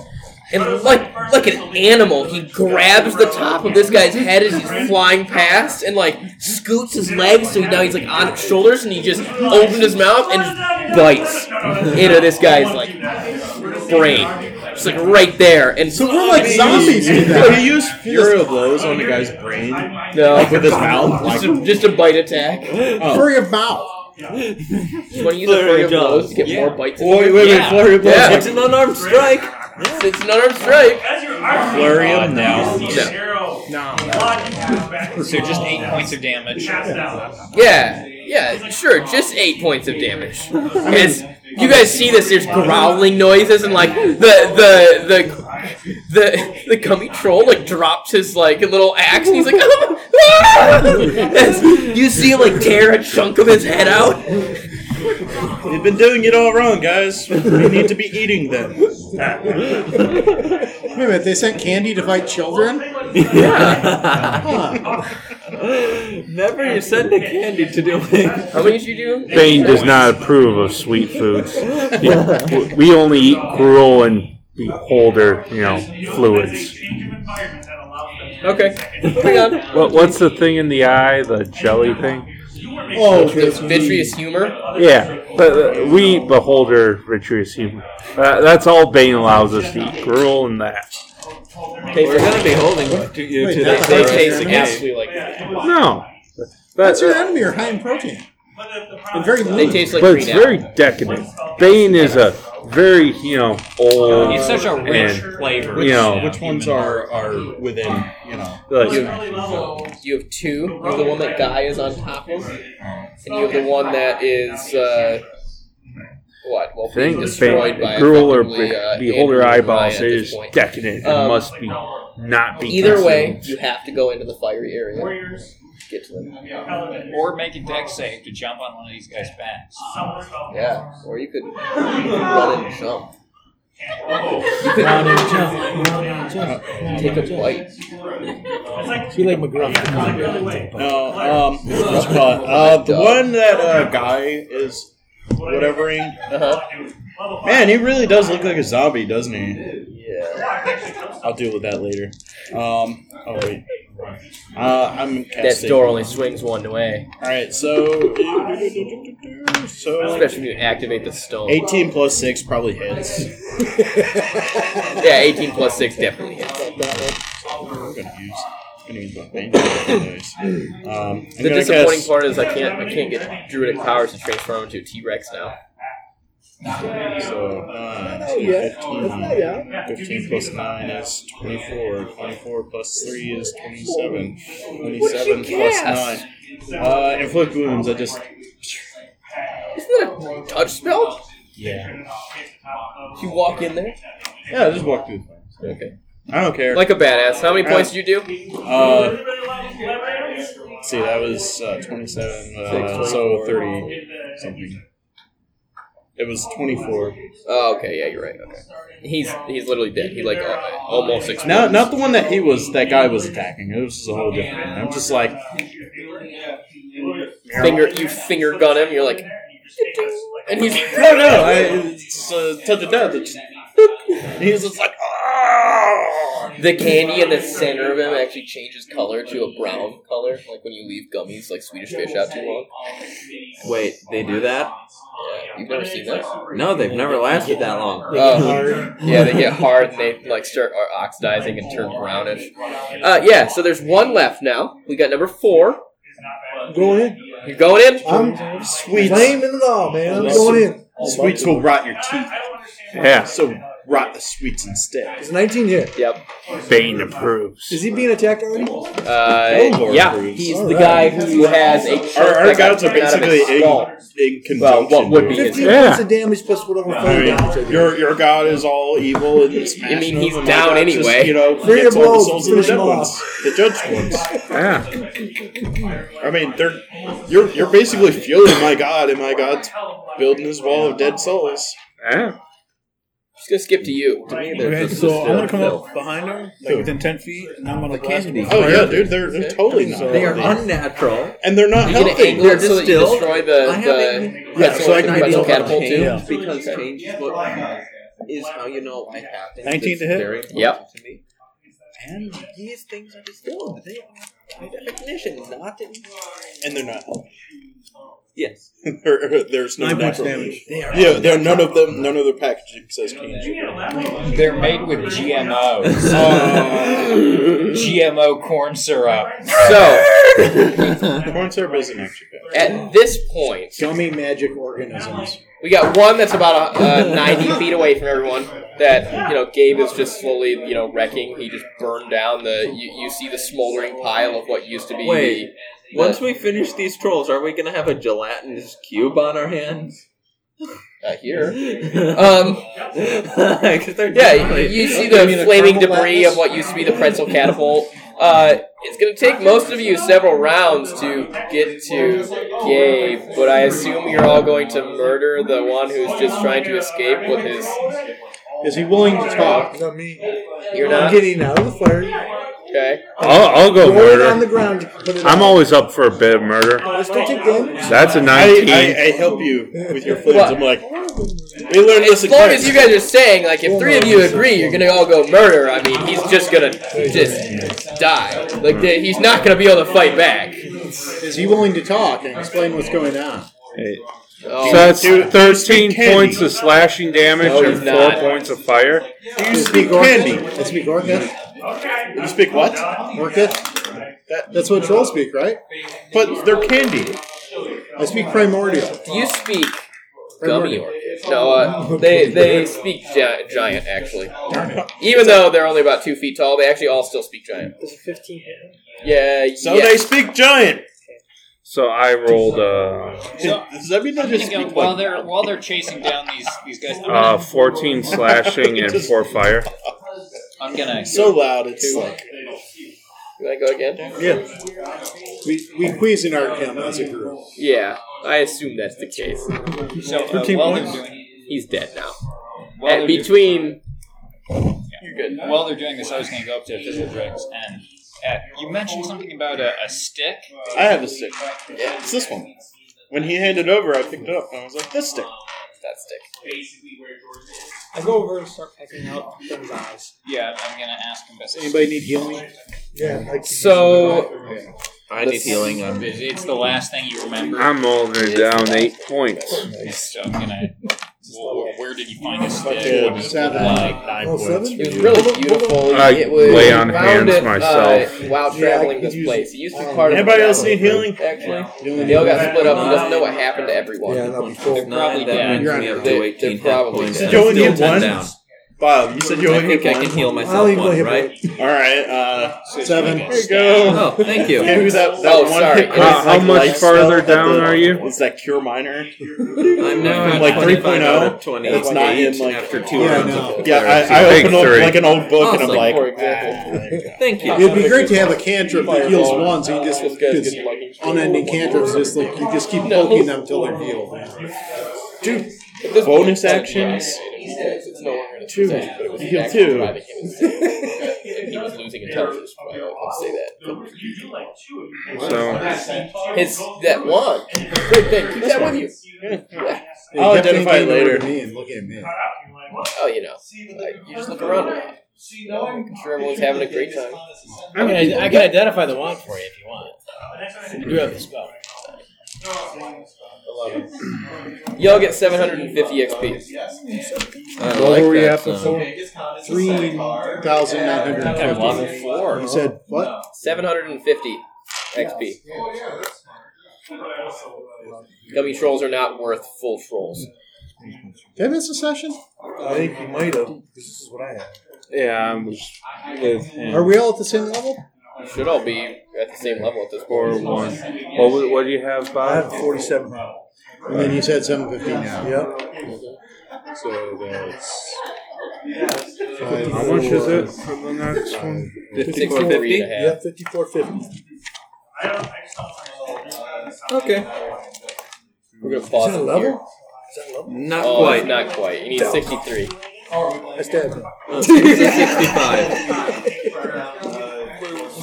Speaker 2: And like like an animal, he grabs the top of this guy's head as he's flying past, and like scoots his legs so now he's like on his shoulders, and he just opens his mouth and just bites into this guy's like brain, just like right there. And so
Speaker 8: we're like zombies. Did he use Furio blows on the guy's brain?
Speaker 2: No,
Speaker 8: Like with his mouth? Like,
Speaker 2: Just a, just a bite attack.
Speaker 8: Oh.
Speaker 2: Flurry of mouth. You want to use a flurry of blows to get more bites? in
Speaker 3: Wait,
Speaker 2: there?
Speaker 3: wait, wait, flurry of blows.
Speaker 2: Yeah.
Speaker 3: It's an unarmed
Speaker 2: strike. It's an unarmed strike.
Speaker 8: Flurry of now.
Speaker 5: So just eight points of damage.
Speaker 2: Yeah, yeah, sure. Just eight points of damage. As you guys see this, there's growling noises and like the the the the the gummy troll like drops his like little axe and he's like. "Ah!" As you see him like tear a chunk of his head out.
Speaker 8: You've been doing it all wrong, guys. We need to be eating them.
Speaker 1: Wait a minute, they sent candy to fight children?
Speaker 3: Never you send a candy to do it.
Speaker 2: How many did you do?
Speaker 10: Bane does not approve of sweet foods. Yeah, w- we only eat gruel and older, you know, fluids.
Speaker 2: Okay, moving on.
Speaker 10: What, what's the thing in the eye? The jelly thing?
Speaker 2: Oh, vitreous humor.
Speaker 10: Yeah, but uh, we eat beholder vitreous humor. Uh, that's all Bane allows us to eat gruel and that.
Speaker 3: We're gonna be holding to you to
Speaker 2: They
Speaker 3: that. for the rest
Speaker 2: taste
Speaker 3: of the
Speaker 2: absolutely
Speaker 3: game.
Speaker 2: like.
Speaker 10: No,
Speaker 1: That's your enemy are high in protein. And very lean.
Speaker 2: They taste like
Speaker 10: but it's
Speaker 2: green
Speaker 10: very decadent. Bane is a very you know old.
Speaker 5: It's such a rich
Speaker 10: and,
Speaker 5: flavor.
Speaker 10: You know,
Speaker 8: Which ones are are within? You know.
Speaker 10: like,
Speaker 2: You have, you have two. You have the one that Guy is on top of, and you have the one that is uh, what? Well, being
Speaker 10: thing
Speaker 2: destroyed by
Speaker 10: gruel or
Speaker 2: effectively,
Speaker 10: be-
Speaker 2: uh,
Speaker 10: beholder
Speaker 2: Andrew
Speaker 10: eyeballs.
Speaker 2: Ryan at
Speaker 10: It
Speaker 2: this
Speaker 10: is
Speaker 2: point.
Speaker 10: decadent. and
Speaker 2: Um,
Speaker 10: must be not be.
Speaker 2: Either way,
Speaker 10: consumed.
Speaker 2: you have to go into the fiery area. Get to them.
Speaker 5: Or make a deck save to jump on one of these guys' backs.
Speaker 2: Yeah, or you could run and jump. You could
Speaker 3: Round and jump, round and jump.
Speaker 2: take a bite.
Speaker 3: Be like McGruff.
Speaker 2: Oh.
Speaker 8: No, um, what's it called? Uh, the one that uh, guy is whatevering.
Speaker 2: Uh-huh.
Speaker 8: Man, he really does look like a zombie, doesn't he?
Speaker 2: Yeah.
Speaker 8: I'll deal with that later. Um, oh wait. Uh, I'm
Speaker 2: That
Speaker 8: casting.
Speaker 2: door only swings one way,
Speaker 8: All right, so so
Speaker 2: especially when you activate the stone.
Speaker 8: 18 plus six probably hits.
Speaker 2: Yeah, 18 plus 6 definitely hits.
Speaker 8: I'm gonna use. I'm gonna use my main anyways. Um, I'm
Speaker 2: the
Speaker 8: gonna
Speaker 2: disappointing
Speaker 8: cast-
Speaker 2: part is I can't I can't get druidic powers to transform into a T Rex now.
Speaker 8: So, uh,
Speaker 2: not yet.
Speaker 8: 15,
Speaker 2: Oh, That's not yet.
Speaker 8: 15 plus 9 is 24. 24 plus 3 is 27. 27 plus
Speaker 2: cast?
Speaker 8: 9. Uh, inflict wounds, I just.
Speaker 2: Isn't that a touch spell?
Speaker 8: Yeah.
Speaker 2: You walk in there.
Speaker 8: Yeah, I just walked through.
Speaker 2: Okay.
Speaker 8: I don't care.
Speaker 2: Like a badass. How many
Speaker 8: Alright.
Speaker 2: points did you do?
Speaker 8: Uh, let's see, that was uh, 27, uh,
Speaker 2: Six, 24.
Speaker 8: so 30 something. It was 24.
Speaker 2: Oh, okay. Yeah, you're right. Okay. He's he's literally dead. He like uh, almost explodes.
Speaker 8: Not, not the one that he was, that guy was attacking. It was just a whole different one. I'm just like,
Speaker 2: Finger you finger gun him. You're like, and he's
Speaker 8: No, no, I, it's uh, touch of death. It's, he's just like,
Speaker 2: the candy in the center of him actually changes color to a brown color, like when you leave gummies like Swedish fish out too long.
Speaker 7: Wait, they do that?
Speaker 2: You've never seen those?
Speaker 7: No, they've never lasted that long.
Speaker 2: Oh, yeah, they get hard and they like start are oxidizing and turn brownish. Uh, yeah, so there's one left now. We got number four.
Speaker 27: Going in.
Speaker 2: You're going in.
Speaker 27: I'm sweet. Flaming it all, man. I'm going in.
Speaker 8: Sweets will Oh, rot your teeth.
Speaker 10: Yeah.
Speaker 8: So rot the sweets instead.
Speaker 27: It's 19 hit.
Speaker 2: Yep.
Speaker 10: Bane approves.
Speaker 27: Is he being attacked already?
Speaker 2: Uh, yeah, he's the guy who has a chest
Speaker 8: Our, our
Speaker 2: that got
Speaker 8: guys are
Speaker 2: torn out of
Speaker 8: basically
Speaker 2: his
Speaker 8: in,
Speaker 2: skull.
Speaker 8: in conjunction.
Speaker 2: Well, what would be
Speaker 27: 15
Speaker 2: his?
Speaker 10: Yeah.
Speaker 27: points of damage plus whatever
Speaker 8: I
Speaker 27: fire damage. I
Speaker 8: mean,
Speaker 27: do.
Speaker 8: your your god is all evil and smashing
Speaker 2: I mean, he's
Speaker 8: them and
Speaker 2: down
Speaker 8: whatnot, just,
Speaker 2: anyway.
Speaker 8: you know,
Speaker 27: Three
Speaker 8: gets all the
Speaker 27: blows,
Speaker 8: souls of the
Speaker 27: finish
Speaker 8: dead
Speaker 27: him off.
Speaker 8: ones, the judged ones.
Speaker 10: Yeah.
Speaker 8: I mean, they're you're you're basically fueling my god, and my god's building his wall of dead souls.
Speaker 10: Yeah.
Speaker 2: Just gonna skip to you.
Speaker 3: Okay, so I'm gonna come up behind her, like within ten feet, and I'm gonna blast
Speaker 7: candy.
Speaker 3: him.
Speaker 8: Oh yeah, dude, they're they're totally not.
Speaker 7: They are
Speaker 8: healthy.
Speaker 7: unnatural.
Speaker 8: and they're not
Speaker 2: You're gonna
Speaker 8: healthy.
Speaker 2: angle it so that you
Speaker 7: distilled.
Speaker 2: destroy the,
Speaker 7: I have
Speaker 2: the
Speaker 8: Yeah, so I can
Speaker 2: pretzel
Speaker 8: deal with
Speaker 2: catapult
Speaker 8: it.
Speaker 2: too.
Speaker 3: Yeah.
Speaker 7: Because change is what is how you know what happened.
Speaker 3: 19 to
Speaker 7: It's
Speaker 3: hit?
Speaker 7: Very important
Speaker 2: Yep.
Speaker 7: To me. And these things are distilled. They are, by definition, not in.
Speaker 8: and they're not. healthy.
Speaker 7: Yes.
Speaker 8: There- There's no
Speaker 3: Nine points
Speaker 8: natural-
Speaker 3: damage.
Speaker 8: Yeah, they're none of them. None of their packaging says candy.
Speaker 5: They're made with GMOs.
Speaker 7: Um,
Speaker 5: GMO corn syrup.
Speaker 2: So
Speaker 8: Corn syrup isn't actually bad.
Speaker 2: at this point,
Speaker 27: Gummy magic organisms.
Speaker 2: We got one that's about uh, 90 feet away from everyone. That you know, Gabe is just slowly you know wrecking. He just burned down the. You, you see the smoldering pile of what used to be.
Speaker 7: Wait.
Speaker 2: the-
Speaker 7: Once we finish these trolls, are we going to have a gelatinous cube on our hands?
Speaker 2: uh, here. Um,
Speaker 7: 'Cause they're
Speaker 2: yeah,
Speaker 7: definitely-
Speaker 2: you see
Speaker 8: You mean
Speaker 2: the
Speaker 8: a
Speaker 2: flaming
Speaker 8: crumble
Speaker 2: debris
Speaker 8: lattice?
Speaker 2: of what used to be the pretzel catapult. Uh, it's going to take most of you several rounds to get to Gabe, but I assume you're all going to murder the one who's just trying to escape with his.
Speaker 8: Is he willing to talk?
Speaker 27: Not me.
Speaker 2: You're
Speaker 27: I'm
Speaker 2: not
Speaker 27: getting out of the fire.
Speaker 2: okay.
Speaker 10: I'll, I'll go
Speaker 27: Throw it on the
Speaker 10: murder.
Speaker 27: ground. to Put it
Speaker 10: I'm
Speaker 27: out.
Speaker 10: always up for a bit of murder.
Speaker 27: Let's go take damage.
Speaker 10: That's a
Speaker 8: I,
Speaker 10: 19.
Speaker 8: I, I help you with your flames.
Speaker 2: What?
Speaker 8: I'm like, we learned this.
Speaker 2: As long as you guys are saying, like, if three of you agree, you're gonna all go murder. I mean, he's just gonna just die. Like, the- he's not gonna be able to fight back.
Speaker 1: Is he willing to talk and explain what's going on?
Speaker 10: Hey.
Speaker 2: Oh,
Speaker 10: So that's
Speaker 8: Dude,
Speaker 10: thirteen
Speaker 8: candy.
Speaker 10: points of slashing damage
Speaker 2: No,
Speaker 10: and
Speaker 2: he's
Speaker 10: four
Speaker 2: not.
Speaker 10: points of fire.
Speaker 8: you speak candy.
Speaker 1: Let's speak Orcish.
Speaker 8: You speak what?
Speaker 1: Orcish?
Speaker 8: That-
Speaker 1: That's what trolls speak, right?
Speaker 8: But they're candy.
Speaker 1: I speak primordial.
Speaker 2: do you speak gummy orchid? No, uh, they they speak gi- giant actually. Even though they're only about two feet tall, they actually all still speak giant.
Speaker 28: Does a 15 hit?
Speaker 2: Yeah,
Speaker 8: So
Speaker 2: yeah.
Speaker 8: they speak giant.
Speaker 10: So I rolled uh,
Speaker 8: Does that mean they just speak
Speaker 5: while
Speaker 8: like
Speaker 5: they're while they're chasing down these these guys, I'm,
Speaker 10: uh, fourteen slashing and four fire.
Speaker 5: I'm gonna uh,
Speaker 8: so loud? It's like
Speaker 2: You wanna go again?
Speaker 1: Yeah. We, we Cuisinart him as a group.
Speaker 2: Yeah, I assume that's the case.
Speaker 5: so uh,
Speaker 3: 15
Speaker 5: while they're
Speaker 3: points.
Speaker 5: doing
Speaker 2: He's dead now.
Speaker 5: while
Speaker 2: And
Speaker 5: they're doing-
Speaker 2: between
Speaker 5: While they're doing this, I was going to go up to physical drinks and uh, you mentioned something about a, a stick.
Speaker 8: I have a stick. It's this one. When he handed over, I picked it up and I was like, this stick.
Speaker 2: that stick.
Speaker 29: I go over and start pecking out things eyes.
Speaker 5: Yeah, I'm going to ask him. This.
Speaker 1: Anybody need healing?
Speaker 27: Yeah. I-
Speaker 2: So
Speaker 7: I need healing. I'm
Speaker 5: It- It's the last thing you remember.
Speaker 10: I'm only down eight points.
Speaker 5: So I'm gonna. Well, where did you find this stick?
Speaker 8: Yeah,
Speaker 5: What does it look
Speaker 1: seven.
Speaker 5: like?
Speaker 27: Oh, seven?
Speaker 2: It was really beautiful.
Speaker 10: I
Speaker 2: it was
Speaker 10: lay on
Speaker 2: we
Speaker 10: hands
Speaker 2: found it,
Speaker 10: myself.
Speaker 2: Uh, while
Speaker 27: Yeah, I
Speaker 2: traveling
Speaker 27: could
Speaker 2: this
Speaker 27: use
Speaker 2: place. It used to be part of
Speaker 8: Anybody
Speaker 2: the
Speaker 8: else need
Speaker 2: travel
Speaker 8: healing?
Speaker 2: group, Actually, they all got split up. He doesn't know what happened to everyone.
Speaker 27: Yeah, not before.
Speaker 5: dead.
Speaker 7: nine. That brings me
Speaker 5: You're
Speaker 7: up
Speaker 2: They-
Speaker 7: to
Speaker 2: they're
Speaker 7: eighteen hit
Speaker 2: probably
Speaker 7: points.
Speaker 2: dead.
Speaker 7: I'm
Speaker 8: You only
Speaker 7: still
Speaker 8: need
Speaker 7: ten
Speaker 8: one?
Speaker 7: down.
Speaker 8: Bob, you said you
Speaker 7: I
Speaker 8: only
Speaker 7: think
Speaker 8: need
Speaker 7: I can
Speaker 8: one.
Speaker 7: heal
Speaker 27: I'll
Speaker 7: myself
Speaker 27: leave my
Speaker 7: one,
Speaker 27: hit
Speaker 7: right?
Speaker 8: All right. Uh,
Speaker 1: Seven.
Speaker 8: there you go.
Speaker 7: Oh, thank you.
Speaker 8: Give me that, that
Speaker 2: Oh,
Speaker 8: one
Speaker 2: sorry.
Speaker 8: hit
Speaker 2: How-
Speaker 8: point,
Speaker 10: Uh, how much
Speaker 8: light
Speaker 10: farther
Speaker 8: spell at
Speaker 10: down
Speaker 8: the-
Speaker 10: are you?
Speaker 8: It's that cure minor.
Speaker 7: I'm now at
Speaker 8: Like
Speaker 7: 25 out
Speaker 8: 3.0.
Speaker 7: of 28
Speaker 8: That's not in, like-
Speaker 7: after two
Speaker 1: Yeah,
Speaker 7: rounds
Speaker 1: no.
Speaker 7: of
Speaker 8: Yeah,
Speaker 7: declarative.
Speaker 8: I, I
Speaker 10: Big
Speaker 8: open up
Speaker 10: three.
Speaker 8: like an old book and I'm
Speaker 2: Awesome,
Speaker 8: like,
Speaker 2: for
Speaker 8: ah,
Speaker 2: example.
Speaker 8: there you go.
Speaker 7: Thank you.
Speaker 1: It'd be great to have a cantrip that heals once and you just
Speaker 2: This guy's
Speaker 1: just
Speaker 2: getting lucky.
Speaker 1: unending cantrips. Just like you just keep poking them till they're healed. Dude,
Speaker 2: At this
Speaker 8: Bonus
Speaker 2: point,
Speaker 8: actions?
Speaker 2: It's no longer an
Speaker 8: Two.
Speaker 2: attack, but it was an
Speaker 8: Heal
Speaker 2: action
Speaker 8: two.
Speaker 2: driving him insane. And he was losing intelligence. but I can say that.
Speaker 10: So
Speaker 2: His that wand. Good thing. Keep that with you.
Speaker 1: They
Speaker 8: I'll
Speaker 1: kept
Speaker 8: identify
Speaker 1: thinking they were
Speaker 8: later.
Speaker 1: Me and looking at me.
Speaker 2: Oh, you know, like, you just look around. a lot. I'm sure everyone's having a great time.
Speaker 29: I mean, I, I can identify the wand for you if you want. You do have the spell.
Speaker 2: Y'all get 750 XP.
Speaker 1: I
Speaker 7: Uh,
Speaker 2: like
Speaker 1: were you
Speaker 2: that
Speaker 1: after
Speaker 2: song.
Speaker 1: for? Three thousand nine hundred
Speaker 2: At level
Speaker 1: fifty.
Speaker 2: four.
Speaker 1: You said what?
Speaker 2: 750 XP. Gummy trolls are not worth full trolls.
Speaker 1: Did I miss a session?
Speaker 30: I think you might have. 'cause This is what I have.
Speaker 10: Yeah, I'm just with him.
Speaker 1: Are we all at the same level?
Speaker 2: You should all be at the same level at this
Speaker 10: Four
Speaker 2: point.
Speaker 10: one. What was- what do you have, Bob?
Speaker 30: I have 47.
Speaker 1: And then you said seven fifteen now.
Speaker 30: Yep.
Speaker 1: So that's
Speaker 10: How much is it for the next one?
Speaker 2: 54.50?
Speaker 30: Yeah, 5450.
Speaker 2: Okay. We're gonna
Speaker 30: Is
Speaker 2: pause
Speaker 30: that
Speaker 2: it
Speaker 30: a level?
Speaker 2: here.
Speaker 30: Is that level?
Speaker 2: Not oh, quite. Not quite. You need
Speaker 30: Damn.
Speaker 2: 63.
Speaker 30: I stabbed him.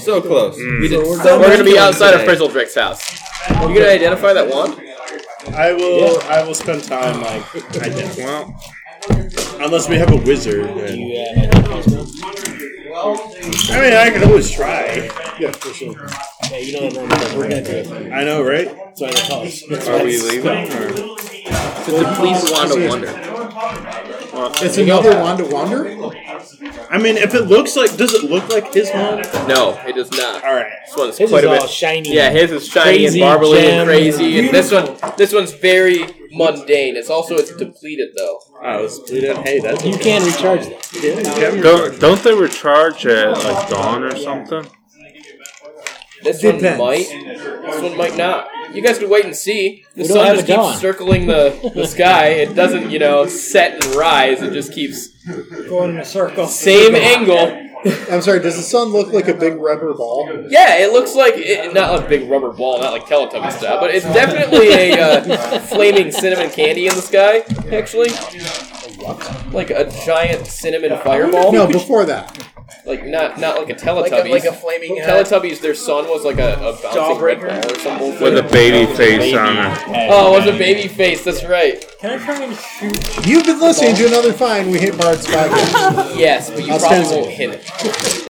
Speaker 7: So close. We did
Speaker 2: We're,
Speaker 7: so
Speaker 2: gonna be outside
Speaker 7: today.
Speaker 2: of Frizzledrick's house. You gonna identify that wand?
Speaker 8: I will. I will spend time like. I did. Well, unless we have a wizard. then- I mean, I can always try. Yeah, for sure. Yeah, you know that we're gonna do it. I know, right? That's why they call us.
Speaker 10: Are we leaving? Or?
Speaker 2: It's a police wand of wonder.
Speaker 1: It's another wand to wander.
Speaker 8: I mean, if it looks like, does it look like his wand?
Speaker 2: No, it does not.
Speaker 8: All right.
Speaker 2: This one's
Speaker 8: His
Speaker 2: quite
Speaker 8: is
Speaker 2: a bit
Speaker 8: all shiny
Speaker 2: Yeah, his is shiny
Speaker 8: crazy
Speaker 2: and barbly
Speaker 8: gem.
Speaker 2: and crazy, and this one, this one's very mundane. It's also it's depleted though.
Speaker 8: Oh, it's bleeding. Hey, that's
Speaker 2: You
Speaker 8: can
Speaker 2: recharge
Speaker 8: that. Yeah, you can
Speaker 10: Don't, don't they recharge at like dawn or something?
Speaker 2: This
Speaker 10: Depends.
Speaker 2: one might. This one might not. You guys could wait and see. The
Speaker 10: We don't
Speaker 2: sun
Speaker 10: have
Speaker 2: just
Speaker 10: a
Speaker 2: keeps
Speaker 10: dawn.
Speaker 2: circling the, the sky. It doesn't, you know, set and rise. It just keeps
Speaker 3: Going in a circle.
Speaker 2: same angle.
Speaker 1: I'm sorry. Does the sun look like a big rubber ball?
Speaker 2: Yeah, it looks like it, not a big rubber ball, not like Teletubby style, but it's definitely a uh, flaming cinnamon candy in the sky. Actually, like a giant cinnamon fireball.
Speaker 1: No, before that.
Speaker 2: like not not like a Teletubby.
Speaker 1: Like a- like a uh,
Speaker 2: flaming Teletubbies. Their son was like a, a bouncing red ball or some bullshit.
Speaker 10: With a baby face on it.
Speaker 2: Oh, it was a baby face. That's right.
Speaker 3: Can I try and shoot?
Speaker 1: You've been listening to another fine. We hit Bard's podcast.
Speaker 2: Yes, but you probably
Speaker 1: Ostensibly.
Speaker 2: won't hit it.